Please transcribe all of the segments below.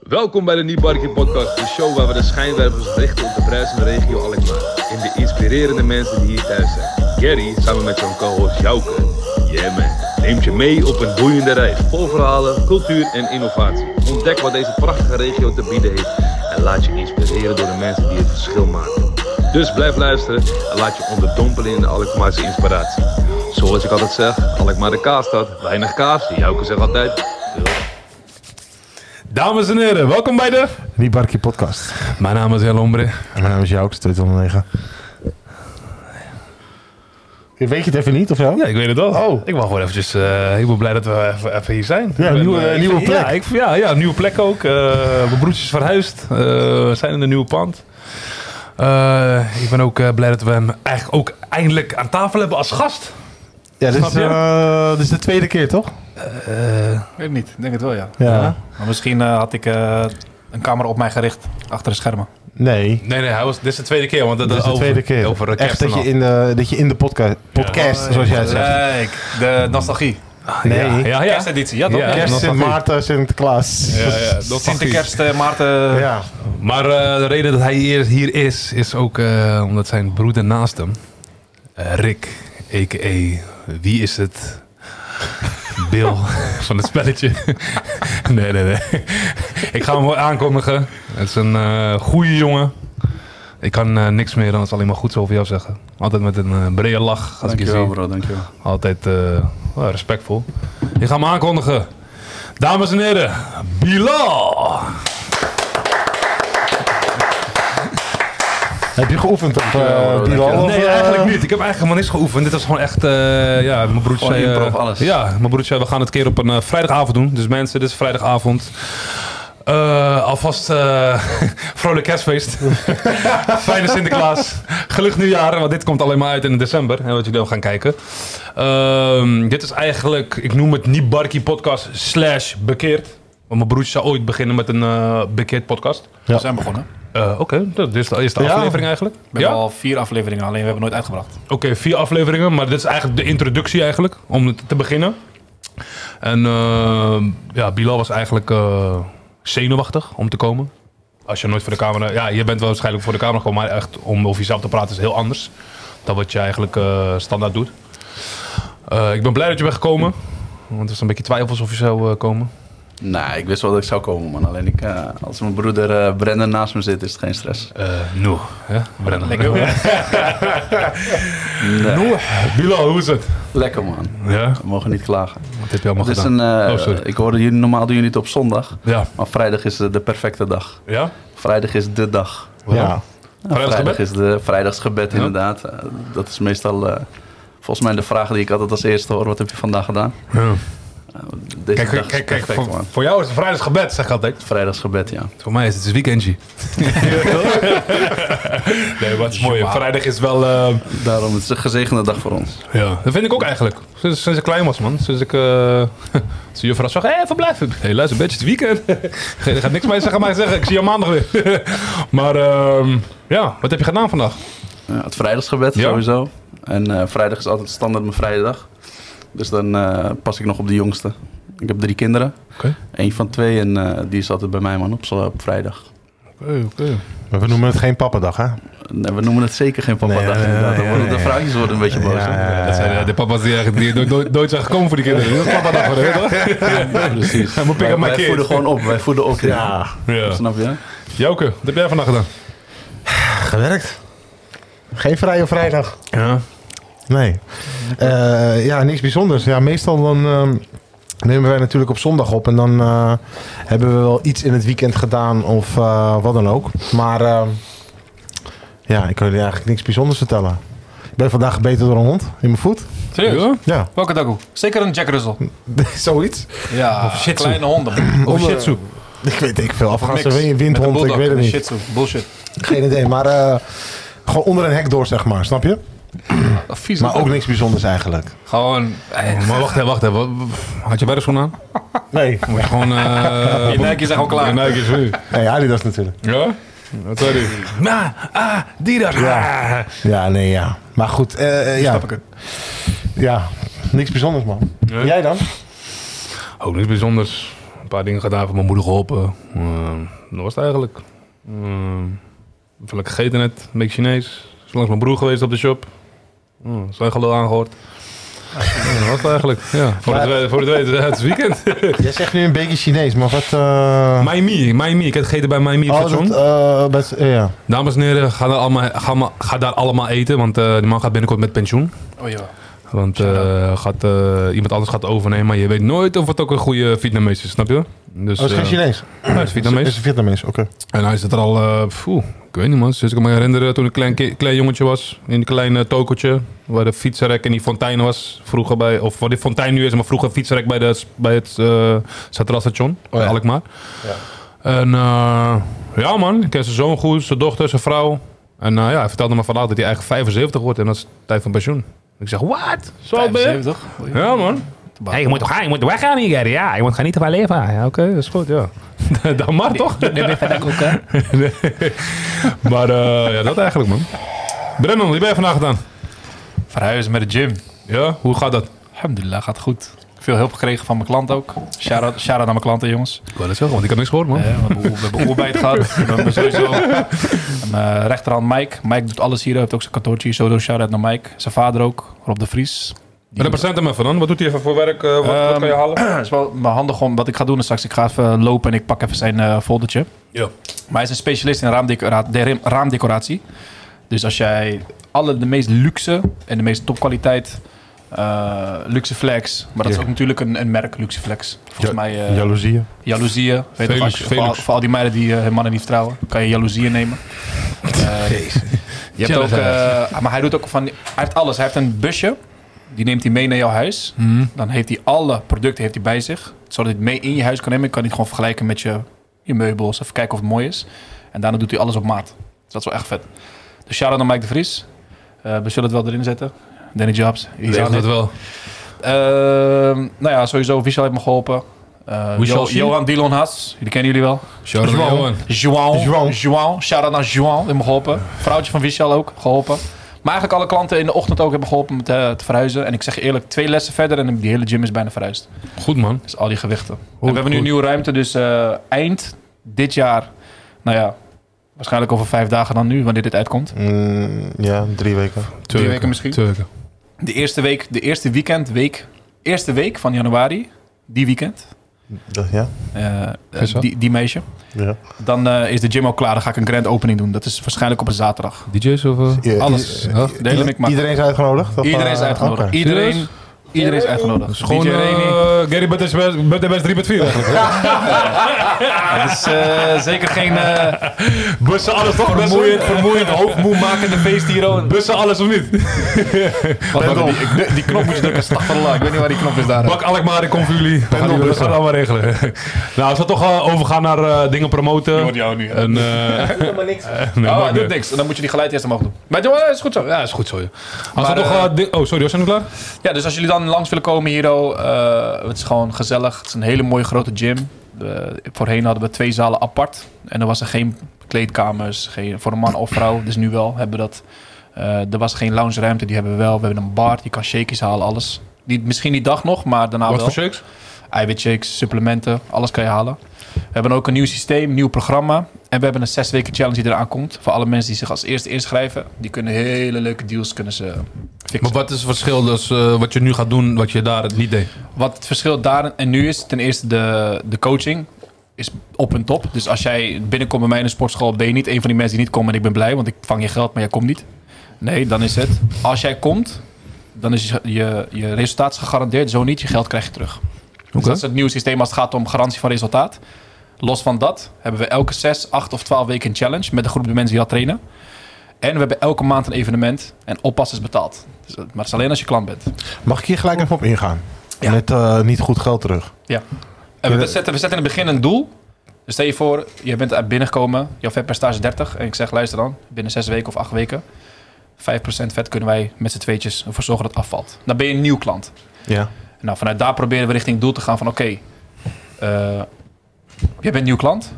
Welkom bij de Niet Barkie Podcast, de show waar we de schijnwerpers richten op de bruisende regio Alkmaar. En de inspirerende mensen die hier thuis zijn. Gary, samen met zijn co-host Jouke, yeah man, neemt je mee op een boeiende reis. Vol verhalen, cultuur en innovatie. Ontdek wat deze prachtige regio te bieden heeft. En laat je inspireren door de mensen die het verschil maken. Dus blijf luisteren en laat je onderdompelen in de Alkmaarse inspiratie. Zoals ik altijd zeg, Alkmaar de kaasstad, weinig kaas. Jouke zegt altijd, veel Dames en heren, welkom bij de... Die Barkie podcast. Mijn naam is El Ombre. En mijn naam is Jout, 209. Weet je het even niet, of wel? Ja, ik weet het al. Oh. Ik ben gewoon eventjes... eh, ik ben blij dat we even, even hier zijn. Ja, Ik ben, nieuwe- eh, ik- nieuwe plek. Ja, ik, ja, ja, nieuwe plek ook. Eh, mijn broertjes verhuisd. Eh, we zijn in een nieuw pand. Eh, ik ben ook eh, blij dat we hem eigenlijk ook eindelijk aan tafel hebben als gast. Ja, dit Snap is, je? eh, dit is de tweede keer, toch? Weet het niet, ik denk het wel, ja. Ja. Maar misschien eh, had ik eh, een camera op mij gericht, achter de schermen. Nee. Nee, nee, hij was, dit is de tweede keer. Want dat Dit is de over- tweede keer. Over de Echt kerst dat en je, al. in de, dat je in de podca podcast, zoals jij het zegt. Kijk, de nostalgie. Nee. Ja, ja, ja. Kersteditie, ja toch? Ja. Ja. Kerst, nog Sint van Maarten, Sinterklaas. Ja, ja, dat was goed. Sinterkerst, eh, Maarten. Ja. Maar eh, de reden dat hij hier, hier is, is ook eh, omdat zijn broeder naast hem, eh, Rick, a.k.a. Wie is het? Bill van het spelletje. nee, nee, nee. Ik ga hem wel aankondigen. Het is een eh goede jongen. Ik kan eh, niks meer dan het alleen maar goeds over jou zeggen. Altijd met een eh, brede lach als ik je zie. bro, dankjewel. Altijd eh, wel respectvol. Ik ga hem aankondigen. Dames en heren, Bilal! Heb je geoefend op eh Bilal? Nee, of, eh, eigenlijk niet. Ik heb eigenlijk helemaal niks geoefend. Dit was gewoon echt, eh, ja, mijn broertje Gewoon zei... eh, improv, alles. Ja, mijn broertje zei, we gaan het keer op een eh, vrijdagavond doen. Dus mensen, dit is vrijdagavond. Eh, alvast eh, vrolijk kerstfeest. Fijne Sinterklaas. Gelukkig nieuwjaar, want dit komt alleen maar uit in december. En wat jullie ook gaan kijken. Ehm, dit is eigenlijk, ik noem het niet Barkie podcast slash bekeerd. Want mijn broertje zou ooit beginnen met een eh, bekeerd podcast. We zijn begonnen. Eh, Oké, dat is de eerste Ja. aflevering eigenlijk. We hebben al vier afleveringen, alleen we hebben nooit uitgebracht. Oké, vier afleveringen, maar dit is eigenlijk de introductie eigenlijk, om het te beginnen. En eh, ja, Bilal was eigenlijk eh, zenuwachtig om te komen. Als je nooit voor de camera... Ja, je bent wel waarschijnlijk voor de camera gekomen, maar echt om over jezelf te praten is heel anders. Dan wat je eigenlijk eh, standaard doet. Eh, ik ben blij dat je bent gekomen. Want er was een beetje twijfels of je zou eh, komen. Nou, ik wist wel dat ik zou komen, man. Alleen ik, eh, als mijn broeder eh Brendan naast me zit, is het geen stress. Noe. hè? Brennan. Lekker hoor. Nee. Noe. Bilal, hoe is het? Lekker, man. Ja, We mogen niet klagen. wat heb je allemaal Het is gedaan? een, eh, Oh, sorry. ik hoorde jullie, normaal doen jullie het op zondag. Ja. Maar vrijdag is eh, de perfecte dag. Ja? Vrijdag is de dag. Ja. Ja, Vrijdagsgebed? is de vrijdagsgebed, Ja. inderdaad. Eh, dat is meestal eh, volgens mij de vraag die ik altijd als eerste hoor. Wat heb je vandaag gedaan? Ja. Eh, deze Kijk, dag kijk, is kijk, kijk, perfect, voor, man. voor jou is het vrijdagsgebed, zeg ik altijd. Vrijdagsgebed, ja. Voor mij is het een weekendje. nee, wat is mooi. Vrijdag is wel... eh, Daarom, het is een gezegende dag voor ons. ja. Dat vind ik ook eigenlijk. Sinds, sinds ik klein was, man. Sinds ik... eh sinds de juffrouw zag, hé, hey, verblijf. Hé, hey, luister, beetje het weekend. Geen- Er gaat niks mee zeggen, maar zeggen, ik zie je maandag weer. maar ehm, ja, wat heb je gedaan vandaag? Ja, Eh, het vrijdagsgebed Ja. sowieso. En eh, vrijdag is altijd standaard mijn vrije dag. Dus dan eh, pas ik nog op de jongste. Ik heb drie kinderen. Oké. Eén van twee en eh, die is altijd bij mij man op, z'n- op vrijdag. Oké, oké. Maar we noemen het geen pappendag, hè? Nee, we noemen het zeker geen papa Nee, dag nee, inderdaad. Dan nee, worden nee, de vrouwtjes worden een beetje boos. Ja, hè? ja, Dat zijn eh, de papa's die, eigenlijk- die nooit- nooit, nooit zijn gekomen voor die kinderen. Dat is papa dag voor de hele Precies. Hij moet pick up Wij, my wij voeden kid. gewoon op, wij voeden op. Ja. Ja. Snap je? Jouke, wat heb jij vandaag gedaan? Gewerkt. Geen vrije vrijdag. Ja. Nee. Eh, ja, niks bijzonders. Ja, meestal dan ehm, nemen wij natuurlijk op zondag op. En dan eh, hebben we wel iets in het weekend gedaan of eh, wat dan ook. Maar ehm, ja, ik kan jullie eigenlijk niks bijzonders vertellen. Ik ben vandaag gebeten door een hond in mijn voet. Serieus? Ja? Ja, Welke dag ook? Zeker een Jack Russell. zoiets. Ja, Shih Tzu. kleine honden. man. Of Shih Tzu? Ik weet ik veel. Niks. Afgaanse win- Met een windhond, ik bulldog weet en het een niet. Shih Tzu. Bullshit. Geen idee. Maar eh, gewoon onder een hek door, zeg maar. Snap je? Dat vies. Maar man. ook niks bijzonders eigenlijk. Gewoon, eh, Maar wacht even, wacht even. Wat- wat- Had je werkschoenen aan? Nee. Moet je gewoon... eh je Nike's zijn gewoon klaar. Je Nike's nu. Nee, Adidas natuurlijk. Ja? Wat zei die? Maar, ah, die daar. Ah. Ja. Ja, nee, ja. Maar goed, eh, eh, ja. Snap ik het. Ja, niks bijzonders, man. Nee? Jij dan? Ook niks bijzonders. Een paar dingen gedaan, voor mijn moeder geholpen. Eh, Noord eigenlijk. Mm, even lekker gegeten net, een beetje Chinees. Is langs mijn broer geweest op de shop. Mm, zijn gelul aangehoord. Ja, dat was het eigenlijk. Ja, voor, het, we- voor het weten, het is weekend. Jij zegt nu een beetje Chinees, maar wat... eh Miami, Miami. Ik heb gegeten bij Miami. oh, Fatsoen. dat, eh, best- eh, ja. Dames en heren, ga daar allemaal, ga maar- ga daar allemaal eten, want eh, die man gaat binnenkort met pensioen. Oh ja. Want eh, gaat, eh, iemand anders gaat overnemen, maar je weet nooit of het ook een goede Vietnamees is, snap je? Dus, Oh, het is geen eh, Chinees. hij is Het is Vietnamees. een Vietnamees, oké. En hij zit er al, eh, poeh, ik weet niet man, sinds ik me herinner eh, toen ik een klein, ki- klein jongetje was. In een klein eh, tokertje, waar de fietsenrek en die fontein was. Vroeger bij, of waar die fontein nu is, maar vroeger fietsenrek bij, de, bij het eh Centraalstation, bij Oh, ja. Alkmaar. En eh, ja man, ik ken zijn zoon goed, zijn dochter, zijn vrouw. En eh, ja, hij vertelde me vandaag dat hij eigenlijk 75 wordt en dat is tijd van pensioen. Ik zeg, wat? Zo oud ben je? 75. Ja man. Hey, je moet toch gaan, je moet weggaan hier, ja. Je moet genieten van leven. Ja, oké, dat is goed, ja. Dan maar toch? Nu ben je verder ook, hè? Nee. maar eh, ja, dat eigenlijk, man. Brennan, wie ben je vandaag gedaan? Verhuizen met de gym. Ja, hoe gaat dat? Alhamdulillah, gaat goed. Veel hulp gekregen van mijn klant ook. Shout-out shout-out aan mijn klanten, jongens. Ik wil het zeggen, want ik heb niks gehoord, man. Eh, we hebben- we hebben oerbijt gehad. We hebben sowieso aan mijn eh, rechterhand Mike. Mike doet alles hier. Hij heeft ook zijn kantoortje hier. Sowieso shout-out naar Mike. Zijn vader ook, Rob de Vries. En de patiënt hem even dan. Wat doet hij even voor werk? eh, wat, wat Ehm, kan je halen? Het is wel maar handig om... Wat ik ga doen is straks... Ik ga even lopen en ik pak even zijn eh, foldertje. Ja. Maar hij is een specialist in raamdecora- de rim- raamdecoratie. Dus als jij alle de meest luxe en de meest topkwaliteit eh, luxe flex, maar dat is Ja. ook natuurlijk een, een merk luxe flex. Volgens Ja- mij eh, Jaloezieën. jaloezieën. Weet je, Velux, als je- voor, al, Velux. voor al die meiden die eh, hun mannen niet vertrouwen, kan je jaloezieën nemen. Eh, je hebt ook, eh, maar hij doet ook van, hij heeft alles. Hij heeft een busje, die neemt hij mee naar jouw huis. hmm, Dan heeft hij alle producten heeft hij bij zich. Zodat hij het mee in je huis kan nemen. Je kan hij het gewoon vergelijken met je, je meubels. Even kijken of het mooi is. En daarna doet hij alles op maat. Dus dat is wel echt vet. Dus shout-out naar Mike de Vries. Eh, we zullen het wel erin zetten. Danny Jobs. die Ik is zeg aan dat het. wel. Ehm, nou ja, sowieso. Vishal heeft me geholpen. Eh, Wie Jo- zal zien? Johan Dilon Haas. Die kennen jullie wel. Shout-out naar Johan. Johan. João. João. João. Shout-out naar João. Heeft me geholpen. Vrouwtje van Vishal ook. Geholpen. Maar eigenlijk alle klanten in de ochtend ook hebben geholpen om te, te verhuizen. En ik zeg je eerlijk, twee lessen verder en die hele gym is bijna verhuisd. Goed, man. Dus al die gewichten. En we Goed, hebben nu een goed. nieuwe ruimte, dus eh, eind dit jaar. Nou ja, waarschijnlijk over vijf dagen dan nu, wanneer dit uitkomt. Mm, ja, drie weken. Turken, weken misschien? Turken. De eerste week, de eerste weekend, week, eerste week van januari, die weekend, Dat- Ja? eh, eh, Is dat? die, die meisje. ja. Dan eh, is de gym al klaar, dan ga ik een grand opening doen. Dat is waarschijnlijk op een zaterdag. DJ's of... eh, I- Alles. i- ja? De hele mikmak. Iedereen is uitgenodigd? Of, Iedereen is eh, uitgenodigd. oké. Iedereen, Serieus? iedereen is uitgenodigd. Gewoon DJ Remy. eh Gary Butters best- Butter best 3 met 4 eigenlijk. hè? Het is eh, zeker geen eh Bussen alles toch best vermoeiend, wel. vermoeiend, hoofdmoemakende feest hier. hoor. Bussen alles of niet? Wacht, wacht, die, die- die knop moet je drukken, stag van de la. Ik weet niet waar die knop is daar. Bak Alkmaar, ik kom voor jullie. We gaan, we gaan het allemaal regelen. nou, als we toch eh, overgaan naar eh, dingen promoten. jou nu. En, eh, nee, oh, maakt hij niet doet uit. niks. Dan moet je die geluid eerst omhoog doen. Maar doe- eh, is goed zo. Ja, is goed. Goed zo, joh. Als we Maar, toch... eh, eh, di- oh, sorry, was je nog klaar? Ja, dus als jullie dan langs willen komen hier, oh, eh, het is gewoon gezellig. Het is een hele mooie grote gym. Eh, voorheen hadden we twee zalen apart. En er was er geen kleedkamers geen, voor een man of vrouw. Dus nu wel hebben we dat. Eh, er was geen loungeruimte, die hebben we wel. We hebben een bar, die kan shakies halen, alles. Niet, misschien die dag nog, maar daarna Wat wel. voor shakes? eiwitshakes, supplementen, alles kan je halen. We hebben ook een nieuw systeem, nieuw programma. En we hebben een zes weken challenge die eraan komt. Voor alle mensen die zich als eerste inschrijven. Die kunnen hele leuke deals kunnen ze fixen. Maar wat is het verschil dus, eh, wat je nu gaat doen, wat je daar niet deed? Wat het verschil daar en nu is, ten eerste de, de coaching is op en top. Dus als jij binnenkomt bij mij in een sportschool, ben je niet een van die mensen die niet komen en ik ben blij, want ik vang je geld, maar jij komt niet. Nee, dan is het. Als jij komt, dan is je, je, je resultaat is gegarandeerd. Zo niet, je geld krijg je terug. Dus dat is het nieuwe systeem als het gaat om garantie van resultaat. Los van dat hebben we elke 6, 8 of 12 weken een challenge met een groep de mensen die al trainen. En we hebben elke maand een evenement en oppas is betaald. Dus, dat- maar het is alleen als je klant bent. Mag ik hier gelijk even op ingaan? Ja. Met eh, niet goed geld terug. En we, Ja. zetten, we zetten in het begin een doel. Dus stel je voor, je bent er binnengekomen, jouw vetpercentage 30. En ik zeg, luister dan, binnen zes weken of acht weken, 5% vet kunnen wij met z'n tweetjes ervoor zorgen dat het afvalt. Dan ben je een nieuw klant. Ja. Nou, vanuit daar proberen we richting doel te gaan van oké, eh, jij bent nieuw klant.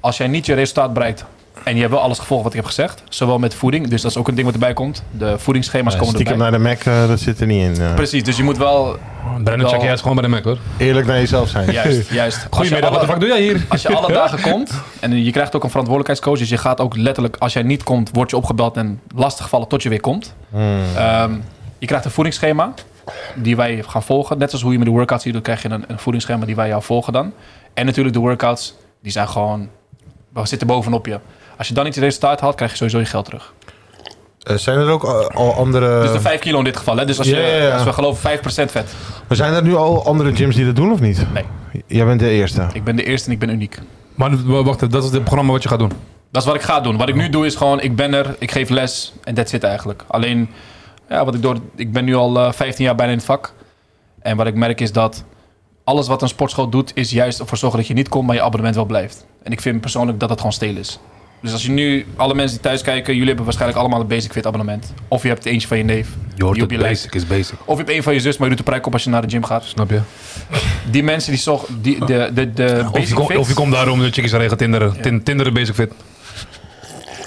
Als jij niet je resultaat bereikt En je hebt wel alles gevolgd wat ik heb gezegd. Zowel met voeding, dus dat is ook een ding wat erbij komt. De voedingsschema's Ja, komen erbij. Stiekem naar de Mac, eh, dat zit er niet in. eh. Precies, dus je moet wel... Bruine wel- check jij het gewoon bij de Mac hoor. Eerlijk naar jezelf zijn. Juist, juist. Goedemiddag, wat Als de je fuck alle, doe jij hier? als je alle dagen komt, en je krijgt ook een verantwoordelijkheidscoach, dus je gaat ook letterlijk, als jij niet komt, word je opgebeld en lastiggevallen tot je weer komt. Hmm. Ehm, je krijgt een voedingsschema die wij gaan volgen. Net zoals hoe je met de workouts hier doet, krijg je een, een voedingsschema die wij jou volgen dan. En natuurlijk de workouts, die zijn gewoon... We zitten bovenop je. Als je dan niet het resultaat haalt, krijg je sowieso je geld terug. Eh, zijn er ook eh, al andere... Dus de 5 kilo in dit geval. Hè? Dus als, je, ja, ja, ja. als we geloven 5% vet. Maar zijn er nu al andere gyms die dat doen of niet? Nee. Jij bent de eerste. Ik ben de eerste en ik ben uniek. Maar w- wacht, even, dat is het programma wat je gaat doen. Dat is wat ik ga doen. Wat ik Oh. nu doe is gewoon, ik ben er, ik geef les en that's it eigenlijk. Alleen, ja, wat ik, door, ik ben nu al eh, 15 jaar bijna in het vak. En wat ik merk is dat alles wat een sportschool doet, is juist ervoor zorgen dat je niet komt, maar je abonnement wel blijft. En ik vind persoonlijk dat dat gewoon stelen is. Dus als je nu, alle mensen die thuis kijken, jullie hebben waarschijnlijk allemaal een Basic Fit abonnement. Of je hebt eentje van je neef. Je die op je lijst- is basic. Of je hebt een van je zus, maar je doet de prijs op als je naar de gym gaat. Snap je? Die mensen die zorgen, die, de, de, de Of je, Basic kom- Fit- of je komt daarom dat chickies regelen tinderen. Tin- Tinderen basic fit.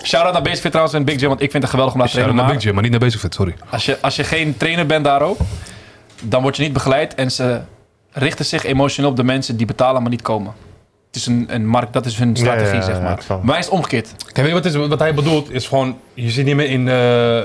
Shout-out naar Basic Fit trouwens en Big Gym, want ik vind het geweldig om naar te Shout trainen. out naar Big Jim, maar- maar niet naar basic fit, sorry. Als je, als je geen trainer bent daar ook, dan word je niet begeleid. En ze richten zich emotioneel op de mensen die betalen, maar niet komen. Het is een, een markt, dat is hun strategie, ja, ja, zeg ja, maar. ik snap het. Mij is het omgekeerd. Kijk, weet je wat, is, wat hij bedoelt? Is gewoon, je zit niet meer in eh,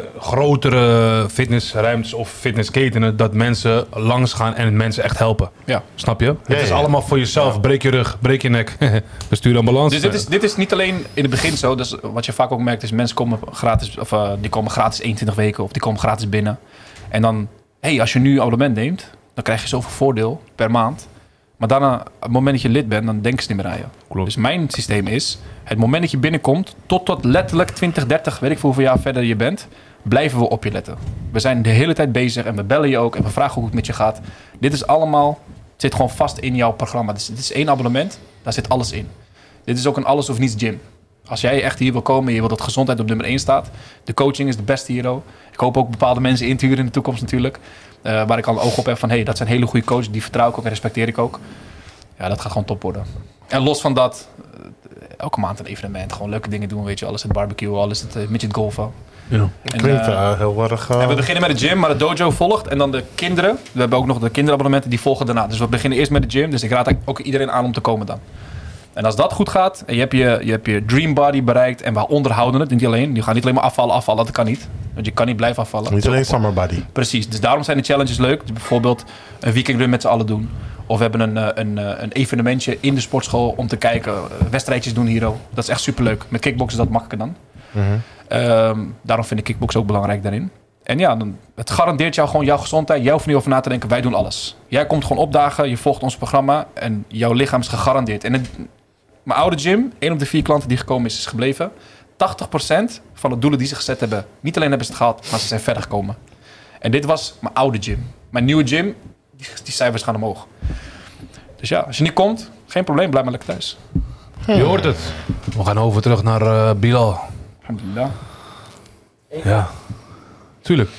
grotere fitnessruimtes of fitnessketenen dat mensen langs gaan en mensen echt helpen. Ja. Snap je? het is ja. allemaal voor jezelf. Breek je rug, breek je nek. Bestuur de ambulance. Dus dit is, dit is niet alleen in het begin zo. Dus wat je vaak ook merkt, is mensen komen gratis, of, eh, die komen gratis 21 weken of die komen gratis binnen. En dan, hé, hey, als je nu een abonnement neemt, dan krijg je zoveel voordeel per maand. Maar daarna, op het moment dat je lid bent, dan denken ze niet meer aan je. Klopt. Dus mijn systeem is, het moment dat je binnenkomt, tot tot letterlijk 20, 30, weet ik veel hoeveel jaar verder je bent, blijven we op je letten. We zijn de hele tijd bezig en we bellen je ook en we vragen hoe het met je gaat. Dit is allemaal, het zit gewoon vast in jouw programma. Dus dit is één abonnement, daar zit alles in. Dit is ook een alles of niets gym. Als jij echt hier wil komen, je wil dat gezondheid op nummer 1 staat. De coaching is de beste hero. Ik hoop ook bepaalde mensen in te huren in de toekomst natuurlijk. Eh, waar ik al een oog op heb van, hé, hey, dat zijn hele goede coaches. Die vertrouw ik ook en respecteer ik ook. Ja, dat gaat gewoon top worden. En los van dat, eh, elke maand een evenement. Gewoon leuke dingen doen, weet je. Alles het barbecue, alles het eh, midget golfen. Ja. En, Klinkt eh, eh, heel erg... eh, en we beginnen met de gym, maar de dojo volgt. En dan de kinderen. We hebben ook nog de kinderabonnementen, die volgen daarna. Dus we beginnen eerst met de gym. Dus ik raad ook iedereen aan om te komen dan. En als dat goed gaat, en je hebt je, je, hebt je dream body bereikt... en we onderhouden het, niet alleen. Je gaat niet alleen maar afvallen, afvallen. Dat kan niet. Want je kan niet blijven afvallen. Niet alleen Summer Buddy. Precies, dus daarom zijn de challenges leuk. Dus bijvoorbeeld een weekendrun met z'n allen doen. Of we hebben een, eh, een, eh, een evenementje in de sportschool om te kijken. Eh, Wedstrijdjes doen hier ook. Dat is echt superleuk. Met kickboksen is dat makkelijker dan. Ehm, daarom vind ik kickboksen ook belangrijk daarin. En ja, dan, het garandeert jou gewoon jouw gezondheid. Jij hoeft er niet over na te denken. Wij doen alles. Jij komt gewoon opdagen. Je volgt ons programma. En jouw lichaam is gegarandeerd. En het, mijn oude gym, één op de vier klanten die gekomen is, is gebleven. 80% van de doelen die ze gezet hebben. Niet alleen hebben ze het gehaald, maar ze zijn verder gekomen. En dit was mijn oude gym. Mijn nieuwe gym, die, die cijfers gaan omhoog. Dus ja, als je niet komt, geen probleem, blijf maar lekker thuis. Je hoort het. We gaan over terug naar eh, Bilal. Alhamdulillah. Ja. Tuurlijk.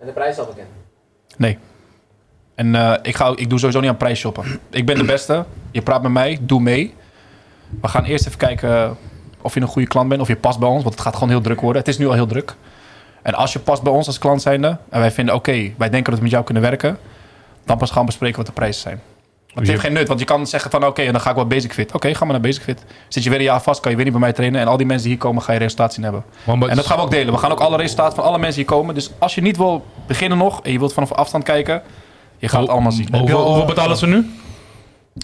En de prijs is al bekend. Nee. En eh, ik, ga, ik doe sowieso niet aan prijs shoppen. Ik ben de beste. Je praat met mij, doe mee. We gaan eerst even kijken of je een goede klant bent, of je past bij ons. Want het gaat gewoon heel druk worden. Het is nu al heel druk. En als je past bij ons als klant zijnde, en wij vinden oké, wij denken dat we met jou kunnen werken, dan pas gaan we bespreken wat de prijzen zijn. Want het heeft geen nut, want je kan zeggen van oké, en dan ga ik wel basic fit. Oké, ga maar naar basic fit. Zit je weer een jaar vast, kan je weer niet bij mij trainen. En al die mensen die hier komen, ga je resultaat zien hebben. Man, maar- En dat gaan we ook delen. We gaan ook alle resultaten van alle mensen die komen. Dus als je niet wil beginnen nog en je wilt vanaf afstand kijken, je gaat het allemaal zien. Hoeveel, hoeveel betalen ze nu?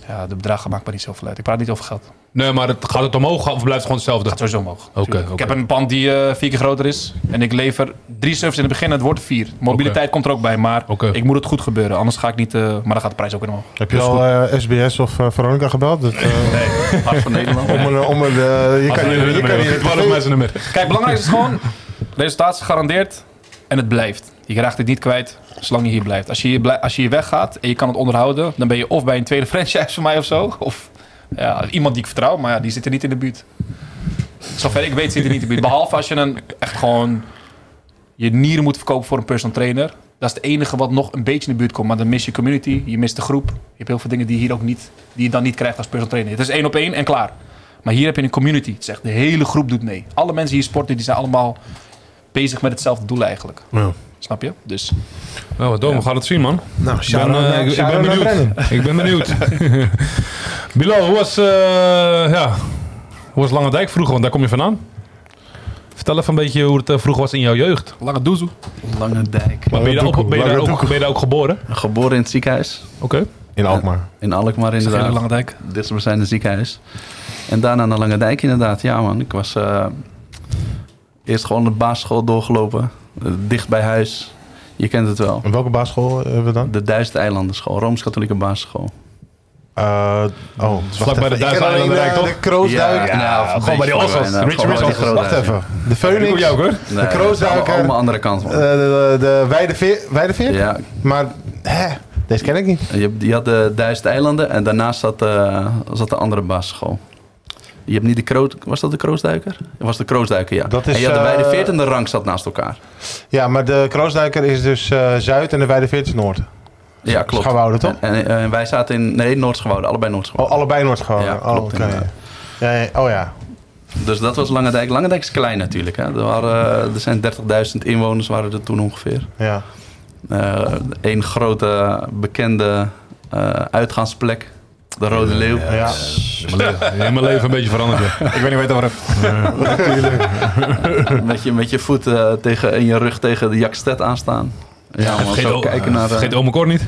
Ja, de bedragen maakt me niet zoveel uit. Ik praat niet over geld. Het Nee, maar het, gaat het omhoog of blijft het gewoon hetzelfde? gaat sowieso omhoog. Oké, Tuurlijk. Ik oké. heb een pand die eh, vier keer groter is. En ik lever drie services in het begin en het wordt er vier. Mobiliteit komt er ook bij, maar Oké. ik moet het goed gebeuren. Anders ga ik niet... eh, maar dan gaat de prijs ook weer omhoog. Heb je al eh, SBS of eh, Veronica gebeld? Dat, eh, Hart van Nederland. om een... Om een eh, je kan je- je kan Het waren je- mensen nummer. Kijk, belangrijk is gewoon, resultaat is gegarandeerd en het blijft. Je raakt het niet kwijt zolang je hier blijft. Als je hier, blij- als je hier weggaat en je kan het onderhouden, dan ben je of bij een tweede franchise van mij of zo. Of ja, iemand die ik vertrouw, maar ja, die zit er niet in de buurt. Zover ik weet zit er niet in de buurt. Behalve als je een, echt gewoon je nieren moet verkopen voor een personal trainer. Dat is het enige wat nog een beetje in de buurt komt. Maar dan mis je community, je mist de groep. Je hebt heel veel dingen die, je hier ook niet, die je dan niet krijgt als personal trainer. Het is één op één en klaar. Maar hier heb je een community. Het is echt, de hele groep doet mee. Alle mensen die hier sporten, die zijn allemaal bezig met hetzelfde doel eigenlijk. Ja. Snap je? Dus Nou, wat dom. We gaan het zien, man. Nou, Ik ben, shout-out eh, naar- ik, ik ben shout-out naar benieuwd. Brennan. Ik ben benieuwd. Bilo, hoe was, eh, ja, hoe was Lange Dijk vroeger? Want daar kom je vandaan. Vertel even een beetje hoe het eh, vroeger was in jouw jeugd. lange doezoe. Lange Dijk. Maar ben, je daar ook, ben, je daar ook, ben je daar ook geboren? Geboren in het ziekenhuis. Oké. In Alkmaar. In Alkmaar Zeg jij de inderdaad. lange dijk? dichtstbijzijnde ziekenhuis. En daarna naar Lange Dijk inderdaad. Ja man, ik was eh, eerst gewoon de basisschool doorgelopen. Eh, dicht bij huis. Je kent het wel. En welke basisschool eh, hebben we dan? De Duizend Eilandenschool, Rooms-Katholieke basisschool. Eh oh, Vlak bij de Duitse Eilandenrijk, toch? eh, De Kroosduik. of een gewoon bij die beetje Ossels. voorbij, nou, Richard gewoon bij die Ossels. grote Wacht even. De Ik kom Phoenix. jou ook, hoor. Nee, De Kroosduiker. dat is allemaal andere kant man. eh, de, de, de Weideveer. Weideveer? ja, Maar, hè? Deze ken ik niet. je, hebt- je had de Duizend Eilanden en daarnaast zat, eh, zat de andere basisschool. Je hebt niet de Kroos... Was dat de Kroosduiker? Dat was de Kroosduiker, ja. Dat is, en je had de eh, Weide Veert en de Rank zat naast elkaar. Ja, maar de Kroosduiker is dus eh, Zuid en de Weideveer is Noord. Ja, klopt. Schouwwouden, toch? En, en- en wij zaten in... Nee, Noordschouwwouden. Allebei Noordschouwwouden. Oh, allebei Noord-Schouwen. Ja, klopt, oh, oké. inderdaad. Ja, ja, oh ja. Dus dat was Langendijk. Langendijk is klein natuurlijk. Hè. Er, waren, eh, er zijn 30.000 inwoners waren er toen ongeveer. ja. Eén grote bekende eh, uitgaansplek. De Rode Leeuw. ja. In mijn leven- in mijn leven een beetje veranderd. ja. Ik weet niet weten waar het... Met, je, met je voet eh, tegen, en je rug tegen de Jakstet aanstaan. Ja, man, Vergeet, zo o, kijken naar eh, de, vergeet Ome Cor niet.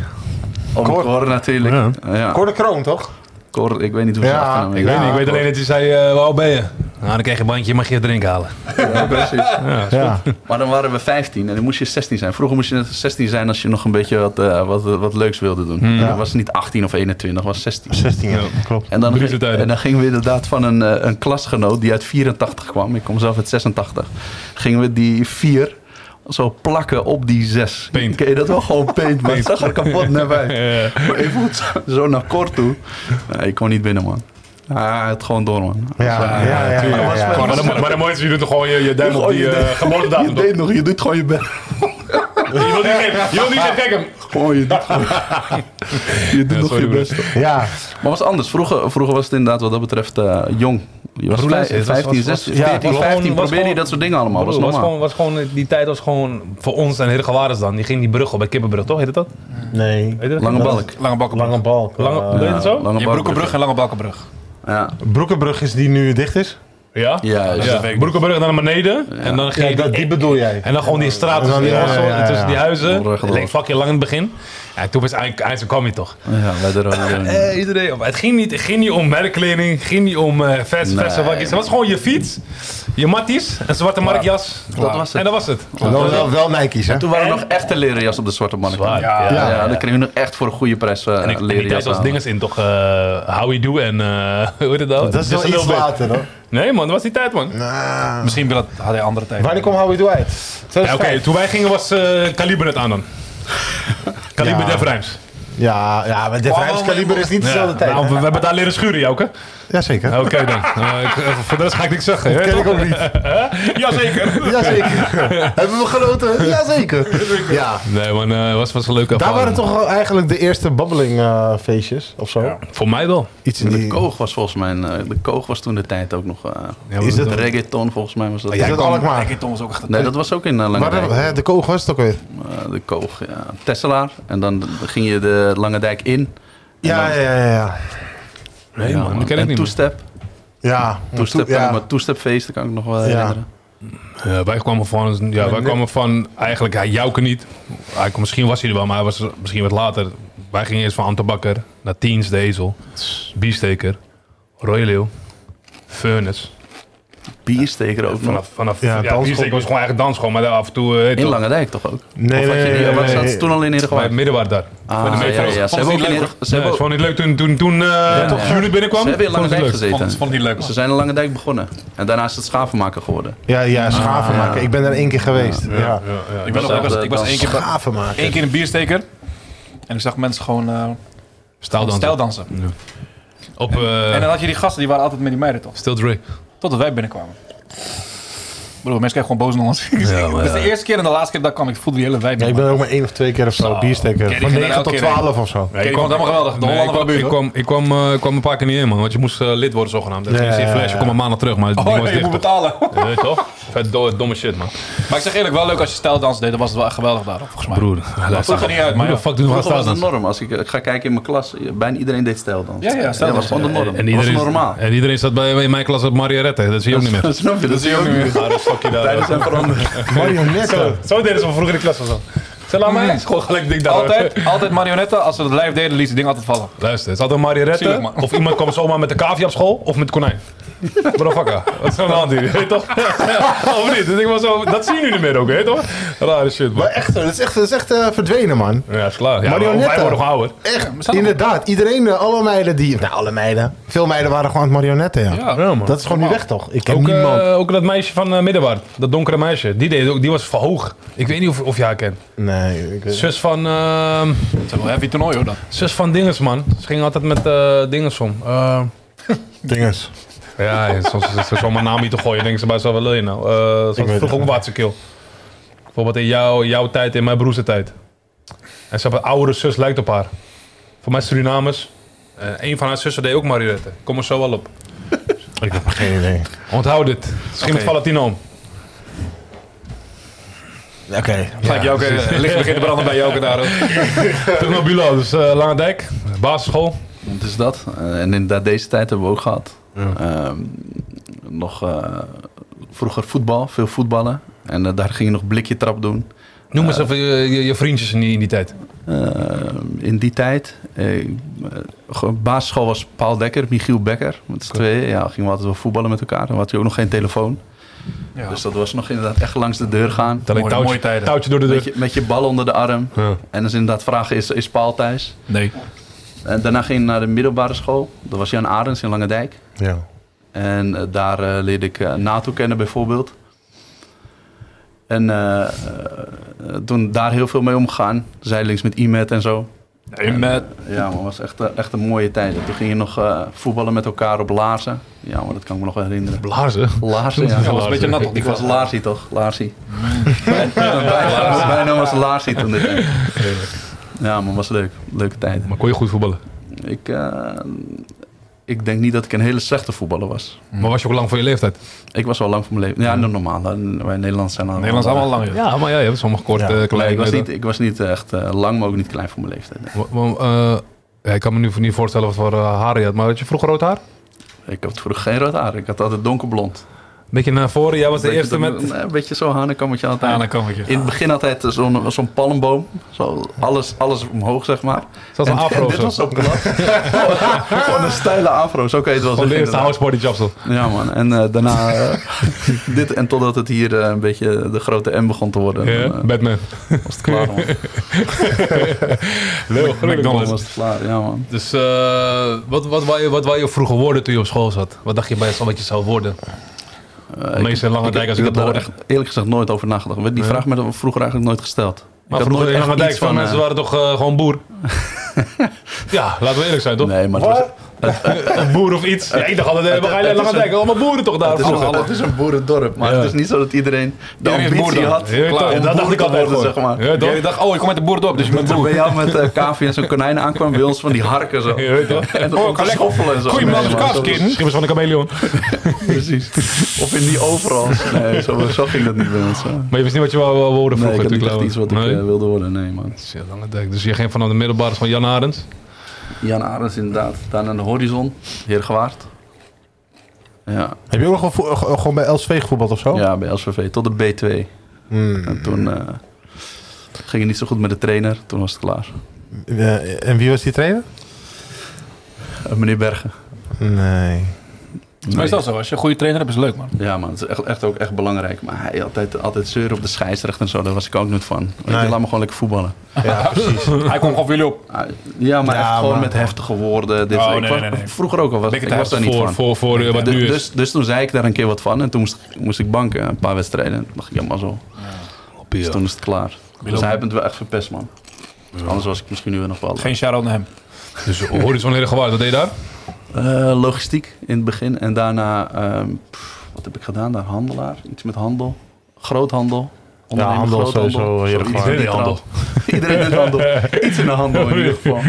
om Cor. Cor natuurlijk. Ja. Ja. Cor de Kroon, toch? Cor, ik weet niet hoe ze Ja, achternaam ik is. Ik weet, Ja, niet, ik weet Cor. alleen dat hij zei, eh hoe oud ben je? Nou, dan krijg je een bandje, mag je het drinken halen. Ja, precies. Ja. Maar dan waren we 15 en dan moest je 16 zijn. Vroeger moest je net 16 zijn als je nog een beetje wat, eh, wat, wat leuks wilde doen. Hmm. Ja. Dan was het niet 18 of 21, was 16. 16 jaar, klopt. En dan, Brute tijden. en dan gingen we inderdaad van een, eh, een klasgenoot die uit 84 kwam. Ik kom zelf uit 86. Gingen we die vier zo plakken op die zes. Paint. Ken je dat wel? Gewoon paint, maar het zag er kapot naar uit. Eh, Maar je voelt zo- zo naar kort toe. Nee, ik kon niet binnen, man. Ah, het gewoon door, man. Dus, eh, Ja, ja, ja. ja, tuurlijk. ja, ja. Maar, dan, maar dan moet je doet toch gewoon je, je duim op Gooi die Oh, je eh, de- geboortedatum. Je toch? Je deed nog, je doet gewoon je best. wil niet zeggen, je wil niet zeggen, kijk hem. Gewoon, Oh, je doet, gewoon- je doet nog sorry, je broer. best. Ja, Maar was anders. Vroeger, vroeger was het inderdaad wat dat betreft eh, jong. Je was Broer, vijf- luister, het was- 15, was- was- 16, ja, het 14, was gewoon- 15. was Probeerde je gewoon- dat soort dingen allemaal. Oh, Dat is Broer, was normaal. gewoon, was gewoon, die tijd was gewoon voor ons en Hirgewaardes dan. Die ging die brug op bij Kippenbrug, toch? Heet het dat? nee. Heet het? Lange balk. Lange balkenbrug. Lange balk. Lange, eh, heet het zo? Lange Je balk. Broekenbrug en Lange Balkenbrug. Ja. Broekenbrug is die nu dicht is. Ja? Ja, dus ja. dat weet ik Broekenburg naar beneden. En dan ging Ja, je dat, die- die bedoel jij. En dan gewoon die straat tussen, Ja, die, ja, hassel ja, ja, en tussen ja. die huizen. Onderweg Dat leek fucking lang in het begin. Ja, toen was eind- eindelijk kwam je toch. Ja, bij de Rode Leeuw. Eh, iedereen, maar het, ging niet, het ging niet om merkkleding, het ging niet om eh vers, Nee. verse wakjes. Het was gewoon je fiets, je matties, een zwarte markjas. Dat was En het. dat was het. Wel, wel, wel Nike's, hè? Toen waren er nog echte leren jas op de zwarte markt. Zwaar. Ja, Ja, ja, ja, dan kreeg je nog echt voor een goede prijs eh En ik, en die leren tijd jas was aan. dinges in toch eh Howie Do en eh hoe heet het nou? Dat is Just wel a iets Little Bit. later, hoor. Nee man, dat was die tijd man. Nou. Misschien wil het, had hij andere tijden. Wanneer kwam Howie Do uit? Ja, Oké, 2005. toen wij gingen was eh Kaliber het aan dan. Kaliber Ja. Def Rijms. Ja, ja, maar de Vrijms kaliber is niet dezelfde Ja, tijd. nou, we, we hè? hebben het daar leren schuren, Jouke. Jazeker. Oké dan. Eh, ik- eh, voor de rest ga ik niks zeggen. hè, Ken ik toch? ook niet. Jazeker. Jazeker. hebben we genoten? Jazeker. Ja. Nee man, eh was, was een leuke Daar waren ervaring. toch wel eigenlijk de eerste babbeling eh, feestjes of zo. Voor mij wel. Iets in De die... koog was volgens mij, eh, de koog was toen de tijd ook nog. eh, maar is dat- Oh, het reggaeton volgens mij was dat. Is dat Alkmaar? Kijk, Tom was ook echt... Nee, dat was ook in eh, Lange Waar de, Dijk. hè, de koog was het ook weer. Eh, de koog, ja. Tesselaar. En dan ging je de Lange Dijk in. Ja, ja, ja. Ja, Nee Ja, man, dat ken ik en niet. toestep. ja. Toestep, toe- ja. maar toestepfeest, dat kan ik nog wel Ja. herinneren. Ja, wij kwamen van, ja, wij kwamen van eigenlijk, hij jouwke niet. Hij, kon- misschien was hij er wel, maar hij was er misschien wat later. Wij gingen eerst van Antebakker naar Tiens, de Ezel, Biesteker, Royal Leeuw, Furnace. Biersteker ook nog. Vanaf, vanaf Ja, ja, dansschool. Biesteker was gewoon eigen dansschool, maar daar af en toe... eh, heet In het Lange Dijk toch ook? Nee, of had je nee, die- nee, wat nee, zat nee. ze toen al in wel. Bij Heerdegewaard? Middenwaard daar. Bij de Ah, ja, metro. ja. Ze hebben ook in Heerde- ze Nee, hebben het ook- vond niet leuk toen, toen, toen eh, toch ja. Jury binnenkwam. Ze hebben in Lange Vond het Dijk leuk. gezeten. Vond, vond het niet leuk. Ze zijn in Lange Dijk begonnen. En daarna is het schavenmaker geworden. Ja, ja, schaven Ah, ja. maken. Ik ben er één keer geweest. Ja. Ja, ja. Ik, ben nog, ik, was, ik was één keer, bij- Schaven maken. één keer een biersteker. En ik zag mensen gewoon eh Staaldansen. stijl dansen. Op eh En dan had je die gasten, die waren altijd met die meiden toch? Still Dre. Totdat wij binnenkwamen. Bro, mensen krijgen gewoon boos naar ons. Ja, maar dat is de ja. eerste keer en de laatste keer dat ik kwam. Ik voelde die hele wijk. Ja, ik ben ook maar één of twee keer of zo, Zo. bierstekker. Ja, die Van ging er 9 tot elke keer 12 of zo. Ik vond het helemaal geweldig. De Nee, ik, Hollander kwam, van de ik, buurt. hoor. kwam, ik, kwam, eh, ik kwam een paar keer niet in, man. Want je moest eh, lid worden, zogenaamd. Dat is Ja, niet in ja, flash. ja. Ik kwam een maand terug, maar het ding Oh, was nee, je moet dicht. betalen. Ja, weet je toch? Vet do- domme shit, man. Maar ik zeg eerlijk, wel leuk als je stijldans deed. Dan was het wel echt geweldig daarop, volgens mij. Broer, dat zag er niet uit, maar Hoe de ja. fuck doen we aan Vroeger staan was de norm. Als ik, ik ga kijken in mijn klas, eh, bijna iedereen deed stijl dan. Ja, ja, dat stijldans. was gewoon de norm. En dat was iedereen, normaal. en iedereen zat bij, in mijn klas op Mariarette. Dat zie je ook niet meer. Dat snap je, dat zie je ook niet meer. Ja, dat fuck je Tijden zijn veranderd. Marionetten. Zo deden ze vroeger in de klas van zo. Ze laat Mm. mij eens gewoon gelijk dik daar. Altijd, altijd marionetten. Als we dat live deden, liet het ding altijd vallen. Luister, het is altijd Zielig, Mariarette. man. Of iemand kwam zomaar met de cavia op school of met konijn. Bro, fucka. Wat is er aan de hand hier? Weet je toch? of niet? Dus ik was zo, dat zien jullie niet meer ook, weet je toch? Rare shit, man. Maar echt, dat is echt, dat is echt eh, verdwenen, man. Ja, is klaar. Ja, Marionetten. maar Wij worden gewoon ouder. Echt, we staan inderdaad. Iedereen, eh, alle meiden die... Nou, alle meiden. Veel meiden waren gewoon aan het marionetten, ja. Ja, man. Dat is gewoon nu weg, toch? Ik ken Ook, eh, niemand. ook dat meisje van eh, Middenwaard, dat donkere meisje, die, deed, ook- die was verhoog. Ik weet niet of, of jij haar kent. Nee, ik weet Zus van, ehm, Het is wel een heavy toernooi hoor dan. zus van Dinges, man. Ze ging altijd met eh Dinges om. Eh, Dinges. ja, ja, soms is het zomaar naam hier te gooien. Denken ze bij zo wel wil je nou? Eh ze weet had het vroeg ook niet. waterkill. Bijvoorbeeld in jouw, jouw tijd, in mijn broers tijd. En ze had een oudere zus, lijkt op haar. Voor mij Surinamers. Eh een van haar zussen deed ook Mariette. Kom er zo wel op. Ik heb geen idee. Onthoud dit. Misschien met Oké. Valentino om. Oké. Gelijk Joke, eh, licht begint te branden bij Joke daar ook. Terug naar Bulo, dus eh Lange Dijk, basisschool. Het is dat. Eh, en inderdaad, deze tijd hebben we ook gehad. Ehm, nog eh, vroeger voetbal, veel voetballen. En eh, daar ging je nog blikje trap doen. Noem eens even je, je, je vriendjes in die, in die tijd. Eh, in die tijd, eh, eh, gewoon basisschool was Paul Dekker, Michiel Becker. Met z'n tweeën. Ja, gingen we altijd wel voetballen met elkaar. Dan had je ook nog geen telefoon. Ja. Dus dat was nog inderdaad echt langs de deur gaan. Tel ik Mooie- touwtje, mooie tijden. touwtje door de Met deur. je, met je bal onder de arm. Ja. En dus inderdaad vragen, is, is Paul thuis? Nee. En daarna ging ik naar de middelbare school. Dat was Jan Arends in Langendijk. Ja. En eh, daar eh, leerde ik eh, NATO kennen bijvoorbeeld. En eh, eh, toen daar heel veel mee omgegaan. Zijdelings met IMET en zo. Nee, met... Ja, maar het was echt, eh, echt een mooie tijd. Toen ging je nog eh, voetballen met elkaar op laarzen. Ja, maar dat kan ik me nog wel herinneren. Blazen. Laarzen, ja. Ja, was een beetje nat op Ik die was was. Laarsie toch? Laarsie. Mijn mijn naam was Laarsie toen de tijd. Ja, maar was leuk. Leuke tijd. Maar kon je goed voetballen. Ik, eh, ik denk niet dat ik een hele slechte voetballer was. Maar was je ook lang voor je leeftijd? Ik was wel lang voor mijn leven. Ja, nou, normaal. Dan- Wij Nederlanders zijn allemaal... Nederlands allemaal langer. Ja. maar ja, je hebt sommige kort, Ja. eh, Nee, klein. ik, was weet niet, ik was niet echt eh, lang, maar ook niet klein voor mijn leeftijd. nee. je. Wa- wa- eh, ja, ik kan me nu niet voorstellen wat voor eh, haar je had, maar had je vroeger rood haar? Ik had vroeger geen rood haar. Ik had altijd donkerblond. Beetje naar voren, jij was de Beetje eerste dat- met... nee, Een beetje zo hanenkammetje altijd. dan kom ik In het begin altijd zo'n zo'n palmboom. Zo alles, alles omhoog, zeg maar. Zoals een En- afro en of Dit zo. was zo plat. Gewoon een steile afro, zo kan je het wel Van de zeggen. eerste housebody inderdaad. jobsel. Ja, man. En eh, daarna... eh, dit en totdat het hier eh, een beetje de grote M begon te worden. Ja, Dan, eh, Batman. was het klaar, man. Leo, Dan McDonald's. was het klaar, ja, man. Dus eh, wat, wat, wou je, wat wou je vroeger worden toen je op school zat? Wat dacht je bij jezelf wat je zou worden? Eh, Meestal in Lange Dijk, als ik heb dat daar hoor. echt eerlijk gezegd nooit over nagedacht. Werd Die vraag werd me vroeger eigenlijk nooit gesteld. Maar Ik had vroeger nooit in echt Lange Dijk, iets veel mensen eh, waren toch eh, gewoon boer? ja, laten we eerlijk zijn, toch? Nee, maar het was, Een boer of iets. Ja, ik dacht altijd, eh, we gaan het naar is Lange Dijk. een- Allemaal boeren toch daar? Het is, vroeger? een, het is een boerendorp, maar Ja. het is niet zo dat iedereen de Iedereen is ambitie boer dan. had. Ja, toch? Dat om boer dacht ik te altijd worden, gewoon. zeg maar. Ja, toch? ik dacht, oh, ik kom met de boerdorp, dus je bent Toen boer. bij jou met eh kavia's en konijnen aankwam, bij ons van die harken zo. Je weet toch? En Oh, om te kan lekker- schoffelen en zo. Goeie man, Nee, dat maar is zo- kaas, kind. Schippers van de chameleon. Precies. Of in die overals. Nee, zo, zo ging dat niet bij ons. hè. Maar je wist niet wat je wou, wou worden Nee, ik vroeger. had niet echt natuurlijk, iets wat ik Lauwe. eh, wilde worden, nee man. Nee. Ja, Lange Dijk. Dus je ging vanaf de middelbare van Jan Arends. Jan Arends inderdaad, daar aan de horizon, Heergewaard. Ja, Heb je ook nog gevo- ge- eh, gewoon bij LSV gevoetbald of zo? ja, bij LSVV tot de B2. Hmm. En toen eh, ging het niet zo goed met de trainer, toen was het klaar. Eh, en wie was die trainer? Eh, meneer Bergen. Nee. Maar is dat zo? Als je een goede trainer hebt, is het leuk man. Ja, man, het is echt, echt ook echt belangrijk. Maar hij altijd, altijd zeuren op de scheidsrechter en zo, daar was ik ook niet van. Ik Nee. Laat me gewoon lekker voetballen. Ja, precies. Hij komt gewoon voor jullie op. Ah, Ja, maar Ja, echt gewoon maar- met heftige woorden. Dit, Oh, ik nee, was- nee, nee. Vroeger ook al was Dikke ik was tijd daar niet Voor, van. voor, voor eh, wat Du- nu is. dus, dus toen zei ik daar een keer wat van en toen moest, moest ik banken een paar wedstrijden. Toen dacht ik, ja, maar zo. Dus toen is het klaar. Dus hij heeft het wel echt verpest, man. Anders was ik misschien nu weer nog wel. Geen shout-out naar hem. Dus horizon hele gewaard, wat deed je daar? Eh, logistiek in het begin en daarna ehm, pff, Wat heb ik gedaan daar? Handelaar? Iets met handel? Groothandel? Ja, Ondernemer, handel sowieso, zoiets. Heerenveen. Iedereen Iedereen handel. Iedereen doet handel. Iets in de handel in ieder geval.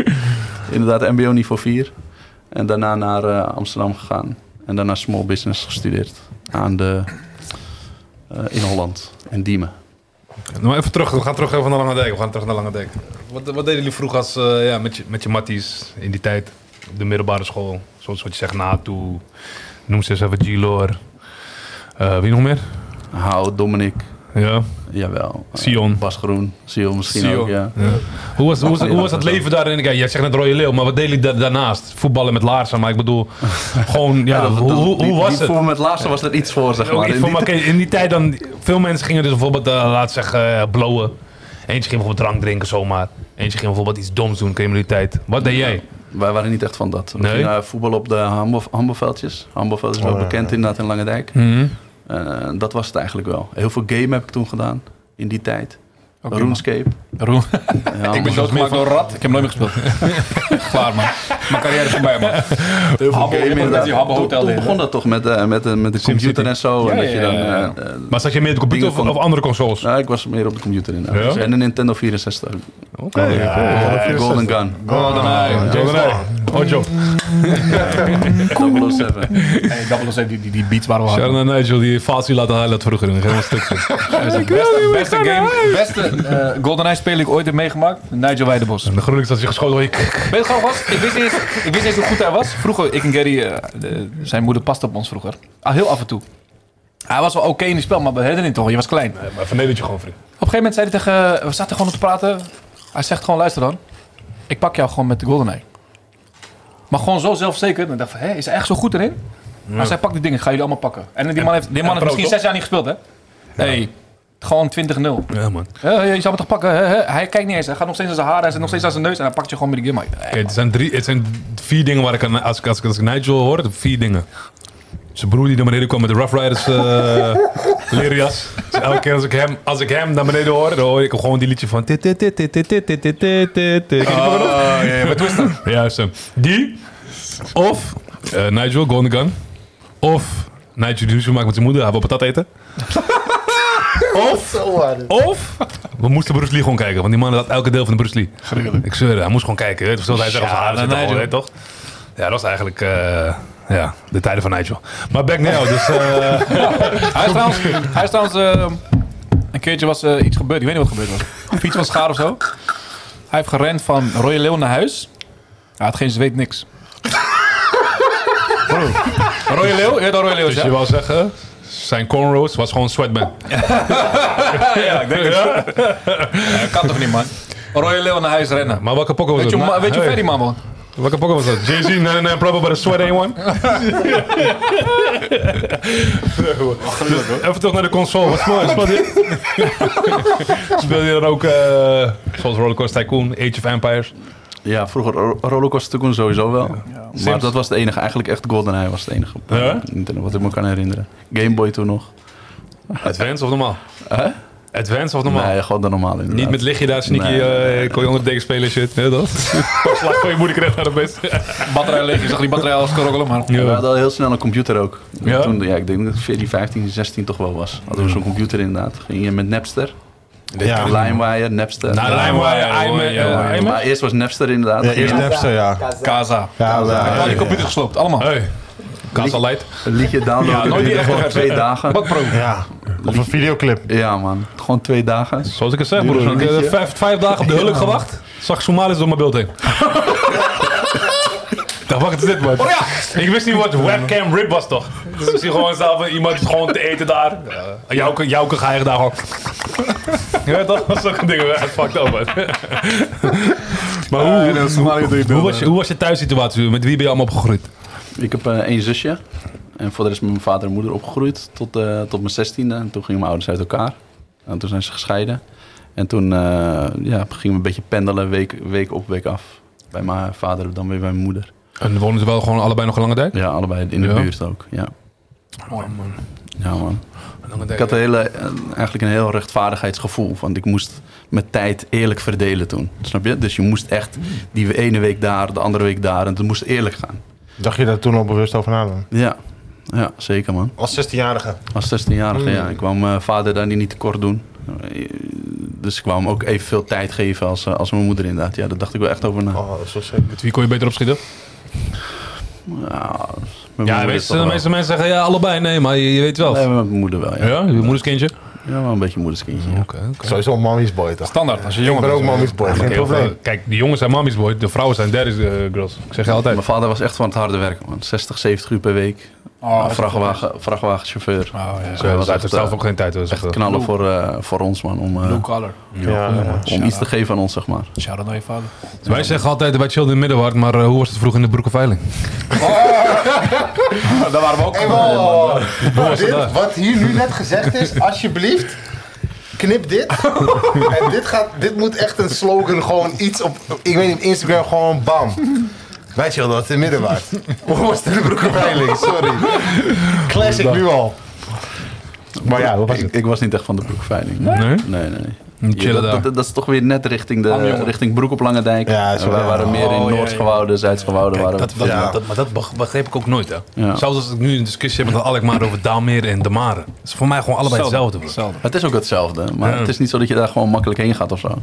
Inderdaad, mbo niveau 4. En daarna naar eh, Amsterdam gegaan. En daarna small business gestudeerd. Aan de, eh, in Holland. In Diemen. Maar Nou, even terug, we gaan terug even naar Lange Dijk. We gaan terug naar Lange Dijk. Wat, wat deden jullie vroeger als, eh, ja, met, je, met je matties in die tijd? Op de middelbare school. Zoals wat je zegt, NATO. Noem ze eens even G-Lore. Eh, wie nog meer? Hou, Dominic. Ja. Jawel. Eh, Sion. Bas Groen. Sion misschien Sion. ook, ja. Hoe was, hoe, was, hoe was het leven daarin? Kijk, jij zegt net Royal Leeuw, maar wat deden jullie daar- daarnaast? Voetballen met laarzen, maar ik bedoel, gewoon, ja, Ja, Eh, dat- hoe, dat- hoe, die- hoe was die het? Voor met laatste was er iets voor, zeg Ook maar. iets In voor- die maar kijk, in die tijd dan, veel mensen gingen dus bijvoorbeeld, eh, laat zeggen, eh, blowen. Eentje ging bijvoorbeeld drank drinken zomaar. Eentje ging bijvoorbeeld iets doms doen, criminaliteit. Wat deed jij? Wij waren niet echt van dat. We Nee? gingen eh, voetballen op de handbal- handbalveldjes. Handbalveld is wel Oh, ja, bekend ja. inderdaad in Langendijk. Mhm. Eh, dat was het eigenlijk wel. Heel veel game heb ik toen gedaan in die tijd. Oké, RuneScape. man. Roen. Ja, ik ben doodgemaakt door een rat. Ik heb nooit meer gespeeld. Klaar, man. Mijn carrière is voorbij, man. heel Habbo, je hebt ook met die Habbo Toen, Hotel toen deden. begon dat toch met, eh, met, eh, met de SimCity. computer en zo. Ja, en dat je ja, dan, ja, ja. eh, eh, Maar zat je meer op de computer of, Dingen van- of andere consoles? nou, ik was meer op de computer inderdaad. Ja? En een Nintendo 64. Oké. Eh, Golden Gun. Oh, GoldenEye. GoldenEye. Ojo. Golden 007. Hey, 007, die, die, die beats waren we hard. Sharon en Nigel die facie laten highlight vroeger in. Helemaal stukjes. Beste, beste game, beste eh GoldenEye spel die ik ooit heb meegemaakt. Nigel Weidebos. En de groenlijks had zich geschoten. hoor je- Weet je gewoon was? Ik wist, niet eens, ik wist niet eens hoe goed hij was. Vroeger, ik en Gary, eh, de- zijn moeder paste op ons vroeger. Ah, heel af en toe. Hij was wel oké in het spel, maar we herinneren het toch, je was klein. Op een Maar vernedert je gewoon, vriend. gegeven moment zei hij tegen, we zaten gewoon te praten. Hij zegt gewoon, luister dan, ik pak jou gewoon met de GoldenEye. Maar gewoon zo zelfverzekerd. En ik dacht van, hé, is hij echt zo goed erin? Maar zij pakt die dingen, ik ga jullie allemaal pakken. En die man heeft, die man heeft pro, misschien toch? zes jaar niet gespeeld, hè? hey, gewoon 20-0. Ja, man. Hé, hé, je zou me toch pakken? hè, hè? Hij kijkt niet eens. Hij gaat nog steeds aan zijn haren. Hij zit nog steeds aan zijn neus. En hij pakt je gewoon met die game. uit. Oké, Eh, het, zijn drie, het zijn vier dingen waar ik aan, als, ik- als, ik- als ik Nigel hoor, vier dingen. Zijn broer die naar beneden kwam met de Rough Riders eh leerjas. Dus elke keer als ik, hem, als ik hem naar beneden hoor, dan hoor ik gewoon die liedje van... dit, dit, dit, dit, dit, dit, dit, dit, dit, dit, dit. Oh, ja, ja, maar twist dan. Juist hem. Die, of eh, Nigel, Golden Gun. Of Nigel die ruzie maakt met zijn moeder, hij wil patat eten. of, of, we moesten Bruce Lee gewoon kijken, want die man had elke deel van de Bruce Lee. Ik zweer, hij moest gewoon kijken. Weet, je, zoals hij zegt, als haar zit al, Nigel. weet je toch? Ja, dat was eigenlijk eh, ja, de tijden van Nigel. Maar back now, dus... eh, Hij is trouwens... Hij is trouwens eh, een keertje was eh, iets gebeurd. Ik weet niet wat er gebeurd was. Fiets was schaar of zo. Hij heeft gerend van Royal Leeuw naar huis. Hij had geen zweet niks. Oh. Royal Leeuw? Ja, dat Royal Leeuw is, dus je wil zeggen, zijn cornrows was gewoon sweatband. ja. Ja, ik denk het. Ja, kan toch niet, man? Royal Leeuw naar huis rennen. Maar welke pokken was Weet je, dat? hoe- weet je hoe Hey, ver die man woont? Welke pokken was dat? Jay-Z, 99 Problem, but a sweat anyone? Dus Even terug naar de console. Wat speel, speel je? speel je dan ook, eh, zoals Rollercoaster Tycoon, Age of Empires? Ja, vroeger ro- Rollercoaster Tycoon sowieso wel. Maar Sims. dat was het enige. Eigenlijk echt GoldenEye was het enige. eh, Ja? Nintendo, Wat ik me kan herinneren. Game Boy toen nog. Advance of normaal? Hè? Advance of normaal? Nee, gewoon de normale inderdaad. Oh. Niet met lichtje daar, sneaky, Nee, nee, eh, kon je onder de deken spelen, shit. Nee, dat? Slag van je moeder kreeg naar de best. Batterij leeg. Je zag die batterij al skorrelen, man. We Ja. hadden al heel snel een computer ook. Ja? Toen, ja, ik denk dat ik 14, 15, 16 toch wel was. Hadden we zo'n computer inderdaad. Ging je met Napster. Ja. LimeWire, Napster. Nou, Ja. LimeWire, I'm, eh, Ja. I'm- Maar eerst was Napster inderdaad. Ja, eerst Ging Napster, ja. Kaza. Ja, Ik ja, had die computer gesloopt, allemaal. Hey. Casa Light. Een liedje downloaden. Ja, nooit die echte Gewoon twee dagen. Bakpro. ja. Of een videoclip. Ja man, gewoon twee dagen. Zoals ik het zei, Duurde broer. zo'n Ik heb liedje. vijf, vijf dagen op de hulk gewacht. Zag Somaliërs door mijn beeld heen. Dacht, wacht, wat is dit, man? ja! Oh Ik wist niet wat webcam rip was, toch? Dus ik zie gewoon zelf iemand gewoon te eten daar. Ja. Jouke, Jouke ga je daar gewoon... Ja, dat was ook een ding. man. Fucked up, man. Maar hoe, hoe, was je, hoe was je thuissituatie? Met wie ben je allemaal opgegroeid? Ik heb eh, één zusje. En voor de rest met mijn vader en moeder opgegroeid. Tot, eh, tot mijn zestiende. En toen gingen mijn ouders uit elkaar. En toen zijn ze gescheiden. En toen eh, ja, gingen we een beetje pendelen. Week, week op, week af. Bij mijn vader, dan weer bij mijn moeder. En wonen ze wel gewoon allebei nog een lange tijd? Ja, allebei in de Ja? buurt ook. Ja, Mooi, man. ja man. Lange Ik dijk. had een hele, eh, eigenlijk een heel rechtvaardigheidsgevoel. Want ik moest mijn tijd eerlijk verdelen toen. Snap je? Dus je moest echt die ene week daar, de andere week daar. En het moest eerlijk gaan. Dacht je daar toen al bewust over na? dan? Ja. Ja, zeker man. Als 16-jarige. Als 16-jarige, Mm. ja. Ik kwam mijn vader daar niet tekort doen. Dus ik kwam hem ook evenveel tijd geven als, eh, als mijn moeder inderdaad. Ja, daar dacht ik wel echt over na. Oh, dat is wel sick. Met wie kon je beter opschieten? Ja, Ja, de meeste, de meeste mensen zeggen ja, allebei. Nee, maar je, je weet wel. Nee, maar met mijn moeder wel, ja. ja, je moederskindje. Ja, wel een beetje een moederskindje. ja. Oké, oké. Sowieso een mommy's boy toch? Standaard, als je Ik jongen ben ook bent. mommy's boy, geen Heel probleem. veel- Kijk, die jongens zijn mommy's boy, de vrouwen zijn daddy's eh, girls. Ik zeg je altijd. Mijn vader was echt van het harde werken, man. 60, 70 uur per week. Oh, dat is vrachtwagen, vrachtwagenchauffeur. Oh, ja. hij Ze was was echt, zelf eh, ook geen tijd. Dus, Echt eh, knallen voor, eh, voor ons, man. Om, eh, Blue collar. Ja, ja. om iets te geven aan ons, zeg maar. Shout-out naar je vader. Wij zeggen altijd bij Children in Middenwaard, maar eh, hoe was het vroeger in de Broekenveiling? Daar waren we ook. Eenmaal, daar? eh, dit, wat hier nu net gezegd is, alsjeblieft, knip dit. en dit, gaat, dit moet echt een slogan, gewoon iets op, ik weet niet, op Instagram, gewoon bam. Weet je wel dat het in middenwaard. Hoe was het in de broekenveiling? Sorry. Classic nu al. Maar ja, wat was Ik, het? ik was niet echt van de broekveiling. Nee? Nee? Nee, nee. Niet Ja, chillen dat, daar. dat, dat is toch weer net richting, Am, de, jongen. richting Broek op Langendijk. Ja, dat is En wel- wij waren meer in Oh, ja, ja. Noord-Gewoude, Zuid-Gewoude. waren we. dat- Ja. dat- maar dat begreep ik ook nooit. Hè. Ja. Zelfs als ik nu een discussie heb met Alkmaar over Daalmeer en De Mare. Dat is voor mij gewoon allebei hetzelfde. bro. Hetzelfde. Het is ook hetzelfde, maar Ja. het is niet zo dat je daar gewoon makkelijk heen gaat of zo. wel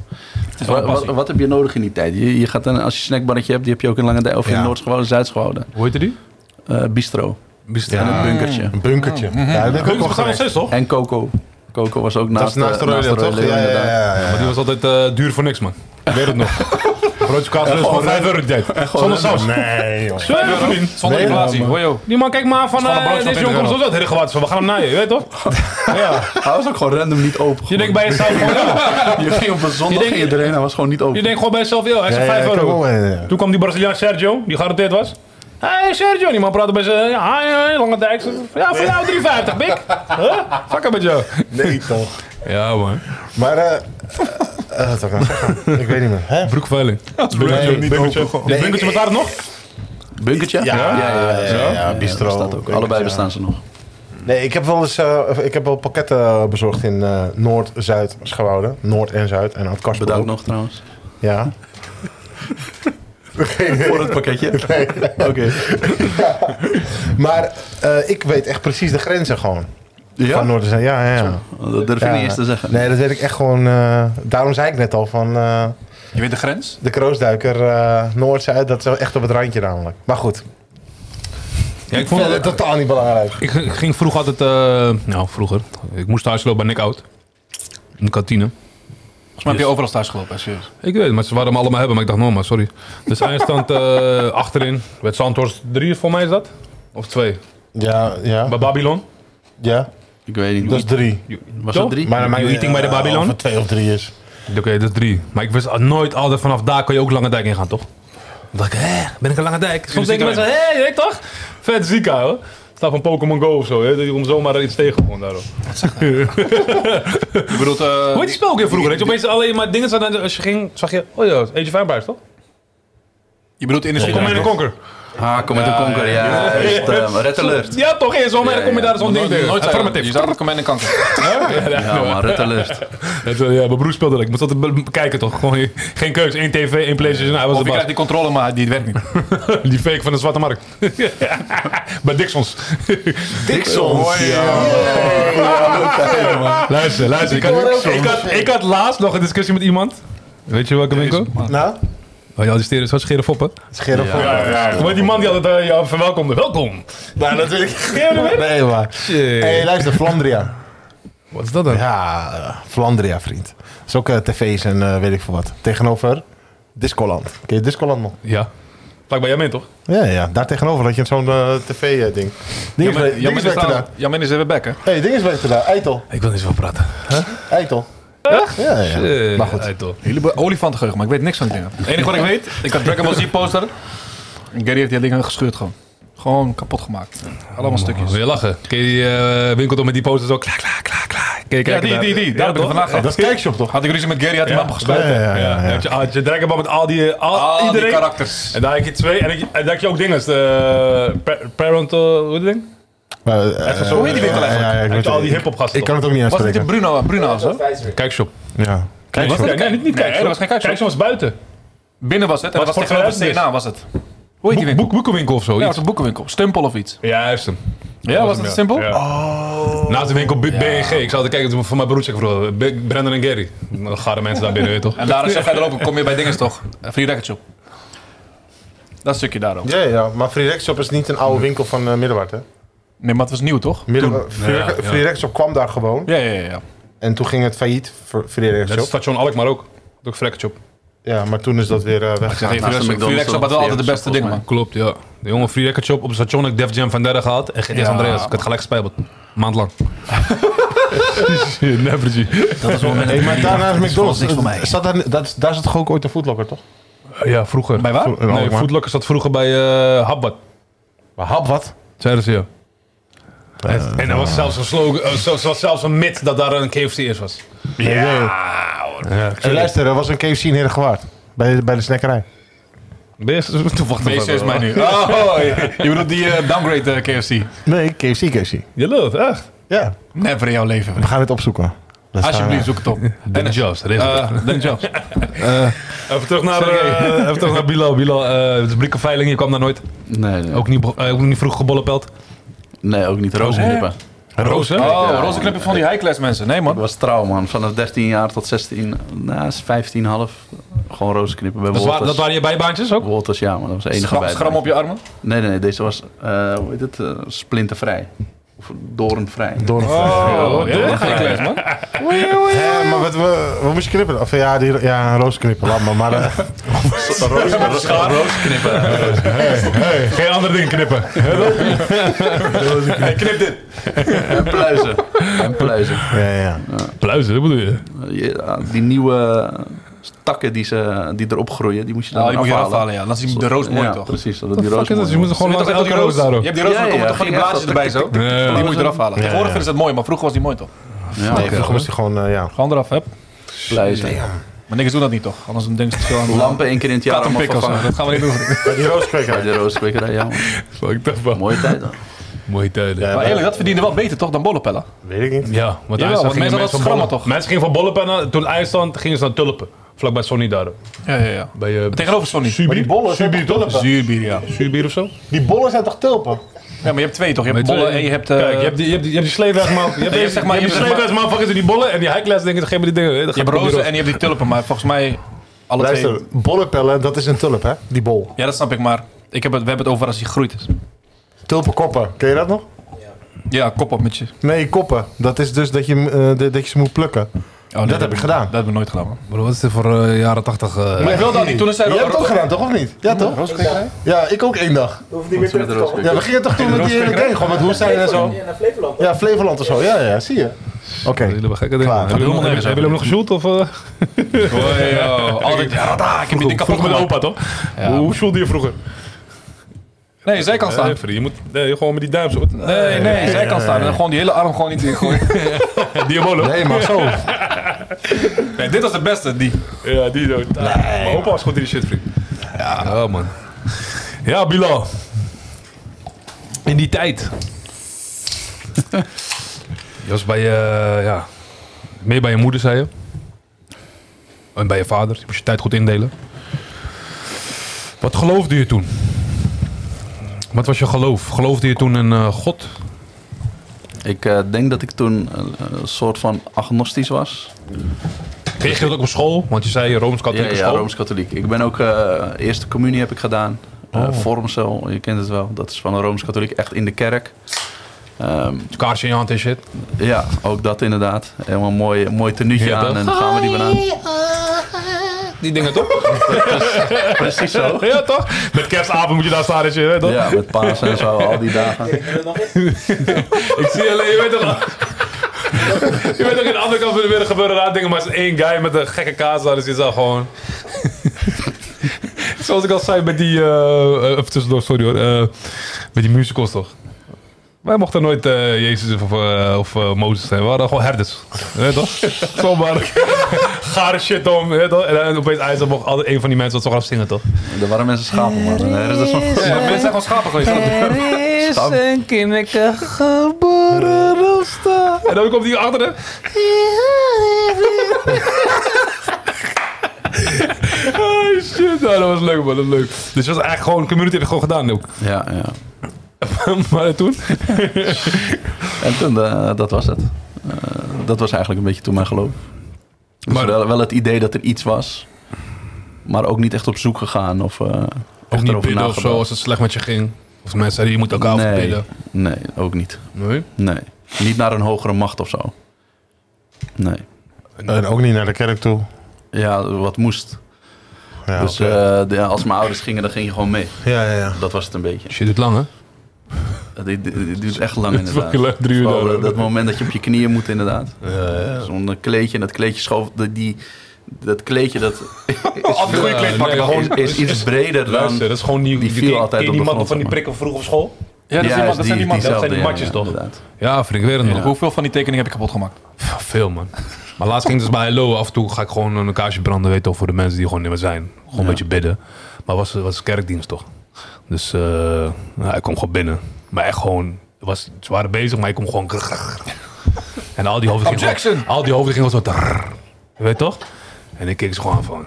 Wa- een wa- passie. wat, heb je nodig in die tijd? Je, je gaat dan, als je een snackbarretje hebt, die heb je ook in Langendijk of in Ja. Noord-Gewoude, Zuid-Gewoude. Hoe heette die? Eh, bistro Bistro. Ah, en een bunkertje. Een Oh, mhm. bunkertje. Ja, dat heb ik ook Bunker geweest. steeds, toch? En Coco. Coco was ook Dat naast, is naast de eh, Royal, toch? Royal, Ja, ja, inderdaad. ja, ja. Maar die was altijd eh, duur voor niks, man. Ik weet het nog. Broodje kaas dus voor 5 euro die tijd. Zonder saus. Nee, joh. Vijf euro, vriend. Zonder Nee, inflatie. Hoor je ook. Die man, kijk maar van, Schone eh, broodje deze van jongen komt zo uit 20 Hiddegewaard. We gaan hem naaien, je weet toch? Hij was ook gewoon random niet open. Je denkt bij jezelf gewoon, ja. Je ging op een zondag denkt- ging je erin, hij was gewoon niet Je open. denkt gewoon bij jezelf, joh, hij is Ja, ja, 5 ik heb euro. ook wel, ja. Toen kwam die Braziliaan Sergio, die gearresteerd was. Hé hey Sergio, die man praatte bij zijn ja, hi, hi, lange dijk. Ja, voor jou 3,50, Bik. Huh? Fuck met jou. Nee, toch. Ja, man. Maar, eh... eh, wat had ik nou zeggen? Ik weet niet meer. Hè? Broekveiling. Nee, bunkertje. Nee, ik- Bunkertje bestaat het nog? Bunkertje? Ja, ja, ja, ja, Ja, bistro. bestaat ook. bunkertje, Allebei ja. bestaan ze nog. Nee, ik heb wel eens eh, ik heb wel pakketten bezorgd in eh, Noord, Zuid, Schouwde. Noord en Zuid. En uit Kasper Bedankt ook. nog trouwens. Ja. Voor het pakketje. Oké. Maar eh, ik weet echt precies de grenzen gewoon. Van Ja? Noord en Zuid. Ja, ja, ja. Dat durf ik Ja. niet eens te zeggen. Nee, dat weet ik echt gewoon. eh, daarom zei ik net al van eh, Je weet de grens? de kroosduiker eh, Noord, Zuid. Dat is wel echt op het randje namelijk. Maar goed, Ja, ik, ik vond, vond het totaal niet belangrijk. ik ging- ik ging vroeg altijd, eh, nou vroeger, ik moest thuis lopen bij Nick Oud. In de kantine. Volgens mij heb je overal thuis gelopen, serieus. Ik weet het, maar ze waren hem allemaal hebben, maar ik dacht, no, maar sorry. Dus eindstand eh achterin, werd Santos 3 voor mij is dat? Of 2? Ja, ja. Bij Babylon? Ja, Ik weet niet. dat is drie. was dat drie? Maar dan maakt You niet- eating by the eh, Babylon? Of het twee of drie is. Oké, dat is drie. Maar ik wist al- nooit altijd vanaf daar kon je ook Lange Dijk ingaan, toch? Dan dacht ik, hè, ben ik een Lange Dijk? Soms denken mensen, hé, je weet toch? Vet Zika, hoor. Staat van Pokémon Go of zo, hè? Dat je om zomaar iets tegen gewoon daarop. Ik bedoel, Hoe heet die spel ook weer vroeger? Dat je opeens alleen maar dingen zat en als je ging, zag je, oh ja, Age of Empires, toch? je bedoelt in de Kom in de schiet. konker. Ah, kom met de konker. Ja, juist, ehm, Red Alert. Ja, toch? Eerst zomaar Ja, kom je ja. daar dus zo'n ding tegen. Nooit Nooit zeggen. Je affirmative. zou dat komen in de kanker. Ja, man, Red Alert. Het, eh, Ja, mijn broer speelde dat. Ik moest altijd be- bekijken, toch? Gewoon geen keus, één tv, één PlayStation. Hij was Of de je krijgt baas. die controle, maar die werkt niet. Die fake van de zwarte markt. Bij Dixons. Oh, Dixons. Luister, luister. Ik had, ik, had, ik had laatst nog een discussie met iemand. Weet je welke winkel? Nou, Waar je al die steren zo scheren foppen. scherp voor. Hoe heet die man die altijd eh, jou verwelkomde? Welkom. Nou, dat weet ik. Ja, dat weet ik. Nee, maar. hey, luister, Flandria. Wat is dat dan? Ja, eh, Flandria, vriend. Dat is ook eh, tv's en eh, weet ik veel wat. Tegenover Discoland. Ken je Discoland nog? Ja. Vlak bij Jamin, toch? Ja, ja. Daar tegenover had je zo'n tv-ding. Ding is Jammer is beter daar. trouwens- Jammer is even bekken. Hé, ding is beter daar. Eitel. Ik wil niet zo praten. Eitel. Echt? Ja, ja. Maar goed. Uit, toch. Jullie hebben olifantengeheugen, maar ik weet niks van die dingen. Het enige wat ik weet, ik had Dragon Ball Z poster. En Gary heeft die dingen gescheurd gewoon. Gewoon kapot gemaakt. Allemaal stukjes. Wil je lachen? Ken je die eh, winkel toch met die posters zo klaar, klaar, klaar, klaar. Ken je Ja, kijken die, daar? die, die. Daar heb ik toch? het vandaag Dat is gehad. kijkshop toch? Had ik ruzie met Gary, had hij hem Ja, gespeeld. ja, ja. Ja, ja. Had je, had je Dragon Ball met al die, eh, al, Al die iedereen. karakters. en daar had je twee, en, ik- en daar had je ook dingen, als de pa- parental, hoe heet dat ding? Maar, eh, Even zo, hoe heet die winkel ja, eigenlijk? ja, ja, ik Had weet je al die het. hip-hop gasten. eh, Ik kan het ook niet Was dit de uitspreken. Bruno, Bruno of zo? Vijsweer. Kijkshop. Ja. Kijkshop. Nee, nee, niet, niet kijkshop. dat was geen kijkshop. Kijkshop was buiten. Binnen was het. En Was dat was voor tegenover 2000 DNA was het. Hoe heet die Boek, winkel? boek, boekenwinkel of zo. Ja, Ja, het was een boekenwinkel. Stumpel of iets. ja juist hem. Ja, was hem, het simpel? Ja. Naast de winkel B- BNG. Ik zat te kijken toen van mijn broertje vroeg. B- Brendan en Gary. Dan gaan de mensen daar binnen, weet je toch? En daar is je verder lopen, kom je bij dinges toch? Eh, Free Record Shop. Dat stukje daar ook. Ja, ja, maar Free Rex Shop is niet een oude winkel van eh Middenwaard, hè? Nee, maar het was nieuw toch? Midden, Free, Ja, ja. Free Rex Shop kwam daar gewoon. Ja, ja, ja. ja. En toen ging het failliet, Fr- Free Rex Dat is Shop. station Alkmaar ook. Dat ook Frekkertshop. Ja, maar toen is dat weer eh weg. Zeg even, naast de Free Record McDonald's Shop had wel ook. altijd de beste dingen, man. Klopt, ja. De jonge Free Record Shop op het station. Ik Def Jam van derde gehad. En GTS Ja, Andreas. Ik had gelijk gespeeld. Maand lang. Never G. Dat is wel Hey, maar daarnaast McDonald's, niks voor mij. eh, zat daar, dat, daar zat toch ook ooit een foodlocker, toch? Ja, vroeger. Bij waar? Een Nee, Alkmaar. Foodlocker zat vroeger bij eh Habbat. Maar hap wat? Zeiden ze ja. En- en er was zelfs een slogan, eh, zo- zo- zelfs een myth dat daar een KFC is was. Hey, luister, er was een KFC in Herengewaard. Bij, de- bij de snackerij. Ben je toevallig Deze is mij nu. Oh, je bedoelt die eh, downgrade eh, KFC. Nee, KFC, KFC. Je lult, echt. Ja, Never in jouw leven. we gaan het opzoeken. eh, Let's Alsjeblieft, zoek het op. En Jobs, regel. Eh Dan Jobs. Even terug naar, Sorry. eh, even terug naar Bilo. Bilo, eh de blikkenveiling, je kwam daar nooit. Nee, nee. Ook niet, be- eh, ook niet vroeg gebollenpeld. nee, ook niet rozenlippen. Ik Roos, hè? Oh, roze knippen van die high-class mensen. Nee, man. was trouw, man. Vanaf 13 jaar tot 16, naast 15, half. Gewoon rozenknippen bij dat, is waar- Wolters. dat waren je bijbaantjes ook? Wolters, ja, maar dat was de enige Schram, bijdrage. schram op je armen. Nee, nee, nee. Deze was, eh, hoe heet het, eh, splintervrij. Of doornvrij. Door Oh, ja, high-class, man. Hé, maar wat, we, wat moest je knippen? Of ja, die, ja een roos knippen, laat maar. maar eh, Geen andere ding knippen. en pluizen. En pluizen. ja, ja. Pluizen, dat bedoel je? Ja, die nieuwe takken die, ze, die erop groeien, die moet je dan Nou, die moet je afhalen. eraf halen, ja. Dan zie je de roos mooi, ja, toch? precies. Dat die fuck roos is dat? mooi Je moet wordt. Gewoon Je langs weet toch elke die roos daar ook. Je hebt die roos Ja, van ja, komt toch van die ging echt blaadjes zo erbij zo? Ja. Die moet je eraf halen. Tegenwoordig vinden ze het mooi, maar vroeger was die mooi, toch? Ja, Nee, vroeger was die gewoon, eh, ja. Gewoon eraf, hè? pluizen. Maar niks doen dat niet, toch? Anders denken ze het veel aan Lampen één keer in het jaar Kat en allemaal pik of zo. vervangen. Dat gaan we niet doen. Bij die roos Bij de rooskwekerij, ja. man. Fuck, dat wel. Mooie tijd, hoor. Mooie tijden. Ja, Maar eerlijk, dat verdiende wel beter, toch? Dan bollenpellen. Weet ik niet. want Jawel, IJsland want gingen mensen hadden van schrammen, Bollen- toch? Mensen gingen van Bollepen naar, toen IJsland gingen ze naar Tulpen. Vlakbij Sonny daar. Ja, ja, ja. Bij, eh, Tegenover Sonny. Maar die bollen zijn toch tulpen? Zuurbier, ja. Zuurbier of zo? Die bollen zijn toch tulpen? Ja, maar je hebt twee, toch? Je hebt Met bollen twee- en je hebt... eh, Kijk, je hebt die, je hebt die, je hebt die sleepweg, man. Je hebt, je hebt deze- zeg je maar- hebt je die hebt zeg sleepweg, man. Fucking die bollen. En die high class dingen, geef me die dingen. hè. Dat Je gaat hebt op die rozen roos. en je hebt die tulpen, maar volgens mij alle twee... Luister, bollenpellen, dat is een tulp, hè? Die bol. Ja, dat snap ik, maar ik heb het, we hebben het over als hij groeit is. Tulpenkoppen, ken je dat nog? Ja, kop op met je. Nee, koppen. Dat is dus dat je, hem, eh, de- dat je ze moet plukken. Oh, nee, Dat heb ik gedaan. Dat heb ik nooit gedaan, man. Bro, wat is dit voor eh, jaren 80? eh, Maar ik wil dat niet. Toen is hij... Jij hebt het ook gedaan, toch? Of niet? Ja, toch? Ja, ik ook één dag. hoeft niet meer terug te komen. Ja, we gingen toch toen met die hele gang, gewoon met hoe zijn en zo. Ja, naar Flevoland. Ja, Flevoland of zo. Ja, ja, zie je. Oké. Jullie hebben gekke dingen. Klaar. Hebben jullie nog- hebben jullie hem nog geshoot? Of, eh? Hoi, joh. Altijd... Ja, daar, ik heb die Vroeger kapot met gemaakt. opa, toch? Hoe hoe shoelde je vroeger? Nee, zij kan staan. Nee, vriend, je moet nee, gewoon met die duim zo. Wat- Nee, nee, zij kan staan. En dan gewoon die hele arm gewoon niet ingooien. Diabolo. Nee, maar zo. Nee, dit was de beste, die. Ja, die dood. Mijn opa was goed in die shit, vriend. Ja, man. Ja, Bilal. In die tijd. je was bij je, ja, meer bij je moeder, zei je. En bij je vader. Je moest je tijd goed indelen. Wat geloofde je toen? Wat was je geloof? Geloofde je toen in eh, God? Ik eh, denk dat ik toen eh, een soort van agnostisch was. Kreeg je dat ook op school? Want je zei Ja, Rooms-Katholieke ja school. Rooms-Katholiek. Ik ben ook, eh, eerste communie heb ik gedaan. Eh Vormcel, je kent het wel. Dat is van een Rooms-Katholiek, echt in de kerk. Ehm, Kaarsje in je hand en shit. ja, ook dat inderdaad. Helemaal een mooi, mooi tenuutje Ja, aan toch? en dan gaan we die banaan. Die dingen toch? Precies zo. ja, toch? Met kerstavond moet je daar staan en shit, hè, toch? Ja, met paas en zo, al die dagen. En dan nog eens. Ik zie alleen, je weet toch... al- je weet toch, aan de andere kant van de wereld gebeuren raar dingen, maar er is één guy met een gekke kaas daar, dus die is al gewoon... Zoals ik al zei met die... eh, eh, even tussendoor, sorry hoor. eh, met die musicals toch? Wij mochten nooit eh, Jezus of, eh, of eh, Mozes zijn. We waren gewoon herders. Weet je toch? Zomaar. Gare shit om. Weet je toch? En dan opeens IJssel mocht altijd een van die mensen wat zo gaan zingen, toch? Er waren mensen schapen, man. Eh, dat is van Ja, mensen zijn gewoon schapen geweest. En dan komt hij achter hem. oh shit, nou, dat was leuk man, dat was leuk. Dus dat was eigenlijk gewoon, community heeft het gewoon gedaan ook. Ja, ja. maar toen? En toen, eh, dat was het. Eh, dat was eigenlijk een beetje toen mijn geloof. Dus Maar- wel, wel het idee dat er iets was, maar ook niet echt op zoek gegaan of, eh Ook niet erover bidden of nagedacht. zo, als het slecht met je ging. Of mensen zeiden, je moet elkaar Nee. afbidden. Nee, ook niet. Nee? Nee. Niet naar een hogere macht of zo. Nee. En ook niet naar de kerk toe. Ja, wat moest. Ja, dus oké. eh, de- ja, als mijn ouders gingen, dan ging je gewoon mee. ja, ja, ja. Dat was het een beetje. Shit, duurt lang, hè? Het dit- dit duurt echt lang inderdaad. fucking lang, drie uur Vooral daarover. dat moment dat je op je knieën moet inderdaad. Ja, Zo'n kleedje en dat kleedje schoof... dat- Die, dat kleedje dat goede kleed pakken dan is, is iets breder dan... Luister, dat is gewoon die, die die, viel ken- altijd ken op je de die mappen grond, van die zeg prikken maar. vroeger op school? Ja, dat, is Ja, die, is man- dat zijn die, man- dat zijn die diezelfde, matjes ja, toch? inderdaad. Ja, vind ik weer een Hoe- Hoeveel van die tekeningen heb ik kapot gemaakt? Pff, Veel, man. Maar laatst ging ik dus bij Hello. Af en toe ga ik gewoon een kaarsje branden, weet je toch, voor de mensen die gewoon niet meer zijn. Gewoon een beetje bidden. Maar was was kerkdienst toch? Dus eh nou, ik kwam gewoon binnen. Maar echt gewoon, het was, ze waren bezig, maar ik kom gewoon... En al die hoofden gingen gewoon, al die hoofden gingen gewoon zo... trrr. Weet je toch? En ik keek ze gewoon aan van...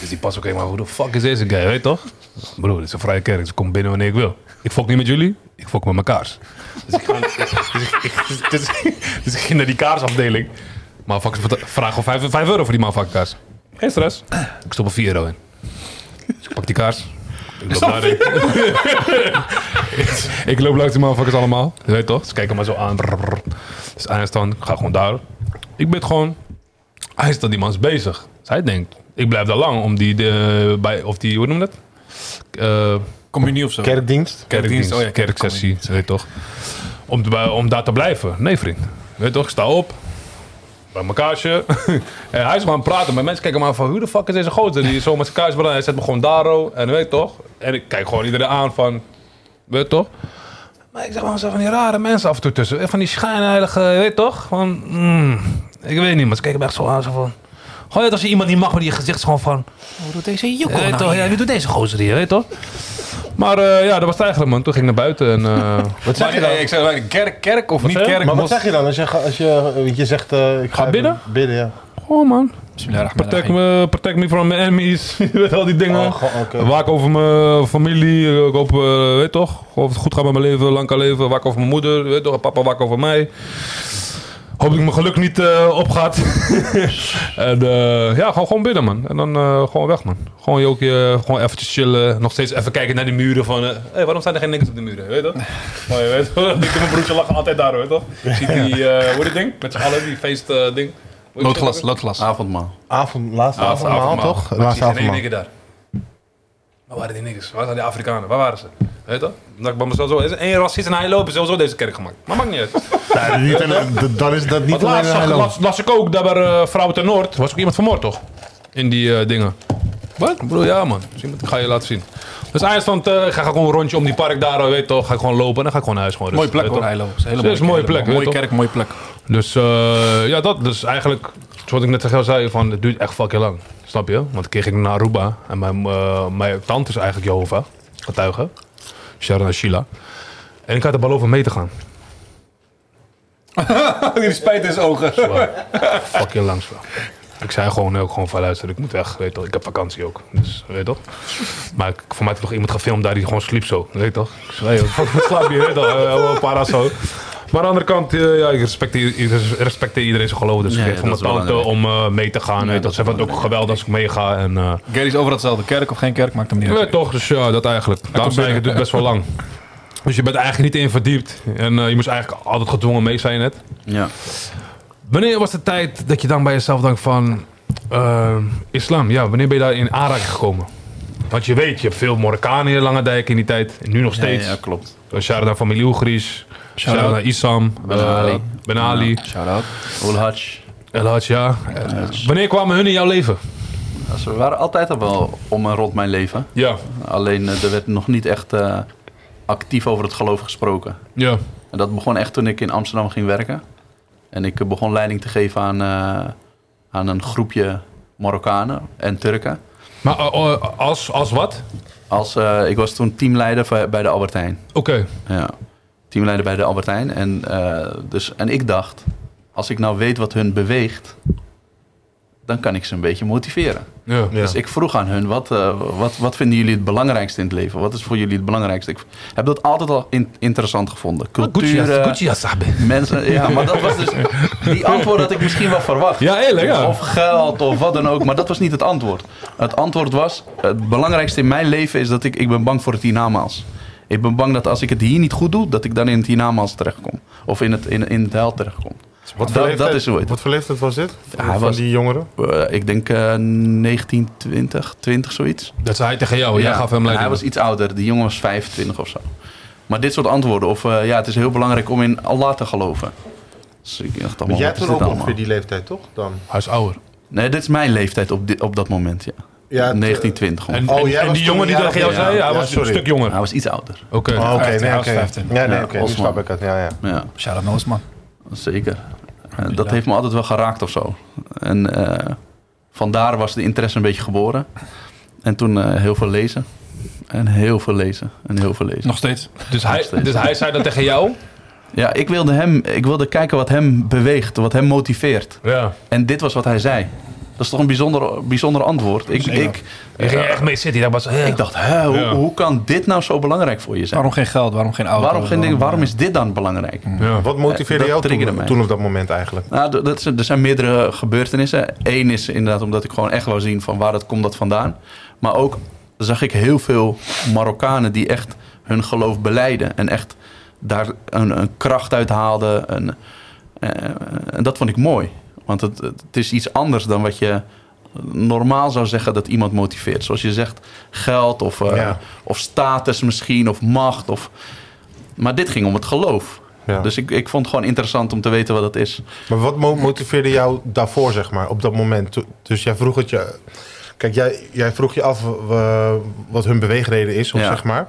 Dus die pas ook helemaal, hoe de fuck is deze guy, weet je toch? Broer, dit is een vrije kerk, dus ik kom binnen wanneer ik wil. Ik fok niet met jullie, ik fok met mijn kaars. Dus ik, ga, dus, ik, dus, dus- dus ik ging naar die kaarsafdeling. Maar fuck, vraag gewoon 5, euro voor die motherfucking kaars. Geen stress. Ik stop er 4 euro in. Dus ik pak die kaars. Ik loop, naar ik, ik loop langs die motherfuckers allemaal. Je weet toch? Ze kijken maar zo aan. Brrr, brrr. Dus Einstein, ik ga gewoon daar. Ik ben gewoon... Hij is dat die man is bezig. Dus hij denkt, ik blijf daar lang om die... De, bij, of die, hoe noem je dat? Eh, Communie of zo? Kerkdienst? Kerkdienst, Kerkdienst, oh ja, kerksessie, weet je toch. Om, te- om daar te blijven. Nee, vriend. Weet je toch, ik sta op. Bij mijn kaarsje. en hij is gewoon aan het praten. Maar mensen kijken maar van, hoe de fuck is deze gozer? Die is zo met zijn kaars brandt. Hij zet me gewoon daro. En weet je toch. En ik kijk gewoon iedereen aan van, weet je toch. Maar ik zeg maar, er zijn van die rare mensen af en toe tussen. Van die schijnheilige, weet je toch. Van, mm, ik weet niet, maar ze kijken me echt zo aan. Zo van, gewoon net als je iemand niet mag, maar die gezicht is gewoon van... Hoe doet deze jukkel nou Ja, wie doet deze gozer hier, weet je toch. Maar eh, ja, dat was het eigenlijk, man. Toen ging ik naar buiten en... eh, Wat zeg je Maar, dan? eh, ik zeg, maar, kerk, kerk of niet zeg je? kerk? Maar wat mos- zeg je dan als je, ga- als je, eh, je zegt... eh, ik ga even bidden? Bidden, ja. oh, man. Protect Bismillahirrahmanirrahim. me, protect me from my enemies. Je weet al die dingen. Oh, go- oké. Waak over mijn familie. Ik hoop, eh, weet toch, of het goed gaat met mijn leven, lang kan leven. Waak over mijn moeder, weet toch, papa waak over mij. Hoop dat ik mijn geluk niet eh opgaat. en eh, ja, gewoon, gewoon binnen, man. En dan eh, gewoon weg, man. Gewoon jokje, gewoon eventjes chillen. Nog steeds even kijken naar die muren van... eh, hey, waarom zijn er geen niks op de muren, weet je toch? Maar Oh, je weet toch, ik en mijn broertje lachen altijd daar, weet je toch? Ik zie die, eh hoe heet dat ding? Met z'n allen, die feest eh, ding. Hoe heet dat Loodglas, ook? loodglas. Avondmaal. Avond, laatste Laatste avondmaal, avondmaal. toch? Maar ik Laatste zie geen één avondmaal. nigger daar. Waar waren die niggers? Waar zijn die Afrikanen? Waar waren ze? Weet je dat? Dat ik bij mezelf zo... Is er één racist en hij lopen sowieso deze kerk gemaakt. Maar maakt niet uit. Ja, niet alleen- d- Dan is dat Want niet alleen laatst zag, een las, las ik ook dat bij eh Vrouwen ten Noord was ook iemand vermoord, toch? In die eh, dingen. Wat? Ik bedoel, ja man. Misschien moet- ik ga je laten zien. Dus eindstand eh, ga ik gewoon een rondje om die park daar, eh, weet je toch. Ga ik gewoon lopen en dan ga ik gewoon naar huis. Gewoon Mooie rustig, plek hoor, weet je Heilo. Is een hele Het is een mooie plek, weet Mooie toch? kerk, mooie plek. toch. Dus eh, ja, dat. Dus eigenlijk, zoals ik net tegen jou zei, van, het duurt echt fucking lang. Snap je? Want een keer ging ik naar Aruba en mijn, eh, mijn tante is eigenlijk Jehovah. Getuige. Sharon en Sheila. En ik had er beloofd om mee te gaan. Die spijt in zijn ogen. fucking langs wel. Ik zei gewoon ook gewoon van luister, ik moet weg, weet je toch. Ik heb vakantie ook, dus weet je toch. Maar ik, voor mij had nog iemand gefilmd daar die gewoon sliep zo, weet je toch. Ik zei, hey, fuck, wat slaap je, weet je toch, Eh, een para zo. Maar aan de andere kant, eh, ja, ik respecteer, ik respecteer iedereen zijn geloof. Dus Ja, ik ja, geef van dat mijn is wel tante om eh, mee te gaan, weet je dat toch. is Ze vindt het ook belangrijk, geweldig als ik meega en... eh, Gary is overal hetzelfde. Kerk of geen kerk, maakt hem niet ja, uit. toch, dus ja, dat eigenlijk. Daarom zei ik, het duurt best wel lang. Dus je bent er eigenlijk niet in verdiept. En eh, je moest eigenlijk altijd gedwongen mee zijn net. Ja. Wanneer was de tijd dat je dan bij jezelf denkt van... ehm, islam, ja, wanneer ben je daar in aanraking gekomen? Want je weet, je hebt veel Marokkanen in Langendijk in die tijd. En nu nog Ja, steeds. ja, klopt. Eh, Shout-out naar familie Oegris. Shout-out out. naar Isam. Ben eh, Ali. Ben Ali. Shout-out. Oel Hajj. El Hadj, ja. Eh, Wanneer kwamen hun in jouw leven? Ja, Ze waren altijd al wel om en rond mijn leven. Ja. Alleen eh, er werd nog niet echt eh, actief over het geloof gesproken. Ja. En dat begon echt toen ik in Amsterdam ging werken. En ik eh, begon leiding te geven aan, eh, aan een groepje Marokkanen en Turken. Maar eh, eh, als, als wat? Als, eh, ik was toen teamleider van- bij de Albert Heijn. Oké. Ja, teamleider bij de Albert Heijn. En, eh, dus, en ik dacht, als ik nou weet wat hun beweegt... dan kan ik ze een beetje motiveren. Ja. Ja. Dus ik vroeg aan hun, wat, eh, wat, wat vinden jullie het belangrijkste in het leven? Wat is voor jullie het belangrijkste? Ik heb dat altijd al in- interessant gevonden. Cultuur, eh, mensen... Ja, maar dat was dus die antwoord had ik misschien wel verwacht. Ja, eerlijk, ja. Of geld, of wat dan ook. Maar dat was niet het antwoord. Het antwoord was, het belangrijkste in mijn leven is dat ik, ik ben bang voor het hiernamaals. Ik ben bang dat als ik het hier niet goed doe, dat ik dan in het hiernamaals terechtkom. Of in het, in, in het hel terechtkom. Wat dat, dat is hoe het. Wat voor leeftijd was dit? Van, hij van was- die jongeren? Eh, ik denk eh 19, 20, 20, zoiets. Dat zei hij tegen jou. Jij Ja, gaf hem en leiding. Hij was iets ouder. Die jongen was 25 of zo. Maar dit soort antwoorden. Of eh, ja, het is heel belangrijk om in Allah te geloven. Dus ik dacht allemaal, Want jij wat hebt is toen ook dit allemaal? ongeveer die leeftijd, toch? Dan? Hij is ouder. Nee, dit is mijn leeftijd op, dit, op dat moment, ja. Ja, het- eh, 1920 ongeveer. En, Oh, en- jij en was die toen jongen die een tegen jaar jou of- zei, ja, hij ja, was een sorry. stuk jonger. Hij was iets ouder. Oké. Oh, oké. Vijftien, nee, hij oké. was vijftien. Ja, nee, Ja, oké. nu Osman. snap ik het. Ja, ja. Oh. Ja, Shout-out naar Osman. zeker. Eh, dat heeft me altijd wel geraakt of zo. En eh, vandaar was de interesse een beetje geboren. En toen eh, heel veel lezen. En heel veel lezen. En heel veel lezen. Nog steeds. Dus, hij, dus hij zei dat tegen jou? Ja, ik wilde, hem, ik wilde kijken wat hem beweegt, wat hem motiveert. Ja. En dit was wat hij zei. Dat is toch een bijzonder, bijzonder antwoord. Ik, ik, Je ging er echt mee zitten. Daar was, ik dacht, hè, hoe, Ja. hoe kan dit nou zo belangrijk voor je zijn? Waarom geen geld? Waarom geen auto? Waarom, geen ding, waarom is dit dan belangrijk? Ja. Wat motiveerde Eh, dat jou triggerde toen, mij. toen op dat moment eigenlijk? Nou, d- dat is- er zijn meerdere gebeurtenissen. Eén is inderdaad omdat ik gewoon echt wou zien van waar dat komt dat vandaan. Maar ook zag ik heel veel Marokkanen die echt hun geloof beleiden. En echt daar een, een kracht uit haalden. En, eh, en dat vond ik mooi. Want het, het is iets anders dan wat je normaal zou zeggen dat iemand motiveert. Zoals je zegt, geld of, eh, Ja. of status misschien, of macht. Of... Maar dit ging om het geloof. Ja. Dus ik, ik vond het gewoon interessant om te weten wat dat is. Maar wat mo- motiveerde jou daarvoor, zeg maar, op dat moment? To- Dus jij vroeg het je... Kijk, jij, jij vroeg je af eh, wat hun beweegreden is, of Ja. zeg maar.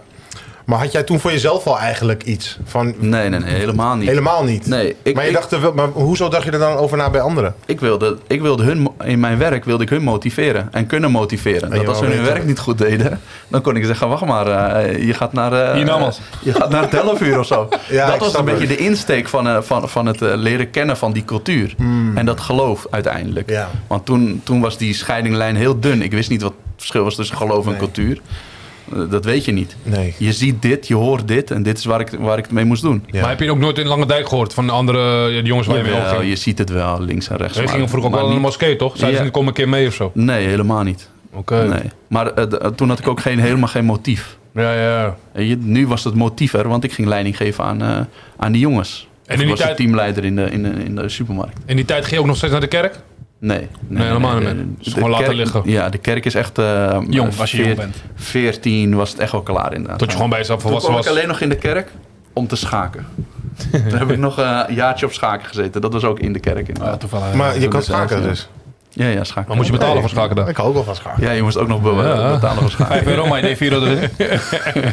Maar had jij toen voor jezelf al eigenlijk iets? Van, Nee, nee, nee, helemaal niet. Helemaal niet? Nee, ik, maar, je ik, dacht er wel, maar hoezo dacht je er dan over na bij anderen? ik wilde, ik wilde hun, mo- in mijn werk wilde ik hun motiveren en kunnen motiveren. je dat als ze wou hun weten- werk niet goed deden, dan kon ik zeggen, wacht maar, eh, je gaat naar... eh, Hiernamaals. je gaat naar het elfuur of zo. nou, Ja, ik dat was snap een beetje het. de insteek van, eh, van, van het eh, leren kennen van die cultuur. En dat geloof uiteindelijk. Hmm. Ja. Want toen, toen was die scheidinglijn heel dun. Ik wist niet wat het verschil was tussen geloof en Nee. cultuur. Eh, dat weet je niet. Nee. Je ziet dit, je hoort dit en dit is waar ik, waar ik het mee moest doen. Ja. Maar heb je ook nooit in Lange Dijk gehoord van de andere eh, die jongens waar je mee Jawel, omging? je ziet het wel links en rechts. Ze maar- gingen vroeger ook maar wel naar de niet- moskee, toch? Zeiden ze Ja. niet, kom een keer mee of zo? Nee, helemaal niet. Oké. Nee. Maar eh, d- eh, toen had ik ook geen, helemaal geen motief. Ja, ja. Weet je, nu was het motief er, want ik ging leiding geven aan, eh, aan die jongens. in die ik was de tijd- teamleider in de, in, de, in de supermarkt. In die tijd ging je ook nog steeds naar de kerk? Nee, nee, helemaal niet meer. de- Dus de gewoon laten liggen. Ja, de kerk is echt... eh, Jong, als je jong veert- bent. 14 was het echt wel klaar inderdaad. Tot je gewoon bij jezelf Toen volwassen kwam was. ik alleen nog in de kerk om te schaken. Toen heb ik nog eh, een jaartje op schaken gezeten. Dat was ook in de Ja, kerk inderdaad. toevallig. Maar je dat kan is zelfs, schaken ja. dus. Ja, ja, schaken. Maar moet je betalen voor schaken dan? Ik hou ook wel van schaken. Ja, je moest ook nog be- Ja. betalen voor schaken. 5 euro, maar je deed 4 euro erin. nee,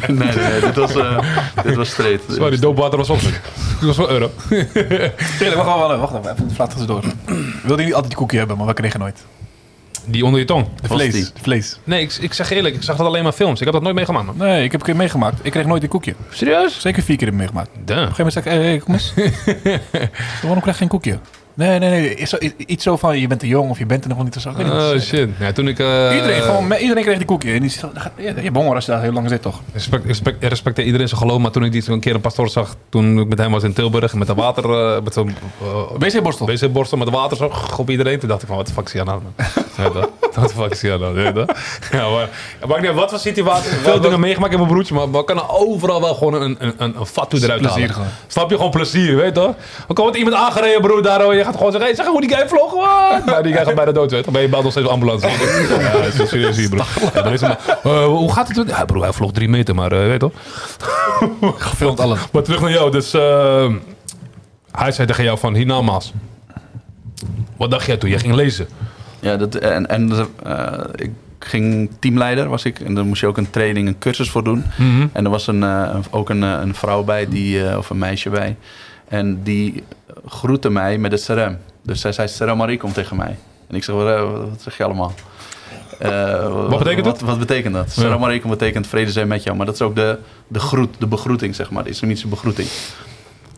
nee, nee, dit was, eh, dit was straight. Sorry, die doopwater was op zich. Dat was wel euro. Tuurlijk, wacht, wacht, wacht, wacht, wacht even. Vlaat het door. Wilde jullie altijd die koekje hebben, maar we kregen nooit. Die onder je tong. De Was vlees. die? de vlees. Nee, ik, ik zeg eerlijk, ik zag dat alleen maar films. Ik heb dat nooit meegemaakt. man. Nee, ik heb een keer meegemaakt. Ik kreeg nooit die koekje. Serieus? Zeker vier keer heb ik meegemaakt. Op Damn. een gegeven moment zei ik, hé, hey, kom eens. Waarom krijg je geen koekje? Nee, nee, nee. Is zo- i- iets zo van, je bent te jong of je bent er nog wel niet. of Zo. Ik weet niet wat ze Oh zeiden. shit. Ja, toen ik. eh, Iedereen, gewoon, me- iedereen kreeg die koekje. En die zegt, je hebt honger als je daar heel lang zit, toch? Respect, respect, respecteer iedereen zijn geloof, maar toen ik die een keer een pastoor zag, toen ik met hem was in Tilburg met een water, eh, met zo'n eh, WC-borstel. wc-borstel met water zo op iedereen, toen dacht ik van, wat de fuck is hier aan de hand? Ja, dat- Wat de fuck is hier aan de hand? Ja, dat- Ja, maar, maar ik denk, wat was situatie? Veel dingen meegemaakt in mijn broertje, maar we kunnen overal wel gewoon een, een, een, een fatu eruit Plezier halen. gewoon. Snap je? Gewoon plezier, weet je toch? Ook al wordt iemand aangereden, broer, daar, hoor, je gaat gewoon zeggen, hey, zeg hoe die guy vloog, wat? Nou, die guy gaat bijna dood, weet je toch? Maar je belt nog steeds een ambulance. Ja, dat is wel serieus hier, broer. Ja, dan is het maar, eh, hoe gaat het? doen? Ja, broer, hij vloog drie meter, maar eh, weet je toch? Gefilmd alles. Maar terug naar jou. Dus eh, hij zei tegen jou van hiernamaals. Wat dacht jij toen? Jij ging lezen. Ja, dat, en, en eh, ik ging teamleider, was ik. En daar moest je ook een training, een cursus voor doen. Mhm. En er was een, eh, ook een, eh, een vrouw bij, die, eh, of een meisje bij. En die groette mij met het serem. Dus zij zei, serem alaikum tegen mij. En ik zeg, wat, eh, wat zeg je allemaal? Eh, wat betekent wat, dat? Wat betekent dat? Serem alaikum betekent vrede zijn met jou. Maar dat is ook de, de groet, de begroeting, zeg maar. De islamitische begroeting.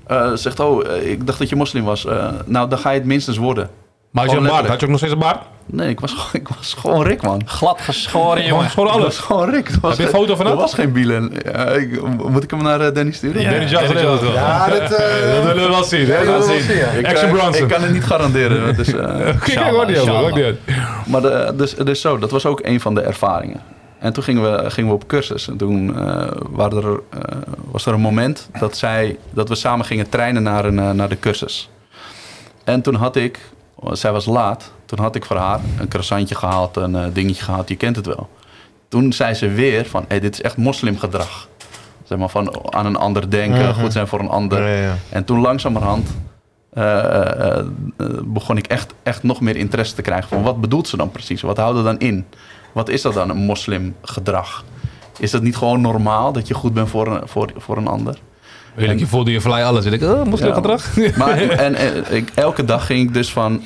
Eh, zegt, oh, eh, ik dacht dat je moslim was. Eh, nou, dan ga je het minstens worden. Maar had je, een Gewoon baard? letterlijk. had je ook nog steeds een baard? Nee, ik was, gewoon- ik was gewoon Rick, man. Glad geschoren, Gewoon jongen. gewoon Ik alles. was gewoon Rick. Er was Heb je een geen- foto van Er hem? was geen bielen. Ja, ik- moet ik hem naar eh, Danny sturen? Dennis Jack Dennis wil het wel. Ja, dat... Dat willen we wel zien. Dat willen we wel zien. Ik, Action eh, Bronson. Ik kan het niet garanderen. Dus, eh, Kijk, kijk, hoor die jongen, Inshallah. hoor die jongen. Maar de- dus, dus zo, dat was ook een van de ervaringen. En toen gingen we, gingen we op cursus. En toen eh, waren er, eh, was er een moment dat, zij, dat we samen gingen treinen naar, een, eh, naar de cursus. En toen had ik, want zij was laat, toen had ik voor haar een croissantje gehaald, een eh, dingetje gehaald, je kent het wel. Toen zei ze weer van, hey, dit is echt moslimgedrag. Zeg maar van aan een ander denken, goed zijn voor een ander. En toen langzamerhand eh, eh, eh, begon ik echt, echt nog meer interesse te krijgen van wat bedoelt ze dan precies? Wat houdt er dan in? Wat is dat dan, een moslimgedrag? Is dat niet gewoon normaal dat je goed bent voor een, voor, voor een ander? Eerlijk, je voelde je fly alles. Weet ik, oh, moslimgedrag. Maar en, en, ik, elke dag ging ik dus van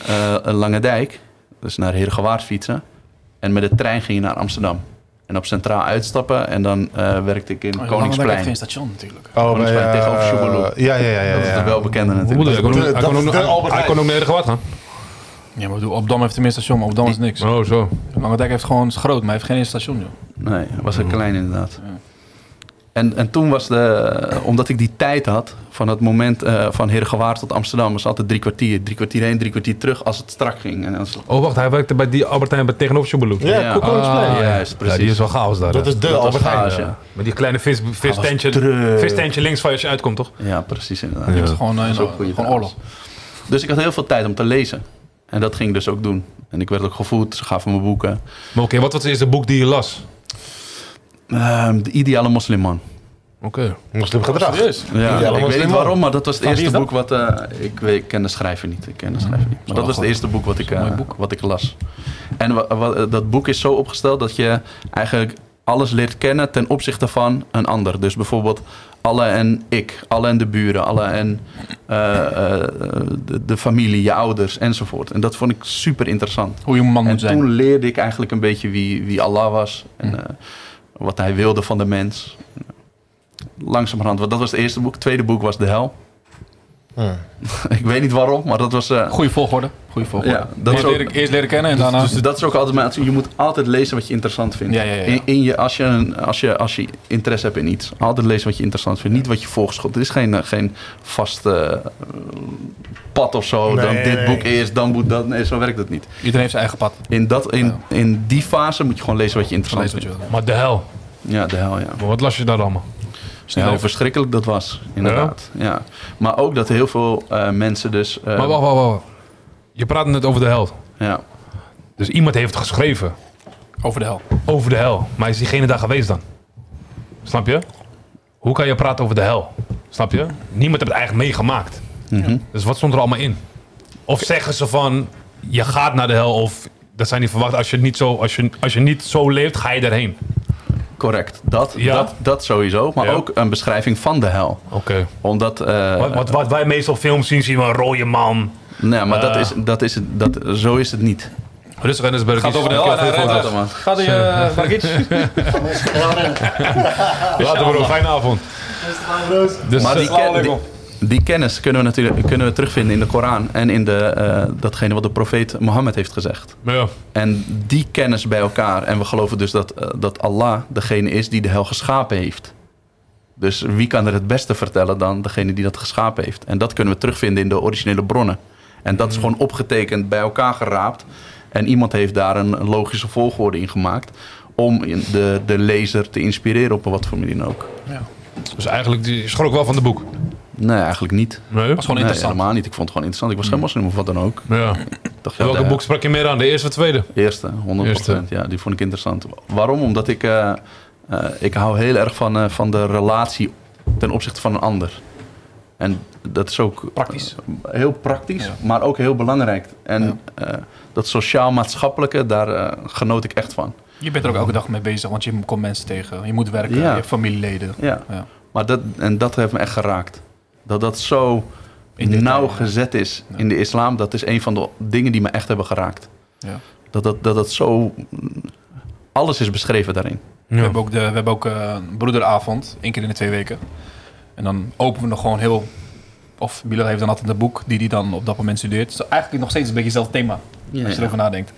eh Lange Dijk, dus naar Heergewaard fietsen. En met de trein ging je naar Amsterdam. En op Centraal uitstappen en dan eh, werkte ik in Langendijk heeft Koningsplein. geen station natuurlijk. Oh, bij, eh, tegenover Sjoemeloe. Ja, ja, ja. ja, Dat is de ja. welbekende Hoe bedoel je? natuurlijk. Hij kon ook- Dat- dat hij kon ook- is de Albert Hij kon Heijn. ook naar de gewaard gaan. Ja, maar Opdam heeft tenminste station, maar Opdam is niks. Oh, zo. Langendijk heeft gewoon is groot, maar heeft geen station, joh. Nee, hij Mm. was heel klein inderdaad. En, en toen was de, omdat ik die tijd had, van het moment eh van Heergewaard tot Amsterdam, was altijd drie kwartier. Drie kwartier heen, drie kwartier terug, als het strak ging. En als, Oh, wacht. Hij werkte bij die Albert Heijn bij- tegenover Sjoebeloe. Ja, Ja. Koekoensplein. Ah, Juist, Ja, die precies. is wel chaos daar. Dat hè. is de dat was Albert Heijn. chaos, ja. Met die kleine vis, vistentje, terug. vistentje links van je als je uitkomt, toch? ja, precies inderdaad. Ja. Het is gewoon, eh, Dat is ook een goede gewoon trouwens. oorlog. Dus ik had heel veel tijd om te lezen. En dat ging ik dus ook doen. En ik werd ook gevoed, ze gaven me boeken. Maar oké, wat was het eerste boek die je las? Ehm, de ideale moslimman. Oké. Moslim gedrag. Ja, Ideale ik weet niet Moslimman. waarom, maar dat was het Van wie eerste is boek wat... eh, ik, weet, ik ken de schrijver niet, ik ken de schrijver niet. Maar dat was het eerste boek wat ik, eh, Wat ik las. En wa- wa- dat boek is zo opgesteld dat je eigenlijk alles leert kennen ten opzichte van een ander. Dus bijvoorbeeld Allah en ik, Allah en de buren, Allah en eh, eh, de, de familie, je ouders enzovoort. En dat vond ik super interessant. Hoe je een man En moet zijn. Hm. toen leerde ik eigenlijk een beetje wie, wie Allah was en eh, wat hij wilde van de mens. Langzamerhand, want dat was het eerste boek. Het tweede boek was De Hel. Hm. Ja. ik weet niet waarom, maar dat was... eh, Goeie volgorde. Goeie volgorde. Ja, dat eerst, is ook- leren, eerst leren kennen en daarna... dus dat is ook altijd mijn advies. Je moet altijd lezen wat je interessant vindt. Ja, ja, ja. In, in je, als, je een- als, je, als je interesse hebt in iets. Altijd lezen wat je interessant vindt. Niet wat je voorgeschoten. Er is geen, eh, geen vast eh, pad of zo. Nee, dan dit nee. boek eerst, dan moet dat. Nee, zo werkt het niet. Iedereen heeft zijn eigen pad. In, dat, in, in die fase moet je gewoon lezen wat je interessant Lees wat vindt. je wil. Maar de hel. Ja, de hel, ja. Maar Wat las je daar allemaal? Ja, Snel hoe over. verschrikkelijk dat was, inderdaad. Ja. Maar ook dat heel veel eh, mensen dus... eh, Maar wacht, wacht, wacht. Je praat net over de hel. Ja, Dus iemand heeft geschreven over de hel. over de hel. Maar is diegene daar geweest dan? Snap je? Hoe kan je praten over de hel? Snap je? Niemand heeft het eigenlijk meegemaakt. Mhm. Dus wat stond er allemaal in? Of zeggen ze van, je gaat naar de hel of... Dat zijn niet verwacht. Als je niet zo, als je, als je niet zo leeft, ga je daarheen. correct. Dat, Ja. dat, dat sowieso. Maar Ja. ook een beschrijving van de hel. Oké. Omdat... eh, Wat, wat, wat wij meestal films zien, zien we een rode man. Nee, nou maar dat Eh. is, dat is, het- dat, zo is het niet. Rustig, Ennisberg. Gaat over de hel en hij rent weg. man. Gaat hij eh, Bargic? Later, bro. Fijne avond. Dus, Maar eh, die, ken- die, die kennis kunnen we natuurlijk kunnen we terugvinden in de Koran... en in de, eh, datgene wat de profeet Mohammed heeft gezegd. ja. En die kennis bij elkaar. En we geloven dus dat, eh, dat Allah degene is die de hel geschapen heeft. Dus wie kan er het beste vertellen dan degene die dat geschapen heeft? En dat kunnen we terugvinden in de originele bronnen. En dat is Mhm. gewoon opgetekend, bij elkaar geraapt. En iemand heeft daar een logische volgorde in gemaakt. Om in- de, de lezer te inspireren op wat voor manier dan ook. Dus eigenlijk, die schrok wel van de boek. Nee, eigenlijk niet. Nee. was gewoon Nee, interessant. Mhm. helemaal niet. Ik vond het gewoon interessant. Ik was geen moslim of wat dan ook. Ja. Ik dacht, ja, Welke de- boek sprak je meer aan? De eerste of tweede? Eerste, 100%. Eerste. Ja, die vond ik interessant. Waarom? Omdat ik, eh, eh, ik hou heel erg van, eh, van de relatie ten opzichte van een ander. En dat is ook... Praktisch. eh, heel praktisch, maar ook heel belangrijk. En eh, dat sociaal-maatschappelijke, daar eh, genoot ik echt van. Je bent er ook elke dag mee bezig, want je komt mensen tegen. Je moet werken, Ja. je hebt familieleden. Ja. Ja. Maar dat, en dat heeft me echt geraakt. Dat dat zo In detail, nauw ja. gezet is in de islam, dat is een van de dingen die me echt hebben geraakt. Ja. Dat dat, dat, dat zo... Alles is beschreven daarin. We Ja. hebben ook, de, we hebben ook eh, een broederavond, één keer in de twee weken. En dan openen we nog gewoon heel... Of Milo heeft dan altijd een boek die hij dan op dat moment studeert. Dus eigenlijk nog steeds een beetje hetzelfde thema, als je erover nadenkt.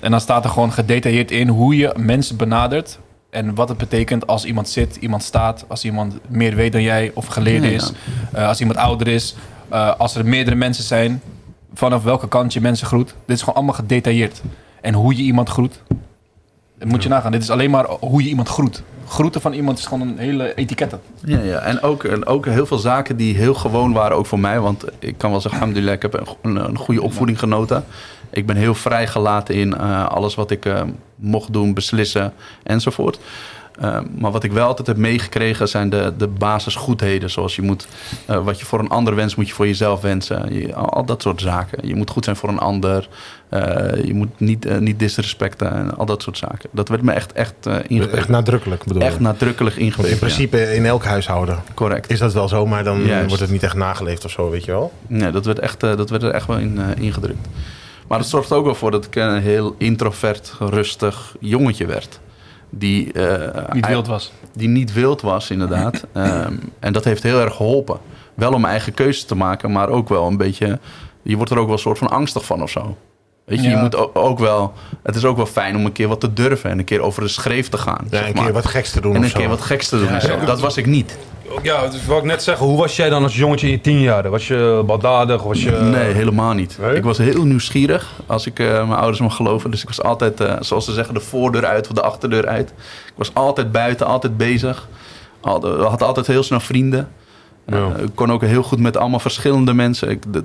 En dan staat er gewoon gedetailleerd in hoe je mensen benadert. En wat het betekent als iemand zit, iemand staat, als iemand meer weet dan jij of geleerd Ja, ja. is. eh, als iemand ouder is, eh, als er meerdere mensen zijn, vanaf welke kant je mensen groet. Dit is gewoon allemaal gedetailleerd. En hoe je iemand groet, dat moet je nagaan. Dit is alleen maar hoe je iemand groet. Groeten van iemand is gewoon een hele etikette. Ja, ja. En, ook, en ook heel veel zaken die heel gewoon waren, ook voor mij. Want ik kan wel zeggen, alhamdulillah, ik heb een, go- een, een goede opvoeding genoten. Ik ben heel vrijgelaten in eh, alles wat ik eh, mocht doen, beslissen enzovoort. Eh, maar wat ik wel altijd heb meegekregen zijn de, de basisgoedheden. Zoals je moet, eh, wat je voor een ander wenst, moet je voor jezelf wensen. Je- al, al dat soort zaken. Je moet goed zijn voor een ander. Eh, je moet niet, eh, niet disrespecten en al dat soort zaken. Dat werd me echt, echt, eh, ingeprent. Echt nadrukkelijk bedoel echt ik. nadrukkelijk Want ingeprint. in principe in elk huishouden correct. is dat wel zo, maar dan Juist. wordt het niet echt nageleefd of zo, weet je wel. Nee, dat werd, echt, eh, dat werd er echt wel in eh, ingedrukt. Maar dat zorgde ook wel voor dat ik een heel introvert, rustig jongetje werd. Die, eh, Niet wild was. die niet wild was, inderdaad. Ehm, en dat heeft heel erg geholpen. Wel om mijn eigen keuze te maken, maar ook wel een beetje... Je wordt er ook wel een soort van angstig van of zo. Weet je, je Ja. moet o- ook wel... Het is ook wel fijn om een keer wat te durven en een keer over de schreef te gaan. Ja, zeg een maar. keer wat geks te doen en of een zo. keer wat geks te doen. en zo. Dat was ik niet. Ja, dat wou ik net zeggen. Hoe was jij dan als jongetje in je tien jaar? Was je baldadig? Was je... Nee, helemaal niet. eh, Nee? Ik was heel nieuwsgierig, als ik eh, mijn ouders mag geloven. Dus ik was altijd, eh, zoals ze zeggen, de voordeur uit of de achterdeur uit. Ik was altijd buiten, altijd bezig. Al, had altijd heel snel vrienden. Eh, Ja. ik kon ook heel goed met allemaal verschillende mensen. Ik, dat,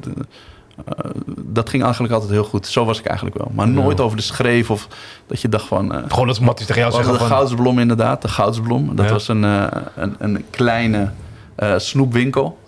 eh, dat ging eigenlijk altijd heel goed. Zo was ik eigenlijk wel. Maar nooit over de schreef of dat je dacht van... eh, Gewoon dat Matties tegen jou was zeggen de van... Goudsblom inderdaad, de Goudsblom. Dat Ja. was een, eh, een, een kleine eh, snoepwinkel.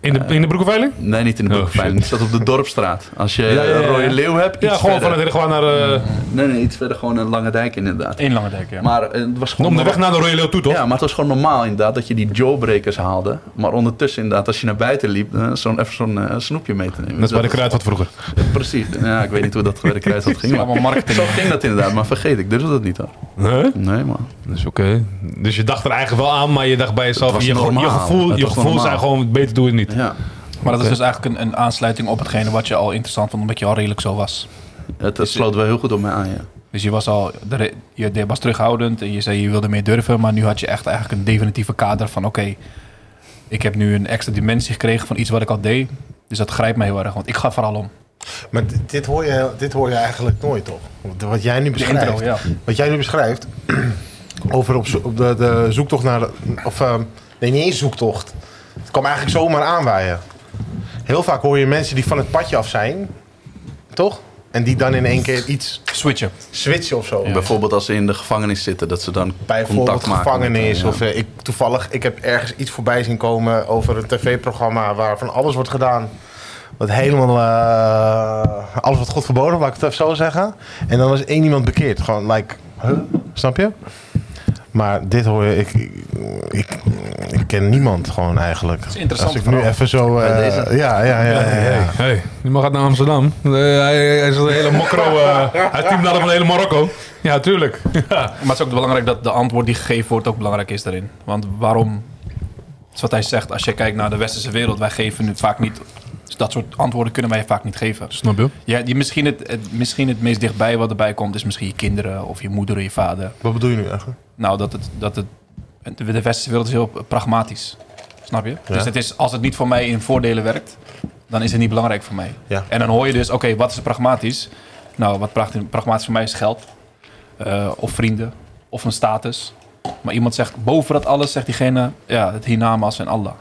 In de, in de broekenveiling? Nee, niet in de Oh, Boekenveiling. Die staat op de Dorpstraat. Als je ja, ja, een ja. rode leeuw hebt, iets Ja, gewoon verder. van het gewoon naar... eh, Nee, nee, iets verder gewoon een Lange Dijk inderdaad. Eén lange dek, ja. Maar eh, het was gewoon... om de weg naar de Royal Leeuw toe, toch? Ja, maar het was gewoon normaal inderdaad dat je die jawbreakers haalde. Maar ondertussen inderdaad, als je naar buiten liep, eh, zo'n, even zo'n eh, snoepje mee te nemen. Net als bij de kruid wat vroeger. Precies. Ja, ik weet niet hoe dat bij de kruid had ging. Maar allemaal marketing. zo ging dat inderdaad, maar vergeet, ik durfde dat niet hoor. Huh? Nee man. Dat is oké. Dus je dacht er eigenlijk wel aan, maar je dacht bij jezelf... was Je, gewoon- je normaal. gevoel, Het je was gevoel zijn normaal. gewoon beter doe het niet. Ja. Maar dat is dus eigenlijk een, een aansluiting op hetgene wat je al interessant vond, omdat je al redelijk zo was. Het, het sloot wel heel goed op mij aan, ja. Dus je was al, de re- je de- was terughoudend en je zei je wilde meer durven, maar nu had je echt eigenlijk een definitieve kader van oké, ik heb nu een extra dimensie gekregen van iets wat ik al deed. Dus dat grijpt mij heel erg, want ik ga vooral om. Maar dit- dit hoor, je, dit hoor je eigenlijk nooit, toch? Wat- Wat jij nu De beschrijft. intro, ja. Wat jij nu beschrijft over op, zo- op de, de zoektocht naar... De, of, ehm, nee, niet eens zoektocht. Het kwam eigenlijk zomaar aanwaaien. Heel vaak hoor je mensen die van het padje af zijn, toch? En die dan in één keer iets Switchen. switchen of zo. Bijvoorbeeld als ze in de gevangenis zitten, dat ze dan Bijvoorbeeld contact maken. met, gevangenis. eh, ja. Of eh, ik, toevallig, ik heb ergens iets voorbij zien komen over een tv-programma waarvan alles wordt gedaan. Wat helemaal. eh, alles wat God verboden, laat ik het even zo zeggen. En dan was één iemand bekeerd. Gewoon, like. huh? Snap je? Maar dit hoor je. Ik, ik, ik ken niemand gewoon eigenlijk. is interessant Als ik nu verhaal. even zo. eh, Bij deze. ja, ja, ja. ja, ja. Hey, die man gaat naar Amsterdam. Eh, hij, hij is een hele mokro. eh hij teamde van hele Marokko. Ja, tuurlijk. Ja. Maar het is ook belangrijk dat de antwoord die gegeven wordt ook belangrijk is daarin. Want waarom, dat is wat hij zegt, als je kijkt naar de westerse wereld, wij geven het vaak niet, dus dat soort antwoorden kunnen wij vaak niet geven. Snap je? Ja, die misschien, het, het, misschien het meest dichtbij wat erbij komt is misschien je kinderen of je moeder of je vader. Wat bedoel je nu eigenlijk? Nou, dat het, dat het, de westerse wereld is heel pragmatisch. Snap je? Dus het is, als het niet voor mij in voordelen werkt, dan is het niet belangrijk voor mij. Ja. En dan hoor je dus, oké, wat is pragmatisch? Nou, wat pragt- pragmatisch voor mij is geld. eh, of vrienden. Of een status. Maar iemand zegt, boven dat alles zegt diegene, ja, het hiernamas en Allah.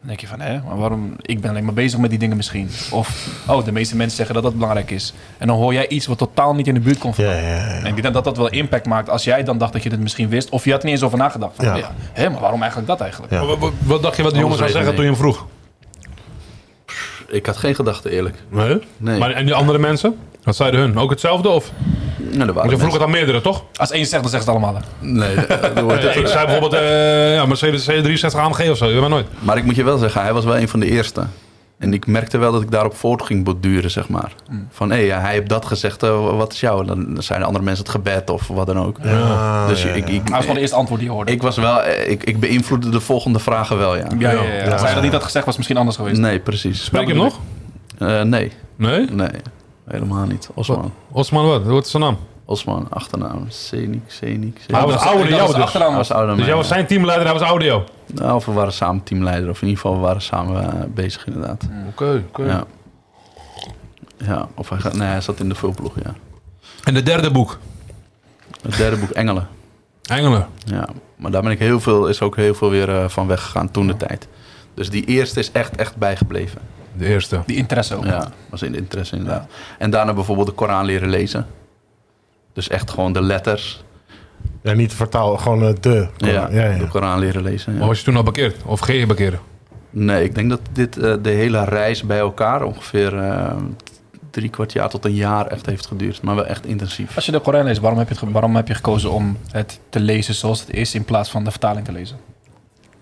Dan denk je van, hè, maar waarom? Ik ben alleen maar bezig met die dingen misschien. Of, oh, de meeste mensen zeggen dat dat belangrijk is. En dan hoor jij iets wat totaal niet in de buurt komt van Ja, ja, ja. en ik denk dat dat wel impact maakt als jij dan dacht dat je dit misschien wist. Of je had er niet eens over nagedacht. Van, Ja. ja. Hé, maar waarom eigenlijk dat eigenlijk? Ja. Wat, wat dacht je wat de jongen zou Anders zeggen weten toen je hem vroeg? Ik had geen gedachten eerlijk. Nee. Nee. Maar, en die andere mensen? Wat zeiden hun? Ook hetzelfde? Of? Nou, er Want waren je vroeg het aan meerdere, toch? Als één zegt, dan zeggen ze het allemaal. Nee, eh, er wordt- Eh, ik zei bijvoorbeeld eh ja, Mercedes C63 AMG of zo. Je weet maar nooit. maar ik moet je wel zeggen, hij was wel een van de eerste En ik merkte wel dat ik daarop voort ging borduren, zeg maar. Mm. Van, hé, ja, hij heeft dat gezegd, eh, wat is jou? En Dan zijn andere mensen het gebed of wat dan ook. Ah, dus ja, ik, ja. ik, Maar dat is wel de ik, eerste antwoord die je hoorde. ik was wel, eh, ik, ik beïnvloedde de volgende vragen wel, ja. ja, ja, ja, Ja. Als hij dat niet had gezegd, was het misschien anders geweest. Nee, precies. Spreek je hem nog? Eh, nee, Nee? nee, helemaal niet. Osman. Osman wat? Wat is zijn naam? Osman, achternaam. Zenik, Zenik, Zenik. Hij was Dat- ouder dan dat jou was dus. achternaam Hij was. was Dus ouder dan mij, jij was ja. zijn teamleider, hij was ouder jou. Nou, of we waren samen teamleider, of in ieder geval we waren samen eh, bezig inderdaad. Mm, Oké, oké. Ja. Ja, of hij, gaat- nee, hij zat in de vulploeg, ja. En de derde boek, Het derde boek, Engelen. Engelen. Ja, maar daar ben ik heel veel, is ook heel veel weer eh, van weggegaan toen de tijd. Dus die eerste is echt, echt bijgebleven. De eerste. Die interesse ook. Ja, was in de interesse inderdaad. En daarna bijvoorbeeld de Koran leren lezen. Dus echt gewoon de letters. Ja, niet vertaal, gewoon eh, de. Ja, ja, ja. de Koran leren lezen. ja. Maar was je toen al bekeerd? Of geen je bekeerd? Nee, ik denk dat dit eh, de hele reis bij elkaar ongeveer eh, drie kwart jaar tot een jaar echt heeft geduurd. Maar wel echt intensief. Als je de Koran leest, waarom heb, je het ge- waarom heb je gekozen om het te lezen zoals het is in plaats van de vertaling te lezen?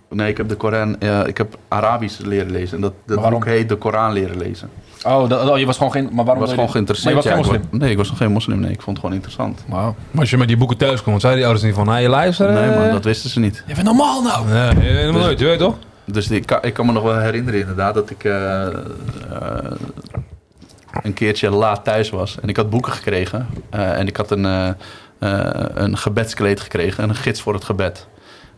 Nee, ik heb de Koran, eh, ik heb Arabisch leren lezen. En dat, dat Waarom? boek heet de Koran leren lezen. Oh, dat, oh, je was gewoon geen... Maar Ik waarom was gewoon geïnteresseerd. Maar je was geen ja, ik wa- nee, ik was nog geen moslim. Nee, ik vond het gewoon interessant. Wauw. Maar als je met die boeken thuis komt, zeiden die ouders niet van, hé, je Eh. luisteren? Nee, man, dat wisten ze niet. Je bent normaal nou! Nee, helemaal nooit, je weet toch? Dus die, ik, kan, ik kan me nog wel herinneren inderdaad dat ik eh, eh, een keertje laat thuis was. En ik had boeken gekregen. eh, en ik had een, eh, eh, een gebedskleed gekregen en een gids voor het gebed.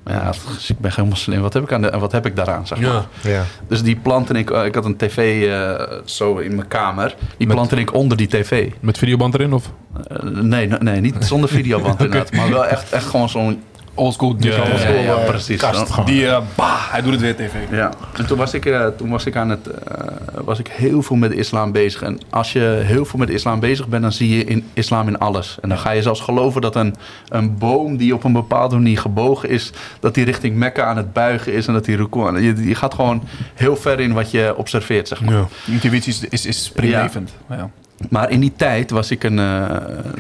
Maar ja, dus ik ben geen moslim. Wat heb ik, aan de, wat heb ik daaraan, zeg maar. Ja. Ja. Dus die plantte ik... eh, ik had een tv eh, zo in mijn kamer. Die Met- plantte ik onder die tv. Met videoband erin, of? Eh, nee, nee, nee, niet zonder videoband inderdaad. Maar wel echt, echt gewoon zo'n... Oldschool. Ja, digital. ja, ja, ja, precies. Kast gewoon. Die, eh, bah, hij doet het weer tv. Ja, en toen was ik, eh, toen was ik aan het. eh, was ik heel veel met de islam bezig. En als je heel veel met de islam bezig bent, dan zie je in islam in alles. En dan ga je zelfs geloven dat een, een boom die op een bepaalde manier gebogen is. dat die richting Mekka aan het buigen is en dat die ruku. aan- Je, je gaat gewoon heel ver in wat je observeert, zeg maar. Ja. Die intuïtie is, is, is springlevend. Ja. Maar in die tijd was ik een, eh,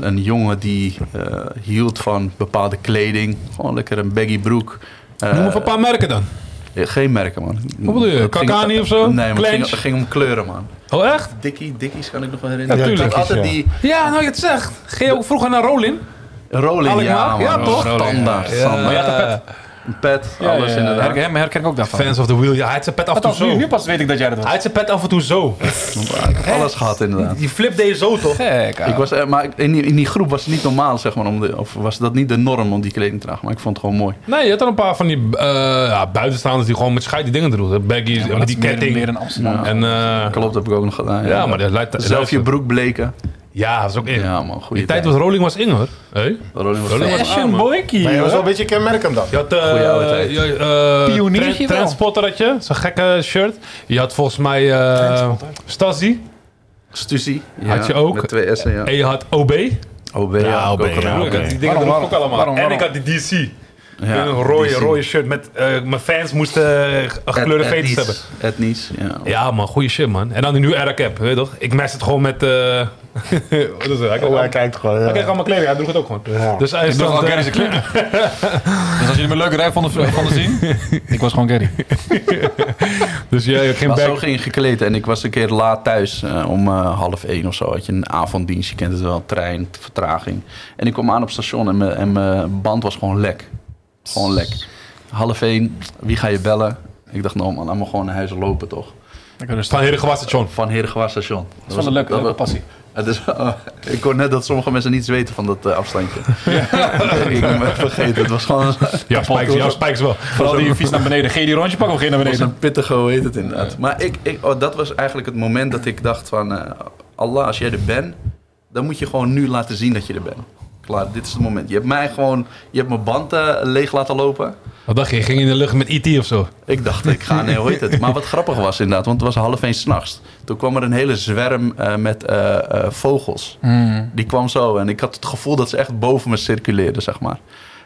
een jongen die eh, hield van bepaalde kleding. Gewoon lekker een baggy broek. Eh, Noem even een paar merken dan. Geen merken, man. Wat bedoel je? Het ging- Kakani of zo? Nee, maar het ging, Clench? het ging om kleuren, man. Oh, echt? Dickie, Dickies kan ik nog wel herinneren. Ja, ik had Dickies, altijd ja. die Ja, nou je het zegt. Ging je ook vroeger naar Rolin? Rolling, Alkmaar? ja, man. Ja, toch? Standaard, standaard. Een pet, Ja, alles ja, ja. inderdaad. Herken, herken ik ook daarvan. Fans of the Wheel. Ja, hij had zijn pet af en toe Althans, nu, zo. nu pas weet ik dat jij dat was. Hij had zijn pet af en toe zo. Ik heb alles gehad, inderdaad. Die flip deed je zo, toch? Gek, ah. Ik was, eh, maar ik- in die, in die groep was het niet normaal, zeg maar, om de, of was dat niet de norm om die kleding te dragen. Maar ik vond het gewoon mooi. Nee, je had er een paar van die eh, ja, buitenstaanders die gewoon met scheid die dingen droegen. Baggies, Maar met dat die is meer- ketting. Meer in Amsterdam. En eh, Klopt, dat heb ik ook nog gedaan. ja, maar dat lijkt... Dus Zelf je broek bleken. Ja, dat is ook in. Ja, man, goede die tijd was Rolling was in, hoor. Hé? Rolling was Rolling vet. was- Fashion boykie, Maar je was wel hoor. een beetje kenmerkend dan. Je had Goeie oude eh tijd. je, eh, Pioniertje Tran- wel. Transporter had je, zo'n gekke shirt. Je had volgens mij eh Stasi Stussy. Had je ook? Met twee S'en, ja. en je had OB. OB, ja, OB, ook ja. gedaan. Broer, ik had Die dingen Waarom, droeg ik ook waarom, allemaal. waarom, en ik waarom? had die DC. Ja, in een rode, die rode zien. shirt met eh, mijn fans moesten eh, gekleurde Et- veters hebben. etnisch, Etnisch, ja. Ja man, goede shit man. En dan die nieuwe RCap, weet je toch? Ik mes het gewoon met... eh wat is het? Hij Oh, kreeg hij allemaal- kijkt gewoon. hij Ja. kreeg allemaal kleding, hij droeg het ook gewoon. Ja. Dus hij Ik doe stond, gewoon eh, Gary's kleren. dus als jullie me leuk rij vonden, vonden zien, ik was gewoon Gary. dus jij geen Maar zo back. ging ik gekleed en ik was een keer laat thuis. eh, om eh, half één of zo had je een avonddienst. Je kent het wel, trein, vertraging. En ik kwam aan op station en mijn- en mijn band was gewoon lek. Gewoon lek. Half één, wie ga je bellen? Ik dacht, nou man, laat me gewoon naar huis lopen toch. Ik was Van Herengewaard station. Van Herengewaard station. Dat, wel een leuke, dat leuke was- passie. Het is, ik hoor net dat sommige mensen niets weten van dat eh, afstandje. ik ben het vergeten. Het was gewoon Ja, spikes, jouw spikes wel. Vooral die fiets naar beneden. Geen die rondje pakken of geen naar was beneden? een pittige, hoe heet het inderdaad. Maar ik, ik, oh, dat was eigenlijk het moment dat ik dacht van... eh, Allah, als jij er bent, dan moet je gewoon nu laten zien dat je er bent. Klaar, dit is het moment. Je hebt mij gewoon... Je hebt mijn band eh, leeg laten lopen. Wat dacht je, ging je in de lucht met E.T. of zo? Ik dacht, ik ga... Nee, hoe heet het? Maar wat grappig was inderdaad, want het was half één s'nachts. Toen kwam er een hele zwerm eh, met eh, eh, vogels. Hmm. Die kwam zo en ik had het gevoel dat ze echt boven me circuleerden, zeg maar.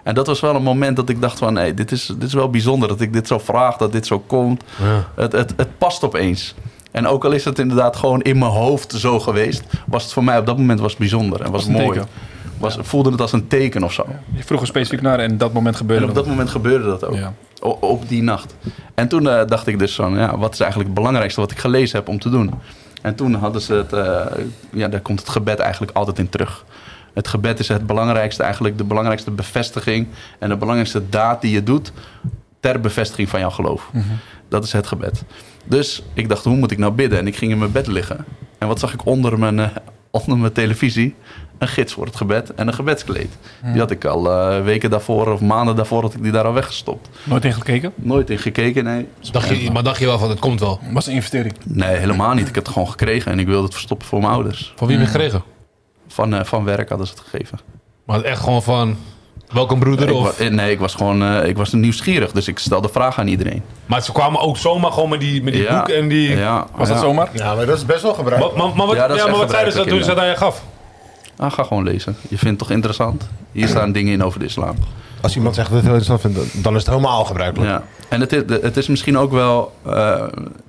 En dat was wel een moment dat ik dacht van... Hey, dit, is, dit is wel bijzonder dat ik dit zo vraag, dat dit zo komt. Ja. Het, het, het past opeens. En ook al is het inderdaad gewoon in mijn hoofd zo geweest, was het voor mij op dat moment was het bijzonder en was een mooi. teken. was, voelde het als een teken of zo. Je vroeg er specifiek naar en dat moment En gebeurde op dat moment gebeurde dat ook. Ja. O- op die nacht. En toen eh, dacht ik dus van, ja, wat is eigenlijk het belangrijkste wat ik gelezen heb om te doen? En toen hadden ze het, eh, ja, daar komt het gebed eigenlijk altijd in terug. Het gebed is het belangrijkste, eigenlijk de belangrijkste bevestiging en de belangrijkste daad die je doet ter bevestiging van jouw geloof. Dat is het gebed. Dus ik dacht, hoe moet ik nou bidden? En ik ging in mijn bed liggen. En wat zag ik onder mijn, eh, onder mijn televisie? Een gids voor het gebed en een gebedskleed. Die had ik al eh, weken daarvoor of maanden daarvoor had ik die daar al weggestopt. Nooit ingekeken. Nooit in gekeken, nee. Dus Dacht je, maar dacht je wel van, het komt wel. Was een investering. Nee, helemaal niet. Ik heb het gewoon gekregen en ik wilde het verstoppen voor mijn ouders. Van wie heb je gekregen? Van, eh, van werk hadden ze het gegeven. Maar echt gewoon van, welkom broeder Ik of... wa- eh, nee, ik was gewoon eh, ik was nieuwsgierig, dus ik stelde vragen aan iedereen. Maar ze kwamen ook zomaar gewoon met die, met die Ja. boek en die... Ja, Was ja. dat zomaar? Ja, maar dat is best wel gebruikelijk. Maar, maar, maar wat, Ja, ja, dat is maar echt wat zeiden ze dat toen ze dat aan je gaf? Ah, ga gewoon lezen. Je vindt het toch interessant? Hier staan dingen in over de islam. Als iemand zegt dat hij het heel interessant vindt, dan is het helemaal gebruikelijk. Ja. En het is, het is misschien ook wel eh,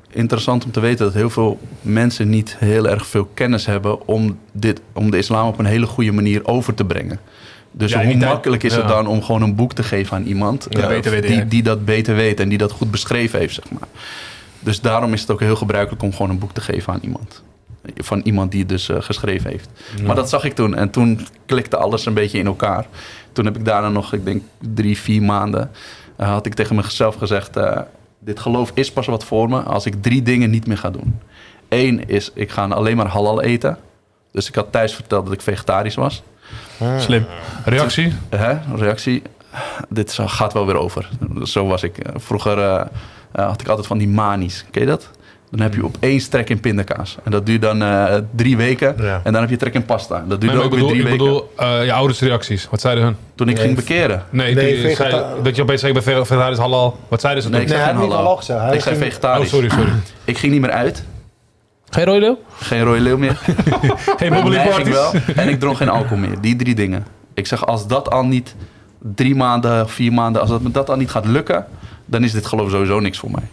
interessant om te weten dat heel veel mensen niet heel erg veel kennis hebben om, dit, om de islam op een hele goede manier over te brengen. Dus Ja, in hoe die tijd- makkelijk is het ja. dan om gewoon een boek te geven aan iemand eh, beter weet die, jij. die dat beter weet en die dat goed beschreven heeft, zeg maar. Dus daarom is het ook heel gebruikelijk om gewoon een boek te geven aan iemand. Van iemand die het dus eh, geschreven heeft. Maar dat zag ik toen. En toen klikte alles een beetje in elkaar. Toen heb ik daarna nog, ik denk drie, vier maanden... eh, had ik tegen mezelf gezegd... eh, dit geloof is pas wat voor me als ik drie dingen niet meer ga doen. Eén is, ik ga alleen maar halal eten. Dus ik had thuis verteld dat ik vegetarisch was. Slim. Reactie? Hè? Reactie? Dit zo- gaat wel weer over. Zo was ik. Eh, Vroeger eh, eh, had ik altijd van die manies. Ken je dat? Dan heb Hmm. je op één trek in pindakaas. En dat duurt dan eh, drie weken. Ja. En dan heb je trek in pasta. En Nee, dat duurt maar ook ik bedoel, weer ik drie weken. bedoel eh, je ouders reacties. Wat zeiden hun? Toen ik ging bekeren. Nee, Nee, die, vegeta- zei, dat je opeens zei, ik ben vegetarisch halal. Wat zeiden ze Nee, toen? ik Nee, hij zei geen had niet halal. halal gezegd. Hij ik zei ging- Oh, vegetarisch. sorry, sorry. ik ging niet meer uit. Geen rode leeuw? Geen rode leeuw meer. Geen bubbly Nee, ging parties. wel. En ik dronk geen alcohol meer. Die drie dingen. Ik zeg, als dat al niet drie maanden, vier maanden, als dat, me dat al niet gaat lukken, dan is dit geloof sowieso niks voor mij.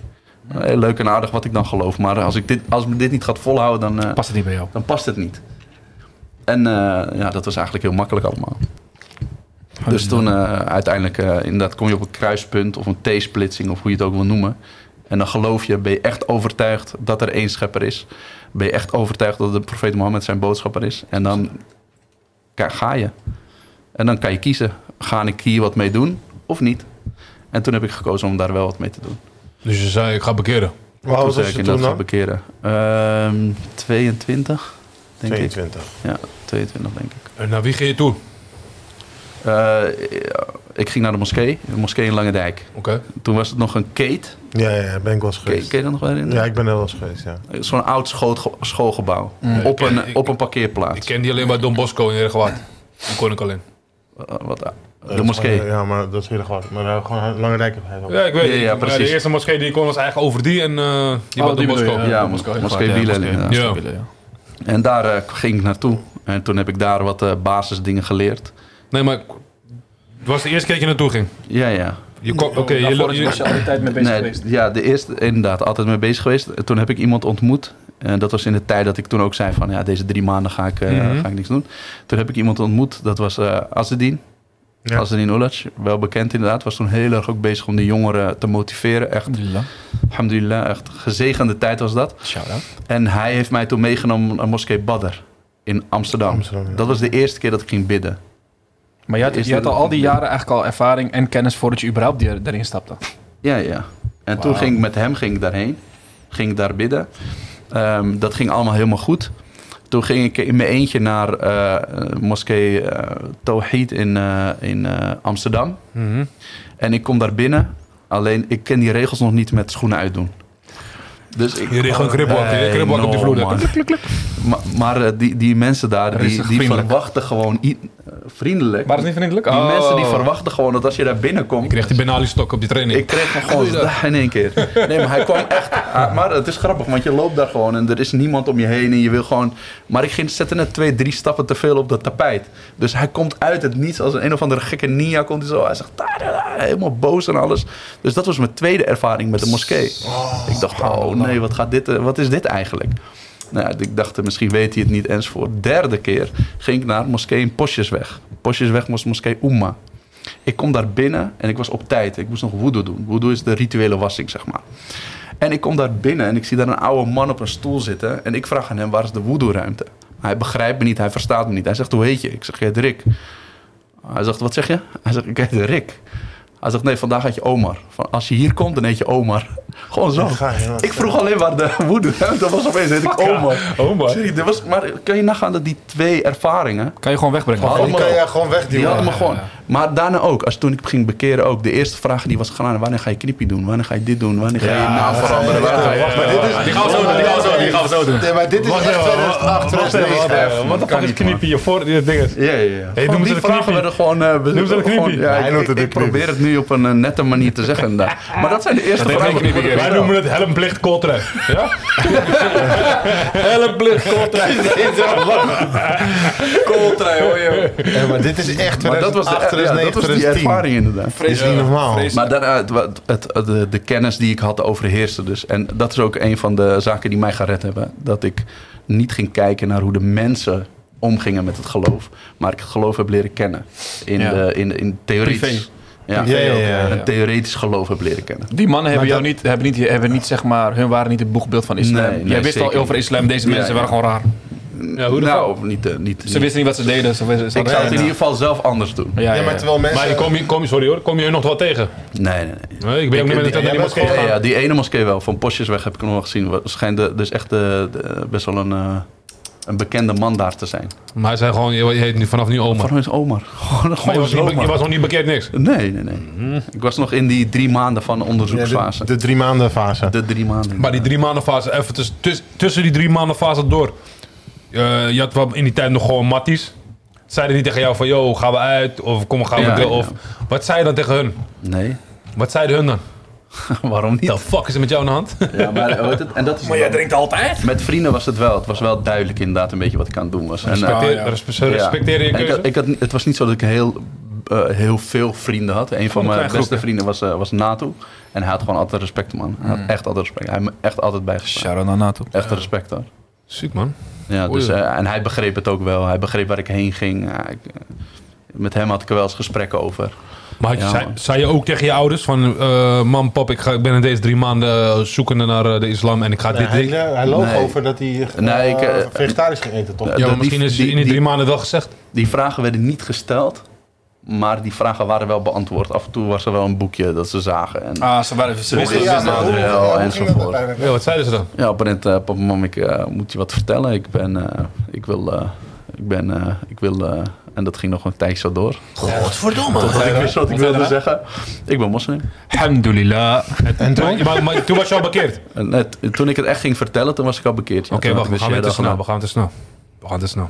Heel leuk en aardig wat ik dan geloof, maar als ik dit, als me dit niet gaat volhouden, dan, eh, Past het niet bij jou? dan past het niet. En eh, ja, dat was eigenlijk heel makkelijk allemaal. Dus toen eh, uiteindelijk, eh, inderdaad, kom je op een kruispunt of een T-splitsing of hoe je het ook wil noemen. En dan geloof je, ben je echt overtuigd dat er één schepper is. Ben je echt overtuigd dat de profeet Mohammed zijn boodschapper is. En dan ka- ga je. En dan kan je kiezen, ga ik hier wat mee doen of niet? En toen heb ik gekozen om daar wel wat mee te doen. Dus je zei, ik ga bekeren. Hoe oud toen Oh, was ik je toen inderdaad ga dan? bekeren. Ehm 22, denk ik. 22. Ja, 22 denk ik. En naar wie ging je toe? Eh, ik ging naar de moskee, de moskee in Langendijk. Oké. Toen was het nog een Kate. Ja, ja, ja, ben ik wel eens Ken, geweest. ken je dat nog wel Ja, herinneren? ik ben er wel eens geweest, ja. Zo'n oud school, schoolgebouw. Op, een, ik- op een parkeerplaats. Ik ken die alleen bij Don Bosco in Ergewaard. Die kon ik alleen. Eh, wat, eh, Dat de is moskee. gewoon, Ja, maar dat is heel gewoon. Maar eh, gewoon Langendijk heb hij wel. Ja, ik weet Ja, het. ja, Maar precies. De eerste moskee die ik kon was eigenlijk over die en eh die Oh, was de die bedoel Bosco. je, Ja, de moskee- inderdaad. moskee Ja, Wielen, moskee- inderdaad. moskee Wielen, ja. En daar eh, ging ik naartoe. En toen heb ik daar wat eh, basisdingen geleerd. Nee, maar het was de eerste keer dat je naartoe ging. Ja, ja. Je kon, oké, je, Daarvoor lo- was je je, al die tijd mee bezig Nee, geweest. ja, de eerste inderdaad altijd mee bezig geweest. En Toen heb ik iemand ontmoet. En dat was in de tijd dat ik toen ook zei van ja, deze drie maanden ga ik, eh, Mhm. ga ik niks doen. Toen heb ik iemand ontmoet, dat was eh Azedin. Ja. Azedin Ulac, wel bekend inderdaad. Was toen heel erg ook bezig om de jongeren te motiveren. Mhm. Echt, Alhamdulillah. alhamdulillah, echt gezegende tijd was dat. Shout-out. En hij heeft mij toen meegenomen naar moskee Badr in Amsterdam. Amsterdam, ja. Dat was de eerste keer dat ik ging bidden. Maar je had, Is je had dat- al, al die jaren eigenlijk al ervaring en kennis voordat je überhaupt die- daarin stapte. Ja, ja. En toen ging ik met hem ging ik daarheen. Ging ik daar bidden. Ehm, dat ging allemaal helemaal goed. Toen ging ik in mijn eentje naar eh moskee eh, Tawhid in, eh, in eh, Amsterdam. Mhm. En ik kom daar binnen. Alleen, ik ken die regels nog niet met schoenen uitdoen. Dus ik, je deed gewoon kribbelhak, je deed Hey, kribbelhak op die no, vloer. man. Maar, maar, eh, die, die mensen daar, die, die vriendelijk. verwachten gewoon... i- eh, vriendelijk. Waren ze niet vriendelijk? Die Oh. mensen die verwachten gewoon dat als je daar binnenkomt... Ik kreeg die Ben Ali stok op die training. Ik kreeg hem gewoon dag in één keer. Nee, maar hij kwam echt. Ah, Maar het is grappig, want je loopt daar gewoon en er is niemand om je heen en je wil gewoon. Maar ik ging, zette net twee, drie stappen te veel op dat tapijt. Dus hij komt uit het niets als een, een of andere gekke Nia komt hij zo. Hij zegt "Da, da, da," helemaal boos en alles. Dus dat was mijn tweede ervaring met de moskee. ik dacht, oh nee, wat, gaat dit, eh, wat is dit eigenlijk? Nou, ja, ik dacht, eh, misschien weet hij het niet enzovoort. Derde keer ging ik naar de moskee in Posjesweg. Postjesweg moest moskee Oemma. Ik kom daar binnen en ik was op tijd. Ik moest nog voodoo doen. Voodoo is de rituele wassing, zeg maar. En ik kom daar binnen en ik zie daar een oude man op een stoel zitten. En ik vraag aan hem, waar is de voodoo-ruimte? Hij begrijpt me niet, hij verstaat me niet. Hij zegt, hoe heet je? Ik zeg, ik heet Rick. Hij zegt, wat zeg je? Hij zegt, ik heet Rick. Hij zegt, nee, vandaag had je Omar. Van, als je hier komt, dan heet je Omar. Gewoon zo. ga je, man. ik vroeg alleen waar de voodoo-ruimte was. Opeens heet ik Omar. Serieus, dit was, maar kan je nagaan dat die twee ervaringen... Kan je gewoon wegbrengen. Hadden Die me- kan je gewoon die hadden wegduwen. me gewoon. Maar daarna ook, als toen ik ging bekeren ook, de eerste vraag die was gedaan, wanneer ga je knippie doen? Wanneer ga je dit doen? Wanneer ga je naam veranderen? Wanneer ga je... Wacht, maar dit is- Die gaan we zo doen, die gaan we zo doen, die gaan we zo doen. Nee, maar dit is echt 2008, 2009. Wat de fuck is knippie je voor? Dit ding is. Ja, ja, ja. noem Gewoon het die een vragen knippie. werden gewoon... eh, we- Noem het een gewoon- knippie. ja, Hij ik, noemt het ik- een ik probeer knippie. het nu op een eh, nette manier te zeggen. daar. Maar dat zijn de eerste vragen. die worden Wij gesteld. noemen het helmplicht Kortrijk. Ja? helmplicht Kortrijk. Kooltrui, hoor je. Ja, maar dit is echt Maar dat was, de, 2008, ja, dat 2009, was die 2010. ervaring inderdaad. Dit is niet normaal. Vreselijk. Maar daarna, het, het, het- eh, de, de kennis die ik had overheerste dus. En dat is ook een van de zaken die mij gered hebben. Dat ik niet ging kijken naar hoe de mensen omgingen met het geloof. Maar ik het geloof heb leren kennen. In, Ja. de, in, in theoretisch. Privé. Ja, Ja, ja, ja, ja. Een theoretisch geloof heb leren kennen. Die mannen hebben Maar jou niet, hebben niet, hebben niet, zeg maar, hun waren niet het boegbeeld van islam. Nee, nee, Jij wist zeker al heel veel niet. islam, deze Ja, mensen ja. waren gewoon raar. Ja, hoe dan ook. nou, niet, eh, niet, Ze niet. wisten niet wat ze deden. Ze wisten, ze Ik zou het in ieder geval zelf anders doen. Ja, Ja, maar terwijl mensen... Maar je kom je, kom je, sorry hoor, kom je hun nog wel tegen? Nee, nee, nee. Nee, ik ben ook niet met de tijd naar jij die moskee bent Ja, gegaan. ja, die ene moskee wel. Van Postjesweg heb ik nog wel gezien. Wa- Schijnt de, dus echt de, de- best wel een, eh, een bekende man daar te zijn. Maar hij zei gewoon, je, je heet nu, vanaf nu oma. Van hem is Omar. Gewoon, Maar je gewoon was, niet, zomaar. je was nog niet bekeerd niks. Nee, nee, nee. Ik was nog in die drie maanden van Ja, de, onderzoeksfase. de drie maanden fase. de, drie maanden. Maar die drie maanden fase, even tuss- tuss- tussen die drie maanden fase door. Eh, je had wel in die tijd nog gewoon matties. Zeiden die tegen jou van, yo, gaan we uit? Of kom, gaan we Ja, dit? ja. Of, Wat zei je dan tegen hun? Nee, Wat zeiden hun dan? waarom niet? The fuck is er met jou aan de hand? Ja, maar, eh, weet het, en dat is maar jij drinkt altijd? Met vrienden was het wel. Het was wel duidelijk inderdaad een beetje wat ik aan het doen was. En, eh, Respecteer, respe- ze respecteren je En ik keuze? had, ik had, niet- het was niet zo dat ik heel, eh, heel veel vrienden had. Een van mijn klein beste groepje. vrienden was, eh, was Nato. En hij had gewoon altijd respect, man. Hij had echt altijd respect. Hij had me echt altijd bijgestaan. Sharon Anato. Echt respect, hoor. Ziek man. Ja, Oei. dus, eh, en hij begreep het ook wel. Hij begreep waar ik heen ging. Ja, ik, eh, met hem had ik er wel eens gesprekken over. Maar had je- Ja, zei, man. zei je ook tegen je ouders van, eh, mam, pap, ik, ga, ik ben in deze drie maanden eh, zoekende naar eh, de islam en ik ga Nee, dit hij, ding. hij loog Nee. over dat hij eh, Nee, ik, eh, vegetarisch ging eten, toch? Ja, Ja, maar dat- misschien is die- in die die- drie maanden wel gezegd. Die vragen werden niet gesteld. Maar die vragen waren wel beantwoord. Af en toe was er wel een boekje dat ze zagen. En, Ah, ze waren ze wisten wisten is Ja, het maar nou hoe- wel, ja, hoe ging dat enzovoort. uiteindelijk? Ja, wat zeiden ze dan? Ja, op een moment, eh, papa, mam, ik eh, moet je wat vertellen. Ik ben, eh, ik wil, eh, ik ben, eh, ik wil, eh, en dat ging nog een tijdje zo door. Godverdomme. Totdat ik wist wat ik wilde zeggen. Ik ben moslim. Alhamdulillah. En toen? Maar, maar- maar toen was je al bekeerd. Oké, En net, toen ik het echt ging vertellen, toen was ik al bekeerd. Ja, toen wacht, we wist gaan jij weer te snel. dat allemaal. We gaan te snel. We gaan te snel.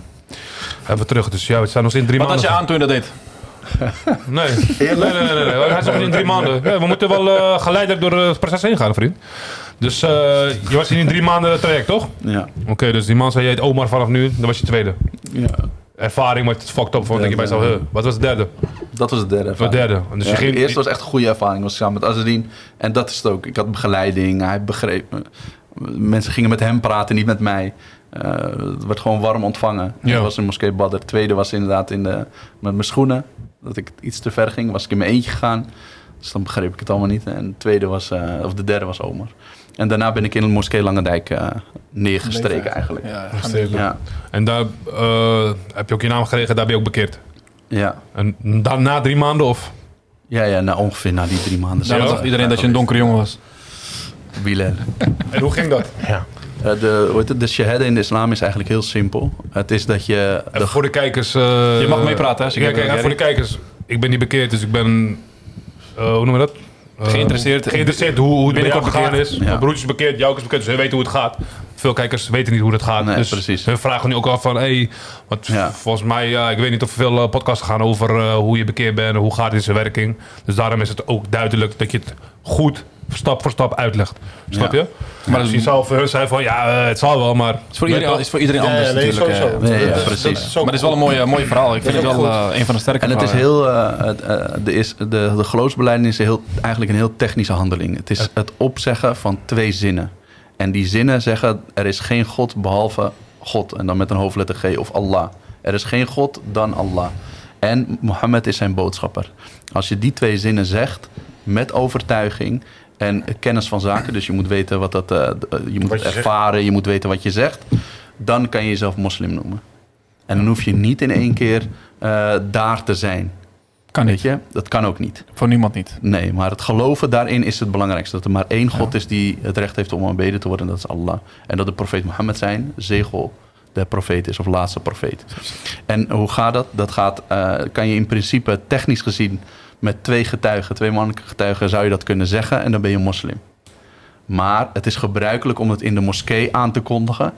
Even terug, dus ja, we staan nog in drie Wat had je maanden. aan toen je dat deed? Nee. Nee, nee, nee, nee, nee. Hij is nog in drie maanden. Ja, we moeten wel eh, geleidelijk door eh, het proces heen gaan, vriend. Dus eh, je was in een drie maanden traject, toch? Oké, Ja, dus die man zei, je heet Omar vanaf nu. Dat was je tweede. ja. Ervaring, maar het fucked up. Vond ik je bij jezelf, huh, wat was de derde? Dat was de derde Wat ervaring. derde? Dus Ja, je de ging, eerste was echt een goede ervaring. was samen met Azadin. En dat is het ook. Ik had begeleiding. Hij begreep me. Mensen gingen met hem praten, niet met mij. Eh, het werd gewoon warm ontvangen. Ja. Dat was in Moskee Badr. Het tweede was inderdaad in de, met mijn schoenen. Dat ik iets te ver ging. Was ik in mijn eentje gegaan. Dus dan begreep ik het allemaal niet. En het tweede was, eh, of de derde was Omar. En daarna ben ik in de Moskee Langendijk eh, neergestreken eigenlijk. Ja. Ja, Ja. En daar eh, heb je ook je naam gekregen, daar ben je ook bekeerd. ja. En dan na drie maanden of? Ja, nou, ongeveer na die drie maanden. Daarom Ja. dacht iedereen Nou, dat je een donkere jongen was. Bilal. En hoe ging dat? Eh, de, hoe heet het? de shahada in de islam is eigenlijk heel simpel. Het is dat je... Even De, voor de kijkers. eh, Je mag meepraten, hè, als je ja, kijkt, eh, kijk, even Gerrit. voor de kijkers. Ik ben niet bekeerd, dus ik ben. eh, hoe noemen we dat? Eh, Geïnteresseerd. Geïnteresseerd hoe, hoe het bij jou Binnenkort gegaan bekeerd. is. Ja. Mijn broertje is bekeerd, jou ook is bekeerd, dus hun weten hoe het gaat. Veel kijkers weten niet hoe dat gaat. Nee, dus precies. Hun vragen nu ook af van, hey, want Ja. volgens mij, ja, ik weet niet of er veel eh, podcasts gaan over eh, hoe je bekeerd bent en hoe gaat het in zijn werking. Dus daarom is het ook duidelijk dat je het goed stap voor stap uitlegt. Snap Ja. je? Maar misschien zal voor hun zijn van, ja, eh, het zal wel, maar... Is voor iedereen, is voor iedereen Ja, anders ja, nee, natuurlijk. sowieso. hè. Nee, ja, Dat is- precies. dat is ook Maar het is wel een mooie, mooi verhaal. Ik vind het is wel ook eh, een van de sterke en het is verhalen. heel... eh, het, eh, de, is, de, de geloofsbeleiding is heel, eigenlijk een heel technische handeling. Het is het opzeggen van twee zinnen. En die zinnen zeggen, er is geen God behalve God. En dan met een hoofdletter G of Allah. Er is geen God dan Allah. En Mohammed is zijn boodschapper. Als je die twee zinnen zegt met overtuiging en kennis van zaken, dus je moet weten wat dat, eh, d- eh, je moet Wat je zegt. ervaren, je moet weten wat je zegt, dan kan je jezelf moslim noemen. En dan hoef je niet in één keer eh, daar te zijn. Kan Weet niet. je, dat kan ook niet. Voor niemand niet. Nee, maar het geloven daarin is het belangrijkste. Dat er maar één God is die het recht heeft om aanbeden te worden, en dat is Allah. En dat de profeet Mohammed zijn zegel de profeet is, of laatste profeet. En hoe gaat dat? Dat gaat, eh, kan je in principe technisch gezien met twee getuigen, twee mannelijke getuigen, zou je dat kunnen zeggen en dan ben je moslim. Maar het is gebruikelijk om het in de moskee aan te kondigen,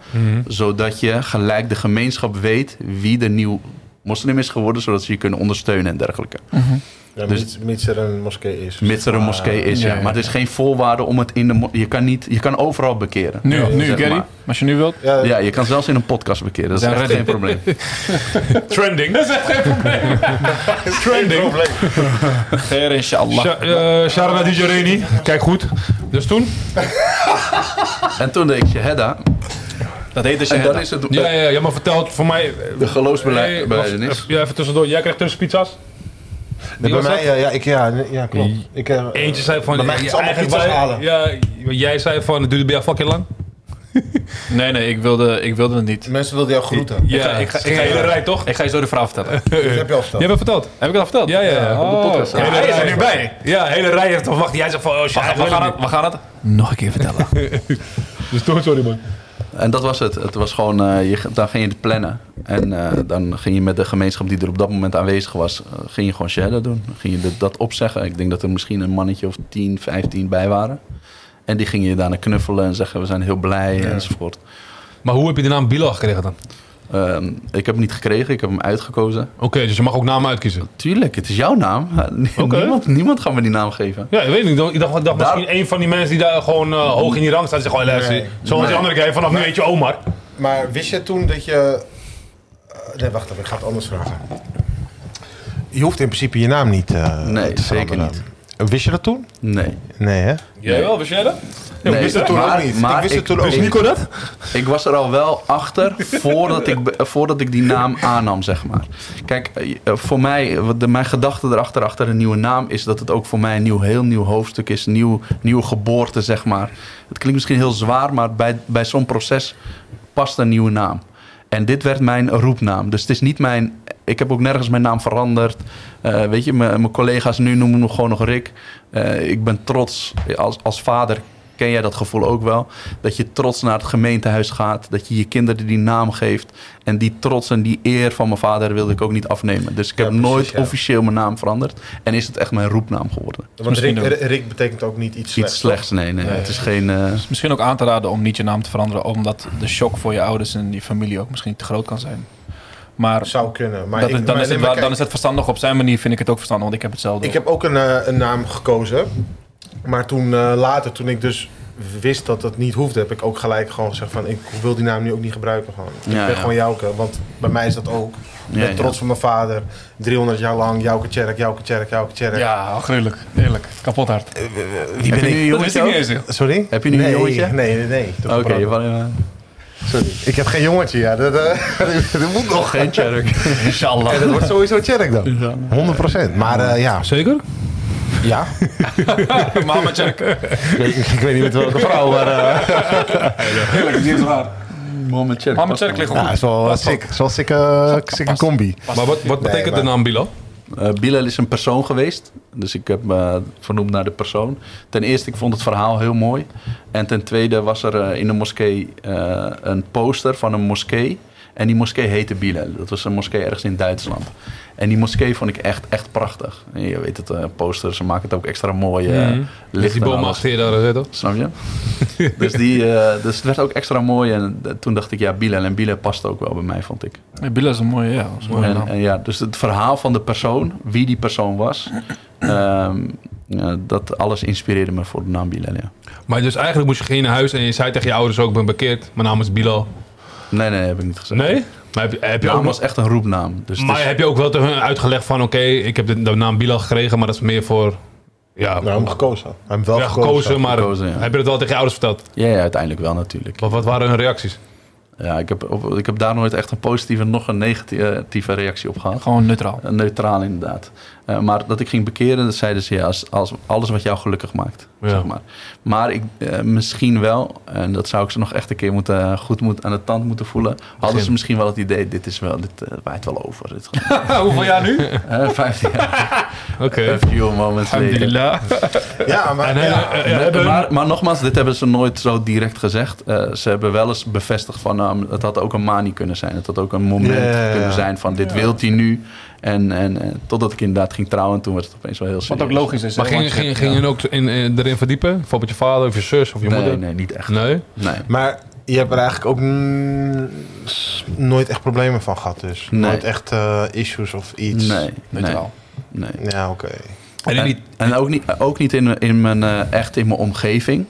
zodat je gelijk de gemeenschap weet wie de nieuw moslim is geworden, zodat ze je kunnen ondersteunen en dergelijke. Ja, Dus- mits, mits er een moskee is. Mits er een moskee is, ja, ja. ja. Maar het is geen voorwaarde om het in de... mo- Je kan, niet, je kan overal bekeren. Nu, nu zeg Gary. maar. Als je nu wilt. Ja, Ja, je kan zelfs in een podcast bekeren. Dat is Ja, echt redding. geen probleem. Trending. Dat is echt geen probleem. Trending. Ger, inshallah. Sha- eh, Sharana Dijareni. Kijk goed. Dus toen? En toen deed ik Shahada. Dat heet dus En dan je is het... Ja, ja, ja, eh, maar vertel het voor mij. eh, De geloofsbeleid- Hey, belijdenis. wacht, eh, ja, even tussendoor. Jij krijgt tussen pizza's. Nee, bij was mij, ja, ja, ik, ja, nee, ja klopt. Die- Ik, eh, Eentje zei van... Bij mij ja, gaan ze allemaal eigenlijk pizza's wij- Ja, jij zei van, duurde bij jou fucking lang? Nee, nee, ik wilde, ik wilde het niet. eh, Mensen wilden jou groeten. Ja, ga- ik ga- het ik is ga- een hele rij toch? Ik ga je zo de verhaal vertellen. Dat heb je al verteld. Jij bent verteld. Heb ik dat verteld? Ja, Oh, ja, ja. Op de podcast. Ja, hij is er ja. nu bij. Ja, hele rij heeft toch wacht. Jij zei van, oh shit, We gaan, het, we gaan het nog een keer vertellen. Dus toen, sorry man. En dat was het. Het was gewoon... eh, je, dan ging je het plannen. En eh, dan ging je met de gemeenschap die er op dat moment aanwezig was... eh, ging je gewoon Shahada doen. Dan ging je de- dat opzeggen. Ik denk dat er misschien een mannetje of 10, 15 bij waren. En die gingen je daarna knuffelen en zeggen... We zijn heel blij enzovoort. Maar hoe heb je de naam Bilal gekregen dan? Oké, Ehm, ik heb hem niet gekregen. Ik heb hem uitgekozen. dus je mag ook namen uitkiezen. Tuurlijk, het is jouw naam. Niemand, niemand gaat me die naam geven. Ja, ik weet niet. Ik dacht, ik dacht Daar- misschien een van die mensen die daar gewoon eh, hoog in die rang staat. Zegt gewoon, luister, Nee. zoals die andere guy, vanaf nu heet je Omar. Maar wist je toen dat je... eh, Nee, wacht even, ik ga het anders vragen. Je hoeft in principe je naam niet eh, Nee, te zeker veranderen. Wist je dat toen? Nee. Nee, hè? Jij wel, wist jij dat? nee. wist het toen maar, ook niet. Ik Maar wist het toen ook ik, niet. Nico dat? ik was er al wel achter voordat ik, be- eh, voordat ik die naam aannam, zeg maar. Kijk, eh, eh, voor mij, eh, wat de, mijn gedachte erachter, achter een nieuwe naam, is dat het ook voor mij een nieuw, heel nieuw hoofdstuk is. Een nieuw, nieuwe geboorte, zeg maar. Het klinkt misschien heel zwaar, maar bij, bij zo'n proces past een nieuwe naam. En dit werd mijn roepnaam. Dus het is niet mijn. Ik heb ook nergens mijn naam veranderd. Eh, weet je, mijn mijn collega's nu noemen me gewoon nog Rick. Eh, ik ben trots. Als, als vader ken jij dat gevoel ook wel. Dat je trots naar het gemeentehuis gaat. Dat je je kinderen die naam geeft. En die trots en die eer van mijn vader wilde ik ook niet afnemen. Dus ik Ja, heb precies, nooit ja. officieel mijn naam veranderd. En is het echt mijn roepnaam geworden. Want Rick, Misschien Rick betekent ook niet iets slechts. Iets slechts, nee, nee. Het is geen. eh, Misschien ook aan te raden om niet je naam te veranderen, omdat de shock voor je ouders en je familie ook misschien te groot kan zijn. Maar Zou kunnen. Maar dat ik, is- dan, maar is nee, het, maar wel- kijk, dan is het verstandig. Op zijn manier vind ik het ook verstandig, want ik heb hetzelfde. Ik heb ook een, eh, een naam gekozen. Maar toen eh, later, toen ik dus wist dat dat niet hoefde, heb ik ook gelijk gewoon gezegd van ik wil die naam nu ook niet gebruiken. Gewoon. ik Ja, ben ja. gewoon Jouke, want bij mij is dat ook. Ik Ja, ben ja. trots van mijn vader. 300 jaar lang Jouke Tjerk, Jouke Tjerk, Jouke Tjerk. Ja, oh, gruwelijk. Eerlijk. Kapot hard. Wie ben ik? nu Dat wist ik niet eens. joh. Sorry? Heb je nu een Nee, jongetje? Nee, nee, nee. Dat Oké, kan ook. van, eh, Ik heb geen jongetje, ja. Dat, eh, dat moet nog. geen Tjerk. Inshallah. Dat wordt sowieso Tjerk dan. 100%. Maar eh, ja. Zeker? ja. Mama check. ik, weet, ik weet niet met welke vrouw, maar eh Moment Tjerk. Mama check ligt ja, goed. het is wel eh, sick. Het is wel een sikke, sikke combi. Maar wat, wat betekent maar- de naam Bilal? Eh, Bilal is een persoon geweest. Dus ik heb me vernoemd naar de persoon. Ten eerste, ik vond het verhaal heel mooi. En ten tweede was er eh, in de moskee eh, een poster van een moskee. En die moskee heette Bilal. Dat was een moskee ergens in Duitsland. En die moskee vond ik echt, echt prachtig. En je weet het, eh posters, ze maken het ook extra mooi. eh, licht Ligt die en boom alles. achter je daar, hè, toch? Snap je? dus, die, eh, dus het werd ook extra mooi. En eh, toen dacht ik, ja, Bilal. En Bilal past ook wel bij mij, vond ik. Hey, Billa is een mooie, ja. is een mooie En, naam. en ja, dus het verhaal van de persoon, wie die persoon was, ehm, ja, dat alles inspireerde me voor de naam Bilal. Ja. Maar dus eigenlijk moest je geen naar huis en je zei tegen je ouders ook, ik ben bekeerd. Mijn naam is Bilal. Nee, nee, heb ik niet gezegd. Nee? Maar heb, heb, De je, naam ook, was echt een roepnaam. Dus het maar is- heb je ook wel tegen hun uitgelegd van, oké, ik heb de, de naam Bilal gekregen, maar dat is meer voor... Ja, Nou, hem gekozen. Hij heeft wel ja, gekozen. gekozen, maar Gekozen, ja. heb je dat wel tegen je ouders verteld? ja, ja, uiteindelijk wel natuurlijk. Wat, wat waren hun reacties? Ja, ik heb, op- ik heb daar nooit echt een positieve, nog een negatieve reactie op gehad. Gewoon neutraal. Eh, Neutraal inderdaad. Eh, maar dat ik ging bekeren, dat zeiden ze ja, als, als alles wat jou gelukkig maakt. Ja. Zeg maar. maar ik, eh, misschien wel, en dat zou ik ze nog echt een keer moeten, goed moet, aan de tand moeten voelen. Hadden ze misschien wel het idee, dit is wel, dit eh, waait wel over. Dit, Hoeveel jaar nu? Eh, 15 jaar, Oké. a few moments later. Ja, maar... En, eh, ja. eh, eh, Maar- hebben- maar, maar nogmaals, dit hebben ze nooit zo direct gezegd. Eh, ze hebben wel eens bevestigd van... nou, het had ook een manie kunnen zijn. Het had ook een moment Ja, ja, ja. kunnen zijn van... dit wilt hij nu. En, en, eh, totdat ik inderdaad ging trouwen. en Toen werd het opeens wel heel Wat serieus. ook logisch is. maar hè, ging, want- ging, ging je ook in, in- erin verdiepen? Bijvoorbeeld je vader of je zus of je Nee, moeder? nee, niet echt. Nee? Nee. Maar je hebt er eigenlijk ook mm, s- nooit echt problemen van gehad dus? Nee. Nooit echt eh, issues of iets? Nee, nee, Neutraal. nee. Ja, oké. En in die- En, en ook niet, ook niet in, in mijn, eh, echt in mijn omgeving.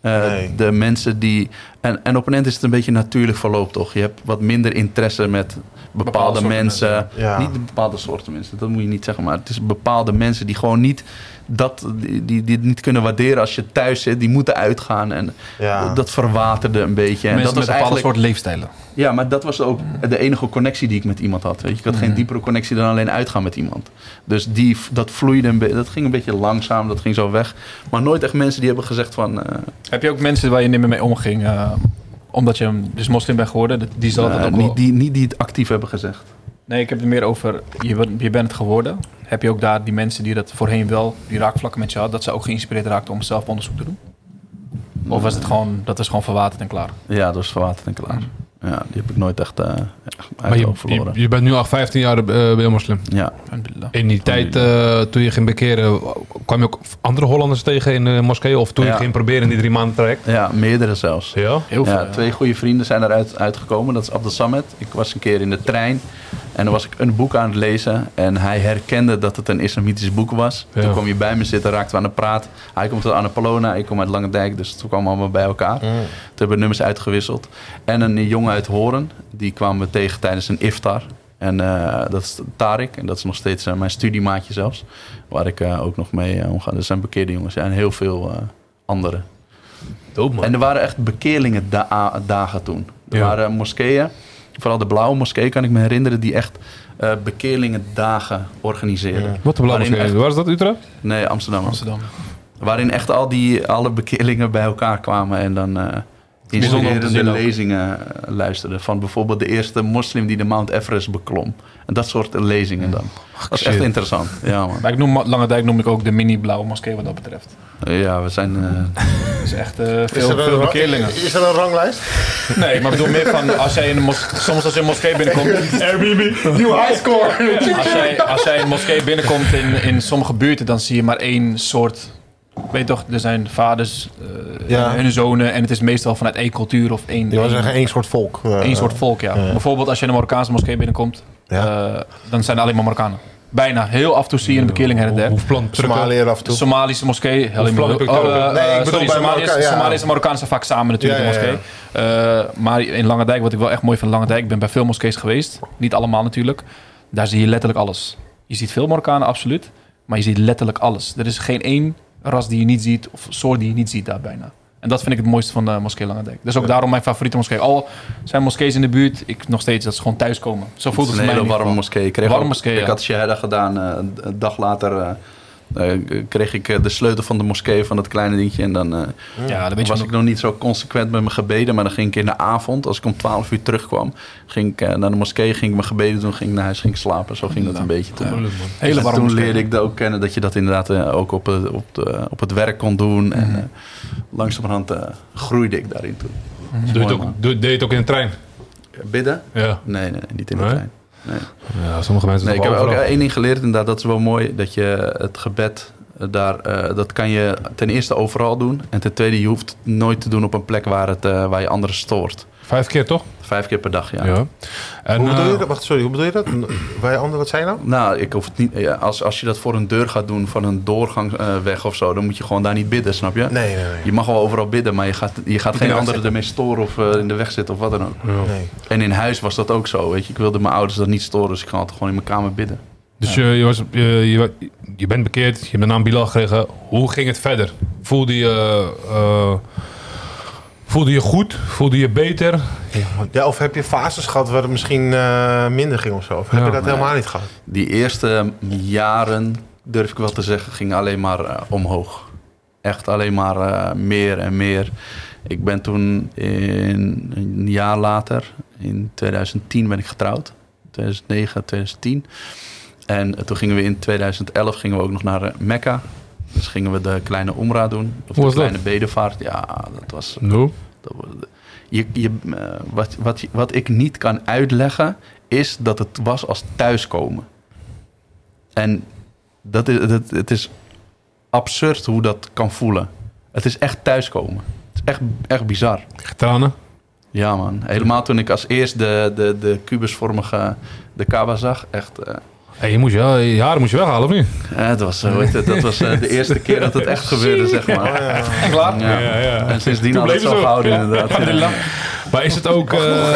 Eh, Nee. De mensen die. En, en op een eind is het een beetje natuurlijk verloop, toch? Je hebt wat minder interesse met bepaalde, Bepaalde soorten mensen. Ja. Niet de bepaalde soorten mensen, dat moet je niet zeggen. Maar het is bepaalde mensen die gewoon niet. Dat, die, die, die het niet kunnen waarderen als je thuis zit. Die moeten uitgaan. En Ja. dat verwaterde een beetje. En Mensen dat met was bepaalde eigenlijk. soort leefstijlen. Ja, maar dat was ook de enige connectie die ik met iemand had. Weet je. Ik had geen diepere connectie dan alleen uitgaan met iemand. Dus die, dat vloeide een be- dat ging een beetje langzaam, dat ging zo weg. Maar nooit echt mensen die hebben gezegd van... eh, Heb je ook mensen waar je niet meer mee omging? eh, omdat je een- dus moslim bent geworden? dat- Die zal dat eh, ook wel- niet, die, niet die het actief hebben gezegd. Nee, ik heb het meer over je, bent- je bent het geworden. Heb je ook daar die mensen die dat voorheen wel, die raakvlakken met je hadden, dat ze ook geïnspireerd raakten om zelf onderzoek te doen? Of was het gewoon, dat is gewoon verwaterd en klaar? Ja, dat was verwaterd en klaar. Ja, die heb ik nooit echt, eh echt uit Maar de je, oog verloren. je, je bent nu al 15 jaar eh, bij moslim. ja. Alhamdulillah. In die tijd, eh, toen je ging bekeren, kwam je ook andere Hollanders tegen in de moskee? Of toen Ja. je ging proberen in die drie maanden traject? ja, meerdere zelfs. Ja. Heel veel. Ja, ja. twee goede vrienden zijn eruit uitgekomen. Dat is Abdel Samet. Ik was een keer in de trein en dan was ik een boek aan het lezen. En hij herkende dat het een islamitisch boek was. Ja. Toen kwam hij bij me zitten, raakten we aan de praat. Hij komt uit Annapolona, ik kom uit Langendijk. Dus toen kwamen we allemaal bij elkaar. Toen hebben we nummers uitgewisseld. En een jongen uit Horen, die kwamen we tegen tijdens een iftar. En eh, dat is Tarik. En dat is nog steeds eh, mijn studiemaatje zelfs. Waar ik eh, ook nog mee eh, omga. Dat zijn bekeerde jongens. Ja, en heel veel eh anderen. Doop man. En er waren echt bekeerlingen da- dagen toen. Er Ja. waren moskeeën, vooral de blauwe moskee kan ik me herinneren, die echt eh bekeerlingen dagen organiseerden. Wat de Waarin belangrijkste. Waar is dat, Utrecht? Nee, Amsterdam. Amsterdam. Waarin echt al die, alle bekeerlingen bij elkaar kwamen en dan eh bijzonder om te inspirerende zien ook. lezingen eh, luisterden. Van bijvoorbeeld de eerste moslim die de Mount Everest beklom. En dat soort lezingen dan. Dat is echt shit. interessant. Ja, man. Maar ik noem Lange Dijk noem ik ook de mini-blauwe moskee wat dat betreft. ja we zijn... eh, Dat is echt eh, veel, er veel een- bekeerlingen. Is er een ranglijst? Nee, maar ik bedoel meer van als jij in een moskee, soms als je in een moskee binnenkomt. Airbnb. Nieuw highscore! Als jij, als jij in een moskee binnenkomt in, in sommige buurten, dan zie je maar één soort. Ik weet toch, er zijn vaders, eh, Ja. hun zonen. En het is meestal vanuit één cultuur of één, Die was één, echt één soort volk. eh. één soort volk. Ja. Bijvoorbeeld als je in een Marokkaanse moskee binnenkomt, Ja. eh, dan zijn er alleen maar Marokkanen. Bijna. Heel af en toe zie je een bekeerling her en der. Hoe plant drukken? Somaliër af en De toe. Somalische moskee. Oh, Helemaal vlam heb ik daar eh, ook? Nee, ik bedoel bij Somaliërs, Marokka- ja. Somaliërs en Marokkanen zijn vaak samen natuurlijk Ja, in de ja, moskee. Eh, maar in Langendijk, wat ik wel echt mooi vind Langendijk, ik ben bij veel moskees geweest. Niet allemaal natuurlijk. Daar zie je letterlijk alles. Je ziet veel Marokkanen, absoluut. Maar je ziet letterlijk alles. Er is geen één ras die je niet ziet of soort die je niet ziet daar bijna. En dat vind ik het mooiste van de moskee Langendijk. Dat is ook daarom mijn favoriete moskee. Al zijn moskees in de buurt, ik nog steeds dat ze gewoon thuiskomen. Zo voelt het Het is voor mij. een hele in ieder warme geval. moskee. Ik, kreeg Warme ook- moskee, ik ja. had shahada gedaan. eh, een dag later eh, eh, kreeg ik eh, de sleutel van de moskee van dat kleine dingetje. En dan eh, Ja, dan weet je was nog- ik nog niet zo consequent met mijn gebeden. Maar dan ging ik in de avond, als ik om 12 uur terugkwam, ging ik eh, naar de moskee, ging ik mijn gebeden doen, ging ik naar huis, ging ik slapen. Zo ging dat een beetje. Toen. Hele En warme toen moskee. leerde ik dat ook kennen dat je dat inderdaad eh, ook op, eh, op, de, op het werk kon doen. Mhm. En eh, langzamerhand eh, groeide ik daarin toen. Mhm. Dat is Doe je het mooi, ook- doe- Deed je het ook in de trein? man. Bidden? Ja. Nee, nee, nee, niet in de Nee? trein. Nee. Ja, sommige mensen Nee, ik toch heb wel ook overal. één ding geleerd inderdaad. Dat is wel mooi. Dat je het gebed eh, daar... eh, dat kan je ten eerste overal doen. En ten tweede, je hoeft het nooit te doen op een plek waar, het, eh, waar je anderen stoort. Vijf keer toch? Vijf keer per dag, ja. En, Hoe bedoel je eh, dat? Wacht, sorry, hoe bedoel je dat? Wij anderen, wat zijn nou? Nou, ik hoef het niet... ja, als, als je dat voor een deur gaat doen van een doorgangsweg of zo... dan moet je gewoon daar niet bidden, snap je? Nee, nee, nee. Je mag wel overal bidden, maar je gaat, je gaat geen weg anderen zitten. ermee storen of eh, in de weg zitten of wat dan ook. nee. En in huis was dat ook zo, weet je. Ik wilde mijn ouders dat niet storen, dus ik ging altijd gewoon in mijn kamer bidden. Dus je, je, was, je, je, je bent bekeerd, je hebt de naam Bilal gekregen. Hoe ging het verder? Voelde je eh, eh, Voelde je goed? Voelde je beter? Ja, of heb je fases gehad waar het misschien eh, minder ging of zo? Of heb Ja, je dat nee. helemaal niet gehad? Die eerste jaren, durf ik wel te zeggen, ging alleen maar eh, omhoog. Echt alleen maar eh, meer en meer. Ik ben toen in, een jaar later, in 2010 ben ik getrouwd. 2009, 2010. En eh, toen gingen we in 2011 gingen we ook nog naar eh, Mekka. Dus gingen we de kleine omra doen. Of Hoe de was dat? kleine bedevaart. Ja, dat was... No. Dat wordt- Je, je, eh, wat, wat, wat ik niet kan uitleggen, is dat het was als thuiskomen. En dat is, dat, het is absurd hoe dat kan voelen. Het is echt thuiskomen. Het is echt, echt bizar. Tranen? Ja, man. Helemaal toen ik als eerst de, de, de kubusvormige de Kaaba zag. Echt, eh, Hey, je, moest je, je haar moest je weghalen, of niet? het was, eh, hoe heet het, dat was eh, de eerste keer dat het echt gebeurde, zeg maar. En klaar. Ja. En sindsdien Toen had het bleef zo het zo. gehouden, Ja. inderdaad. Alhamdulillah. Maar is het ook... eh,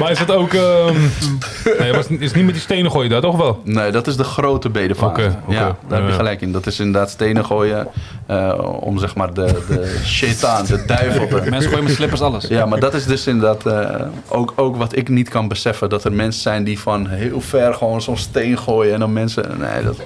maar is het ook... ehm, nee, was, is niet met die stenen gooien daar, toch wel? Nee, dat is de grote bedevaart. Oké, oké. Ja, daar heb Ja. je gelijk in. Dat is inderdaad stenen gooien eh, om zeg maar de, de shaitaan, de duivel te... Mensen gooien met slippers alles. Ja, maar dat is dus inderdaad eh, ook, ook wat ik niet kan beseffen. Dat er mensen zijn die van heel ver gewoon zo'n steen gooien en dan mensen... Nee, dat,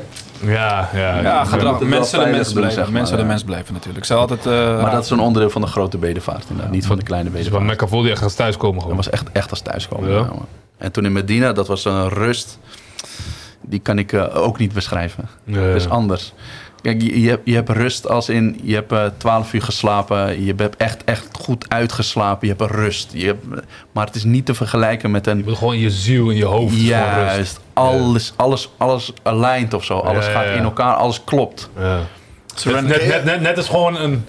Ja, ja. Ja, gedrag. moeten het Mensen wel de veilig mensen doen, blijven. zeg maar, mensen de ja. mensen blijven natuurlijk. Ze altijd... eh, maar dat is een onderdeel van de grote bedevaart inderdaad. Niet van de kleine Dus bij bedevaart. Mekka voelde je echt als thuiskomen Dat gewoon. was echt, echt als thuiskomen. Ja. ja, man. en toen in Medina, dat was een rust... Die kan ik eh, ook niet beschrijven. Ja. Dat is anders. Kijk, je, je, hebt, je hebt rust als in je hebt eh, 12 uur geslapen. Je hebt echt, echt goed uitgeslapen. Je hebt rust. Je hebt, maar het is niet te vergelijken met Je een. moet gewoon je ziel in je hoofd. gewoon rust. Juist. Alles, alles, alles aligned of zo. Alles Ja, gaat ja. in elkaar. Alles klopt. Ja. Net, net, net, net, net is gewoon een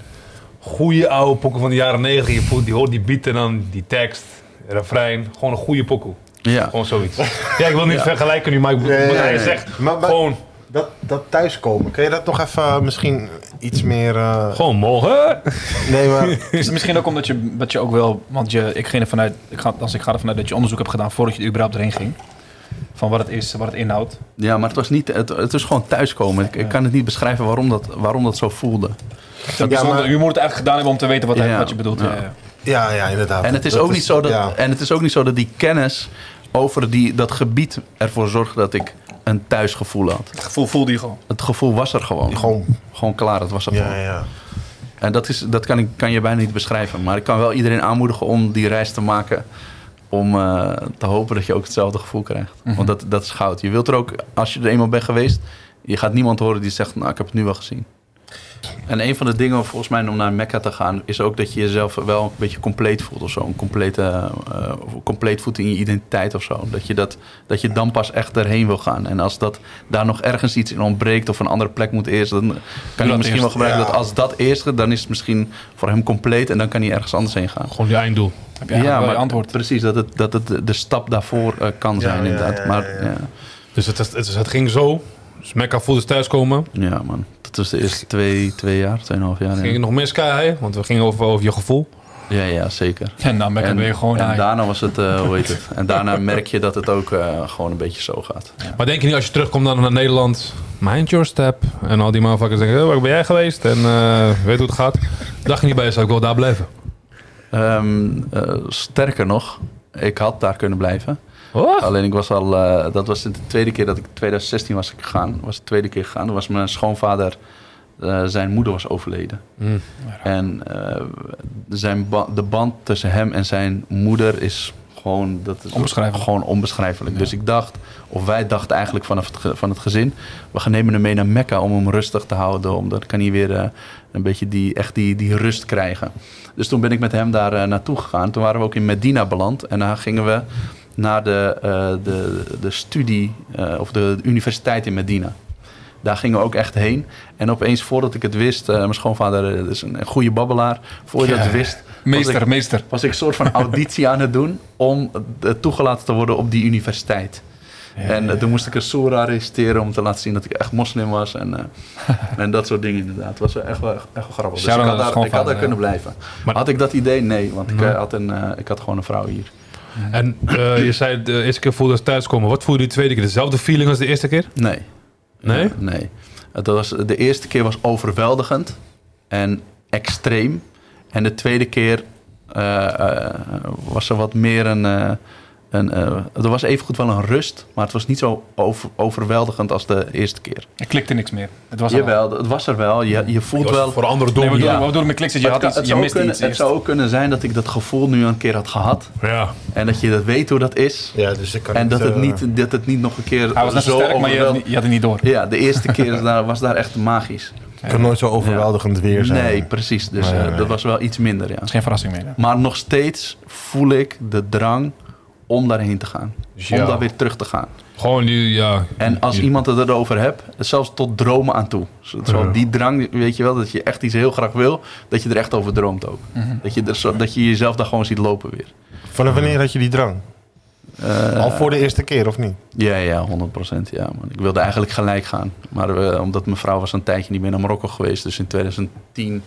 goede oude pokoe van de jaren 90. Je voelt, die hoort die beat en dan die tekst, refrein. Gewoon een goede pokoe. Ja. Gewoon zoiets. Ja, ik wil niet vergelijken nu, maar ik, nee, wat hij nee. zegt, Maar- maar- gewoon, Dat, dat thuiskomen, kun je dat nog even eh, misschien iets meer... eh, gewoon mogen. nee, maar Is het misschien ook omdat je, dat je ook wel... Want je, ik ging ervan uit, ik ga, als ik ga ervan uit dat je onderzoek hebt gedaan voordat je er überhaupt erheen ging. Van wat het is, wat het inhoudt. Ja, maar het was niet. Het, het is gewoon thuiskomen. Ik, ik kan het niet beschrijven waarom dat, waarom dat zo voelde. Dat Ja, bijzonder- maar- je moet het eigenlijk gedaan hebben om te weten wat, hij- Ja. wat je bedoelt. Ja. Ja, ja. ja, ja, inderdaad. En het, is Dat ook niet zo dat, ja. en het is ook niet zo dat die kennis over die, dat gebied ervoor zorgde dat ik een thuisgevoel had. Het gevoel voelde je gewoon. Het gevoel was er gewoon. Gewoon, Gewoon klaar, dat was er ja, gewoon. ja. En dat, is, dat kan, ik, kan je bijna niet beschrijven. Maar ik kan wel iedereen aanmoedigen om die reis te maken. Om eh, te hopen dat je ook hetzelfde gevoel krijgt. Want dat, dat is goud. Je wilt er ook, als je er eenmaal bent geweest... je gaat niemand horen die zegt, nou, ik heb het nu wel gezien. En een van de dingen volgens mij om naar Mekka te gaan... is ook dat je jezelf wel een beetje compleet voelt of zo. Een complete, eh, compleet voelt in je identiteit of zo. Dat je, dat, dat je dan pas echt erheen wil gaan. En als dat daar nog ergens iets in ontbreekt... of een andere plek moet eerst... dan kan je dat misschien wel eerst. gebruiken Ja. dat als dat eerste... dan is het misschien voor hem compleet... en dan kan hij ergens anders heen gaan. Gewoon je einddoel. Heb je ja, maar antwoord. Precies, dat het, dat het de- de stap daarvoor eh, kan zijn ja, inderdaad. ja, ja, maar ja. ja. Dus het, het, het, het ging zo. Dus Mekka voelde thuiskomen. Ja, man, dat was de eerste twee, twee jaar, tweeënhalf jaar. Ging Ja. het nog meer sky want we gingen over, over je gevoel. Ja, ja, zeker. En dan ben ik weer gewoon en aan. daarna was het, eh, hoe heet het? En daarna merk je dat het ook eh, gewoon een beetje zo gaat. Maar denk je niet als je terugkomt dan naar Nederland, mind your step. En al die motherfuckers denken, "Eh, waar ben jij geweest? En eh, weet hoe het gaat. Dacht je niet bij jezelf, ik wil daar blijven. Ehm, eh, sterker nog, ik had daar kunnen blijven. Oh, Alleen ik was al, eh, dat was de tweede keer dat ik, 2016 was ik gegaan, was de tweede keer gegaan. Toen was mijn schoonvader, eh, zijn moeder was overleden. En eh, zijn ba- de band tussen hem en zijn moeder is gewoon, dat is Onbeschrijfelijk. gewoon onbeschrijfelijk. Dus ik dacht, of wij dachten eigenlijk vanaf het, ge- van het gezin, we gaan nemen hem mee naar Mekka om hem rustig te houden. Om dan kan hij weer eh, een beetje die, echt die, die rust krijgen. Dus toen ben ik met hem daar eh, naartoe gegaan. Toen waren we ook in Medina beland en daar gingen we naar de, eh, de, de studie eh, of de universiteit in Medina. Daar gingen we ook echt heen. En opeens, voordat ik het wist, eh, mijn schoonvader eh, is een, een goede babbelaar. Voordat ik het wist, Meester, was, ik, meester. was ik een soort van auditie aan het doen om eh, toegelaten te worden op die universiteit. en eh, toen moest ik een soera reciteren om te laten zien dat ik echt moslim was. En, eh, en dat soort dingen inderdaad. Het was wel echt wel, echt wel grappig. Dus ik Shout-out had naar de daar, ik schoonvader, had daar ja. kunnen blijven. Maar- had ik dat idee? Nee, want ik, eh, had een, eh, ik had gewoon een vrouw hier. En eh, je zei de eerste keer voelde als thuiskomen. Wat voelde je de tweede keer? Dezelfde feeling als de eerste keer? Nee. Nee? Ja, nee. Het was, de eerste keer was overweldigend en extreem. En de tweede keer eh, eh, was er wat meer een. eh, een eh, er was evengoed wel een rust, maar het was niet zo over, overweldigend als de eerste keer. Er klikte niks meer. Het was er Jawel, het was er wel. Je, je voelt was wel. voor een andere Nee, dom. wat bedoel- Ja. wat bedoel ik met kliks? Dat je, Maar had het, iets, kan- het je zou miste kunnen, iets het eerst. zou ook kunnen zijn dat ik dat gevoel nu een keer had gehad. Ja. En dat je dat weet hoe dat is. Ja, dus ik kan En dat het, eh, niet, dat het niet nog een keer Hij was net zo sterk, maar je had, overweld- het niet- je had het niet door. Ja, de eerste keer is daar, was daar echt magisch. Het kan nooit zo overweldigend weer zijn. Nee, precies. Dus Nee, eh, nee. dat was wel iets minder, ja. Dat is geen verrassing meer. hè. Maar nog steeds voel ik de drang om daarheen te gaan. ja. Om daar weer terug te gaan. Gewoon die, ja. En als Ja. iemand het erover hebt, zelfs tot dromen aan toe. Zo, zo die drang, weet je wel, dat je echt iets heel graag wil, dat je er echt over droomt ook. dat, je er zo- dat je jezelf daar gewoon ziet lopen weer. Vanaf wanneer had je die drang? Eh, Al voor de eerste keer, of niet? Ja, ja, 100%. Ja, man. Ik wilde eigenlijk gelijk gaan. Maar eh, omdat mijn vrouw was een tijdje niet meer naar Marokko geweest. Dus in 2010,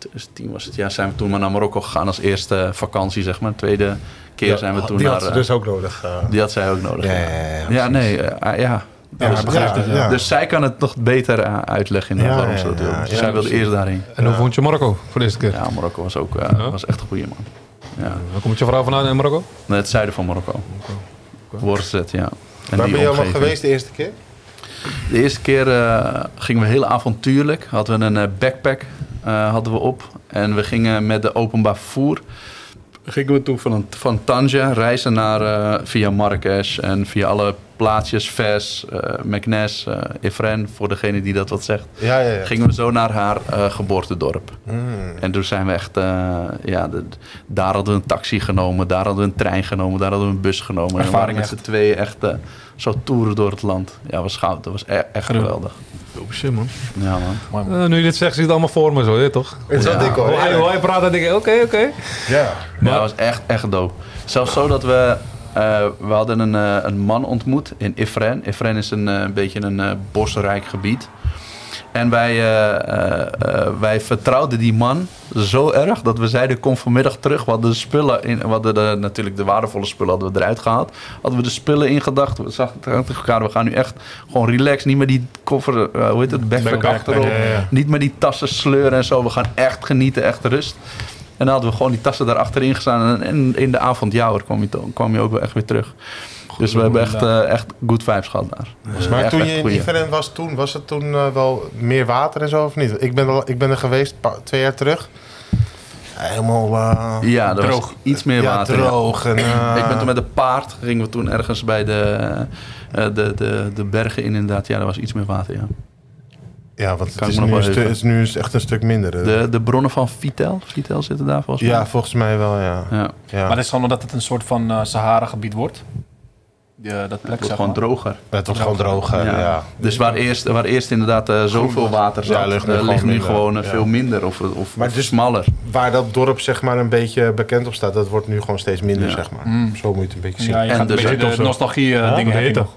2010 was het jaar, zijn we toen maar naar Marokko gegaan als eerste vakantie, zeg maar. Tweede keer zijn we toen die naar... had ze eh, dus ook nodig. eh. Die had zij ook nodig. Ja, ja. ja, ja, ja, Ja, nee, eh, ah, ja. Ja, dus, ik begrijp ja, het, ja. dus zij kan het nog beter eh, uitleggen inderdaad Ja, waarom ze dat ja, wil. ja, Dus ja, zij wilde precies. eerst daarheen. En hoe vond je Marokko voor de eerste keer? Ja, Marokko was ook eh, was echt een goede man. Ja. Waar komt je vrouw vandaan in Marokko? Nee, Het zuiden van Marokko. Worstet, ja. En Waar die ben je allemaal omgeving. geweest de eerste keer? De eerste keer eh, gingen we heel avontuurlijk. Hadden we een eh, backpack eh, hadden we op. En we gingen met de openbaar vervoer. Gingen we toen van, van Tanja reizen naar, eh, via Marrakesh en via alle plaatsjes. Fes, eh Meknes, eh Ifren, voor degene die dat wat zegt. Ja, ja, ja. Gingen we zo naar haar eh, geboortedorp. Hmm. En toen zijn we echt, eh, ja, de- daar hadden we een taxi genomen, daar hadden we een trein genomen, daar hadden we een bus genomen. en we waren Ervaring met z'n tweeën echt eh, zo toeren door het land. Ja, was goud, dat was e- echt Gruwel. geweldig. Oh shit, man. Ja, man. Eh, nu je dit zegt, zie je het allemaal voor me zo, hè, toch? Het is wel Ja. dik Oh, hoor. Hoe hij, hoe hij praat, dan denk ik, oké, oké. Ja. Ja, dat was echt, echt dope. Zelfs zo dat we, eh, we hadden een, eh, een man ontmoet in Ifren. Ifren is een eh, beetje een eh, bosrijk gebied. En wij, eh, eh, eh, wij vertrouwden die man zo erg dat we zeiden: Kom vanmiddag terug. We hadden de spullen in. We hadden de, natuurlijk de waardevolle spullen hadden we eruit gehaald. Hadden we de spullen ingedacht. We zagen tegen elkaar: We gaan nu echt gewoon relax. Niet meer die koffer, eh, hoe heet het? Backpack Backpack, achterop. ja, ja. Niet meer die tassen sleuren en zo. We gaan echt genieten, echt rust. En dan hadden we gewoon die tassen daar achterin gestaan. En, en in de avond, ja hoor, kwam je, to- kwam je ook wel echt weer terug. dus we hebben echt, eh, echt good vibes gehad daar. Dus Maar Echt, toen echt je in goeie. Iveren was, toen, was het toen eh, wel meer water en zo of niet? Ik ben, al, ik ben er geweest een paar- twee jaar terug. Helemaal eh, Ja, er was iets meer ja, water. ja. droog. En, eh, Ik ben toen met een paard, gingen we toen ergens bij de, eh, de, de, de bergen in inderdaad. Ja, daar was iets meer water, ja. Ja, want het Kan ik is, me nog nu wel een stu- heugen. het is nu echt een stuk minder. eh. De, de bronnen van Vitel, Vitel zitten daar volgens mij. ja, volgens mij wel, ja. ja. ja. Maar dat is gewoon omdat het een soort van eh, Sahara-gebied wordt. Ja, dat plek, Het wordt zeg gewoon maar. droger. het wordt gewoon droger, ja. Ja. ja. Dus waar eerst, waar eerst inderdaad eh, zoveel water zat, Ja, eh, ligt ligt nu nu, gewoon minder. gewoon eh, Ja. veel minder of, of, Maar of dus- smaller. Waar dat dorp zeg maar een beetje bekend op staat, dat wordt nu gewoon steeds minder, Ja. zeg maar. Mm. Zo moet je het een beetje zien. Ja, Ja, je En gaat een dus- beetje Heet of de eh, zo. nostalgie-dingen heet hebben. toch?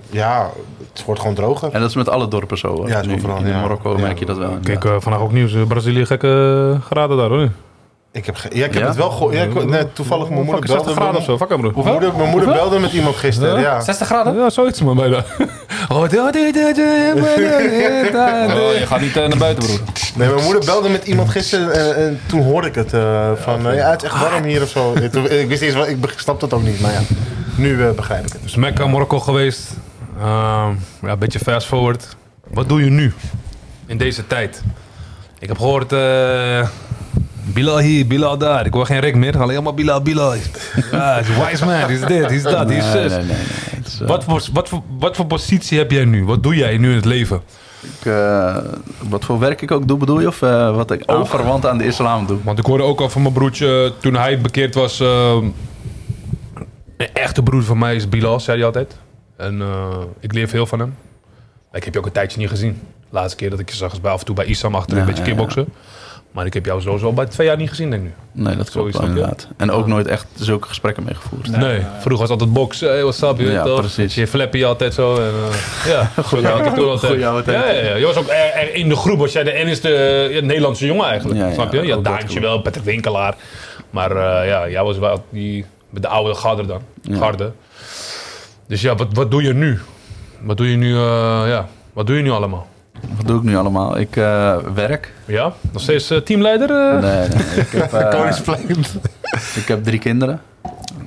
het wordt gewoon droger. En dat is met alle dorpen zo. Hoor. Ja, dat is Nu overal, in ja. Marokko Ja. merk je dat wel. Kijk, inderdaad. eh, vandaag ook nieuws. eh, Brazilië gekke graden daar, hoor. Ik heb, ge- ja, ik heb Ja? het wel gehoord. Ja, ik- nee, toevallig, mijn moeder Fuck, belde. 60 graden of zo. Fuck, hem, broer. Mijn moeder, mijn moeder belde met iemand gisteren, ja. 60 graden? Ja, zoiets, man, bijna. Oh, Oh, je gaat niet eh, naar buiten, broer. Nee, mijn moeder belde met iemand gisteren en, en toen hoorde ik het. eh, van, eh, ja, het is echt warm hier of zo. Ja, toen- ik wist niet eens wat, ik be- snap dat ook niet, maar ja. Nu eh, begrijp ik het. Dus Mekka, Marokko geweest. Ehm, ja, een beetje fast forward. Wat doe je nu? In deze tijd? Ik heb gehoord... eh Bilal hier, Bilal daar. Ik hoor geen Rick meer. Alleen maar Bilal, Bilal. Ja, hij is een wise man. Hij is dit, hij is dat, hij is Nee, zus. nee, nee, nee. Het is, eh, Wat voor, wat, voor, wat voor positie heb jij nu? Wat doe jij nu in het leven? ik, eh, wat voor werk ik ook doe, bedoel je? Of eh, wat Ah. ik ook verwant aan de islam doe? Want ik hoorde ook al van mijn broertje, eh, toen hij bekeerd was... ehm, een echte broer van mij is Bilal, zei hij altijd. En eh, ik leer veel van hem. Ik heb je ook een tijdje niet gezien. De laatste keer dat ik je zag is bij af en toe bij Isam achter een Ja, beetje ja, ja. kickboksen. Maar ik heb jou sowieso al bij twee jaar niet gezien, denk ik nu. Nee, dat klopt Zoiets, wel, ja. inderdaad. En ook nooit echt zulke gesprekken meegevoerd. Nee, vroeger was altijd boksen. Hey, what's up, je Ja, weet toch? precies. Je flappy je altijd zo. En, eh, ja, goed oude- ik toen altijd. goeie oude tijd. Ja, ja, ja. Je was ook er- er in de groep, was jij de enigste eh, ja, Nederlandse jongen eigenlijk. Ja, ja, snap je? Ja, ook dat Daantje klopt. wel, Patrick Winkelaar. Maar eh, ja, jij was wel die, met de oude garde dan. Ja. Garde. Dus ja, wat, wat doe je nu? Wat doe je nu, eh, ja, wat doe je nu allemaal? Wat doe ik nu allemaal? Ik eh, werk. Ja, nog steeds eh, teamleider. eh? Nee, nee, ik, heb, eh, ik heb drie kinderen.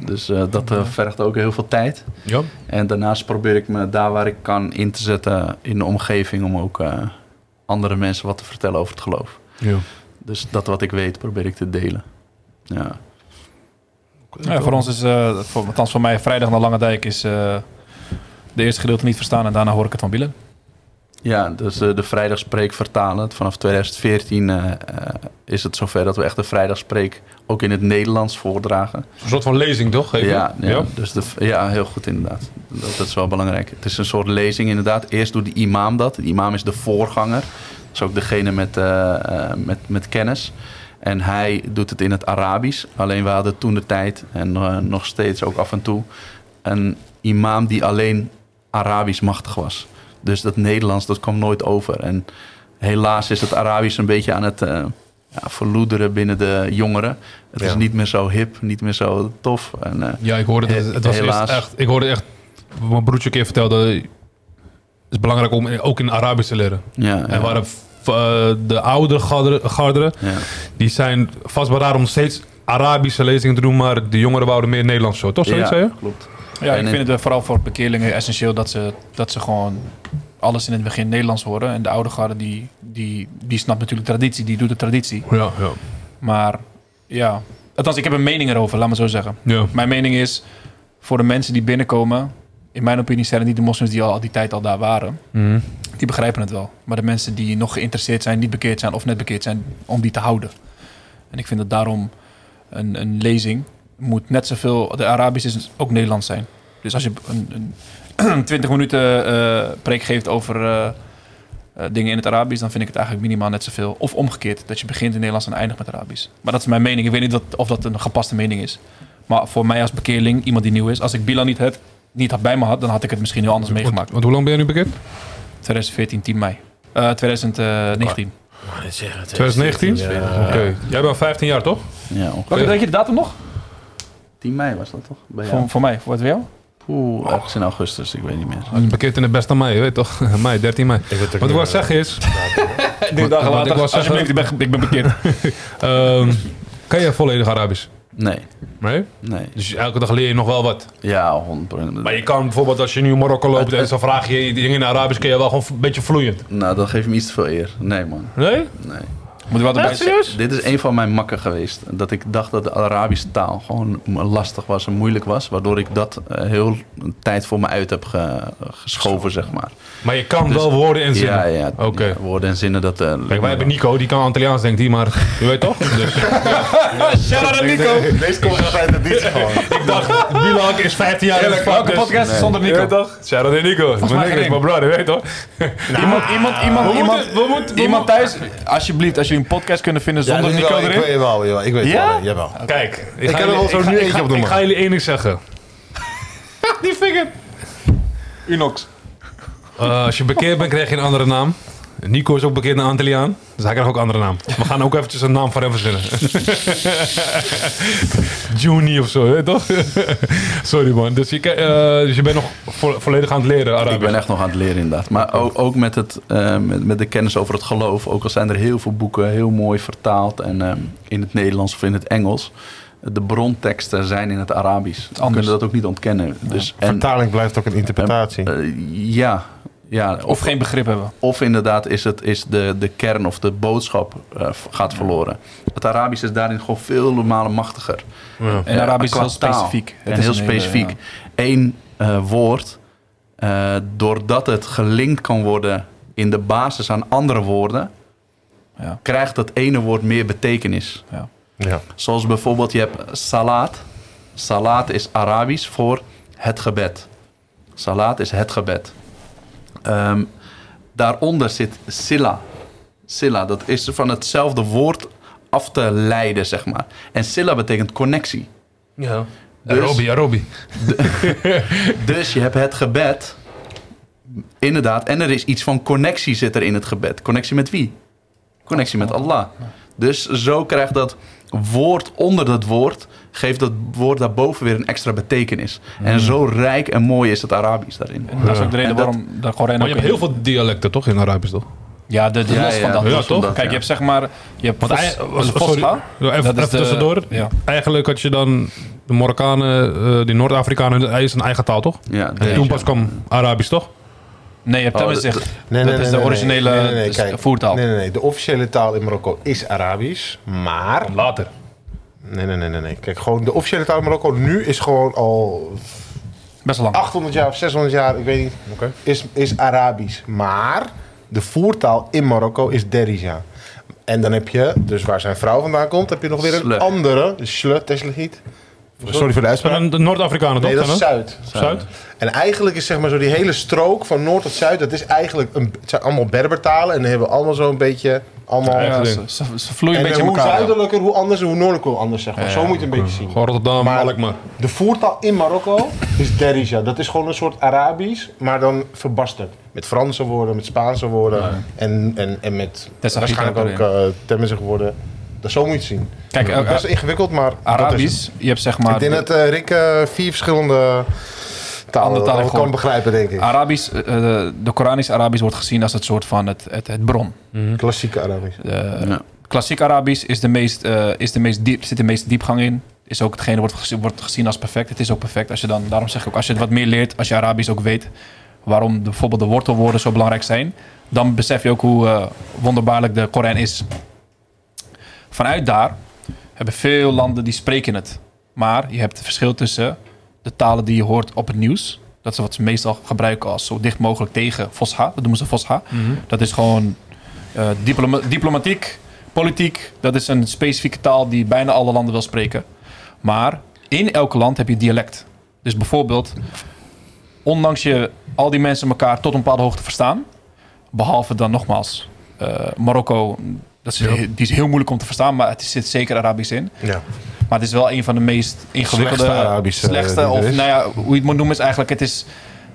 Dus eh, dat eh, vergt ook heel veel tijd. Ja. En daarnaast probeer ik me daar waar ik kan in te zetten in de omgeving om ook eh, andere mensen wat te vertellen over het geloof. Ja. Dus dat wat ik weet probeer ik te delen. Ja. Ja, voor ons is, eh voor, althans voor mij, vrijdag naar Lange Dijk is eh, de eerste gedeelte niet verstaan en daarna hoor ik het van Bielen. Ja, dus eh, de vrijdagspreek vertalen. Vanaf 2014 eh, eh, is het zover dat we echt de vrijdagspreek ook in het Nederlands voordragen. Een soort van lezing, toch? Even? Ja, ja, ja. Dus de, ja, heel goed inderdaad. Dat, dat is wel belangrijk. Het is een soort lezing inderdaad. Eerst doet de imam dat. De imam is de voorganger. Dat is ook degene met, eh, eh, met, met kennis. En hij doet het in het Arabisch. Alleen we hadden toen de tijd, en eh, nog steeds ook af en toe... een imam die alleen Arabisch machtig was. Dus dat Nederlands, dat kwam nooit over. En helaas is het Arabisch een beetje aan het... eh, ja, verloederen binnen de jongeren. Het is niet meer zo hip, niet meer zo tof. En, eh, Ja, ik hoorde het. Het was eerst Helaas. echt. Ik hoorde echt. wat Mijn broertje een keer vertelde. Het is belangrijk om in- ook in Arabisch te leren. Ja, ja, En waren v- eh, de oudere garderen, garderen, ja. die zijn vastberaden om steeds Arabische lezingen te doen, maar de jongeren wouden meer Nederlands zo, toch? Zoiets, Ja, zei je? klopt. Ja, En ik in- vind het eh, vooral voor bekeerlingen essentieel dat ze, dat ze gewoon alles in het begin Nederlands horen. En de oude garde, die, die, die snapt natuurlijk traditie, die doet de traditie. Ja, ja. Maar ja, althans, ik heb een mening erover, laat me zo zeggen. ja. Mijn mening is, voor de mensen die binnenkomen... In mijn opinie zijn het niet de moslims die al, al die tijd al daar waren. Mhm. Die begrijpen het wel. Maar de mensen die nog geïnteresseerd zijn, niet bekeerd zijn of net bekeerd zijn... om die te houden. En ik vind dat daarom een, een lezing moet net zoveel... De Arabisch is ook Nederlands zijn. Dus als je een, een 20 minuten eh, preek geeft over... eh, eh, dingen in het Arabisch, dan vind ik het eigenlijk minimaal net zoveel. Of omgekeerd, dat je begint in Nederlands en eindigt met Arabisch. Maar dat is mijn mening. Ik weet niet dat, of dat een gepaste mening is. Maar voor mij als bekeerling, iemand die nieuw is, als ik Bilan niet, had, niet had bij me had, dan had ik het misschien heel anders meegemaakt. Want, want hoe lang ben je nu bekend? 2014, 10 mei. Eh, 2019. Ik zeg het, 2019? Oké. Jij bent 15 jaar, toch? Ja, ongeveer. Welke weet je de datum nog? 10 mei was dat toch? Bij jou? Voor, voor mij, voor het wel? Poeh, ergens in augustus, ik weet niet meer. Hij is bekend in het beste mei, je weet toch? Mei, 13 mei. Ik weet het ook Wat niet ik wil meer. zeggen is, Drie dagen wat ik later, wou zeggen- alsjeblieft, ik ben, ik ben bekeerd. ehm, kan je volledig Arabisch? Nee, Nee? nee. Dus elke dag leer je nog wel wat. Ja, 100%. Maar je kan bijvoorbeeld, als je nu in Marokko loopt en ze vragen je dingen in Arabisch, kun je wel gewoon een beetje vloeiend. Nou, dat geeft me iets te veel eer. Nee, man. Nee? Nee. Moet er wel erbij zeggen. Dus? Dit is een van mijn makken geweest. Dat ik dacht dat de Arabische taal gewoon m- lastig was en moeilijk was. Waardoor ik dat eh, heel een tijd voor me uit heb ge- geschoven, zeg maar. Maar je kan Dus- wel woorden en zinnen. Ja, ja. Oké. Ja, woorden en zinnen, dat... eh, Kijk, lukt me wij hebben wel. Nico, die kan Antilliaans, denkt hij, maar je weet toch? Dus, Shout-out aan Nico! Deze komt echt uit de dienst gewoon. ik dacht, Bilak is 15 jaar in de Welke podcast. podcast is zonder Je weet Nico? toch? Shout out aan Nico. Mijn mij geen Nico is één. mijn brother, je weet toch? Iemand, iemand, iemand, We iemand, moeten, we moeten, we iemand moeten- thuis, alsjeblieft, als jullie een podcast kunnen vinden zonder ik, Nico wel, ik, erin. weet wel, jawel, ik weet Ja? wel, jawel. Kijk, ik, kan ga er jullie- wel zo ik ga- nu ik eentje ga- op doen, Ik ga man. jullie één ding zeggen. Die vinger. Unox. Eh, als je bekeerd bent, krijg je een andere naam. Nico is ook bekeerd een Antilliaan, dus hij krijgt ook een andere naam. We gaan ook eventjes een naam voor hem verzinnen. Juni of zo, hè, toch? Sorry man, dus je, kan- eh, dus je bent nog vo- volledig aan het leren Arabisch. Ik ben echt nog aan het leren inderdaad. Maar ook, ook met, het, eh, met, met de kennis over het geloof. Ook al zijn er heel veel boeken heel mooi vertaald. En eh, in het Nederlands of in het Engels. De bronteksten zijn in het Arabisch. We anders. kunnen dat ook niet ontkennen. Dus, en, Vertaling blijft ook een interpretatie. eh, ja, ja, Of geen begrip hebben. of inderdaad is, het, is de, de kern of de boodschap eh, v- gaat verloren. Het Arabisch is daarin gewoon vele malen machtiger. En Ja, Arabisch is qua heel taal. specifiek. Het En is heel een hele, specifiek. ja. Eén eh, woord, eh, doordat het gelinkt kan worden in de basis aan andere woorden, Ja. krijgt dat ene woord meer betekenis. ja. Zoals bijvoorbeeld je hebt salat. Salat is Arabisch voor het gebed. Salat is het gebed. Ehm, daaronder zit silla. Silla, dat is van hetzelfde woord af te leiden, zeg maar. En silla betekent connectie. Ja. Dus- Arobi, Arobi. Dus je hebt het gebed. Inderdaad, en er is iets van connectie zit er in het gebed. Connectie met wie? Connectie met Allah. Dus zo krijgt dat woord onder dat woord geeft dat woord daarboven weer een extra betekenis. En zo rijk en mooi is het Arabisch daarin. Dat is ook de reden En dat- waarom de Koran Maar ook je hebt in- heel veel dialecten toch in Arabisch toch? Ja, de, de Ja, los ja, van dat. ja, los van toch? dat, Kijk, je hebt zeg maar... Je hebt Want Fos- hij- was- de oh, sorry. Fosfa. Ja, Even, Dat is even de- tussendoor. ja. Eigenlijk had je dan de Marokkanen, eh, die Noord-Afrikanen, hun- hij is een eigen taal toch? Ja, En toen deze. pas kwam Arabisch toch? Nee, je hebt Oh, Tamil dat- zegt... Nee, dat is de originele dus, voertaal. Nee, nee, nee. De officiële taal in Marokko is Arabisch, maar... Later. Nee, nee, nee, nee, nee. Kijk, gewoon de officiële taal in Marokko nu is gewoon al Best wel lang. 800 jaar of 600 jaar, ik weet niet, is, is Arabisch. Maar de voertaal in Marokko is Derija. En dan heb je, dus waar zijn vrouw vandaan komt, heb je nog weer een Sle. andere, Sle, Teslechiet. Sorry voor de uitspraak. Zijn de Noord-Afrikanen toch? Nee, dat is zijn Zuid. dat? Zuid. En eigenlijk is zeg maar zo die hele strook van noord tot zuid, dat is eigenlijk een, het zijn allemaal Berbertalen en die hebben allemaal zo'n beetje allemaal. Ja, Eigen ze, ding. ze- ze vloeien en een beetje in hoe elkaar. ja. zuidelijker, hoe anders en hoe noordelijker, hoe anders zeg maar. zo moet je het een beetje zien. Gewoon Rotterdam, Maar- Alkmaar. De voertaal in Marokko is Derija. Dat is gewoon een soort Arabisch, maar dan verbasterd. Met Franse woorden, met Spaanse woorden en, en, en met Dat zag ik waarschijnlijk ook ook eh Temmizig woorden. Dat zo moet je het zien. Kijk, ook, Best eh, ingewikkeld, maar dat is het. Arabisch, je hebt zeg Ik maar... denk dat eh, Rick eh, vier verschillende talen, Andere talen wel kan gewoon. begrijpen, denk ik. Arabisch, eh, eh, de Koranisch Arabisch wordt gezien als het soort van het, het, het bron. Klassieke Arabisch. Eh, Ja. Klassiek Arabisch is de meest, eh, is de meest diep, zit de meest diepgang in. Is ook hetgene wordt gezien, wordt gezien als perfect. Het is ook perfect. Als je dan, daarom zeg ik ook, als je het wat meer leert, als je Arabisch ook weet waarom de- bijvoorbeeld de wortelwoorden zo belangrijk zijn, dan besef je ook hoe eh, wonderbaarlijk de Koran is. Vanuit daar hebben veel landen die spreken het. Maar je hebt het verschil tussen de talen die je hoort op het nieuws. Dat is wat ze meestal gebruiken als zo dicht mogelijk tegen Fosha. Dat noemen ze Fosha. Dat is gewoon eh, diploma- diplomatiek, politiek, dat is een specifieke taal die bijna alle landen wel spreken. Maar in elk land heb je dialect. Dus bijvoorbeeld, ondanks je al die mensen elkaar tot een bepaalde hoogte verstaan, behalve dan nogmaals eh, Marokko, dat is, die is heel moeilijk om te verstaan, maar het zit zeker Arabisch in. Ja. Maar het is wel een van de meest ingewikkelde... Slechtste Arabische, Slechtste, eh, die er of is. nou ja, hoe je het moet noemen is eigenlijk... Het is,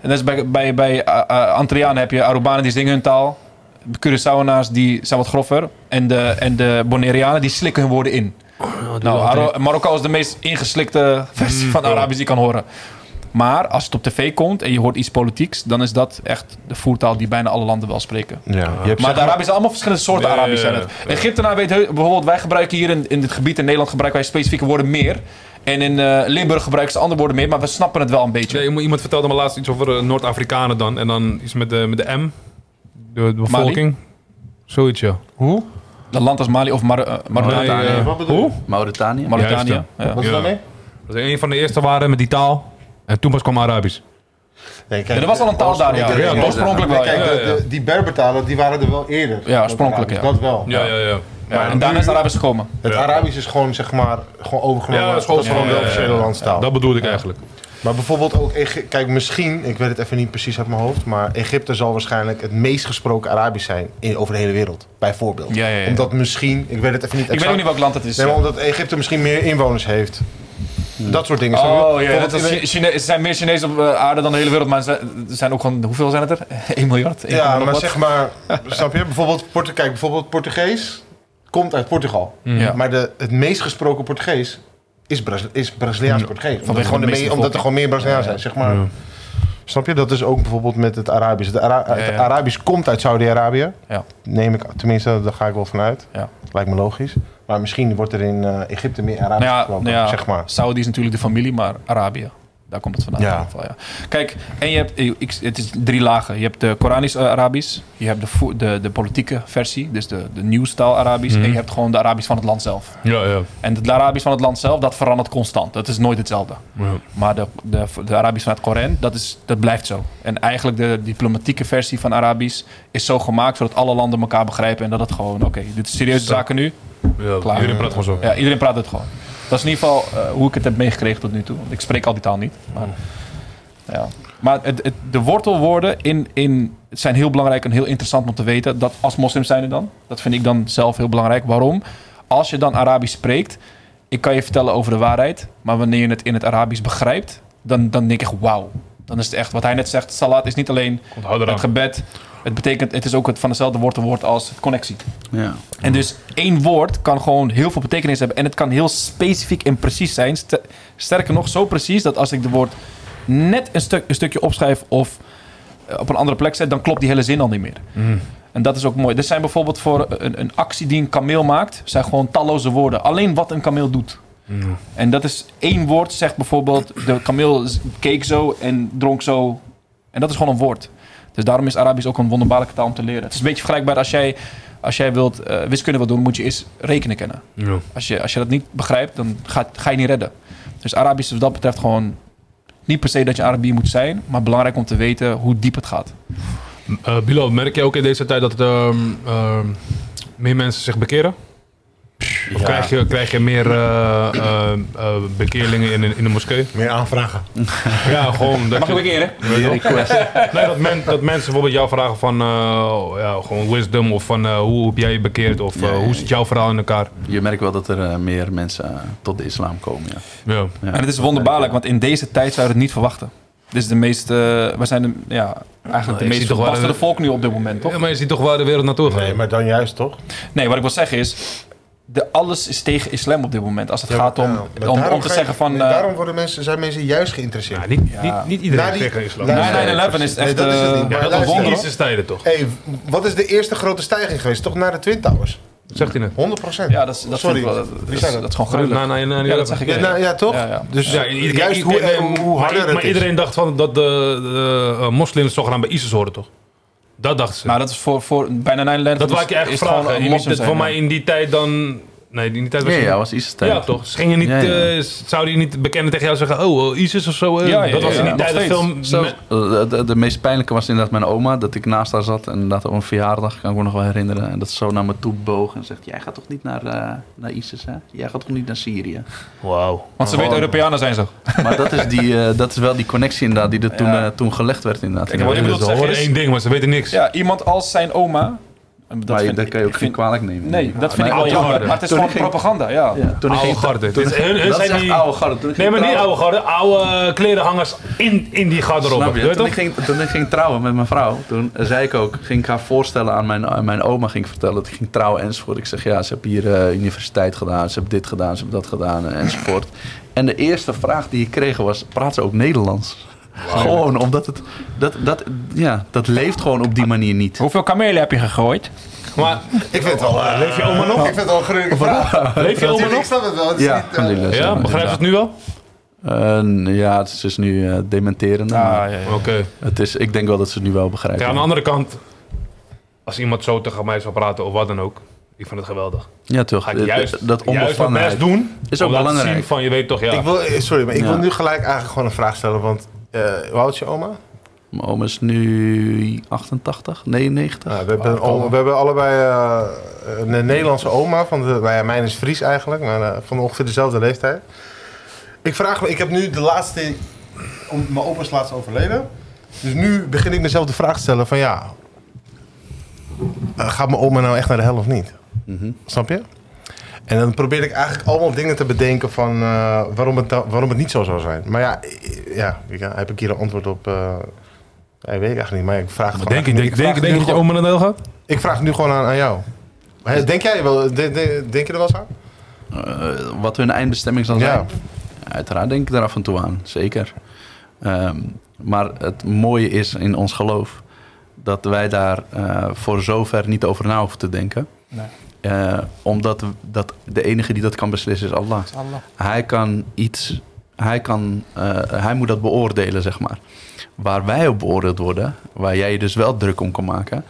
net als bij, bij, bij eh, eh, Antillianen heb je Arubanen, die zingen hun taal. De Curaçaonaars, die zijn wat grover. En de, en de Bonaireanen, die slikken hun woorden in. Oh, nou, Aro- Marokko is de meest ingeslikte versie Mm, van Arabisch die je kan horen. Maar als het op tv komt en je hoort iets politieks... dan is dat echt de voertaal die bijna alle landen wel spreken. Ja. Je hebt Maar zeg de Arabisch zijn allemaal verschillende soorten Arabisch. Zijn het. Egyptenaar weet heel- bijvoorbeeld, wij gebruiken hier in, in dit gebied in Nederland gebruiken wij specifieke woorden meer. En in eh, Limburg gebruiken ze andere woorden meer, maar we snappen het wel een beetje. Nee, iemand- iemand vertelde me laatst iets over eh, Noord-Afrikanen dan. En dan iets met de, met de M. De, de bevolking. Zoiets, ja. Hoe? Een land als Mali of Mar eh, Mauritanië. Nee, eh, Wat bedoel je? hoe? Mauritanië. Mauritanië, Juist, ja. Wat is Ja. daarmee? Dat is een van de eerste waren met die taal. En toen pas kwam Arabisch. Nee, kijk, Ja, er was al een taal daar, ja. de- Ja, de- oorspronkelijk wel, ja. Kijk, de- Ja, ja. de- die Berbertalen die waren er wel eerder. Ja, oorspronkelijk, ja. Dat wel. ja, ja. Ja, en daarna is het Arabisch gekomen. Het Arabisch is gewoon, zeg maar, gewoon overgenomen. Ja, dat is gewoon de officiële landstaal. Dat bedoelde ik eigenlijk. Maar bijvoorbeeld ook, Egy- kijk, misschien, ik weet het even niet precies uit mijn hoofd, maar Egypte zal waarschijnlijk het meest gesproken Arabisch zijn in, over de hele wereld, bijvoorbeeld. Ja, ja, ja. Omdat misschien, ik weet het even niet Ik weet ook niet welk land het is. Nee, maar ja. omdat Egypte misschien meer inwoners heeft. Dat soort dingen. Snap Oh je? ja, dat Bijvoorbeeld is, dat- Chine- er zijn meer Chinezen op eh, aarde dan de hele wereld, maar er zijn- er zijn ook gewoon, hoeveel zijn het er? 1 miljard? Eén ja, komma nog maar wat. zeg maar, snap je? Bijvoorbeeld, Portu kijk, bijvoorbeeld Portugees komt uit Portugal. Mm. Ja. Maar de, het meest gesproken Portugees is, Braz is Mm. Braziliaans Portugees. Omdat, de gewoon de meeste mee- omdat er gewoon meer Braziliaans zijn, zeg maar. Snap je? Dat is ook bijvoorbeeld met het Arabisch. Het, Ara- het ja. Arabisch komt uit Saudi-Arabië. Ja. Neem ik, tenminste, daar ga ik wel vanuit. Ja. Lijkt me logisch. Maar misschien wordt er in eh, Egypte meer Arabisch Nou ja, gesproken, nou ja, zeg maar. Saudi is natuurlijk de familie, maar Arabië. Daar komt het vandaan. Ja. in ieder geval, ja. Kijk, en je hebt, eh, ik, het is drie lagen. Je hebt de Koranisch eh, Arabisch, je hebt de, vo- de, de politieke versie, dus de, de nieuwstaal Arabisch, Mhm. en je hebt gewoon de Arabisch van het land zelf. Ja, ja. En het Arabisch van het land zelf, dat verandert constant. Dat is nooit hetzelfde. Ja. Maar de, de, de Arabisch van het Koran, dat, is, dat blijft zo. En eigenlijk de diplomatieke versie van Arabisch is zo gemaakt zodat alle landen elkaar begrijpen en dat het gewoon, oké, dit is serieuze zaken nu, ja. Klaar. Iedereen praat gewoon zo. ja, iedereen praat het gewoon. Dat is in ieder geval eh, hoe ik het heb meegekregen tot nu toe. Want ik spreek al die taal niet. Maar, ja. maar het, het, de wortelwoorden in, in, zijn heel belangrijk en heel interessant om te weten. Dat als moslims zijn er dan. Dat vind ik dan zelf heel belangrijk. Waarom? Als je dan Arabisch spreekt. Ik kan je vertellen over de waarheid. Maar wanneer je het in het Arabisch begrijpt. Dan, dan denk ik echt wauw. Dan is het echt wat hij net zegt. Salat is niet alleen Onthoud het eraan. gebed. Het betekent, het is ook het, van hetzelfde woord een woord als connectie. Ja. En dus één woord kan gewoon heel veel betekenis hebben. En het kan heel specifiek en precies zijn. Ster- Sterker nog, zo precies dat als ik de woord net een, stuk, een stukje opschrijf of eh, op een andere plek zet, dan klopt die hele zin al niet meer. En dat is ook mooi. Er zijn bijvoorbeeld voor een, een actie die een kameel maakt, zijn gewoon talloze woorden. Alleen wat een kameel doet. En dat is één woord, zegt bijvoorbeeld, de kameel z- keek zo en dronk zo. En dat is gewoon een woord. Dus daarom is Arabisch ook een wonderbaarlijke taal om te leren. Het is een beetje vergelijkbaar als jij, als jij wilt, eh, wiskunde wilt doen, moet je eerst rekenen kennen. Ja. Als, je, als je dat niet begrijpt, dan ga, ga je niet redden. Dus Arabisch is wat dat betreft gewoon niet per se dat je Arabier moet zijn, maar belangrijk om te weten hoe diep het gaat. Eh, Bilal, merk je ook in deze tijd dat ehm, ehm, meer mensen zich bekeren? Of krijg, je, krijg je meer eh, eh, eh, bekeerlingen in, een- in de moskee? Meer aanvragen. Ja, gewoon. Dat Mag ik je- bekeren? Weet je wel? Nee, dat, men, dat mensen bijvoorbeeld jou vragen van eh, ja, gewoon wisdom of van eh, hoe heb jij je bekeerd of eh, Ja, ja, ja. hoe zit jouw verhaal in elkaar? Je merkt wel dat er eh, meer mensen eh, tot de islam komen. Ja. Ja. Ja. En het is wonderbaarlijk, want in deze tijd zou je het niet verwachten. Dit is de meest, eh, we zijn de, ja, Nou, eigenlijk je de meest ziet toch wel- verbasterde volk nu op dit moment, toch? Ja, maar je ziet toch waar de wereld naartoe gaat? Nee, maar dan juist toch? Nee, wat ik wil zeggen is, de, alles is tegen islam op dit moment. Als het Ja, gaat om, ja, maar om, daarom om ga te je- zeggen van... nee, eh, daarom worden mensen, zijn mensen juist geïnteresseerd. Ja, niet, niet, niet iedereen Na is die- tegen islam. na- Ja, 9-11 is Nee, echt... dat is het eh, niet. Maar dat was luister, in wonder, Jezus tijden toch? hey, wat is de eerste grote stijging geweest? Toch naar de Twin Towers? 100%. Zegt hij net. ja, dat is, dat Sorry. vind ik wel- Wie dat, is, zei dat? dat is gewoon gruwelijk. Na, na, na, Ja, dat zeg ik. Ja, nou, ja, toch? Ja, ja. Dus Ja, iedereen- juist hoe, iedereen- hoe, hoe harder maar, het maar is. iedereen dacht van dat de, de, eh, moslims zogenaamd bij ISIS horen, toch? Dat dachten ze. Maar dat is voor, voor bijna 9-11... dat is- wou ik je is eigenlijk gewoon een vragen. Je moest moslim het zijn, voor ja. mij in die tijd dan... Nee, in die tijd was Ja, je- ja, was ISIS Ja, toch? Ze gingen niet, Ja, ja. eh, zouden je niet bekenden tegen jou zeggen, oh, eh, ISIS of zo? eh, Ja, ja, dat was ja, in ja. die Nog tijd een steeds. film... Zo, de, Eh, de- de meest pijnlijke was inderdaad mijn oma. Dat ik naast haar zat en inderdaad op een verjaardag, kan ik me nog wel herinneren. En dat ze zo naar me toe boog en zegt, jij gaat toch niet naar, eh, naar ISIS, hè? Jij gaat toch niet naar Syrië? Wauw. Want ze weten, Europeanen zijn zo. Maar dat is, die, eh, dat is wel die connectie inderdaad die er toen, Ja. eh, toen gelegd werd inderdaad. Kijk, wat ik bedoel te Ze zeggen horen is- één ding, maar ze weten niks. Ja, iemand als zijn oma... Dat maar je- vind dat ik- kan je ook ik geen vind- kwalijk nemen. Nee, dat vind ik Maar wel oude jammer. garde. Maar het is Toen gewoon ging- propaganda, ja. Ja, toen Oude ik ging- garde. Het toen- is- hun- hun dat is zijn echt die- oude garde. Toen ik Nee, ging maar niet trouwen- oude garde, oude eh, klerenhangers in, in die garderobe. Snap je? Weet je Toen, toch? ik ging, toen ik ging trouwen met mijn vrouw, toen eh, zei ik ook, ging ik haar voorstellen aan mijn, aan mijn oma, ging ik vertellen dat ik ging trouwen enzovoort. Ik zeg ja, ze hebben hier eh, universiteit gedaan, ze hebben dit gedaan, ze hebben dat gedaan eh, enzovoort. En de eerste vraag die ik kreeg was, praat ze ook Nederlands? Gewoon omdat het, dat, dat, ja, dat leeft gewoon op die manier niet. Hoeveel kamelen heb je gegooid? Maar Ik vind het wel... eh, leef je oma nog? ik vind het wel een gruwelijke vraag. Leef je oma Natuurlijk, nog? Ik snap het wel. Het is Ja, niet, eh, alhamdulillah, zeg Ja, maar, begrijp je het nu wel? inderdaad. Eh, ja, ze is nu eh dementerende. maar Oké. het is, ik denk wel dat ze het nu wel begrijpen. Ah, Ja, aan de andere kant, als iemand zo tegen mij zou praten of wat dan ook, ik vind het geweldig. Ja, toch. Ga ik eh, juist, dat juist mijn onbevangenheid. best doen, Is ook om laten belangrijk. zien van, je weet toch, ja. ik wil, eh, sorry, maar ik Ja. wil nu gelijk eigenlijk gewoon een vraag stellen. Want eh hoe oud is je oma? Mijn oom is nu 88, 99. Nou, we, hebben een oma- we hebben allebei eh, een Nederlandse oma. Van de, nou ja, mijn is Fries eigenlijk, maar eh, van ongeveer dezelfde leeftijd. Ik vraag me, ik heb nu de laatste. om- Mijn opa is laatst overleden. Dus nu begin ik mezelf de vraag te stellen: van ja. eh, gaat mijn oma nou echt naar de hel of niet? Snap je? En dan probeer ik eigenlijk allemaal dingen te bedenken van eh, waarom, het, dan- waarom het niet zo zou zijn. Maar ja, eh, ja, ik- ja, heb ik hier een antwoord op? eh ja, ik weet ik eigenlijk niet, maar ik vraag het gewoon Denk, eigenlijk ik, nu. denk, vraag denk, het denk nu je dat je oma naar de hel gaat? ik vraag het nu gewoon aan, aan jou. Hè, Denk jij wel, de- de- denk je er wel eens aan? Eh, wat hun eindbestemming zal Ja. zijn. Uiteraard denk ik daar af en toe aan, zeker. Ehm, maar het mooie is in ons geloof dat wij daar eh, voor zover niet over na hoeven te denken. Nee. Eh, omdat dat de enige die dat kan beslissen is Allah. Hij kan iets, hij, kan, eh, hij moet dat beoordelen, zeg maar. Waar wij op beoordeeld worden, waar jij je dus wel druk om kan maken,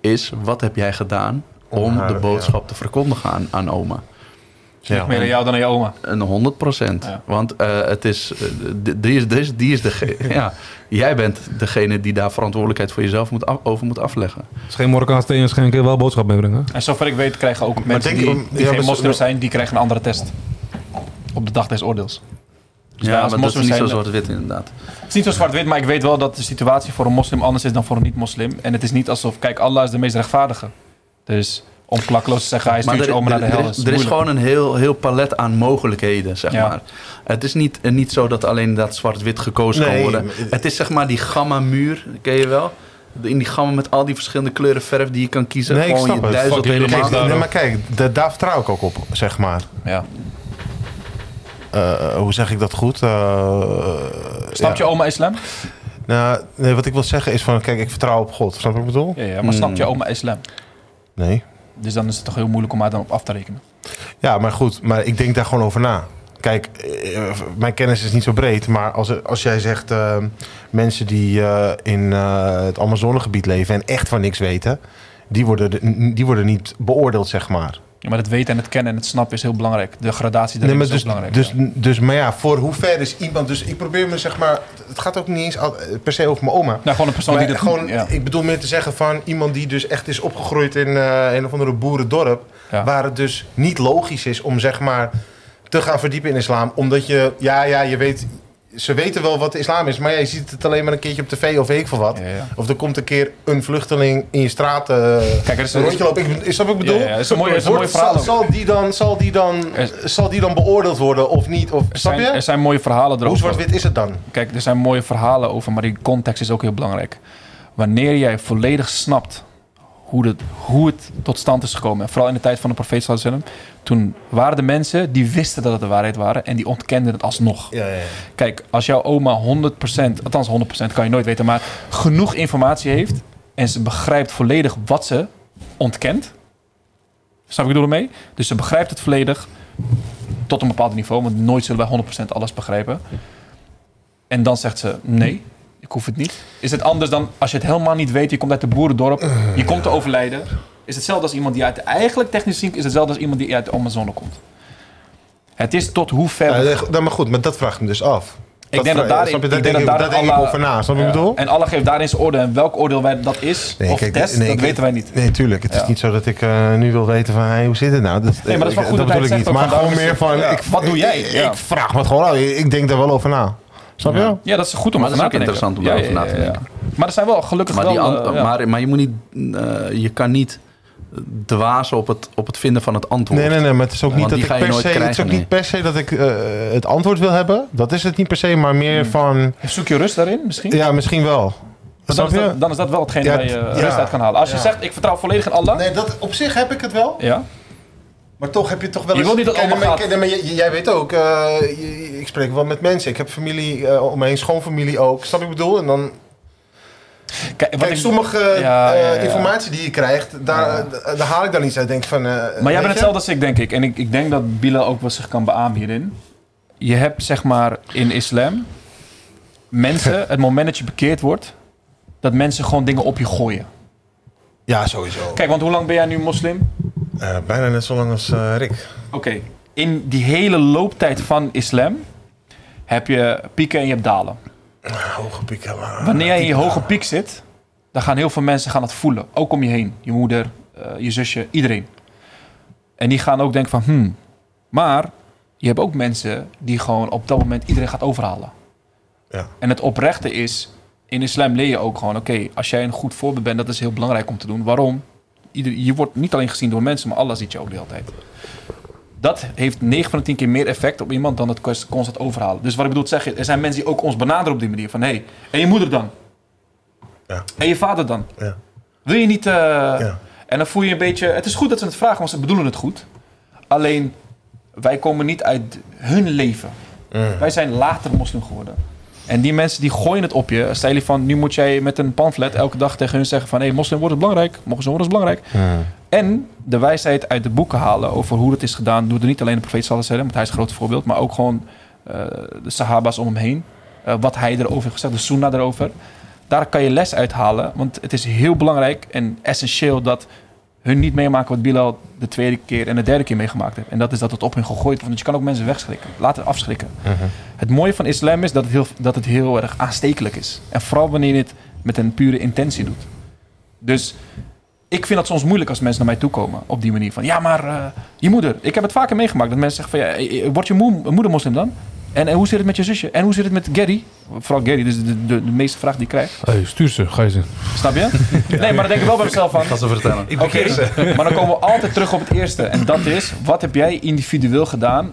is wat heb jij gedaan om, Om haar, de boodschap te verkondigen aan, aan oma? Ja. Meer aan jou dan aan je oma. Een 100 procent. Ja. Want eh, het is, eh, d- die is, die is, die is degene, ja, jij bent degene die daar verantwoordelijkheid voor jezelf moet af- over moet afleggen. Het is geen Marokkaans thee en schenken, wel boodschap meebrengen. En zover ik weet krijgen ook mensen denk die, je om- die ja, geen maar- moslims zijn, die krijgen een andere test. Op de dag des oordeels. wij als ja, maar dat is moslims niet zo zijn- zwart-wit inderdaad. Het is niet zo zwart-wit, maar ik weet wel dat de situatie voor een moslim anders is dan voor een niet-moslim. En het is niet alsof, kijk, Allah is de meest rechtvaardige. Dus om klakloos te zeggen, hij Maar stuurt je oma naar de hel. er, is, er is moeilijk. gewoon een heel, heel palet aan mogelijkheden, zeg Ja. maar. Het is niet, eh, niet zo dat alleen dat zwart-wit gekozen kan Nee, worden. maar- Het is zeg maar die gamma-muur, ken je wel? in die gammen met al die verschillende kleuren verf die je kan kiezen. Nee, ik gewoon snap je het. duizelt Fuck jullie helemaal. links daar. Kijk, nee, maar kijk, da- daar vertrouw ik ook op, zeg maar. Ja. Eh, hoe zeg ik dat goed? Eh, Snapt ja. je oma islam? Nou, nee, wat ik wil zeggen is van, kijk, ik vertrouw op God. Snap je wat ik bedoel? Ja, ja maar snapt Hmm. je oma islam? Nee. Dus dan is het toch heel moeilijk om haar dan op af te rekenen. Ja, maar goed, maar ik denk daar gewoon over na. Kijk, eh, mijn kennis is niet zo breed, maar als, er- als jij zegt eh, mensen die eh, in eh, het Amazonegebied leven en echt van niks weten, die worden, de- die worden niet beoordeeld, zeg maar. Ja, maar het weten en het kennen en het snappen is heel belangrijk. De gradatie daarin maar is heel dus, belangrijk. dus, ja. dus, maar ja, voor hoe ver is iemand? Dus ik probeer me zeg maar, het gaat ook niet eens al- per se over mijn oma. Nou, gewoon een persoon Maar die dat... gewoon, ja. Ik bedoel meer te zeggen van iemand die dus echt is opgegroeid in eh, een of andere boerendorp. Ja. Waar het dus niet logisch is om zeg maar te gaan verdiepen in islam. Omdat je, ja, ja, je weet, ze weten wel wat de islam is. Maar ja, je ziet het alleen maar een keertje op tv of weet ik veel wat. Ja, ja. Of er komt een keer een vluchteling in je straat eh Kijk, er is een een, rondje lopen. Ik, is dat wat ik bedoel? Ja, ja, is een mooi- is een Wordt- mooi verhaal zal, zal, die dan, zal, die dan, Er zal die dan beoordeeld worden of niet? Of, er, snap zijn, er je? zijn mooie verhalen erover. Hoe zwart-wit is het dan? Kijk, er zijn mooie verhalen over, maar die context is ook heel belangrijk. Wanneer jij volledig snapt hoe, de, hoe het tot stand is gekomen, en vooral in de tijd van de profeet sallallahu alaihi wasallam, toen waren er mensen die wisten dat het de waarheid waren en die ontkenden het alsnog. Ja, ja, ja. Kijk, als jouw oma 100%, althans 100% kan je nooit weten, maar genoeg informatie heeft en ze begrijpt volledig wat ze ontkent. Snap ik bedoel mee? Dus ze begrijpt het volledig tot een bepaald niveau, want nooit zullen wij 100% alles begrijpen. En dan zegt ze: nee, ik hoef het niet. Is het anders dan als je het helemaal niet weet? Je komt uit de boerendorp, je komt te overlijden. Is hetzelfde als iemand die uit, eigenlijk technisch gezien, is hetzelfde als iemand die uit de Amazone komt. Het is tot hoe ver. we Ja, nou, maar goed, maar dat vraag ik me dus af. ik denk dat vra- daarin, snap je, ik dat denk dat denk ik- daarin dat denk ik Allah- over na. Snap je wat ik Ja. bedoel? Eh, En Allah geeft daarin zijn oordeel. En welk oordeel wij, dat is, of kijk, test, dat kijk, weten wij niet. Nee, tuurlijk. Het is Ja. niet zo dat ik eh, nu wil weten van, hey, hoe zit het nou? Dat, Nee, maar dat is wel ik- goed dat hij bedoel ik het niet. zegt, Maar want gewoon daarom meer is het- van, ja. ik, Wat doe jij? Ik, Ja. ik vraag me het gewoon af. Ik, ik denk daar wel over na. Snap je? wel? Ja, dat is goed om Maar over dat na is te ook denken. interessant om daarover na te Maar er zijn wel gelukkig Maar, wel... die an- eh, ja. maar, maar je moet niet, eh, je kan niet dwazen op het, op het vinden van het antwoord. Nee, nee, nee. Maar het is ook Ja, niet want dat die ik ga je per se... nooit het is ook krijgen, niet per se dat ik eh, het antwoord wil hebben. Dat is het niet per se, maar Hmm. meer van... Zoek je rust daarin misschien? Ja, misschien wel. Maar Snap dan, is je? dat, dan is dat wel hetgeen Ja, waar je eh, ja. rust uit kan halen. Als je Ja. zegt, ik vertrouw volledig in Allah... Nee, dat, op zich heb ik het wel. Ja, Maar toch heb je toch wel Je eens... wil niet dat Kijk, allemaal maar- gaat. kijk, maar jij- jij weet ook, eh, je- ik spreek wel met mensen. Ik heb familie eh, om me heen, schoonfamilie ook. Snap je wat ik bedoel? En dan Kijk, wat Kijk, ik- sommige eh, Ja, ja, ja. informatie die je krijgt, daar, eh, daar haal ik dan iets uit. Denk ik van, eh, Maar jij weet bent je? hetzelfde als ik, denk ik. En ik, ik denk dat Bila ook wel zich kan beamen hierin. Je hebt zeg maar in islam mensen, het moment dat je bekeerd wordt, dat mensen gewoon dingen op je gooien. Ja, sowieso. Kijk, want hoe lang ben jij nu moslim? Eh, bijna net zo lang als eh, Rick. Oké, in die hele looptijd van islam heb je pieken en je hebt dalen. Hoge piek, ja, maar... Wanneer jij in je hoge piek zit, dan gaan heel veel mensen gaan dat voelen. Ook om je heen. Je moeder, eh, je zusje, iedereen. En die gaan ook denken van, hmm. Maar je hebt ook mensen die gewoon op dat moment iedereen gaat overhalen. Ja. En het oprechte is, in islam leer je ook gewoon, oké, als jij een goed voorbeeld bent, dat is heel belangrijk om te doen. Waarom? Ieder, je wordt niet alleen gezien door mensen, maar Allah ziet je ook de hele tijd. Dat heeft 9 van de 10 keer meer effect op iemand dan het kost- constant overhalen. Dus wat ik bedoel te zeggen, is, er zijn mensen die ook ons benaderen op die manier. Van hé, hey, en je moeder dan? Ja. En je vader dan? Ja. Wil je niet... eh, Ja. En dan voel je een beetje... Het is goed dat ze het vragen, want ze bedoelen het goed. Alleen, wij komen niet uit hun leven. Mm. Wij zijn later moslim geworden. En die mensen die gooien het op je. Stel je van, nu moet jij met een pamflet elke dag tegen hun zeggen van... hé, hey, moslim wordt het belangrijk. Mogen ze worden is belangrijk. Hmm. En de wijsheid uit de boeken halen over hoe dat is gedaan. Doe er niet alleen de profeet Sallallahu alaihi wasallam, want hij is een groot voorbeeld. Maar ook gewoon eh, de sahaba's om hem heen. Eh, wat hij erover heeft gezegd, de sunnah erover. Daar kan je les uit halen. Want het is heel belangrijk en essentieel dat hun niet meemaken wat Bilal de tweede keer en de derde keer meegemaakt heeft. En dat is dat het op hun gegooid wordt. Want je kan ook mensen wegschrikken. Laten afschrikken. Het mooie van islam is dat het, heel, dat het heel erg aanstekelijk is. En vooral wanneer je het met een pure intentie doet. Dus ik vind dat soms moeilijk als mensen naar mij toe komen op die manier. Van ja, maar eh, je moeder. Ik heb het vaker meegemaakt dat mensen zeggen van ja, eh, eh, wordt je moe- moeder moslim dan? En, eh, hoe zit het met je zusje? En hoe zit het met Gary? Vooral Gary, dus de, de, de meeste vraag die ik krijg. Hey, stuur ze, ga je ze. Snap je? Nee, maar dan denk ik wel bij mezelf van. Ga ze vertellen. Ik Oké, maar dan komen we altijd terug op het eerste. En dat is, wat heb jij individueel gedaan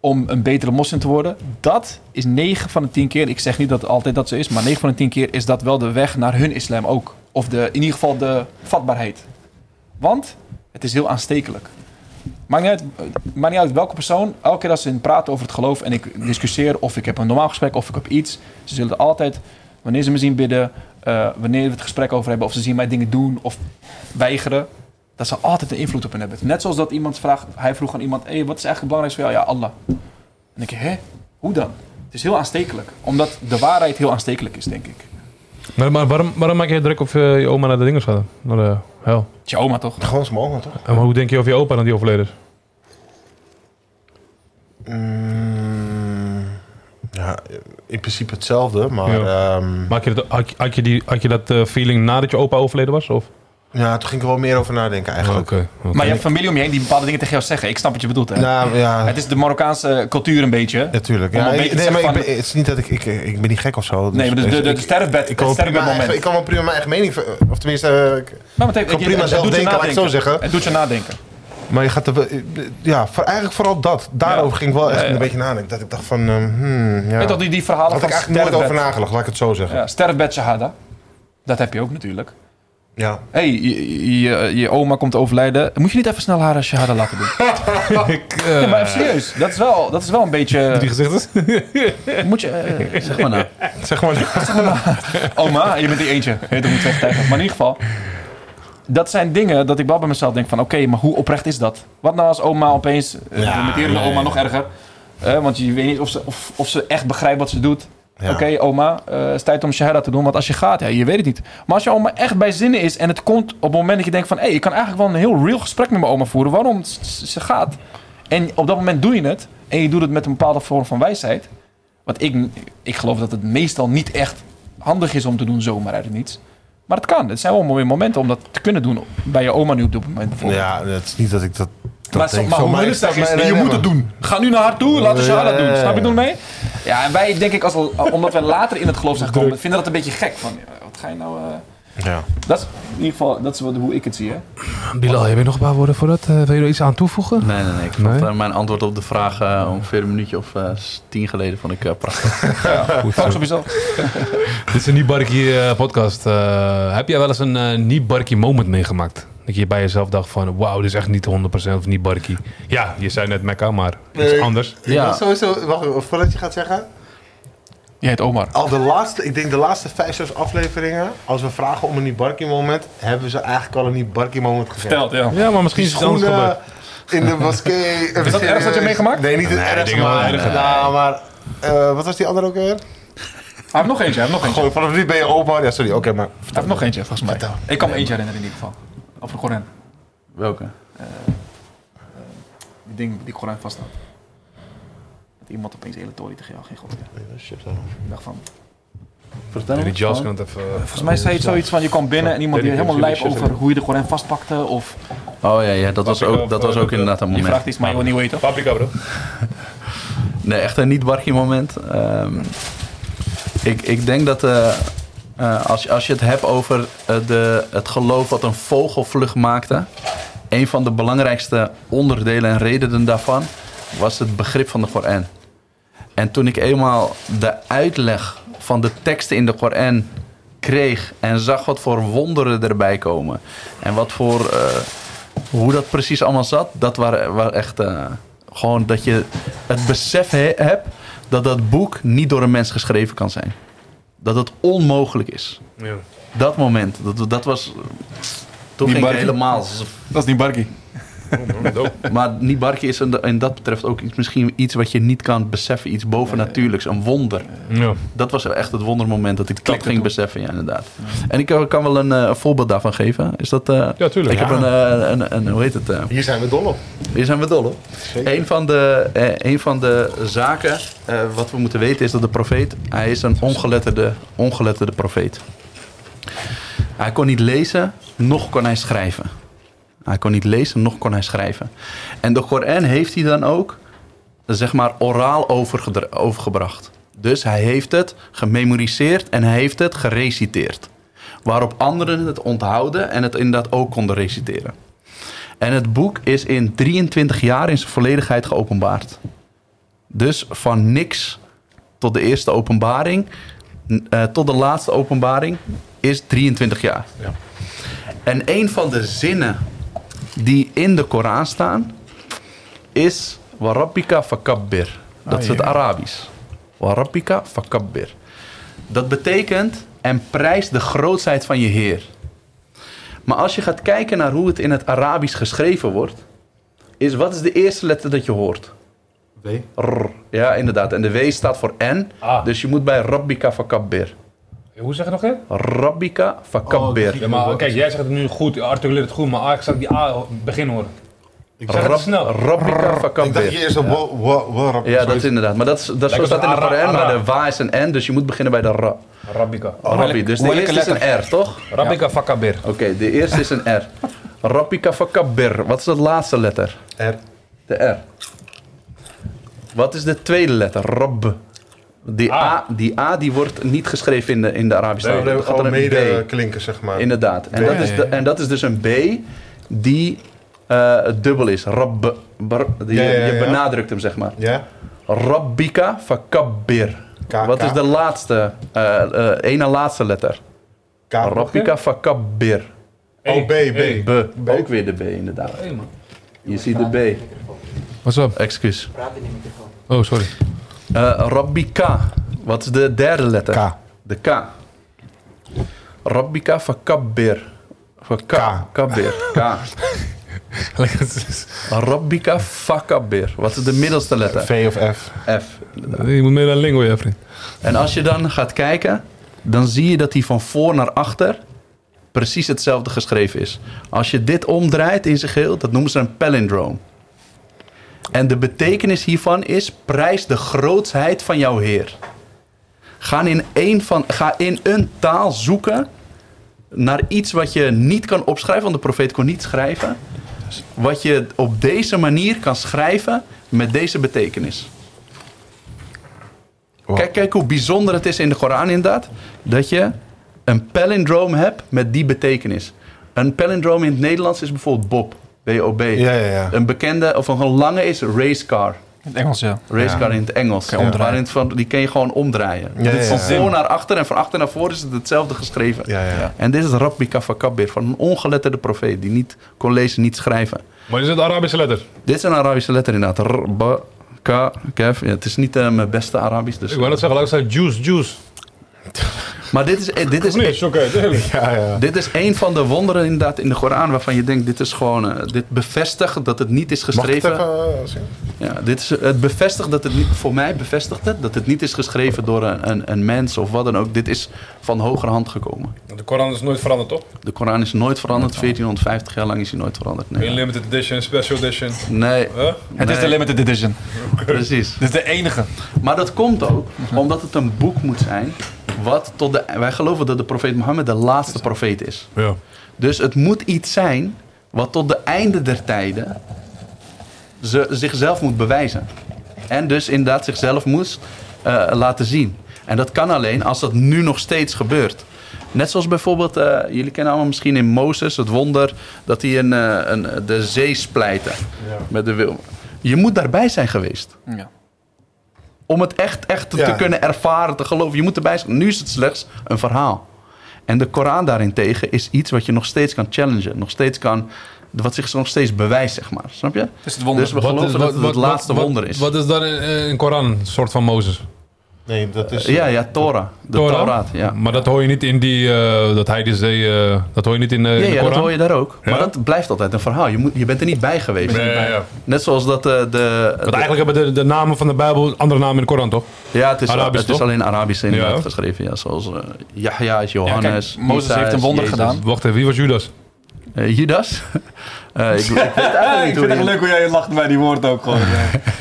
om een betere moslim te worden? Dat is 9 van de 10 keer, ik zeg niet dat het altijd dat zo is, maar 9 van de 10 keer is dat wel de weg naar hun islam ook. Of de, in ieder geval de vatbaarheid. Want het is heel aanstekelijk. Maakt niet, uit, maakt niet uit welke persoon. Elke keer als ze praten over het geloof en ik discussieer of ik heb een normaal gesprek of ik heb iets. Ze zullen altijd, wanneer ze me zien bidden, eh, wanneer we het gesprek over hebben of ze zien mij dingen doen of weigeren. Dat ze altijd een invloed op hen hebben. Net zoals dat iemand vraagt, hij vroeg aan iemand, hey, wat is eigenlijk belangrijk voor jou? Ja, Allah. En dan denk je, hè, hoe dan? Het is heel aanstekelijk. Omdat de waarheid heel aanstekelijk is, denk ik. Maar, maar waarom, waarom maak je druk of eh, je oma naar de dingen gaat? Naar de hel. Tja, oma toch? Gewoon smoken, toch? En maar hoe denk je over je opa dat die overleden is? Mm, ja, in principe hetzelfde, maar... Ja. ehm, Maak je dat, had, je- had je die, had je dat eh, feeling nadat je opa overleden was? Of? ja, toen ging ik er wel meer over nadenken eigenlijk. oké. Maar je hebt familie om je heen die bepaalde dingen tegen jou zeggen. Ik snap wat je bedoelt, hè? Nou, ja, Het is de Marokkaanse cultuur een beetje. hè? natuurlijk. Om Ja, dus een beetje ik- te nee, maar zeggen ik van- ben, het is niet dat ik, ik... Ik ben niet gek of zo. Nee, maar dus de, de, de ik- sterfbed, ik ik kan het wel prima sterfbedmoment. eigen- Ik kan wel prima mijn eigen mening... ver- Of tenminste, eh, ik- Maar meteen- kan je- prima het zelf doet je denken, laat ik het zo nadenken. zeggen. Het doet je nadenken. maar je gaat er wel... Ja, voor, eigenlijk vooral dat. Daarover Ja. ging ik wel echt Ja, ja. een beetje nadenken. Dat ik dacht van... ehm, hmm, ja. Weet toch die, die verhalen had van ik eigenlijk nooit over sterfbed. nagedacht, laat ik het zo zeggen. Ja. Ja, sterfbed shahada. Dat heb je ook natuurlijk. Hé, hey, je, je, je oma komt te overlijden. Moet je niet even snel haar shahada laten doen? Nee, eh, maar even serieus, dat is wel, dat is wel een beetje... Die gezichten? Moet je... eh, Zeg maar nou. Zeg maar... Oma, je bent die eentje. Je moet wegtijgen. Maar in ieder geval, dat zijn dingen dat ik wel bij mezelf denk van... Oké, maar hoe oprecht is dat? Wat nou als oma opeens... eh, Ja, met die nee. oma nog erger. eh, want je weet niet of ze, of, of ze echt begrijpt wat ze doet. Ja. Oké, oma, eh, het is tijd om shahada te doen. Want als je gaat, ja, je weet het niet. Maar als je oma echt bij zinnen is en het komt op het moment dat je denkt van... Hé, ik kan eigenlijk wel een heel real gesprek met mijn oma voeren. Waarom s- s- ze gaat. En op dat moment doe je het. En je doet het met een bepaalde vorm van wijsheid. Want ik, ik geloof dat het meestal niet echt handig is om te doen zomaar uit het niets. Maar het kan. Het zijn wel mooie momenten om dat te kunnen doen. Bij je oma nu op dit moment bijvoorbeeld. Ja, het is niet dat ik dat... dat maar zo, denk. maar Zo, hoe ik snap rustig is mijn- het? nee, Je nee, moet het maar- doen. Ga nu naar haar toe. Laten ze Ja, haar dat ja, doen. ja, Snap je ja. doen mee? Ja, en wij denk ik, als, omdat we later in het geloof zijn gekomen, vinden dat een beetje gek. Van, ja, wat ga je nou... eh, Ja. Dat is in ieder geval dat is wat, hoe ik het zie. Hè? Bilal, heb je nog een paar woorden voor dat? Eh, wil je er iets aan toevoegen? Nee, nee, nee. Ik vond eh, mijn antwoord op de vraag eh, ongeveer een minuutje of eh, tien geleden vond ik eh, prachtig. Focus op jezelf. Dit is een Nibarki eh, podcast. Eh, heb jij wel eens een eh Nibarki moment meegemaakt? Dat je bij jezelf dacht van, wauw, dit is echt niet 100% of Nibarki. Ja, je zei net Mekka, maar iets Nee. anders. Ja. Ja. sowieso, wacht even, voordat je gaat zeggen. Je heet Omar. Al de laatste, ik denk de laatste vijf, zes afleveringen. Als we vragen om een Nibarki moment, hebben we ze eigenlijk al een Nibarki moment gezegd. Verteld, ja. Ja, maar misschien Die is het anders gebeurd. schoenen in de moskee. Is dat ergens wat je meegemaakt? Nee, niet het ergste, dingen wel maar, erger. nou, maar eh, wat was die andere ook weer? Hij heeft nog eentje, hij heeft nog eentje. Gewoon, vanaf nu ben je opa. Ja, sorry, oké, maar... Hij heeft nog eentje, volgens mij. Ik kan me eentje herinneren in ieder geval. Over de Koran. Welke? Oh Die ding die Koran vast had. Dat iemand opeens hele tory tegen jou ging gooien. Ik dacht van... Vertel Ja, me. die Jals kan het even... eh, Volgens mij zei het zoiets van, je kwam binnen en iemand die helemaal lijp over hoe je de Koran vastpakte. Of Oh ja, ja dat, was ook, dat was ook inderdaad een je moment. vraagt iets, maar je wil niet weten. Paprika, bro. Nee, echt een niet-barkie moment. Ehm, ik, ik denk dat eh, eh, als, je- als je het hebt over eh, de, het geloof wat een vogelvlucht maakte... een van de belangrijkste onderdelen en redenen daarvan was het begrip van de Koran. En toen ik eenmaal de uitleg van de teksten in de Koran kreeg... en zag wat voor wonderen erbij komen... en wat voor... eh, hoe dat precies allemaal zat, dat waren, waren echt... eh, gewoon dat je het besef he- hebt dat dat boek niet door een mens geschreven kan zijn. Dat het onmogelijk is. Ja. Dat moment, dat, dat was... eh, Toen Die ging ik Barkie? helemaal... Oh, Dat is niet Barkie. Maar Nibarki is in, in dat betreft ook iets, misschien iets wat je niet kan beseffen. Iets bovennatuurlijks, een wonder. Ja. Dat was echt het wondermoment dat ik dat klikte ging toen. beseffen, ja inderdaad. En ik eh, kan wel een eh, voorbeeld daarvan geven. Is dat... eh, Ja, tuurlijk. ik heb een, eh, een, een, hoe heet het? eh, Hier zijn we dol op. Hier zijn we dol op. Een van, de, eh, een van de zaken eh, wat we moeten weten is dat de profeet... Hij is een ongeletterde, ongeletterde profeet. Hij kon niet lezen, nog kon hij schrijven. Hij kon niet lezen, nog kon hij schrijven. En de Koran heeft hij dan ook, zeg maar, oraal overgedra- overgebracht. Dus hij heeft het gememoriseerd en hij heeft het gereciteerd. Waarop anderen het onthouden en het inderdaad ook konden reciteren. En het boek is in 23 jaar in zijn volledigheid geopenbaard. Dus van niks tot de eerste openbaring eh, tot de laatste openbaring is 23 jaar. Ja. En een van de zinnen die in de Koran staan is Warabbika fakabbir. Dat is het Arabisch. Warabbika fakabbir. Dat betekent en prijs de grootheid van je Heer. Maar als je gaat kijken naar hoe het in het Arabisch geschreven wordt, is wat is de eerste letter dat je hoort? W. R. Ja, inderdaad. En de W staat voor N. Ah. Dus je moet bij Rabbika fakabbir. Hoe zeg je nog hè? Rabbika fakabbir. Ja, maar kijk, jij zegt het nu goed. Articuleert het goed, maar ah, ik zag die A begin horen. Ik Zeg dacht, het snel. Rabbika ik dacht je fakabbir. eerst op wa- wa- warap. Ja, dat is inderdaad. Maar dat, is, dat zo als staat in de Ara- Koran, maar Ara. Oh, de wa is een N, dus je moet beginnen bij de ra. Arabica. Rabbi. Dus de welke eerste is een R, toch? Arabica fakabir. Oké, de eerste is een R. Rabbika fakabbir. Wat is de laatste letter? R. De R. Wat is de tweede letter? Rab. Die A, die, A die wordt niet geschreven in de, in de Arabische Ah. Nee, taal. we Dat gaat gewoon er een B. mede klinken, zeg maar. Inderdaad. En, Ja, dat is de, en dat is dus een B die eh, dubbel is. Rab. Bar- die- Ja, ja, Je ja. benadrukt hem, zeg maar. Ja? Rabbika fakabbir. KK. Wat is de laatste, eh eh ene laatste letter? K. Rabbika fakabbir. Oh, B, B. B. B. Ook weer de B, inderdaad. Je ziet de B. What's up? Excuus. Praat in de microfoon. Oh, sorry. Eh Rabbika. Wat is de derde letter? K. De K. Rabbika fakabbir. Faka- Kabbir. K. Rabbika fakabbir. Wat is de middelste letter? V of F. F. Je moet mee naar Lingo, ja, vriend. En als je dan gaat kijken, dan zie je dat die van voor naar achter precies hetzelfde geschreven is. Als je dit omdraait in zijn geheel, dat noemen ze een palindroom. En de betekenis hiervan is: prijs de grootsheid van jouw Heer. Ga in, een van, ga in een taal zoeken naar iets wat je niet kan opschrijven, want de profeet kon niet schrijven. Wat je op deze manier kan schrijven met deze betekenis. Kijk, kijk hoe bijzonder het is in de Koran inderdaad. Dat je een palindroom hebt met die betekenis. Een palindroom in het Nederlands is bijvoorbeeld Bob. B-O-B. Ja, ja, ja. Een bekende, of een lange is racecar. In het Engels, ja. Racecar in het Engels. je omdraaien. Waarin het van, die kan je gewoon omdraaien. Ja, dit is ja, van ja. voor naar achter en van achter naar voor is het hetzelfde geschreven. Ja, ja, ja. En dit is Rabbika Fakabir van een ongeletterde profeet die niet kon lezen, niet schrijven. Maar is het Arabische letter? Dit is een Arabische letter inderdaad. R, ba, ka, kef. Ja, het is niet eh, mijn beste Arabisch. Dus. Ik wou net zeggen, laat ik zeggen, juice, juice. Maar dit is, eh, dit is Nee, oké. Ja, ja. Dit is een van de wonderen inderdaad in de Koran waarvan je denkt, dit is gewoon, eh, dit bevestigt dat het niet is Mag ik het even eh, geschreven. zien? Ja, dit is, het bevestigt dat het niet, voor mij bevestigt het, dat het niet is geschreven door een, een, een mens of wat dan ook. Dit is van hogere hand gekomen. De Koran is nooit veranderd, toch? De Koran is nooit veranderd, 1450 jaar lang is hij nooit veranderd. Nee, Limited edition, special edition. nee Huh? Het is de limited edition. precies. Dit is de enige. Maar dat komt ook omdat het een boek moet zijn. Wat tot de, wij geloven dat de profeet Mohammed de laatste profeet is. Ja. Dus het moet iets zijn wat tot de einde der tijden ze, zichzelf moet bewijzen. En dus inderdaad zichzelf moet eh, laten zien. En dat kan alleen als dat nu nog steeds gebeurt. Net zoals bijvoorbeeld, eh, jullie kennen allemaal misschien in Mozes het wonder dat hij een, eh, een, de zee splijtte met de wil. Je moet daarbij zijn geweest. Ja. Om het echt, echt te- Ja. te kunnen ervaren, te geloven. Je moet erbij zijn. Nu is het slechts een verhaal. En de Koran daarentegen is iets wat je nog steeds kan challengen. Nog steeds kan, wat zich nog steeds bewijst, zeg maar. Snap je? Het is het wonder. Dus we geloven dat het het laatste wonder is. Wat is dan in, in Koran, een soort van Mozes? Nee, dat is... ja, ja, Torah. De Torah? Mm. Torah, ja. Maar dat hoor je niet in die, eh, dat hij die zee, eh, dat hoor je niet in, eh, in Ja, de ja, dat Koran? hoor je daar ook. Maar Ja? dat blijft altijd een verhaal. Je, moet, je bent er niet bij geweest. Nee, ja, ja. Net zoals dat eh, de... Want eigenlijk hebben de, de namen van de Bijbel andere namen in de Koran, toch? ja, het is, Arabisch, het is toch? alleen Arabisch inderdaad Ja. geschreven. Ja, zoals eh Yahya is Ja, Johannes. kijk, Mozes Isa heeft is een wonder Jezus. gedaan. Wacht even, wie was Judas? Eh, Judas? Eh, ik, ik weet eigenlijk niet hoe die- hoe jij lacht bij die woord ook gewoon.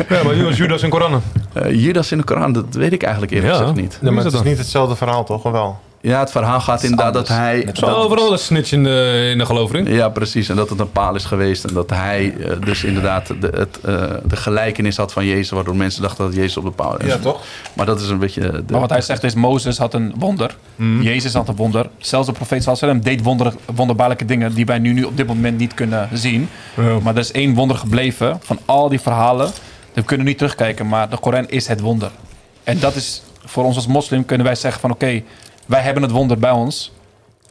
Ja, maar wie was Judas in Koran? Eh, Judas in de Koran, dat weet ik eigenlijk eerlijk Ja. gezegd niet. Wie maar het is dat is dan? niet hetzelfde verhaal, toch? Of wel? Ja, het verhaal gaat inderdaad dat hij... Zo, overal een snitch in de, in de geloof, vriend. Ja, precies. En dat het een paal is geweest. En dat hij eh, dus inderdaad de, het, eh, de gelijkenis had van Jezus. Waardoor mensen dachten dat Jezus op de paal is. Ja, toch? Maar dat is een beetje... eh, de- Maar wat hij zegt is, Mozes had een wonder. Jezus had een wonder. Zelfs de profeet Sallallahu deed wonder, wonderbaarlijke dingen die wij nu, nu op dit moment niet kunnen zien. Maar er is één wonder gebleven van al die verhalen. We kunnen niet terugkijken, maar de Koran is het wonder. En dat is voor ons als moslim kunnen wij zeggen van oké, wij hebben het wonder bij ons.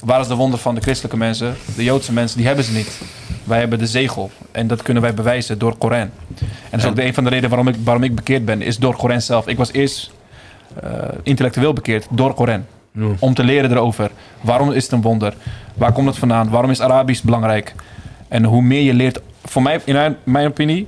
Waar is de wonder van de christelijke mensen? De Joodse mensen, die hebben ze niet. Wij hebben de zegel. En dat kunnen wij bewijzen door Koran. En dat is ook de, een van de redenen waarom ik, waarom ik bekeerd ben, is door Koran zelf. Ik was eerst eh, intellectueel bekeerd door Koran. Om te leren erover. Waarom is het een wonder? Waar komt het vandaan? Waarom is Arabisch belangrijk? En hoe meer je leert, voor mij, in mijn- mijn opinie,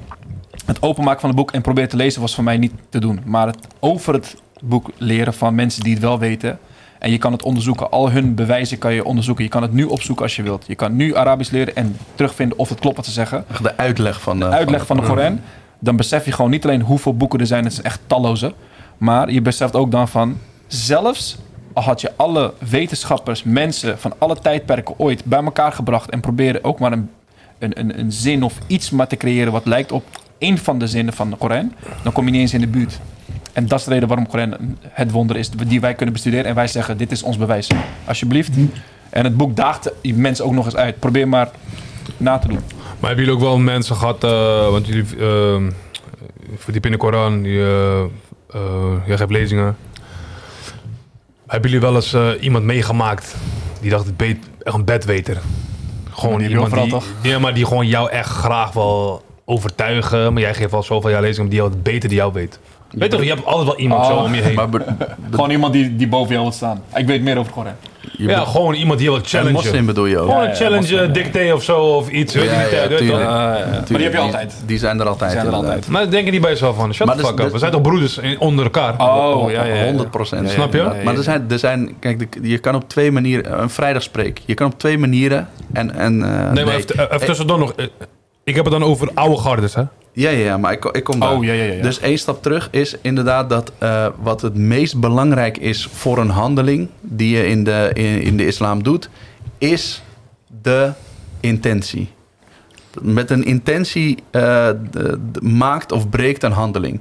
het openmaken van het boek en proberen te lezen was voor mij niet te doen. Maar het over het boek leren van mensen die het wel weten. En je kan het onderzoeken. Al hun bewijzen kan je onderzoeken. Je kan het nu opzoeken als je wilt. Je kan nu Arabisch leren en terugvinden of het klopt wat ze zeggen. Echt de uitleg van de, Uitleg van de Koran. Dan besef je gewoon niet alleen hoeveel boeken er zijn. Het zijn echt talloze. Maar je beseft ook dan van... Zelfs al had je alle wetenschappers, mensen van alle tijdperken ooit bij elkaar gebracht... en proberen ook maar een, een, een, een zin of iets maar te creëren wat lijkt op één van de zinnen van de Koran... dan kom je niet eens in de buurt. En dat is de reden waarom Koran het wonder is die wij kunnen bestuderen. En wij zeggen, dit is ons bewijs. Alsjeblieft. En het boek daagt die mensen ook nog eens uit. Probeer maar na te doen. Maar hebben jullie ook wel mensen gehad, eh, want jullie ehm verdiepen in de Koran, je, eh jij geeft lezingen. Hebben jullie wel eens eh, iemand meegemaakt die dacht, beet, echt een bedweter? Gewoon die iemand overal, die, toch? Ja, maar die gewoon jou echt graag wil overtuigen. Maar jij geeft al zoveel jaar lezingen, maar die jou het beter die jou weet. Weet toch, je hebt altijd wel iemand zo Oh. om je heen. Maar be- Gewoon iemand die, die boven jou wil staan. Ik weet meer over Koran. je ja, be- gewoon iemand die je wil een challengen. moslim bedoel je ook. Gewoon een challenge, eh, dicté of zo, of iets. weet je niet, eh, weet je tuurlijk. wel. Tuurlijk, Maar die heb je altijd. Die zijn er altijd. zijn er inderdaad. altijd. Maar denken die bij jezelf van, shut Maar the dus- fuck up. dus- We zijn toch broeders in- onder elkaar? Oh, ja, ja, ja. 100 procent. Snap je? Maar er zijn, er zijn kijk, de- je kan op twee manieren, een vrijdagspreek, je kan op twee manieren en... en eh, Nee, maar even, even tussendoor nog. Eh, Ik heb het dan over oude gardes, hè? Ja, ja, ja, maar ik, ik kom daar. Oh, ja, ja, ja, ja. Dus één stap terug is inderdaad dat eh, wat het meest belangrijk is voor een handeling die je in de, in, in de islam doet, is de intentie. Met een intentie eh, de- de- maakt of breekt een handeling.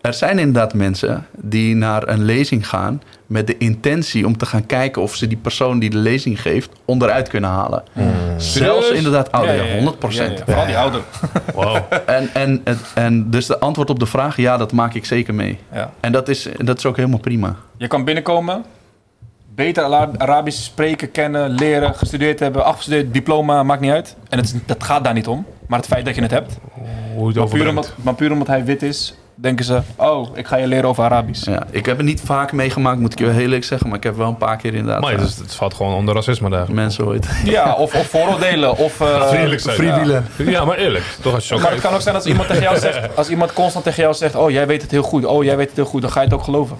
Er zijn inderdaad mensen die naar een lezing gaan met de intentie om te gaan kijken of ze die persoon die de lezing geeft onderuit kunnen halen. Zelfs Serieus? inderdaad oh, ouder, Ja, ja, ja. 100%. Ja, ja, Vooral die ouder. En, en, en, en dus de antwoord op de vraag, ja, dat maak ik zeker mee. Ja. En dat is, dat is ook helemaal prima. Je kan binnenkomen, beter Ala- Arabisch spreken, kennen, leren, gestudeerd hebben, afgestudeerd, diploma, maakt niet uit. En het, is- dat gaat daar niet om. Maar het feit dat je het hebt, Hoe het maar puur, overbrengt. omdat, maar puur omdat hij wit is, denken ze, oh, ik ga je leren over Arabisch. Ja, ik heb het niet vaak meegemaakt, moet ik je heel eerlijk zeggen. Maar ik heb wel een paar keer inderdaad Maar eh, het, is- het valt gewoon onder racisme daar. mensen ooit. Ja, of, of vooroordelen, of... eh, Eerlijk zijn. Freewheelen. Ja, maar eerlijk. Toch als je zo maar het kan ook zijn als iemand tegen jou zegt, als iemand constant tegen jou zegt, oh jij weet het heel goed, oh jij weet het heel goed, dan ga je het ook geloven.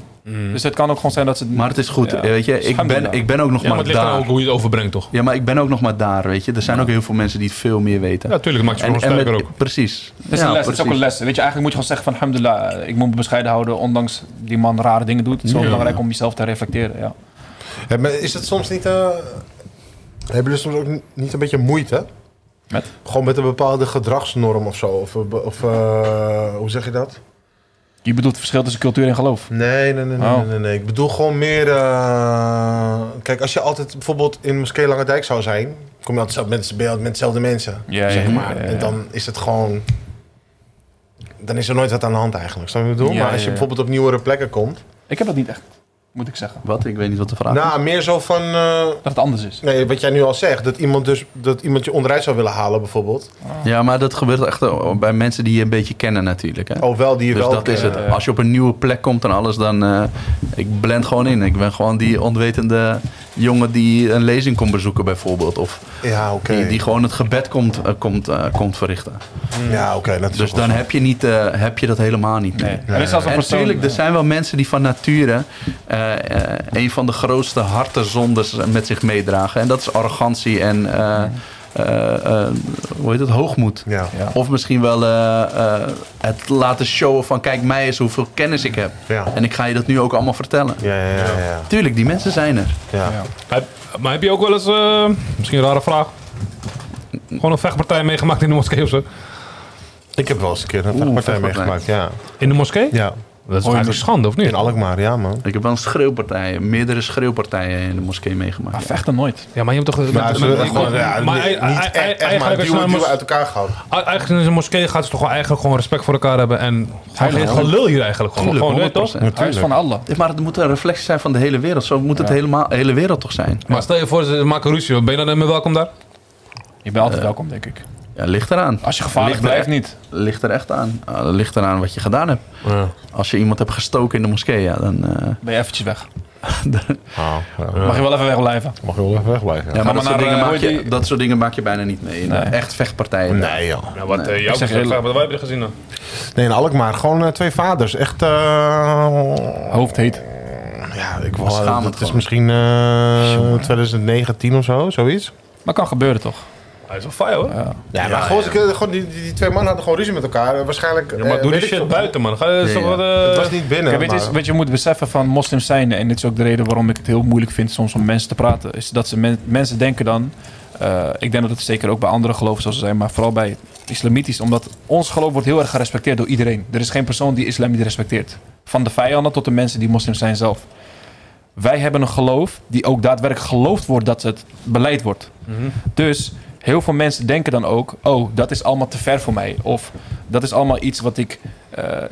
Dus het kan ook gewoon zijn dat ze het Maar het is goed. Ja. eh, Weet je, ik ben, Alhamdulillah. ik ben ook nou? nog Ja, maar maar, het ligt daar. aan ook hoe je het overbrengt, toch? Ja, maar ik ben ook nog maar daar, weet je. Er zijn ook heel veel mensen die het veel meer weten. Ja, tuurlijk. Maakt je gewoon met- sterker ook. Precies. Het is, Ja, een les, het is ook een precies. les. Weet je, eigenlijk moet je gewoon zeggen van alhamdulillah, eh, ik moet me bescheiden houden, ondanks die man rare dingen doet. Het is wel belangrijk om jezelf te reflecteren. Ja. Ja, maar is dat soms niet... eh, hebben jullie soms ook niet een beetje moeite? Met? Gewoon met een bepaalde gedragsnorm of zo? Of, eh, be- of eh, hoe zeg je dat? Je bedoelt het verschil tussen cultuur en geloof. Nee, nee, nee, nee, Oh. nee, nee, nee. Ik bedoel gewoon meer... eh, kijk, als je altijd bijvoorbeeld in Moskee Lange Dijk zou zijn... kom je altijd met, mensen, ben je altijd met dezelfde mensen. Ja, zeg ja, maar. ja, ja. En dan is het gewoon... Dan is er nooit wat aan de hand eigenlijk, snap je wat ik bedoel? Ja, maar als ja, je ja. bijvoorbeeld op nieuwere plekken komt... Ik heb dat niet echt, moet ik zeggen. Wat? Ik weet niet wat de vraag Ah. Nou, meer zo van... eh, Dat het anders is. nee, wat jij nu al zegt. Dat iemand, dus, dat iemand je onderuit zou willen halen bijvoorbeeld. is. Ja, maar dat gebeurt echt eh, bij mensen die je een beetje kennen natuurlijk. Hè? Oh, wel die je Dus wel dat is kent. het. Als je op een nieuwe plek komt en alles, dan... eh, ik blend gewoon in. Ik ben gewoon die onwetende jongen die een lezing komt bezoeken bijvoorbeeld. Of Ja, oké. die, die gewoon het gebed komt, eh, komt, eh, komt verrichten. Ja, oké. dat is Dus wel dan heb je, niet, eh, heb je dat helemaal niet. Nee. Er is zelfs een En persoon- eh. natuurlijk, er zijn wel mensen die van nature eh, eh, een van de grootste hartenzondes met zich meedragen. En dat is arrogantie en eh, eh, eh, hoe heet het, hoogmoed. goed. Ja, Ja. Of misschien wel eh, eh, het laten showen van kijk mij eens hoeveel kennis ik heb. Ja. En ik ga je dat nu ook allemaal vertellen. ja, ja, ja. ja, Tuurlijk, die mensen zijn er. ja. Heb- Maar heb je ook wel eens, eh, misschien een rare vraag, gewoon een vechtpartij meegemaakt in de moskee of zo? Ik heb wel eens een keer een Oeh, vechtpartij vechtpartij. meegemaakt, ja. In de moskee? ja. Dat is Hoi, eigenlijk schande, of niet? In Alkmaar, ja man. Ik heb wel een schreeuwpartij, meerdere schreeuwpartijen in de moskee meegemaakt. Maar vechten nooit. Ja, maar je hebt toch... Maar ze maar- gewoon, ja, maar- niet, maar- niet maar- echt, echt maar eigenlijk dus is duwen, nou- duwen uit elkaar gehouden. Eigenlijk in een moskee gaat ze toch wel eigenlijk gewoon respect voor elkaar hebben en gewoon geen gelul hier eigenlijk gewoon. Tuurlijk, gewoon weet je toch? 100%. Huis van Allah. Maar het moet een reflectie zijn van de hele wereld. Zo moet het helemaal, hele wereld toch zijn? Maar stel je voor, ze maken ruzie. hoor. Ben je dan helemaal welkom daar? Je bent altijd welkom, denk ik. Ja, ligt eraan. Als je gevaarlijk Ligt er blijft, echt- niet. Ligt er echt aan. Eh, ligt eraan wat je gedaan hebt. Ja. Als je iemand hebt gestoken in de moskee, ja, dan... eh, Ben je eventjes weg. Ah, ja. Mag je wel even wegblijven. Mag je wel even wegblijven. ja, maar dat, maar soort naar, dingen eh, maak hoe heet je, die- dat soort dingen maak je bijna niet mee. In eh, echt vechtpartijen. Nee joh. Nou, wat, eh, nee, zeg wat eerlijk. wij hebben er gezien dan? Nee, in Alkmaar. Gewoon eh, twee vaders. Echt. eh, Hoofd heet. ja, ik wil. Beschamend Het is gewoon. misschien eh 2019 of zo, zoiets. Maar kan gebeuren toch? Hij is wel fire hoor. Ja, maar gewoon, ze- gewoon die, die die twee mannen hadden gewoon ruzie met elkaar. Eh, Waarschijnlijk. Ja, maar eh, doe die weet ik shit veel. buiten man. Ga je Ja, zo ja. wat... eh, Het was niet binnen. Kijk, weet, je, maar- wat je moet beseffen van moslims zijn, en dit is ook de reden waarom ik het heel moeilijk vind soms om mensen te praten, is dat ze men- mensen denken dan, eh, ik denk dat het zeker ook bij andere geloven zal zijn, maar vooral bij islamitisch, omdat ons geloof wordt heel erg gerespecteerd door iedereen. Er is geen persoon die islam niet respecteert. Van de vijanden tot de mensen die moslims zijn zelf. Wij hebben een geloof die ook daadwerkelijk geloofd wordt dat het beleid wordt. Dus heel veel mensen denken dan ook: oh, dat is allemaal te ver voor mij. Of dat is allemaal iets wat ik eh, eh,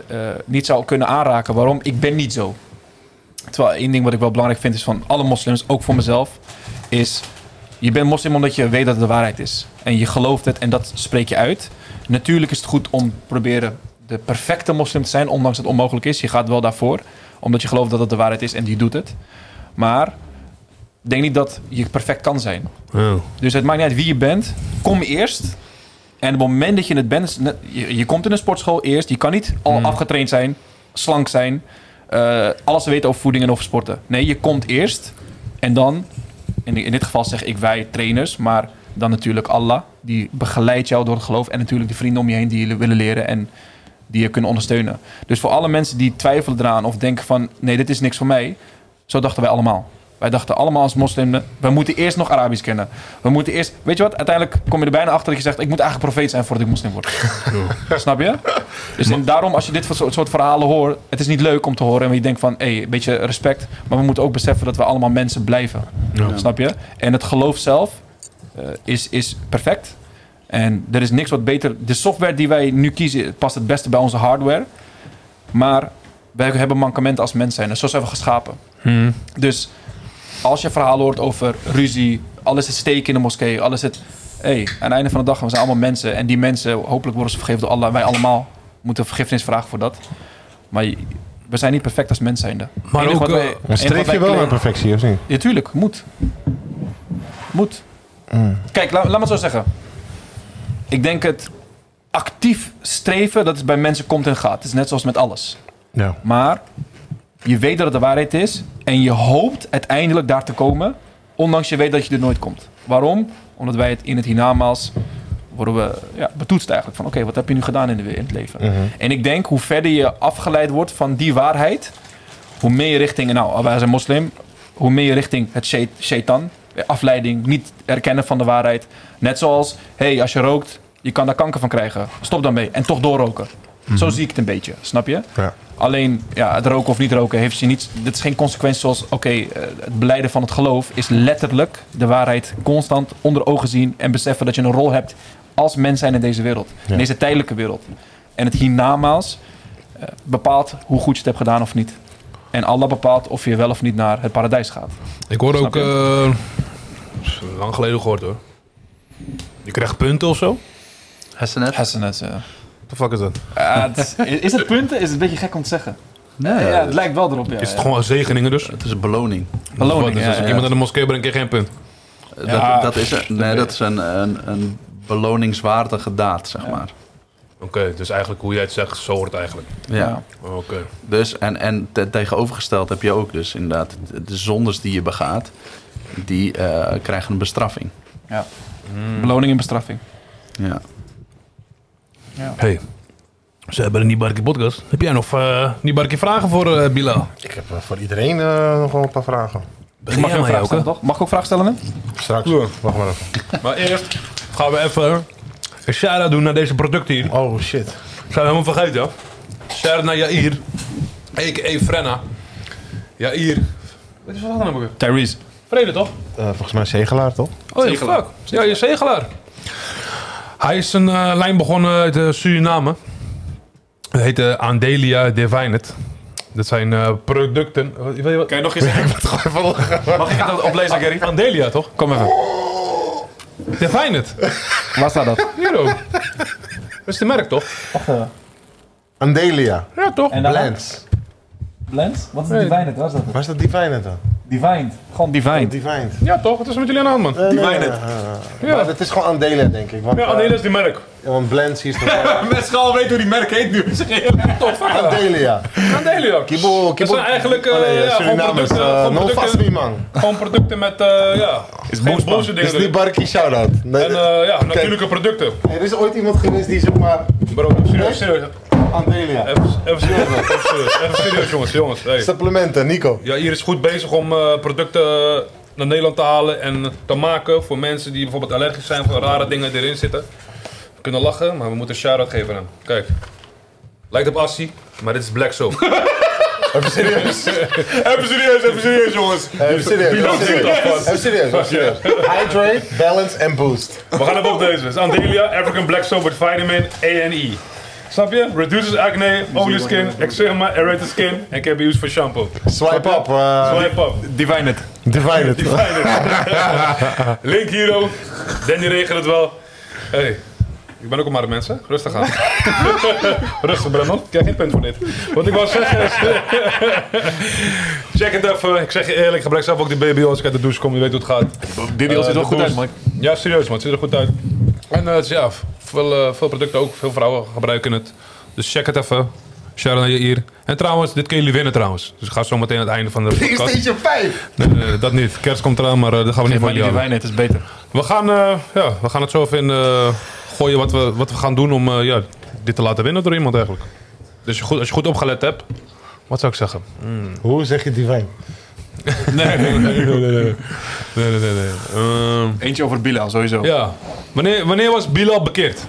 niet zou kunnen aanraken. Waarom? Ik ben niet zo. Terwijl één ding wat ik wel belangrijk vind is van alle moslims, ook voor mezelf, is je bent moslim omdat je weet dat het de waarheid is. En je gelooft het en dat spreek je uit. Natuurlijk is het goed om te proberen de perfecte moslim te zijn, ondanks dat het onmogelijk is. Je gaat wel daarvoor, omdat je gelooft dat het de waarheid is en die doet het. Maar denk niet dat je perfect kan zijn. Dus het maakt niet uit wie je bent. Kom eerst. En op het moment dat je het bent... is net- Je, je komt in een sportschool eerst. Je kan niet al afgetraind zijn. Slank zijn. eh, alles weten over voeding en over sporten. Nee, je komt eerst. En dan... In, in dit geval zeg ik wij trainers. Maar dan natuurlijk Allah. Die begeleidt jou door het geloof. En natuurlijk de vrienden om je heen die je willen leren. En die je kunnen ondersteunen. Dus voor alle mensen die twijfelen eraan. Of denken van... Nee, dit is niks voor mij. Zo dachten wij allemaal. Wij dachten allemaal als moslims, we moeten eerst nog Arabisch kennen. We moeten eerst, weet je wat, uiteindelijk kom je er bijna achter dat je zegt, ik moet eigenlijk profeet zijn voordat ik moslim word. Snap je? Dus en daarom, als je dit soort, soort verhalen hoort, het is niet leuk om te horen. En je denkt van, hé, een beetje respect. Maar we moeten ook beseffen dat we allemaal mensen blijven. Snap je? En het geloof zelf eh, is, is perfect. En er is niks wat beter. De software die wij nu kiezen past het beste bij onze hardware. Maar wij hebben mankementen als mens zijn. En zo zijn we geschapen. Hmm. Dus als je verhaal hoort over ruzie, alles is steken in de moskee, alles het. Hey, aan het einde van de dag we zijn allemaal mensen. En die mensen, hopelijk worden ze vergeven door Allah. Wij allemaal moeten vergiffenis vragen voor dat. Maar je- we zijn niet perfect als mens zijnde. Maar Enig ook, wat eh, wij- enig wat Streef wij je wel claimen- naar perfectie, of niet? ja, tuurlijk. Moet. Moet. Kijk, la- laat me het zo zeggen. Ik denk het actief streven, dat is bij mensen komt en gaat. Het is net zoals met alles. Ja. Maar je weet dat het de waarheid is en je hoopt uiteindelijk daar te komen, ondanks je weet dat je er nooit komt. Waarom? Omdat wij het in het hiernamaals worden we ja, betoetst eigenlijk van oké, wat heb je nu gedaan in, de, in het leven? En ik denk hoe verder je afgeleid wordt van die waarheid, hoe meer je richting, nou wij zijn moslim, hoe meer je richting het shet- shaitan, afleiding, niet erkennen van de waarheid. Net zoals, hé, hey, als je rookt, je kan daar kanker van krijgen. Stop dan mee en toch doorroken. Zo zie ik het een beetje, snap je? Ja. Alleen ja, het roken of niet roken heeft je niet. Dit is geen consequentie zoals, oké, eh, het beleiden van het geloof is letterlijk de waarheid constant onder ogen zien en beseffen dat je een rol hebt als mens zijn in deze wereld, in deze tijdelijke wereld. En het hiernamaals eh, bepaalt hoe goed je het hebt gedaan of niet. En Allah bepaalt of je wel of niet naar het paradijs gaat. Ik hoor ook... Snap eh, lang geleden gehoord hoor. Je krijgt punten of zo? What Hassanet? Hassanet. the fuck is dat? is het punten? Is het een beetje gek om te zeggen? Nee, Ja, het lijkt wel erop. Ja, Is het gewoon zegeningen dus? het is een beloning. Beloning, Wat is ja, dus als ja. ik iemand naar de moskee breng, krijg je geen punt. Ja. Dat, dat is, een, nee, dat is een, een, een beloningswaardige daad, zeg maar. Oké, dus eigenlijk hoe jij het zegt, zo hoort het eigenlijk. Ja. Oké. Dus, en, en te- tegenovergesteld heb je ook dus inderdaad de- de zondes die je begaat, die eh, krijgen een bestraffing. Ja. Beloning en bestraffing. Ja. Hey. Ze hebben een Nibarki podcast. Heb jij nog eh Nibarki vragen voor eh Bilal? Ik heb eh, voor iedereen eh, nog wel een paar vragen. Ik mag, een vraag stellen, toch? mag ik ook vraag stellen? Hè? Straks. Wacht maar even. Maar eerst gaan we even een shout-out doen naar deze producten hier. Oh shit. Zijn we helemaal vergeten. Shout-out naar Jair. A.k.a. Frenna. Ja, hier. Wat is dat dan ook weer? Tyrese. Vrede, toch? Eh, volgens mij Zegelaar, toch? Oh, ja, Zegelaar. fuck. Ja, je zegelaar. Hij is een eh, lijn begonnen uit eh, Suriname. Het heet eh, Andelia Divined. Dat zijn eh, producten. Wat- wat- wat- Kan je nog eens zeggen? Mag ik dat oplezen, Gary? Andelia, toch? Kom even. Divined. Waar staat dat? Hier ook. Dat is de merk, toch? Andelia. Ja, toch? Blends. Lens? Wat is nee. Divined? Waar is dat? Waar is dat Divined dan? Divined. Gewoon divine. Divined. Ja, toch? Wat is er met jullie aan de hand, Eh, man? nee, Divined. eh, eh, Ja. maar Het is gewoon Andelia, denk ik. Want, Ja, eh, Andelia is die merk. want Blends hier staat Mensen gaan al weten hoe die merk heet nu. Toch, fuck. ja. Andelia. Andelia. Kibo, Dat kibo. zijn eigenlijk eh, Oh, nee, ja, gewoon Surinamers. producten, eh, gewoon no producten- fuss me, man. gewoon producten met, eh, ja, Is geen boos, man. boze Dit dingen. is niet Barkie, shout-out. Nee, En eh, ja, natuurlijke producten. Er is ooit iemand geweest die zeg maar Bro, serieus, serieus. Andelia. Even, even serieus, man. Even serieus. Even serieus, jongens. jongens. Hey. Supplementen, Nico. Ja, hier is goed bezig om eh, producten naar Nederland te halen en te maken voor mensen die bijvoorbeeld allergisch zijn voor rare dingen die erin zitten. We kunnen lachen, maar we moeten een shout-out geven aan hem. Kijk. Lijkt op Assi, maar dit is Black Soap. Even serieus. even serieus, even serieus, jongens. Eh, Even serieus. Even serieus. Even serieus. Even serieus. Hydrate, balance en boost. We gaan even op deze. Het is Andelia, African Black Soap with Vitamin A en E. Snap je? Reduces acne, oily skin, eczema, irritated skin en can be used for shampoo. Swipe up. eh Swipe up. Divined. Divine it. Link Hero. Danny regelt het wel. Hey, ik ben ook maar de mensen. Rustig aan. Rustig, Brennan. Ik krijg geen punt voor dit. Wat ik wou zeggen is... Check het even. Ik zeg je eerlijk, gebruik zelf ook die BBO als ik uit de douche kom. Je weet hoe het gaat. Dit deel Eh, ziet er de wel goed uit, boost. man. Ja, serieus man. Het ziet er goed uit. En eh, het is ja, veel, eh, veel producten ook. Veel vrouwen gebruiken het. Dus check het even. Shout out naar je hier. En trouwens, dit kunnen jullie winnen trouwens. Dus ga zo meteen aan het einde van de podcast. PlayStation 5. Nee, nee, nee, dat niet. Kerst komt eraan, maar eh, dat gaan we niet voor Maar die jullie houden. Divined is beter. We gaan, eh, ja, we gaan het zo even in eh, gooien wat we, wat we gaan doen om eh, ja, dit te laten winnen door iemand eigenlijk. Dus je goed, als je goed opgelet hebt, wat zou ik zeggen? Hoe zeg je divine? Nee, nee, Nee, nee, nee. nee, nee, nee, nee. Ehm, Eentje over Bilal, sowieso. ja, wanneer, wanneer was Bilal bekeerd?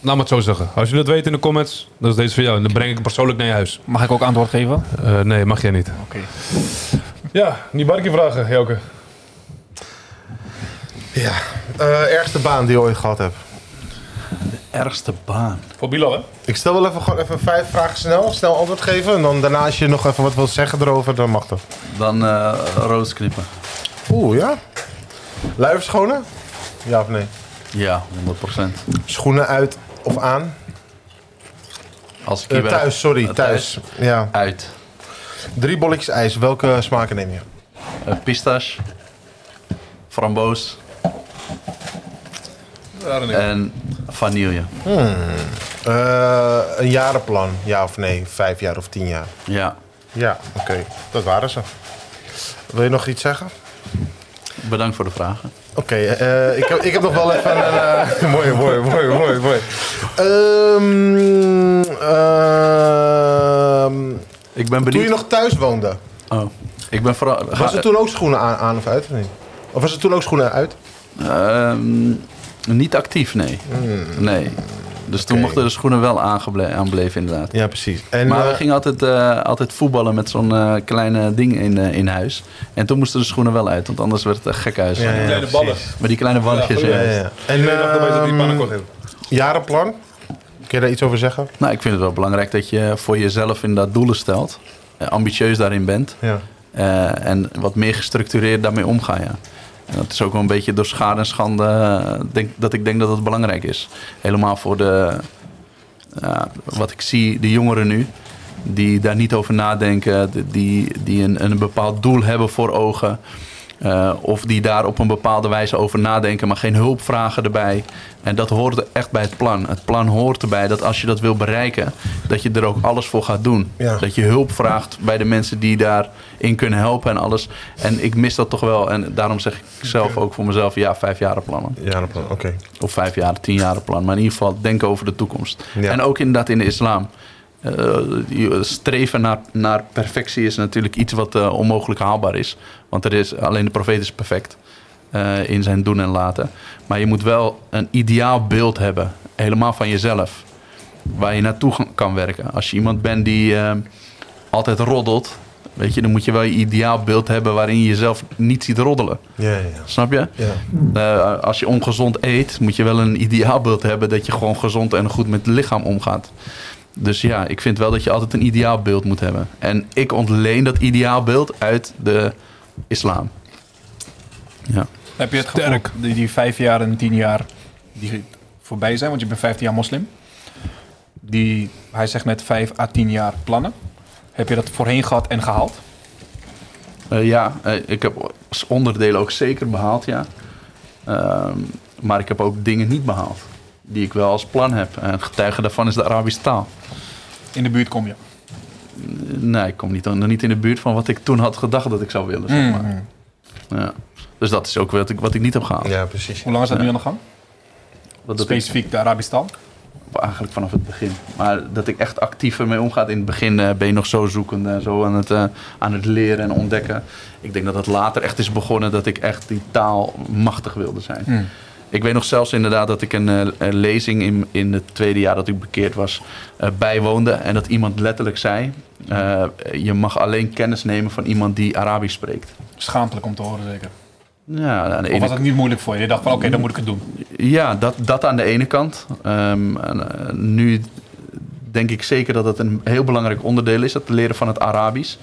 Laat me het zo zeggen. Als jullie dat weten in de comments, dan is deze voor jou. En dan breng ik hem persoonlijk naar je huis. Mag ik ook antwoord geven? Eh, nee, mag jij niet. Oké. Ja, niet Barkie vragen, Joke. Ja. Eh, ergste baan die je ooit gehad hebt. Ergste baan. Voor Bilal, hè? Ik stel wel even, gewoon even vijf vragen snel. Snel antwoord geven. En dan daarna als je nog even wat wilt zeggen erover, dan mag dat. Dan eh roosknippen. Oeh, ja. Luierschonen? Ja of nee? Ja, 100%. Schoenen uit of aan? Als ik Eh, hier ben- thuis, sorry, Eh, thuis. Ja. Uit. Drie bolletjes ijs. Welke smaken neem je? Eh, pistache. Framboos. En vanille. Eh, een jarenplan, ja of nee? Vijf jaar of tien jaar? Ja. Ja, oké. Dat waren ze. Wil je nog iets zeggen? Bedankt voor de vragen. Oké, eh, ik, heb, ik heb nog wel even een... eh, mooi, mooi, mooi, mooi, mooi. Ehm, ehm, Ik ben toen benieuwd. je nog thuis woonde, Oh. Ik ben vooral. was Ga- er toen ook schoenen aan, aan of uit? Of, niet? of was er toen ook schoenen uit? Ehm, niet actief, nee. Nee. Dus Hmm. toen Oké. mochten de schoenen wel aangeble- aanbleven, inderdaad. Ja, precies. En, Maar we eh, gingen altijd, eh, altijd voetballen met zo'n eh, kleine ding in, eh, in huis. En toen moesten de schoenen wel uit, want anders werd het een gek huis. Ja, ja. Kleine ballen. precies. Maar die kleine walletjes, Ja, ja, ja, ja. En Ik dacht erbij dat die pannenkoek ehm, jarenplan? Kun je daar iets over zeggen? Nou, ik vind het wel belangrijk dat je voor jezelf inderdaad doelen stelt. eh, ambitieus daarin bent. Ja. eh, en wat meer gestructureerd daarmee omgaan, ja. En dat is ook wel een beetje door schade en schande eh, denk, dat ik denk dat dat belangrijk is. Helemaal voor de, eh, wat ik zie, de jongeren nu. Die daar niet over nadenken. d- Die, die een, een bepaald doel hebben voor ogen. eh, of die daar op een bepaalde wijze over nadenken, maar geen hulp vragen erbij. En dat hoort er echt bij het plan. Het plan hoort erbij dat als je dat wil bereiken, dat je er ook alles voor gaat doen. Ja. Dat je hulp vraagt bij de mensen die daarin kunnen helpen en alles. En ik mis dat toch wel. En daarom zeg ik zelf ook voor mezelf, ja, vijf jaren plannen. Jarenplan, oké. Of vijf jaar, tien jaren plan. Maar in ieder geval denk over de toekomst. Ja. En ook inderdaad in de islam. Eh, je- streven naar, naar perfectie is natuurlijk iets wat eh, onmogelijk haalbaar is. Want er is, alleen de profeet is perfect eh, in zijn doen en laten. Maar je moet wel een ideaal beeld hebben. Helemaal van jezelf. Waar je naartoe gaan- kan werken. Als je iemand bent die... eh, altijd roddelt. Weet je, dan moet je wel je ideaalbeeld hebben waarin je jezelf niet ziet roddelen. Ja, ja. Snap je? ja. Eh, als je ongezond eet, moet je wel een ideaalbeeld hebben dat je gewoon gezond en goed met het lichaam omgaat. Dus ja, ik vind wel dat je altijd een ideaalbeeld moet hebben. En ik ontleen dat ideaalbeeld uit de islam. Ja. Heb je het gevoel Sterk. die, die vijf jaar en tien jaar die voorbij zijn, want je bent 15 jaar moslim. Die, hij zegt net vijf à tien jaar plannen. Heb je dat voorheen gehad en gehaald? Eh, ja, eh, ik heb s- onderdelen ook zeker behaald, ja. Ehm, maar ik heb ook dingen niet behaald. Die ik wel als plan heb. En getuige daarvan is de Arabische taal. In de buurt kom je. Nee, ik kom niet, nog niet in de buurt van wat ik toen had gedacht dat ik zou willen. Zeg maar. Mm. ja. Dus dat is ook wat ik, wat ik niet heb gehaald. ja, precies. Hoe lang is dat nu aan de gang? Wat dat ik- Specifiek de Arabische taal. eigenlijk vanaf het begin. Maar dat ik echt actief ermee omgaat. In het begin eh, ben je nog zo zoekend en zo aan het, eh, aan het leren en ontdekken. Ik denk dat het later echt is begonnen dat ik echt die taal machtig wilde zijn. Hmm. Ik weet nog zelfs inderdaad dat ik een, eh, een lezing in, in het tweede jaar dat ik bekeerd was eh, bijwoonde. En dat iemand letterlijk zei: eh, Je mag alleen kennis nemen van iemand die Arabisch spreekt. Schaamtelijk om te horen zeker. Ja, aan de Of ene was dat niet moeilijk voor je? Je dacht van oké, dan moet ik het doen. Ja, dat, dat aan de ene kant. Ehm, en, eh, nu denk ik zeker dat het een heel belangrijk onderdeel is, het leren van het Arabisch.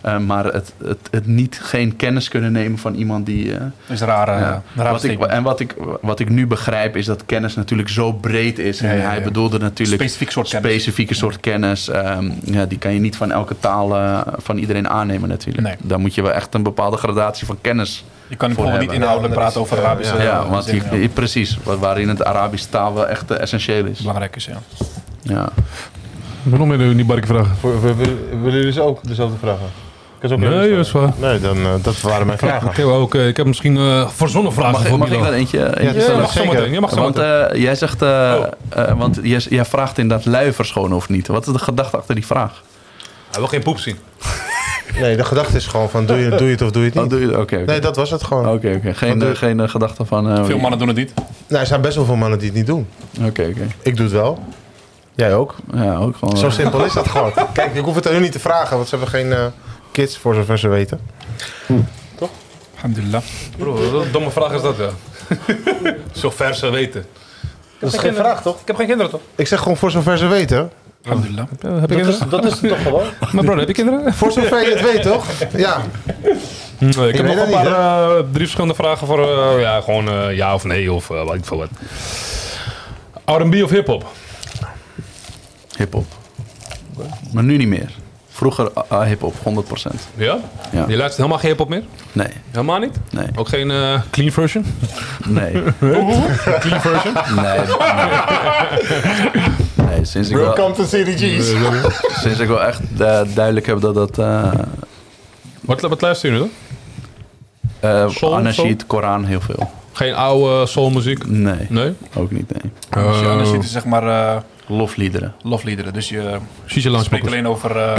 Eh, maar het, het, het niet geen kennis kunnen nemen van iemand die. eh, Is raar. eh, ja. raar wat ik, statement. en wat ik, wat ik nu begrijp is dat kennis natuurlijk zo breed is. En Ja, ja, hij ja. bedoelde natuurlijk Specifiek soort kennis. specifieke soort kennis. ehm, ja, die kan je niet van elke taal eh, van iedereen aannemen natuurlijk. Nee. Dan moet je wel echt een bepaalde gradatie van kennis je kan voor bijvoorbeeld niet hebben. inhoudelijk Ja, praten over ja, Arabische Ja, eh, want je, dingen, ja. je- precies, wa- waarin het Arabische taal wel echt eh, essentieel is. belangrijk is. Ja. Ja. Ik wil nog meer in die bark vragen. Voor- voor- willen- Willen jullie dus ook dezelfde vragen? Ik had ook Nee, eerder dat is waar. gesteld. Nee, dan, eh, dat waren mijn vragen. Ik heb, ook, eh, ik heb misschien eh, verzonnen vragen Mag, ik- voor mag ik Milo. daar eentje, eentje Ja, Ja, stellen? je dat mag zo zeker. meteen. Je mag zo Want meteen. eh, jij zegt, eh, eh, want jij, jij vraagt inderdaad luiverschoon of niet. Wat is de gedachte achter die vraag? Hij wil geen poep zien. Nee, de gedachte is gewoon van doe je, doe je het of doe Oh. je het Oh, niet. doe je? Oké, oké. Nee, dat was het gewoon. Oké, oké. Geen, Wat doe- eh, geen eh, gedachte van. eh, Veel mannen doen het niet. Nou, er zijn best wel veel mannen die het niet doen. Oké, oké. Ik doe het wel. Jij ook. Ja, ook gewoon. Zo eh, simpel is dat gewoon. Kijk, ik hoef het aan hun niet te vragen, want ze hebben geen eh, kids voor zover ze weten. Alhamdulillah. Bro, wat een domme vraag is dat, ja. Zo ver ze weten. Dat is geen vraag, toch? Ik heb geen kinderen, toch? Ik zeg gewoon voor zover ze weten. Alhamdulillah. heb je kinderen? dat is toch gewoon? Maar bro, heb je kinderen? Voor zover je het weet, toch? Ja. Nee, ik weet heb nog een dat paar, niet, eh, drie verschillende vragen voor eh, ja, gewoon eh, ja of nee of eh, wat ik veel wat. R&B of hip-hop? eh, Hip-hop. Maar nu niet meer. Vroeger eh, hip-hop, 100%. Ja? Ja. Je luistert helemaal geen hip-hop meer? Nee, Helemaal niet? nee, Ook geen eh, clean version? nee. clean version? Nee. Nee, sinds ik wel- Brockhampton CDG's. Sinds ik wel echt eh, duidelijk heb dat dat eh Wat, wat luister je nu dan? eh Soul, Anashid, Koran heel veel. Geen oude eh, soulmuziek? Nee, Nee? ook niet. Nee. Dus je anders zitten zeg maar eh Lofliederen. lofliederen. Dus je Shisha spreekt alleen over eh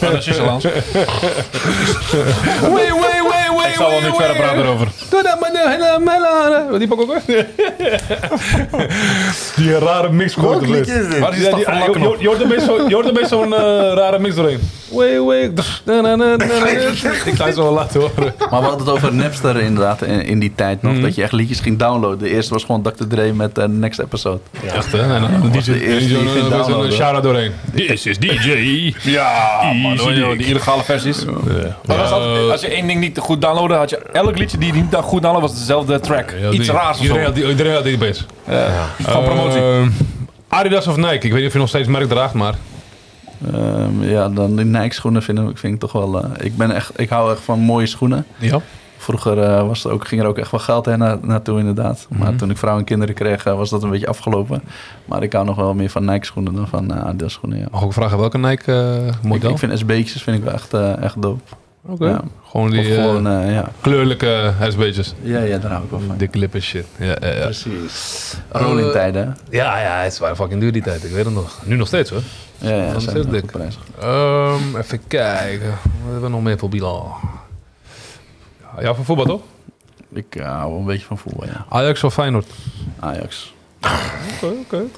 Anashishalans. Ik Wait, wait, wait, wait, zal wel niet verder praten erover. Doe dat maar helemaal. Die pak ook weer. Die rare mix Welk liedje is dit? Waar is die eh, Stefan Je je hoort een beetje zo- je hoort een beetje zo'n eh, rare mix doorheen. Wee, wee. df, na, na, na, na, na. Ik ga je zo wel laten horen. Maar we hadden het over Napster inderdaad in, in die tijd nog. Mhm. Dat je echt liedjes ging downloaden. De eerste was gewoon Dr. Dre met eh, Next Episode. Echt hè? En dan was de eerste die ik DJ zo'n gedownload, hè? shout doorheen. This is DJ. Ja, man, hoor, Easy joh, die illegale versies. Maar was altijd- als je één ding niet goed downloadde, had je elk liedje die je niet goed downloadde, was dezelfde track. Ja, Iets die- raars of Iedereen zo. had die- iedereen had die best. Van promotie. Ehm, Adidas of Nike? Ik weet niet of je nog steeds merk draagt, maar... Ehm, ja, dan die Nike schoenen vind ik, vind ik toch wel... eh, ik, ben echt, ik hou echt van mooie schoenen. Ja. Vroeger eh, was er ook, ging er ook echt wel geld heen na- naartoe inderdaad. Maar Mhm. toen ik vrouw en kinderen kreeg eh, was dat een beetje afgelopen. Maar ik hou nog wel meer van Nike schoenen dan van eh, Adidas schoenen. Ja. Mag ik vragen welke Nike eh, Ik, model? ik vind SB'tjes vind ik wel echt, eh, echt dope. Oké. Ja. Gewoon die Of eh, gewoon, eh, ja. kleurlijke SB'tjes. ja. Ja, daar hou ik wel van. Dikke lippen shit. Ja, ja, ja. Precies. Eh, Rolling tijden. hè? ja, ja, het is waar fucking duur die tijd. Ik weet het nog. Nu nog steeds hoor. Ja, ja, dat is zijn heel wel dik. goed prijzig. Ehm, even kijken. Wat hebben we nog meer voor Bilal? Ja, van voetbal toch? Ik eh, hou wel een beetje van voetbal, ja. Ajax of Feyenoord? Ajax.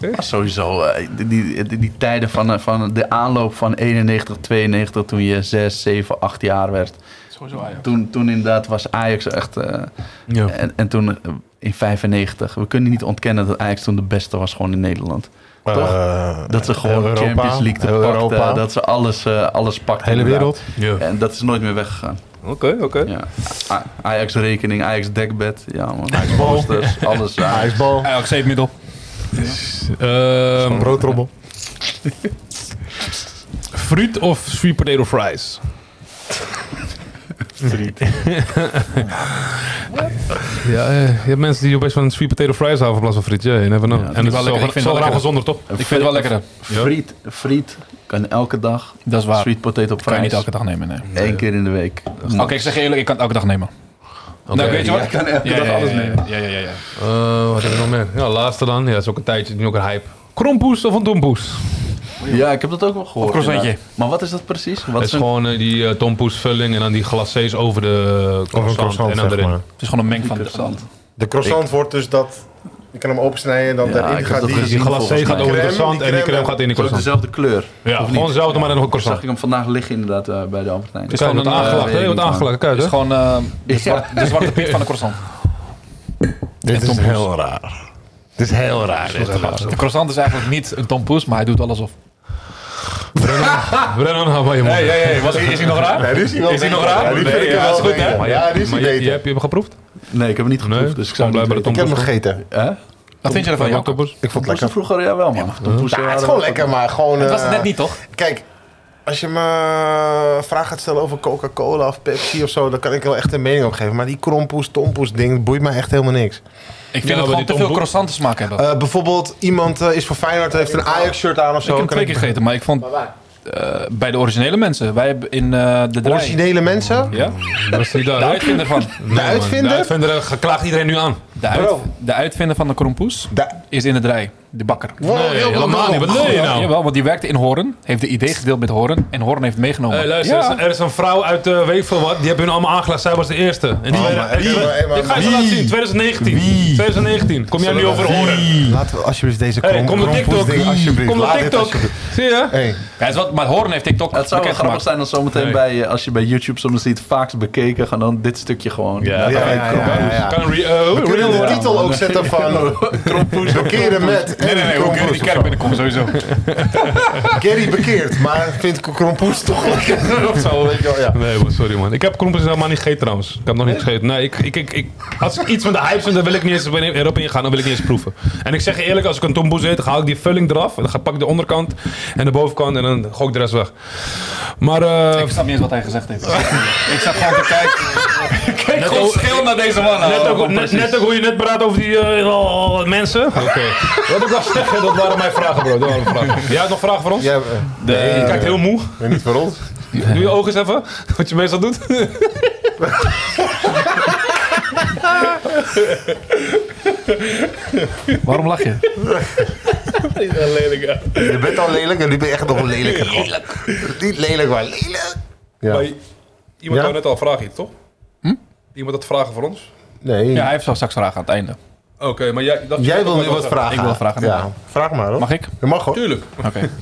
Maar sowieso, eh, die, die, die- die tijden van, eh, van de aanloop van 91, 92, toen je 6, 7, 8 jaar werd. Sowieso Ajax. Toen, toen inderdaad was Ajax echt... eh, Ja. en, en toen eh, in 95, we kunnen niet ontkennen dat Ajax toen de beste was gewoon in Nederland. Toch? Eh, Dat ze gewoon Europa, Champions League te heel pakten, Europa. dat ze alles, eh, alles pakten. Hele wereld. Ja. En dat is nooit meer weggegaan. Oké, oké. Ja. A- Ajax rekening, Ajax dekbed, ja man. Ajax posters, alles. ja. ijsbal. Ajax heeft middel. Ehm, Broodtrommel. Fruit of sweet potato fries? Fruit. ja, eh, je hebt mensen die best van sweet potato fries houden in plaats van friet. Ja, you never know. Ja, dat en het is wel is lekker. Ik wel, vind zo het wel graag gezonder, lekker. toch? Ik vind het wel lekkerder. Friet, friet kan elke dag. Dat is waar. Sweet potato kan je niet fries. elke dag nemen, nee. Oké, Eén keer in de week. Max. ik zeg je eerlijk, ik kan het elke dag nemen. Nou, weet je Ja, wat? ik kan elke dag alles nemen. Ja, ja, ja. ja. Eh, wat heb ik nog meer? Ja, laatste dan. Ja, dat is ook een tijdje, nu ook een hype. Krompoes of een dompoes? Ja, ik heb dat ook wel gehoord. Of croissantje. inderdaad. Maar wat is dat precies? Wat Dat is is een... gewoon eh, die eh, tompoesvulling en dan die glacés over de croissant, Of een croissant, en dan zeg erin. maar. Het is gewoon een meng van Interessant. De croissant wordt dus dat... Je kan hem opensnijden en dan Ja, ik daarin heb gaat dat die... gezien. Die volgens glacé mij. gaat over de Crème, croissant die en die crème crème. gaat in de Het is ook croissant. dezelfde kleur. Ja, of niet? gewoon hetzelfde, maar dan nog een Ik zag croissant. ik hem vandaag liggen inderdaad eh, bij de Albert Heijn. Het is gewoon wat eh, aangelacht, weet hè? ik Wat niet, man. aangelacht, kijk Het is hè? gewoon eh, de, Ja. zwarte, de zwarte piet van de croissant. Dit is Tompoes. heel raar. Dit is heel raar. De croissant is eigenlijk niet een tompoes, maar hij doet wel alsof. Brennan, hou bij je mond. was hij, is hij nog raar? Nee, die is hij wel Is die nog beter. raar? Ja, die Nee, vind ik ja, wel is goed, beter. hè? Maar Ja, jij- die is maar die jij- jij beter. hebt je hem geproefd? Nee, ik heb hem niet geproefd, Nee, dus ik zou gewoon niet blijven weten. Ik heb hem gegeten. Hè? Wat vind je ervan, Welke Jacob? Ik bos? vond het Tompoes lekker. vroeger, ja wel man. Tompoes, Ja, het is dat gewoon was- lekker, maar gewoon... Het was eh, het net niet, toch? Kijk, als je me een vraag gaat stellen over Coca-Cola of Pepsi of zo... dan kan ik wel echt een mening op geven. Maar die krompoes, tompoes ding, boeit mij echt helemaal niks. Ik vind maar dat die gewoon te veel tompoes- croissant smaak hebben. Eh, bijvoorbeeld, iemand eh, is voor Feyenoord, heeft een Ajax-shirt aan of ik zo. heb hem Kan twee keer gegeten, maar ik vond... eh, bij de originele mensen. Wij hebben in eh, de draai... Originele mensen? Ja? Dat is niet daar. De uitvinder van... Nee, man. uitvinder? De uitvinder eh, klaagt iedereen nu aan. De, uit- de uitvinder van de krompoes Da- is in de draai. De bakker. Wow, Oh, Nee, heel helemaal niet. Wat belangrijk. doe je nou? Jawel, want die werkte in Horen. Heeft de idee gedeeld met Horen. En Horen heeft het meegenomen. Hey, luister, Ja. er is- er is een vrouw uit eh weet veel wat, die hebben hun allemaal aangelacht. Zij was de eerste. En die Oh, werden- maar echt, die- maar, hey, maar- Ik ga je zo Wie? laten zien, 2019. 2019. Kom jij nu Zullen we- over horen? Laten we alsjeblieft deze krom, Hey, kom op krompoes TikTok. ding alsjeblieft. Kom op Laat dit TikTok. alsjeblieft. Zie je? Hey, Ja, het is wat, maar Horen heeft TikTok Het zou wel bekend grappig gemaakt. zijn als zometeen Nee. bij, eh, als je bij YouTube soms ziet, vaakst bekeken, gaan dan dit stukje gewoon. Ja. ja, ja, ja, ja, ja. Kan re- eh, We kunnen real de worden. titel ook zetten van... Krompoes. Bekeren met Nee, nee, nee. Hoe kun je die kerk binnenkomen sowieso? Gary bekeerd, maar vindt krompoes toch lekker of zo, weet je wel. Ja. Nee, man, sorry man. Ik heb krompjes helemaal niet gegeten trouwens. Ik heb nog niet gegeten. Nee, ik, ik, ik, ik- als ik iets van de hype vind, dan wil ik niet eens ben- erop ingaan. Dan wil ik niet eens proeven. En ik zeg je eerlijk, als ik een tomboes eet, dan haal ik die vulling eraf. En dan ga- pak ik de onderkant en de bovenkant en dan gooi ik de rest weg. Maar eh, Ik snap niet eens wat hij gezegd heeft. ik zat gewoon te kijken. Kijk gewoon schil naar deze man. net, ook, net, net ook hoe je net praat over die eh, oh, mensen. Oké. Wat ik wil zeggen, dat waren mijn vragen bro. Dat waren mijn vragen. Jij had nog vragen voor ons? Ja, Je kijkt heel moe. eh, niet voor ons. Doe je ogen eens even. Wat je meestal doet. Waarom lach je? Je bent al lelijk en nu ben je echt nog lelijker. Lelijk. Niet lelijk, maar lelijk. Ja. Maar iemand Ja? wou net al vragen iets, toch? Hm? Iemand had vragen voor ons? Nee. Ja, hij heeft zo straks vragen aan het einde. Oké, maar jij... Dat Jij wil nu dat- wat vragen. Ik wil vragen, Ja. Vraag maar hoor. Mag ik? Je mag hoor. Tuurlijk. Oké.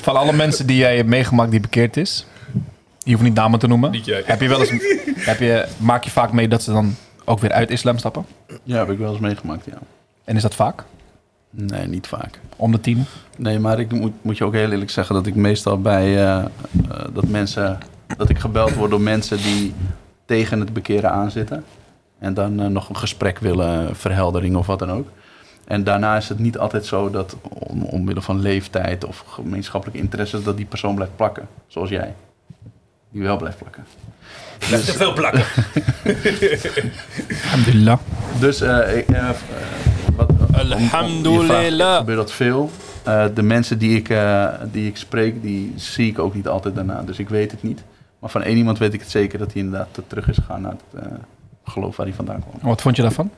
Van alle mensen die jij hebt meegemaakt die bekeerd is, je hoeft niet namen te noemen. Niet jij. Heb je wel eens, heb je, maak je vaak mee dat ze dan ook weer uit islam stappen? Ja, heb ik wel eens meegemaakt, ja. En is dat vaak? Nee, niet vaak. Om de tien? Nee, maar ik moet, moet je ook heel eerlijk zeggen dat ik meestal bij eh, eh, dat mensen dat ik gebeld word door mensen die tegen het bekeren aanzitten en dan eh, nog een gesprek willen, eh, verheldering of wat dan ook. En daarna is het niet altijd zo dat om, omwille van leeftijd of gemeenschappelijke interesses dat die persoon blijft plakken, zoals jij. Die wel blijft plakken. Dus- Te veel plakken. Alhamdulillah. Dus eh, ik, eh, eh, wat, om- om- je vraagt, Alhamdulillah. Gebeurt dat veel? Eh, de mensen die ik, eh, die ik spreek, die zie ik ook niet altijd daarna. Dus ik weet het niet. Maar van één iemand weet ik het zeker dat hij inderdaad te- terug is gegaan naar het eh, geloof waar hij vandaan kwam. Wat vond je daarvan?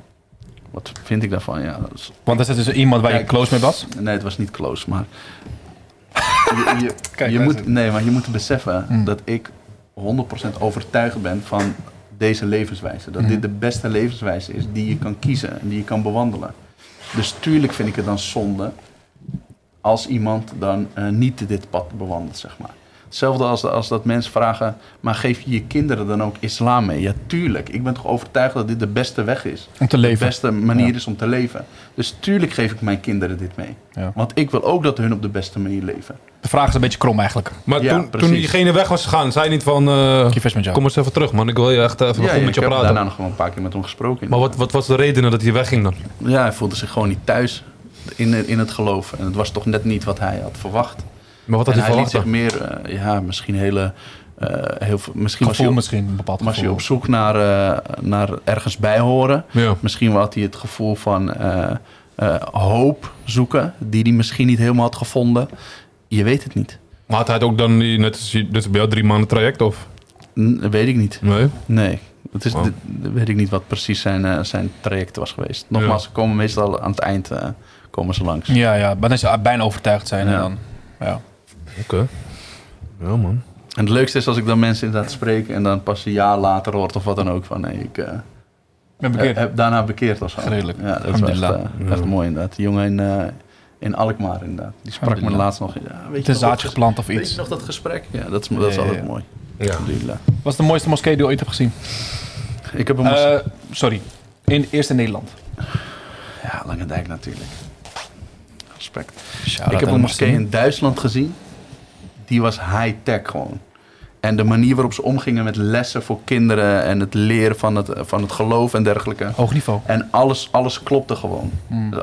Wat vind ik daarvan? Ja, dat is- Want er zit dus iemand waar je Kijk. close mee was. nee, het was niet close, maar. Je, je, Kijk, Hmm. je daar moet, zit- nee, maar je moet beseffen dat ik 100% overtuigd bent van deze levenswijze. Hmm. Dat dit de beste levenswijze is die je kan kiezen en die je kan bewandelen. Dus tuurlijk vind ik het dan zonde als iemand dan eh, niet dit pad bewandelt, zeg maar. Hetzelfde als, als dat mensen vragen, maar geef je je kinderen dan ook islam mee? Ja, tuurlijk. Ik ben toch overtuigd dat dit de beste weg is. Om te De leven. beste manier is om te leven. Dus tuurlijk geef ik mijn kinderen dit mee. Ja. Want ik wil ook dat hun op de beste manier leven. De vraag is een beetje krom eigenlijk. Maar Ja, toen, toen precies. diegene weg was gegaan, zei je niet van... eh, Kievers met jou. kom eens even terug, man. Ik wil je echt even Ja, goed ja, met ik je heb praten. daarna nog wel een paar keer met hem gesproken. Maar wat, wat was de reden dat hij wegging dan? Ja, hij voelde zich gewoon niet thuis in, in het geloof. En het was toch net niet wat hij had verwacht. Maar wat had en hij hij liet verwacht zich dan? meer, eh, ja, misschien hele... eh, heel veel, misschien was hij Gevoel op- misschien, een bepaald was hij gevoel. op zoek naar, eh, naar ergens bij horen. Ja. Misschien had hij het gevoel van eh, eh, hoop zoeken, die hij misschien niet helemaal had gevonden. Je weet het niet. Maar had hij het ook dan, die- net als je- dus bij jou drie maanden traject of? N- weet ik niet. Nee. Nee. Het is, Wow. dit- weet ik niet wat precies zijn, eh, zijn traject was geweest. Nogmaals, ze komen meestal aan het eind eh, komen ze langs. Ja, ja. Maar dan ze bijna overtuigd zijn. En Ja. dan, ja. Oké. Ja, man. En het leukste is als ik dan mensen inderdaad spreek en dan pas een jaar later hoort of wat dan ook van nee, ik eh, Ben bekeerd. heb daarna bekeerd of zo. Redelijk. Ja, dat is wel echt, eh, Alhamdulillah. echt mooi inderdaad. Die jongen in, eh, in Alkmaar inderdaad. Die sprak me Alhamdulillah. laatst nog. Ja, weet Het je een nog dat zaadje geplant of Weet je iets. nog dat gesprek? Ja, dat is, dat is Ja, ja, altijd ja. mooi. Ja. Alhamdulillah. Wat is de mooiste moskee die je ooit hebt gezien? Ik heb hem... Eh, sorry. In, eerst in Nederland. ja, Langendijk natuurlijk. Respect. Shout-out ik heb aan een de moskee in Duitsland gezien. Die was high-tech gewoon. En de manier waarop ze omgingen met lessen voor kinderen en het leren van het, van het geloof en dergelijke. Hoog niveau. En alles, alles klopte gewoon.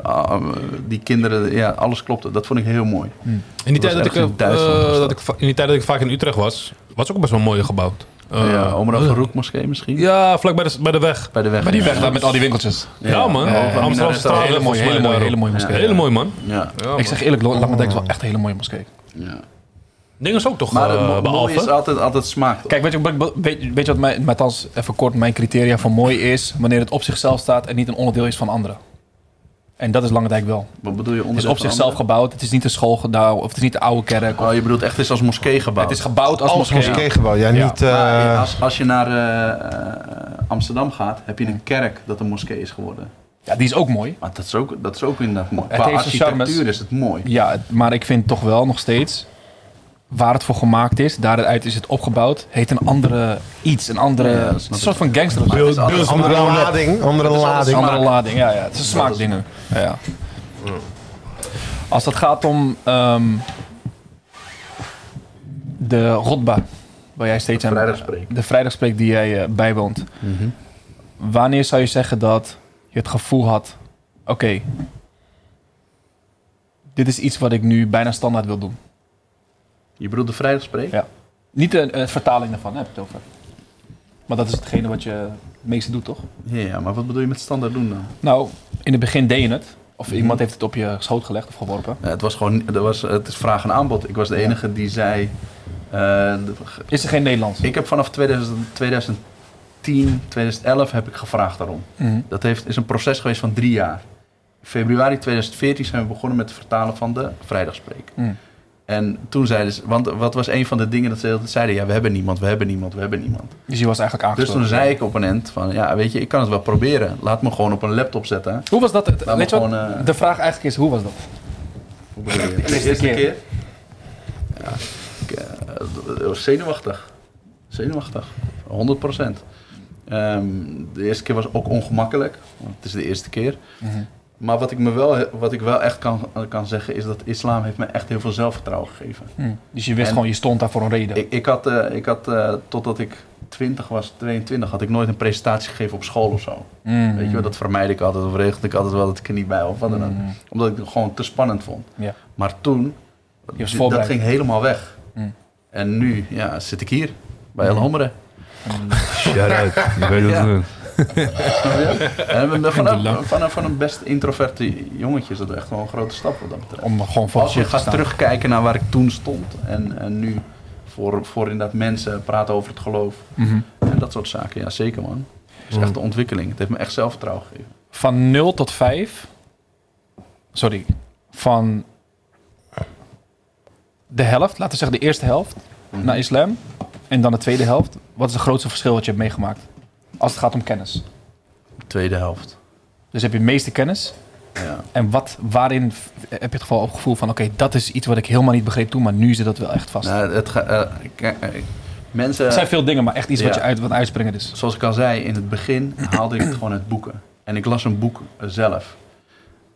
Ah, Die kinderen, ja, alles klopte. Dat vond ik heel mooi. In die, Dat tijd was dat ik, ergens in eh, Duitsland was eh, dat dat. ik, va- in die tijd dat ik vaak in Utrecht was, was ook best wel mooi gebouwd. Eh, ja, Omar Farouk moskee misschien? ja, vlak bij de, bij de weg. Bij de weg. Maar die ja. Oh, weg daar met al die winkeltjes. Ja, man. Ja, ja, ja. Amsterdamse Hele straat. hele mooie, hele mooie, hele mooie moskee. Hele mooi, man. Ja. Ja, Ik man. zeg eerlijk, Lo- Langendijk is wel echt een hele mooie moskee. ja. Dingen is ook toch Maar eh, het mo- bij mooie Alphen? is altijd, altijd smaak. toch? Kijk, weet je, wat ik- weet, weet je wat mijn, maar althans even kort, mijn criteria voor mooi is? Wanneer het op zichzelf staat en niet een onderdeel is van anderen. En dat is Langendijk wel. Wat bedoel je? Het is op zichzelf gebouwd, het is niet een schoolgebouw of het is niet de oude kerk. of- Oh, je bedoelt echt is als moskee gebouwd. het is gebouwd als moskee. Moskeegebouw, ja, niet... eh, Maar als, als je naar eh, eh, Amsterdam gaat, heb je een kerk dat een moskee is geworden. Ja, die is ook mooi. Maar dat is ook, dat is ook inderdaad mooi. Het Qua heeft zijn architectuur charmes. is het mooi. Ja, het- maar ik vind toch wel nog steeds waar het voor gemaakt is, daaruit is het opgebouwd, heet een andere iets, een andere Ja, dat een snap ik. soort van gangster. Maar het is altijd andere smaak. lading, andere is alles lading. smaak. Andere lading, ja, ja. Het is Mm. een smaakdingen. Ja, ja. Als het gaat om ehm, de rotba, waar jij steeds aan vrijdagspreek. De vrijdagspreek die jij eh, bijwoont. Mhm. Wanneer zou je zeggen dat je het gevoel had: oké, dit is iets wat ik nu bijna standaard wil doen? Je bedoelt de vrijdagspreek? Ja. Niet de eh, vertaling daarvan, hè, heb je het over. Maar dat is hetgene wat je het meeste doet, toch? Ja, ja, maar wat bedoel je met standaard doen dan? Nou, in het begin deed je het. Of Mhm. iemand heeft het op je schoot gelegd of geworpen. Ja, het was gewoon, er was, het is vraag en aanbod. Ik was de enige die zei, eh, de- Is er geen Nederlands? Ik heb vanaf 2000, 2010, 2011 heb ik gevraagd daarom. Mhm. Dat heeft, is een proces geweest van drie jaar. In februari 2014 zijn we begonnen met het vertalen van de vrijdagspreek. Mhm. En toen zeiden ze, want wat was een van de dingen dat ze altijd zeiden? Ja, we hebben niemand, we hebben niemand, we hebben niemand. Dus je was eigenlijk Dus aangesloten. toen zei ik op een end van, ja, weet je, ik kan het wel proberen. Laat me gewoon op een laptop zetten. Hoe was dat? Laat me Weet je wat? gewoon... eh, De vraag eigenlijk is, hoe was dat? De eerste keer. Ja, ik, eh, d- d- was zenuwachtig. Zenuwachtig. 100 procent. Ehm, de eerste keer was ook ongemakkelijk. Want het is de eerste keer. Mhm. Maar wat ik, me wel, wat ik wel echt kan, kan zeggen is dat islam heeft me echt heel veel zelfvertrouwen gegeven. Dus je wist Mhm. En- gewoon, je stond daar voor een reden. Ik, ik had, eh, ik had eh, totdat ik 20 was, 22, had ik nooit een presentatie gegeven op school of zo. Mm. Weet je wel, dat vermijd ik altijd of regelde ik altijd wel dat ik er niet bij of wat dan ook. Mm. Omdat ik het gewoon te spannend vond. Ja. Maar toen, Je was d- dat voorbereid. ging helemaal weg. Mm. En nu ja, zit ik hier, bij El Hombre. Mm. Shout-out. Je weet wat Ja. te doen. En we- we- vanaf, vanaf van een best introverte jongetje is dat echt wel een grote stap wat dat betreft. Om gewoon voor Als je te gaat staan. terugkijken naar waar ik toen stond en, en nu voor, voor inderdaad mensen praten over het geloof Mhm. en dat soort zaken. Ja, zeker man. Dat is echt de ontwikkeling. Het heeft me echt zelfvertrouwen gegeven. Van 0 tot 5. Sorry. Van Mhm. de helft, laten we zeggen de eerste helft, naar islam. en dan de tweede helft. Wat is het grootste verschil wat je hebt meegemaakt? Als het gaat om kennis. Tweede helft. Dus heb je de meeste kennis. Ja. En wat, waarin v- heb je het geval op gevoel van... oké, dat is iets wat ik helemaal niet begreep toen... maar nu zit dat wel echt vast. Nou, het ga- eh, kijk, eh, mensen... het zijn veel dingen, maar echt iets wat ja. je uit, wat uitspringen is. zoals ik al zei, in het begin haalde ik het gewoon uit boeken. En ik las een boek eh, zelf.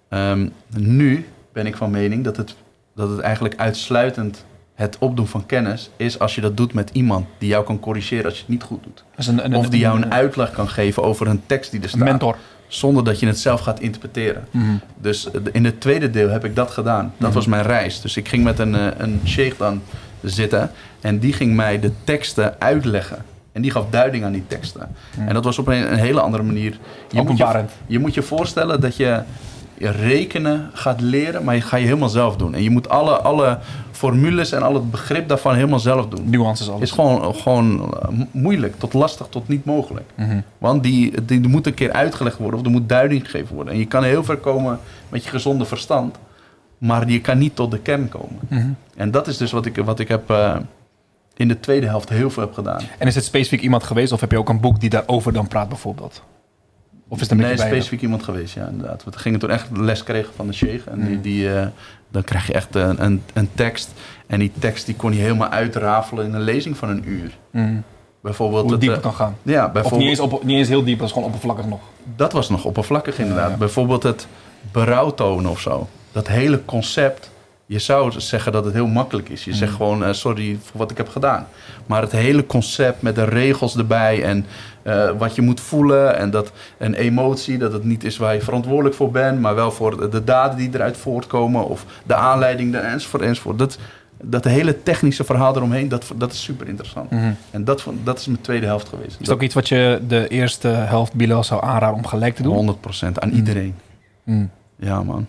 Ehm, nu ben ik van mening dat het, dat het eigenlijk uitsluitend het opdoen van kennis is als je dat doet met iemand die jou kan corrigeren als je het niet goed doet. Dat is een, een, Of die jou een een uitleg kan geven over een tekst die er staat. mentor. Zonder dat je het zelf gaat interpreteren. Mhm. Dus eh, in het tweede deel heb ik dat gedaan. Dat was mijn reis. Dus ik ging met een, eh, een sheikh dan zitten. En die ging mij de teksten uitleggen. En die gaf duiding aan die teksten. Mm. En dat was op een, een hele andere manier. Je moet je, Openbarend. je moet je voorstellen dat je je rekenen gaat leren, maar je ga je helemaal zelf doen. En je moet alle, alle formules en al het begrip daarvan helemaal zelf doen. Nuances alles. Is gewoon, gewoon eh, mo- moeilijk, tot lastig, tot niet mogelijk. Mhm. Want die, die moet een keer uitgelegd worden of er moet duiding gegeven worden. En je kan heel ver komen met je gezonde verstand, maar je kan niet tot de kern komen. Mhm. En dat is dus wat ik, wat ik heb eh, in de tweede helft heel veel heb gedaan. En is het specifiek iemand geweest of heb je ook een boek die daarover dan praat bijvoorbeeld? Of is het een nee, beetje beide? specifiek iemand geweest, ja, inderdaad. We gingen toen echt les kregen van de sheikh. En Mhm. die, die, eh, dan krijg je echt een, een, een tekst. En die tekst die kon je helemaal uitrafelen in een lezing van een uur. Mhm. Bijvoorbeeld Hoe het, diep eh, het kan gaan. ja, Of niet bijvoorbeeld, eens, op, niet eens heel diep, dat is gewoon oppervlakkig nog. dat was nog oppervlakkig inderdaad. Ja, ja. Bijvoorbeeld het berouw tonen of zo. Dat hele concept. Je zou zeggen dat het heel makkelijk is. Mm. Je zegt gewoon, eh, sorry voor wat ik heb gedaan. Maar het hele concept met de regels erbij en eh, wat je moet voelen en dat een emotie, dat het niet is waar je verantwoordelijk voor bent, maar wel voor de, de daden die eruit voortkomen of de aanleiding er- enzovoort enzovoort. Dat, dat hele technische verhaal eromheen, dat, dat is super interessant. Mhm. En dat, vond- dat is mijn tweede helft geweest. Is het ook iets wat je de eerste helft Bilal zou aanraden om gelijk te doen? 100% aan iedereen. Mm. Mhm. Ja man.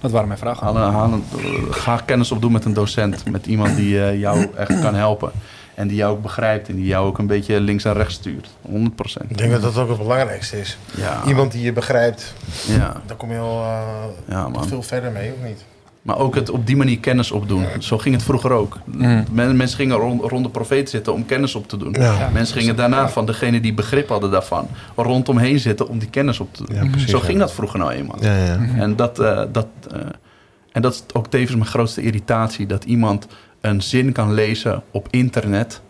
Dat waren mijn vragen. Haal, haal een- ga kennis opdoen met een docent. Met iemand die eh, jou echt kan helpen. En die jou ook begrijpt. En die jou ook een beetje links en rechts stuurt. 100%. Ik denk dat dat ook het belangrijkste is. Ja, Iemand die je begrijpt, ja, daar kom je al eh, ja man. veel verder mee, of niet? Maar ook het op die manier kennis opdoen. Zo ging het vroeger ook. Mm. Men- mensen gingen rond, rond de profeet zitten om kennis op te doen. Ja. Ja. Mensen gingen daarna van degene die begrip hadden daarvan... rondomheen zitten om die kennis op te doen. Ja, precies, Zo ja. ging dat vroeger nou eenmaal. Ja, ja. Mhm. En dat, eh, dat, eh, en dat is ook tevens mijn grootste irritatie. Dat iemand een zin kan lezen op internet.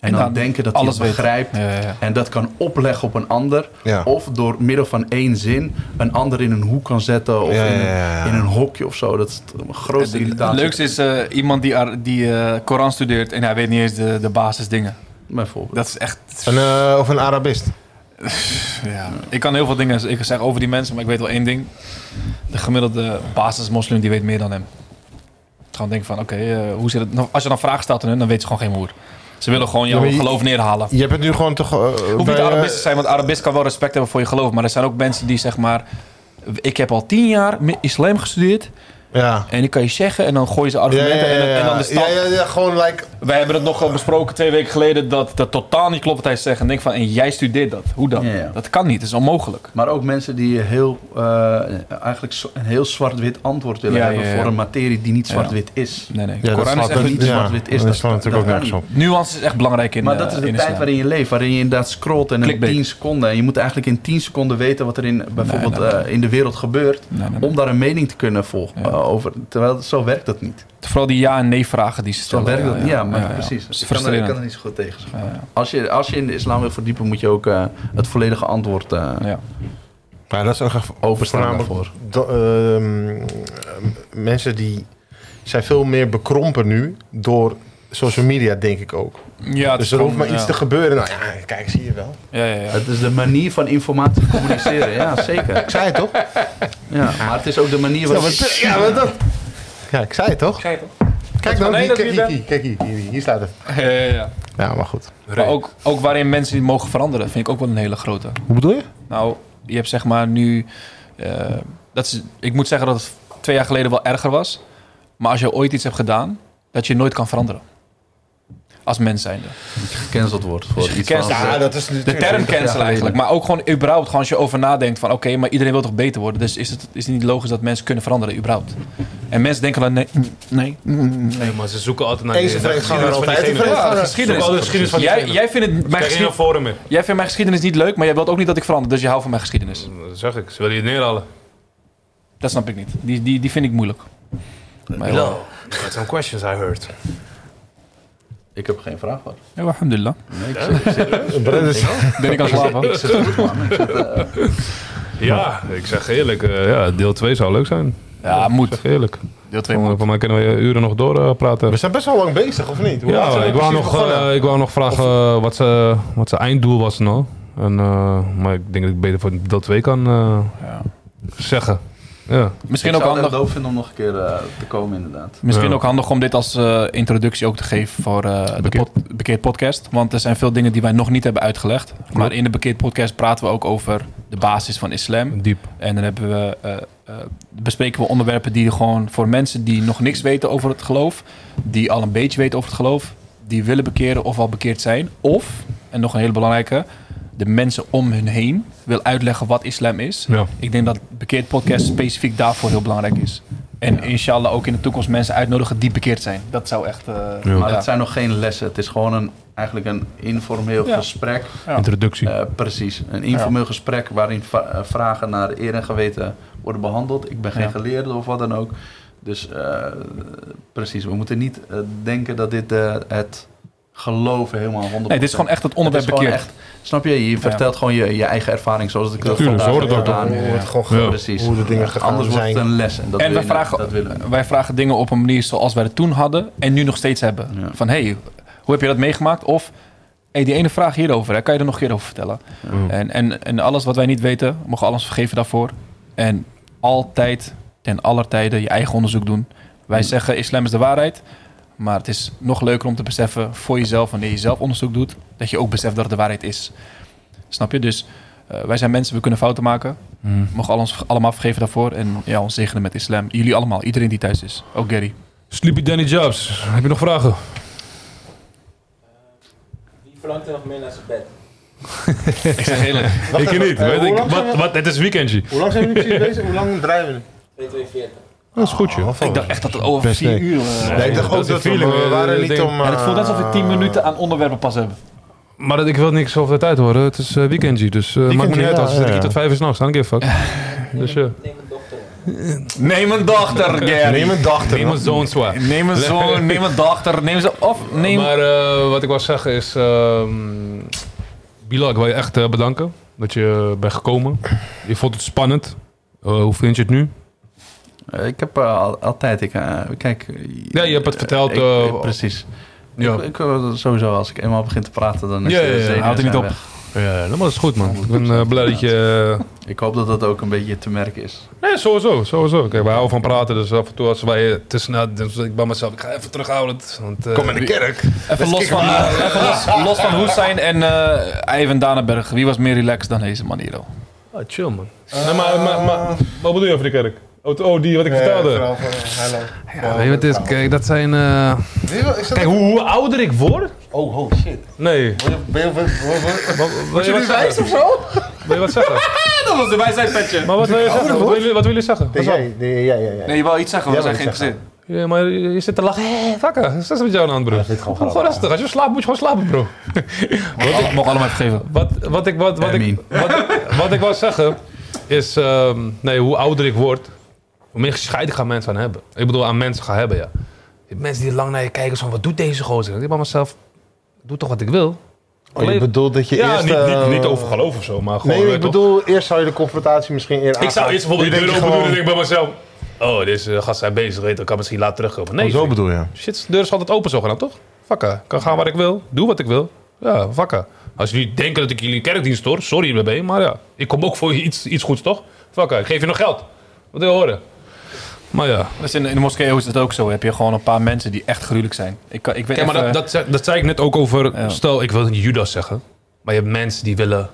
En, En dan, dan denken dat hij alles het weet. begrijpt. Ja, ja, ja. En dat kan opleggen op een ander. Ja. Of door middel van één zin een ander in een hoek kan zetten. Of Ja, in, ja, ja, ja. in een hokje of zo. Dat is t- mijn grootste Het irritatie. leukste is eh, iemand die, ar- die eh, Koran studeert en hij weet niet eens de, de basisdingen. Bijvoorbeeld. Dat is echt... Een, eh, of een Arabist. Ja. Ik kan heel veel dingen z- ik zeg over die mensen, maar ik weet wel één ding. De gemiddelde basismoslim die weet meer dan hem. Gewoon denken van, oké, eh, hoe zit het? Nou, Als je dan vragen stelt aan hen, dan weet ze gewoon geen woord. Ze willen gewoon jouw Ja, maar je- geloof neerhalen. Je hebt het nu gewoon toch... eh, hoeft bij, niet eh, Arabist te zijn, want Arabist kan wel respect hebben voor je geloof. Maar er zijn ook mensen die zeg maar... Ik heb al tien jaar mi- islam gestudeerd. Ja. En die kan je zeggen. En dan gooi je ze Ja, argumenten. ja, en dan- ja, En, dan ja. de stap. Ja, ja, ja, gewoon like... Wij hebben het nog wel besproken twee weken geleden. Dat dat totaal niet klopt wat hij zegt. En ik denk van, en jij studeert dat. Hoe dan? Ja, ja. Dat kan niet. Dat is onmogelijk. Maar ook mensen die heel, eh, eigenlijk zo- een heel zwart-wit antwoord willen Ja, hebben ja, ja. voor een materie die niet zwart-wit is. Nee, nee. Ja, dat Koran is slaat echt... dan- niet ja, zwart-wit is. Dat Dat- slaat natuurlijk dat ook kan nergens niet. op. Nuance is echt belangrijk in Maar dat eh, is de in tijd islam. waarin je leeft, waarin je inderdaad scrolt en in Clickbait. 10 seconden. En je moet eigenlijk in 10 seconden weten wat er in, bijvoorbeeld nee, nee. eh, in de wereld gebeurt. Nee, nee, nee. Om daar een mening te kunnen volgen Ja. eh, over. Terwijl zo werkt dat niet. Vooral die ja- en nee-vragen die ze Zo stellen. werkt dat niet. Ja, maar ja, ja. precies. Dat is Ik, kan er, ik frustrerend. kan er niet zo goed tegen. zeggen. Ja, ja. Als, je, als je in de islam wil verdiepen, moet je ook eh, het volledige antwoord eh Ja. Ja, dat is een gevo- openstaan voornamelijk daarvoor. Da- ehm, ehm, mensen die zijn veel meer bekrompen nu door social media, denk ik ook. Ja, het Dus is er hoeft gewoon, maar iets ja. te gebeuren. Nou ja, kijk, zie je wel. Ja, ja, ja. Het is de manier van informatie communiceren. ja, zeker. Ik zei het toch? Ja, maar het is ook de manier Ja, waarop... maar, ja, maar dat... ja ik zei het toch? zei het toch? Kijk nou, van nee hier, dat kijk, je hier, bent. hier, kijk hier, hier, hier staat het. Ja, ja, ja. Ja, maar goed. Maar ook, ook waarin mensen die mogen veranderen, vind ik ook wel een hele grote. Hoe bedoel je? Nou, je hebt zeg maar nu. eh, dat is, ik moet zeggen dat het twee jaar geleden wel erger was. Maar als je ooit iets hebt gedaan, dat je nooit kan veranderen. Als mens zijnde. gecanceld wordt voor iets gecanceld van- wordt. dat is De term cancel eigenlijk. Maar ook gewoon überhaupt, gewoon als je over nadenkt van... oké, maar iedereen wil toch beter worden? Dus is het, is het niet logisch dat mensen kunnen veranderen überhaupt? En mensen denken dan, nee, Nou, nee, nee. Nee, maar ze zoeken altijd naar Eens die- een vreemdganger, naar de altijd een geschiedenis van Nou, vreemdganger. diegene. Ze zoeken altijd de geschiedenis van Jij, diegene. jij, vindt het, mijn Kijk, geen geschiedenis, forum meer. jij vindt mijn geschiedenis niet leuk, maar jij wilt ook niet dat ik verander. Dus je houdt van mijn geschiedenis. Dat zeg ik. Ze willen je neerhalen. Dat snap ik niet. Die, die, die vind ik moeilijk. Maar ja, Bilal, got some questions I heard. Ik heb geen vraag hoor. Ja, alhamdulillah. Nee, ik zit- ik zit- Brent is- Ben ik aan het slapen? ik zit goed, man. Ik zit, eh, Ja, ik zeg eerlijk. eh, ja, deel 2 zou leuk zijn. Ja, Ik moet. zeg eerlijk. Deel 2 Van, van mij kunnen we uren nog door eh, praten. We zijn best wel lang bezig, of niet? Hoe laat zijn Ja, we ik wou, precies nog, begonnen? eh, ik wou nog vragen eh, wat, ze, wat zijn einddoel was nou. En, eh, maar ik denk dat ik beter voor deel 2 kan eh, Ja. zeggen. Ja. Misschien ik ook zou het handig. echt doof vinden om nog een keer eh, te komen inderdaad. Misschien Ja. ook handig om dit als eh, introductie ook te geven voor eh, de Bekeerd. pod- Bekeerd Podcast. Want er zijn veel dingen die wij nog niet hebben uitgelegd. Maar in de Bekeerd Podcast praten we ook over de basis van islam. Diep. En dan hebben we, eh, eh, bespreken we onderwerpen die gewoon voor mensen die nog niks weten over het geloof. Die al een beetje weten over het geloof. Die willen bekeren of al bekeerd zijn. Of, en nog een hele belangrijke, de mensen om hun heen wil uitleggen wat islam is. Ja. Ik denk dat bekeerd podcast specifiek daarvoor heel belangrijk is. En inshallah ook in de toekomst mensen uitnodigen die bekeerd zijn. Dat zou echt... eh, Ja. Maar ja. het zijn nog geen lessen. Het is gewoon een, eigenlijk een informeel Ja. gesprek. Ja. Introductie. Eh, precies. Een informeel gesprek waarin va- eh, vragen naar eer en geweten worden behandeld. Ik ben geen Ja. geleerde of wat dan ook. Dus eh, precies, we moeten niet eh, denken dat dit eh, het geloven helemaal 100% Nee, dit is gewoon echt het Het onderwerp is gewoon bekeerd. echt, snap je? Je vertelt gewoon je, je eigen ervaring zoals ik dat Tuurlijk, zo hoort het ook, gedaan. Hoe het gewoon Ja. Precies. Hoe de dingen gegaan Anders wordt zijn. het een les. En, dat En wil wij je niet. vragen- Dat willen we niet. Wij vragen dingen op een manier zoals wij het toen hadden en nu nog steeds hebben. Ja. Van hé, hey, hoe heb je dat meegemaakt? Of hey, die ene vraag hierover, hè, kan je er nog een keer over vertellen? En, en, en alles wat wij niet weten, mogen we alles vergeven daarvoor. En altijd, ten aller tijden, je eigen onderzoek doen. Wij zeggen islam is de waarheid. Maar het is nog leuker om te beseffen voor jezelf, wanneer je zelf onderzoek doet, dat je ook beseft dat het de waarheid is. Snap je? Dus eh, wij zijn mensen, we kunnen fouten maken. Mogen al ons allemaal vergeven daarvoor. En ja, ons zegenen met islam. Jullie allemaal, iedereen die thuis is. Ook Gary. Sleepy Danny Jobs, heb je nog vragen? Wie verlangt er nog meer naar zijn bed? Ik zeg eerlijk. ik even, niet. eh, Weet hoe ik, lang zijn wat, we- wat, het is weekendje. Hoe lang zijn we nu precies bezig? Hoe lang draaien we nu? 242. Dat is goed, joh. Ik dacht echt dat het over Best vier leuk. uur... eh, Nee, ik dacht dat ook is een dat we, feeling, we eh, waren dat niet ding. om... En het voelt alsof we eh, tien minuten aan onderwerpen pas hebben. Maar dat, ik wil niks over de tijd horen. Het is eh, weekendje, dus eh, maakt me niet ja, uit. Als het ja, 3 ja. tot 5 is s'nachts, dan geef fuck. dus ja. Neem een dochter. Neem een dochter, Gary. Neem een dag Neem ons zo'n zwaar. Neem een zoon, neem een dochter, neem ze... Of neem... Maar eh, wat ik wil zeggen is... ehm Bilal, ik wil je echt eh, bedanken dat je bent gekomen. Je vond het spannend. Eh, hoe vind je het nu? Eh, Ik heb eh, al- altijd, ik, eh, kijk... Ja, je hebt het eh, verteld, ik- eh, eh, precies. Ja, Ik, ik, eh, sowieso, als ik eenmaal begin te praten, dan is Ja, de ja, ja, zenuwen houdt het niet zijn op. weg. ja nou, dat is goed, man. Ik ben eh, blij dat je... eh, Ik hoop dat dat ook een beetje te merken is. Nee, sowieso, sowieso. Kijk, wij houden van praten, dus af en toe als wij eh, tussenuit... Dus ik bij mezelf, ik ga even terughoudend. Want, eh, Kom in de kerk. Even los van, eh, even los, los van Hoesijn en eh Ivan Danenberg. Wie was meer relaxed dan deze man hier al? Ah, chill, man. nee, maar, maar, maar, wat bedoel je over de kerk? Oh, t- oh, die wat ik vertelde. Ja, weet je wat het is? Kijk, dat zijn... eh, Kijk, hoe, hoe ouder ik word... Oh, oh shit. Nee. Ben je- ben je- ben je- Wat, wil je wat wijs zeggen? of zo? Wil je wat zeggen? Dat was de wijsheidspetje. Maar wat wil je zeggen? Wat wil je, wat wil je zeggen? Wat Nee, is dat? jij- nee, ja, ja, ja. Nee, je wou iets zeggen, we Jij zijn wou iets geïnteresseerd. Ja, maar je je zit te lachen. Hé, takken. Wat is dat met jou aan het broer? zit gewoon Doe grappig, rustig. Als je slaapt, moet je gewoon slapen, bro. Ik mocht allemaal even geven. Wat, wat ik, wat, wat, ik, wat, wat ik wil zeggen is, ehm, nee, hoe ouder ik word, hoe meer gescheiden gaan mensen aan hebben. Ik bedoel, aan mensen gaan hebben, ja. Die Mensen die lang naar je kijken, zo van, wat doet deze gozer? Ik denk bij mezelf, ik doe toch wat ik wil? Oh, je bedoelt dat je ja, eerst... niet, eh, niet, niet over geloof of zo, maar gewoon... Nee, weet ik toch? bedoel, eerst zou je de confrontatie misschien eerder Ik zou eerst bijvoorbeeld de deur open doen doen en denk ik bij mezelf... Oh, deze gast zijn bezig, weet je, ik kan misschien later terugkomen. Nee, Zo bedoel je? shit, de deur is altijd open zogenaamd, toch? Vakken, ik kan gaan waar ik wil, doe wat ik wil. Ja, vakken. Als jullie denken dat ik jullie kerkdienst stoor, sorry BB, maar ja, ik kom ook voor iets, iets goeds, toch? Vakken, ik geef je nog geld. Wat wil je horen? Maar ja, Dus in, in de moskee is dat ook zo. Heb je gewoon een paar mensen die echt gruwelijk zijn. Ik, kan, ik weet Kijk, maar even- dat, dat, zei- dat zei ik net ook over, Ja. stel ik wil niet Judas zeggen, maar je hebt mensen die willen...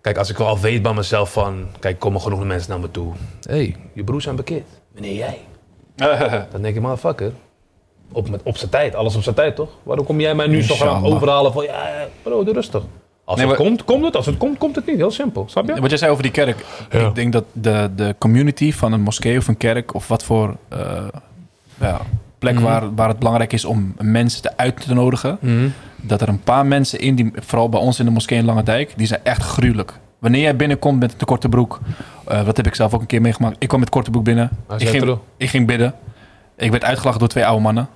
Kijk, als ik wel al weet bij mezelf van, kijk, komen genoeg mensen naar me toe. Hé, hey, je broers zijn bekeerd. Wanneer jij? Dan denk ik, maar fucker. Op, met, op zijn tijd, alles op zijn tijd toch? Waarom kom jij mij nu zo gaan Inshallah. overhalen van, ja, bro, doe rustig. Als Nee, het maar- komt, komt het. Als het komt, komt het niet. Heel simpel. Snap je? Wat jij zei over die kerk. Ja. Ik denk dat de, de community van een moskee of een kerk of wat voor eh, ja, plek waar, waar het belangrijk is om mensen te uit te nodigen. Dat er een paar mensen in, die, vooral bij ons in de moskee in Lange Dijk, die zijn echt gruwelijk. Wanneer jij binnenkomt met een korte broek, eh wat heb ik zelf ook een keer meegemaakt. Ik kwam met korte broek binnen. Hij Ik zei ging, terug. ik ging bidden. Ik werd uitgelachen door twee oude mannen.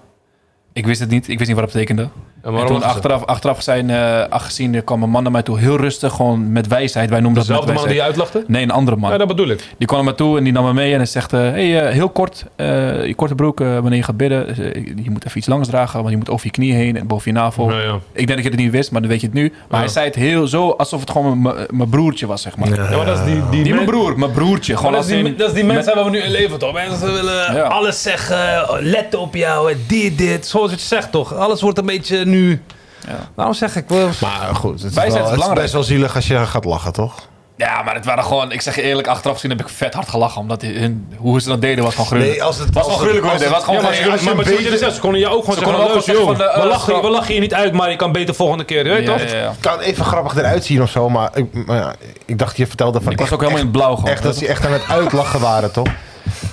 Ik wist het niet. Ik wist niet wat het betekende. En En waarom toen lachen ze? achteraf, achteraf zijn eh, gezien, er kwam een man naar mij toe. Heel rustig, gewoon met wijsheid. Wij noemen dat Dezelfde met man die je wijsheid. uitlachte? Nee, een andere man. Ja, dat bedoel ik. Die kwam naar me toe en die nam me mee. En hij zegt, eh, hey, eh, heel kort, eh, je korte broek, eh, wanneer je gaat bidden. eh, je moet even iets langs dragen, want je moet over je knie heen en boven je navel. Ja, ja. Ik denk dat je het niet wist, maar dan weet je het nu. Maar hij zei het heel zo, alsof het gewoon mijn- mijn broertje was, zeg maar. Ja, maar dat is die, die, Niet mijn men- broer, mijn broertje. Gewoon dat, is als die, in- dat is die mensen waar we nu in leven, toch? Mensen willen Ja. alles zeggen, let op jou, dit, dit. Zoals het zegt, toch? Alles wordt een beetje nu... Ja. Waarom zeg ik... wel- Maar goed, het is, Wij wel, zijn het het is belangrijk. best wel zielig als je gaat lachen, toch? Ja, maar het waren gewoon, ik zeg je eerlijk, achteraf gezien heb ik vet hard gelachen. Omdat hun, hoe ze dat deden was gewoon gruwelijk. als het was gewoon gruwelijk hoor. als Het het- was gewoon ja, van, maar eh, als maar je maar een zoals jullie beetje- zeggen, ze konden je ook gewoon Ze zeggen... konden ook luister, gewoon joh, zeggen van, we, eh, lachen, eh, we lachen je niet uit, maar je kan beter volgende keer, je weet Ja, toch? ja, ja. kan even grappig eruit zien of zo, maar ik, maar ja, ik dacht je vertelde van Ik was echt- ook helemaal in het blauw gewoon. echt dat ze echt aan het uitlachen waren, toch?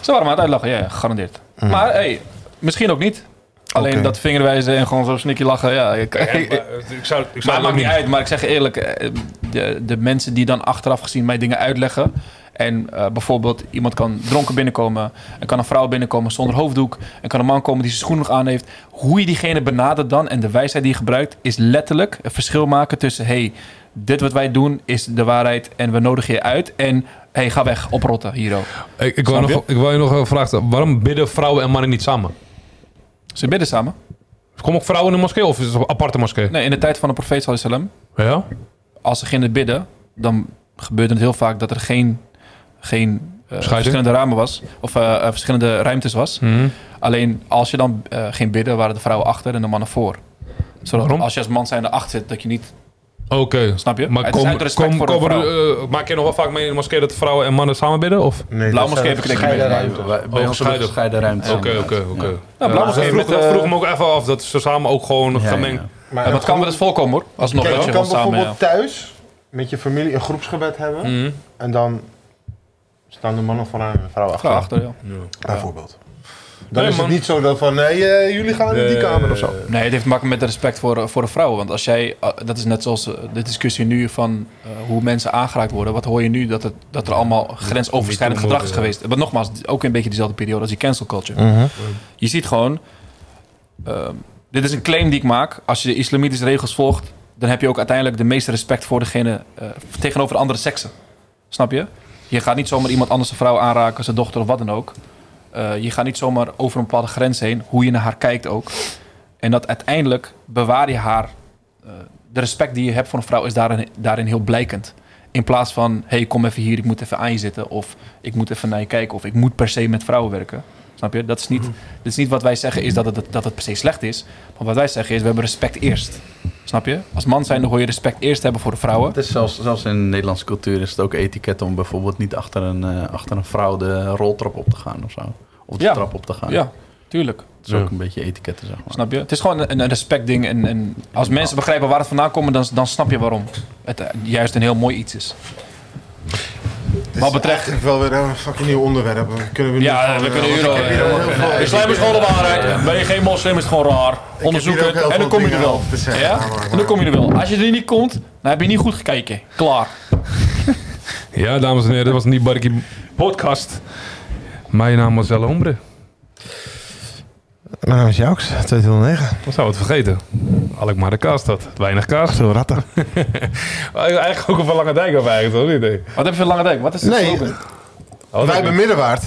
Ze waren me aan het uitlachen, ja, ja, gegarandeerd. Maar hey, misschien ook niet. Alleen Oké. dat vingerwijzen en gewoon zo snikje lachen, ja. Ik, ik- maar, maar, ik zou, ik zou het ook niet- maakt niet uit, maar ik zeg je eerlijk, eh, de, de mensen die dan achteraf gezien mij dingen uitleggen. En eh, bijvoorbeeld, iemand kan dronken binnenkomen. Er kan een vrouw binnenkomen zonder hoofddoek. Er kan een man komen die zijn schoen nog aan heeft. Hoe je diegene benadert dan en de wijsheid die je gebruikt, is letterlijk een verschil maken tussen: hey, dit wat wij doen is de waarheid en we nodigen je uit. En hey, ga weg, oprotten hier ook. Ik, ik, wou Snap je? nog, ik wou je nog een vraag stellen. Waarom bidden vrouwen en mannen niet samen? Ze bidden samen. Komen ook vrouwen in een moskee of is het een aparte moskee? Nee, in de tijd van de profeet sallallahu alaihi wasallam, Ja? als ze gingen bidden, dan gebeurde het heel vaak dat er geen, geen eh, verschillende ramen was. Of eh, eh, verschillende ruimtes was. Mhm. Alleen als je dan eh, ging bidden, waren de vrouwen achter en de mannen voor. Zodat Waarom? als je als man zijnde achter zit, dat je niet... Oké. Snap je? Maar Het is kom, uit respect kom, voor een komen er, eh, maak je nog wel vaak mee in de moskee dat vrouwen en mannen samen bidden? Of? Nee, Blauw moskee heb ik denk ik mee. Nee, wij- bij Oh, ons hebben gescheiden. we gescheiden ruimtes. Oké, oké, oké. Nou, blauw Dat moskee vroeg- met, Dat eh, vroeg me ook even af, dat ze samen ook gewoon ja. gemengd... eh, maar het kan wel eens voorkomen hoor. Alsnog Kijk, dat je je kan gewoon samen... bijvoorbeeld ja. thuis met je familie een groepsgebed hebben. Mhm. En dan staan de mannen vooraan en de vrouwen achter. Vrouw achter, ja. Bijvoorbeeld. Dan Nee, is het man. niet zo dat van, nee, eh, jullie gaan in die Nee. kamer of zo. Nee, het heeft te maken met respect voor, eh, voor de vrouwen. Want als jij, eh, dat is net zoals eh, de discussie nu van eh, hoe mensen aangeraakt worden. Wat hoor je nu dat, het, dat er allemaal grensoverschrijdend Niet gedrag is te mogen, geweest? Maar nogmaals, ook een beetje dezelfde periode als die cancel culture. Je ziet gewoon, ehm, dit is een claim die ik maak. Als je de islamitische regels volgt, dan heb je ook uiteindelijk de meeste respect voor degene eh, tegenover de andere seksen. Snap je? Je gaat niet zomaar iemand anders zijn vrouw aanraken, zijn dochter of wat dan ook. Eh, je gaat niet zomaar over een bepaalde grens heen, hoe je naar haar kijkt ook. En dat uiteindelijk bewaar je haar. eh, de respect die je hebt voor een vrouw is daarin, daarin heel blijkend. In plaats van, hey, kom even hier, ik moet even aan je zitten. Of ik moet even naar je kijken. Of ik moet per se met vrouwen werken. Snap je? Dat is niet, dat is niet wat wij zeggen, is dat het, dat het per se slecht is. Maar wat wij zeggen is, we hebben respect eerst. Snap je? Als man zijn, dan hoor je respect eerst te hebben voor de vrouwen. Het is zelfs, zelfs in de Nederlandse cultuur is het ook etiket om bijvoorbeeld niet achter een, eh, achter een vrouw de roltrap op te gaan of zo. Of de Ja. trap op te gaan. Ja, tuurlijk. Het is ook een beetje etiketten, zeg maar. Snap je? Het is gewoon een, een respectding. En, en als mensen begrijpen waar het vandaan komt, dan, dan snap je waarom. Het eh, juist een heel mooi iets is. Wat betreft... Eigenlijk wel weer een fucking nieuw onderwerp. Kunnen we nu Ja, gewoon, we eh, kunnen want uren ik heb hier over- allemaal heel veel- Islam is gewoon de waarheid. Ben je geen moslim, is het gewoon raar. Onderzoek hier ook het heel en dan veel kom je er dingen wel. over te zeggen, Ja? maar- En dan kom je er wel. Als je er niet komt, dan heb je niet goed gekeken. Klaar. Ja, dames en heren, dit was een Nibarki podcast. Mijn naam was El Hombre. Mijn naam Nou, is Jouks, Oh, 209. Dan zouden we het vergeten. Alkmaar de kaas dat. Weinig kaas. Zo ratten. Eigenlijk ook een Lange Dijk af eigenlijk, toch? Niet, hè? Wat heb je van Lange Dijk? Wat is het Nee. slogan? Oh, Wij dat- hebben Middenwaard.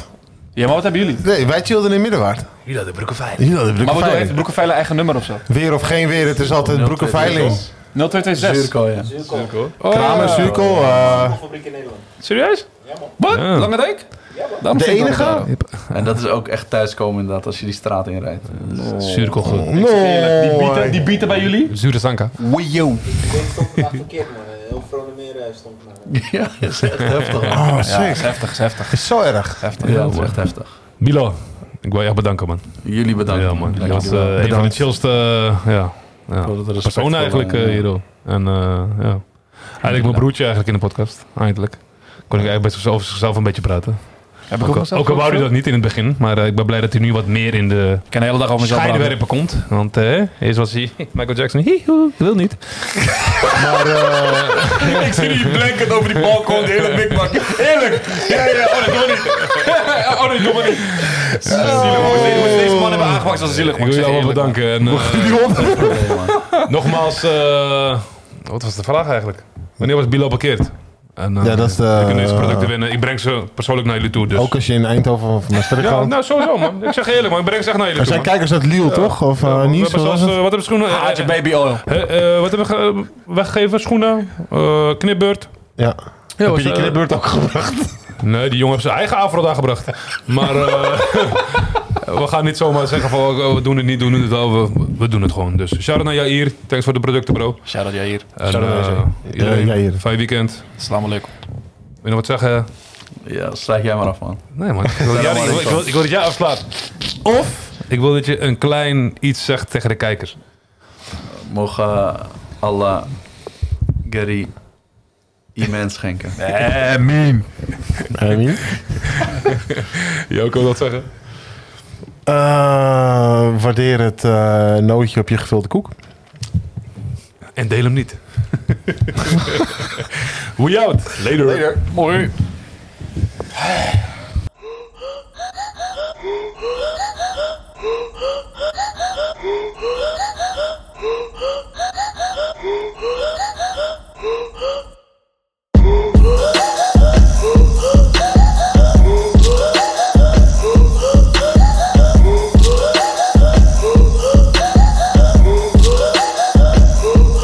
Ja, maar wat hebben jullie? Nee, wij chillden in Middenwaard. Jullie hadden Maar wat heeft Broekenveiling. Broekenveiler eigen nummer of zo? Weer of geen weer, het is altijd Broekenveiling. 0226. Zuurkool, ja. Kramer, Suikel, eh, Fabriek in Nederland. Serieus? Wat? Ja. Lange Dijk? Daarom de vind ik dat enige? raar. En dat is ook echt thuiskomen inderdaad, als je die straat inrijdt. Cirkel goed. Die Nee. bieten, die bieten bij jullie? Zure Sanka. Ik denk stond vandaag verkeerd, man. Heel Vronemeer eh, stond maar. Ja, dat is echt heftig. Oh, Ja, sick. is heftig, is heftig. Is zo erg. heftig. Ja, dat is echt heftig. Bilo, ik wil je echt bedanken, man. Jullie bedankt. Ja, man. Je Dankjewel. was eh, een van de chillste eh, ja, ja, Voor het respectvolle, personen eigenlijk, eh ja. hierdoor. En eh, ja. Eigenlijk mijn broertje eigenlijk in de podcast. Eindelijk. Kon ik eigenlijk best wel over zichzelf een beetje praten. Heb ik ook, Ook, al- mezelf ook al wou hij gehoord? dat niet in het begin. Maar eh, ik ben blij dat hij nu wat meer in de Ik kan de hele dag over mezelf praten. scheidewerpen komt. Want eh, eerst was hij Michael Jackson. Hihoe, wil niet. Ik zie die blanket over die balkon, die hele mikbak. Eerlijk! Ja, ja, oh, dat doen we niet. Oh, dat doen Oh. we niet. Zielig, man. Deze- Deze man hebben aangepakt zoals zielig. Ik man. wil zeg jou wel eerlijk, man. bedanken. En, eh, nogmaals, eh, wat was de vraag eigenlijk? Wanneer was Bilo parkeerd? En, eh, Ja, dat is de- Je kunt deze producten winnen. Ik breng ze persoonlijk naar jullie toe. Dus. Ook als je in Eindhoven of Maastricht Ja, komt. nou sowieso man. Ik zeg je eerlijk man, ik breng ze echt naar jullie er toe. zijn man. kijkers uit Liel, toch? Of Ja, eh we Nice? hebben Wat was zelfs, eh, het? wat hebben schoenen? eh, Haat je eh, baby oil. eh, eh, wat hebben we ge- weggegeven? Schoenen, eh, knipbeurt. Ja. Heb je die eh, knipbeurt ook gebracht? Nee, die jongen heeft zijn eigen afro daar gebracht. Maar eh, we gaan niet zomaar zeggen van oh, we doen het niet, doen het wel. We, we doen het gewoon. Dus shout-out naar Jair. Thanks voor de producten bro. Shout-out jij hier. En, Shout-out eh, naar Jair. iedereen, Ja, Jair. fijn weekend. Slaan leuk. Wil je nog wat zeggen? Ja, sluit jij maar af, man. Nee man, ik wil, dat jij- ik wil, ik wil- ik wil dat jij afslaat. Of ik wil dat je een klein iets zegt tegen de kijkers. Mogen Allah Gary immens schenken. Eh, meme. Amin. Joko wil dat zeggen. Eh, waardeer het eh, nootje op je gevulde koek. En deel hem niet. We out. Later. Mooi.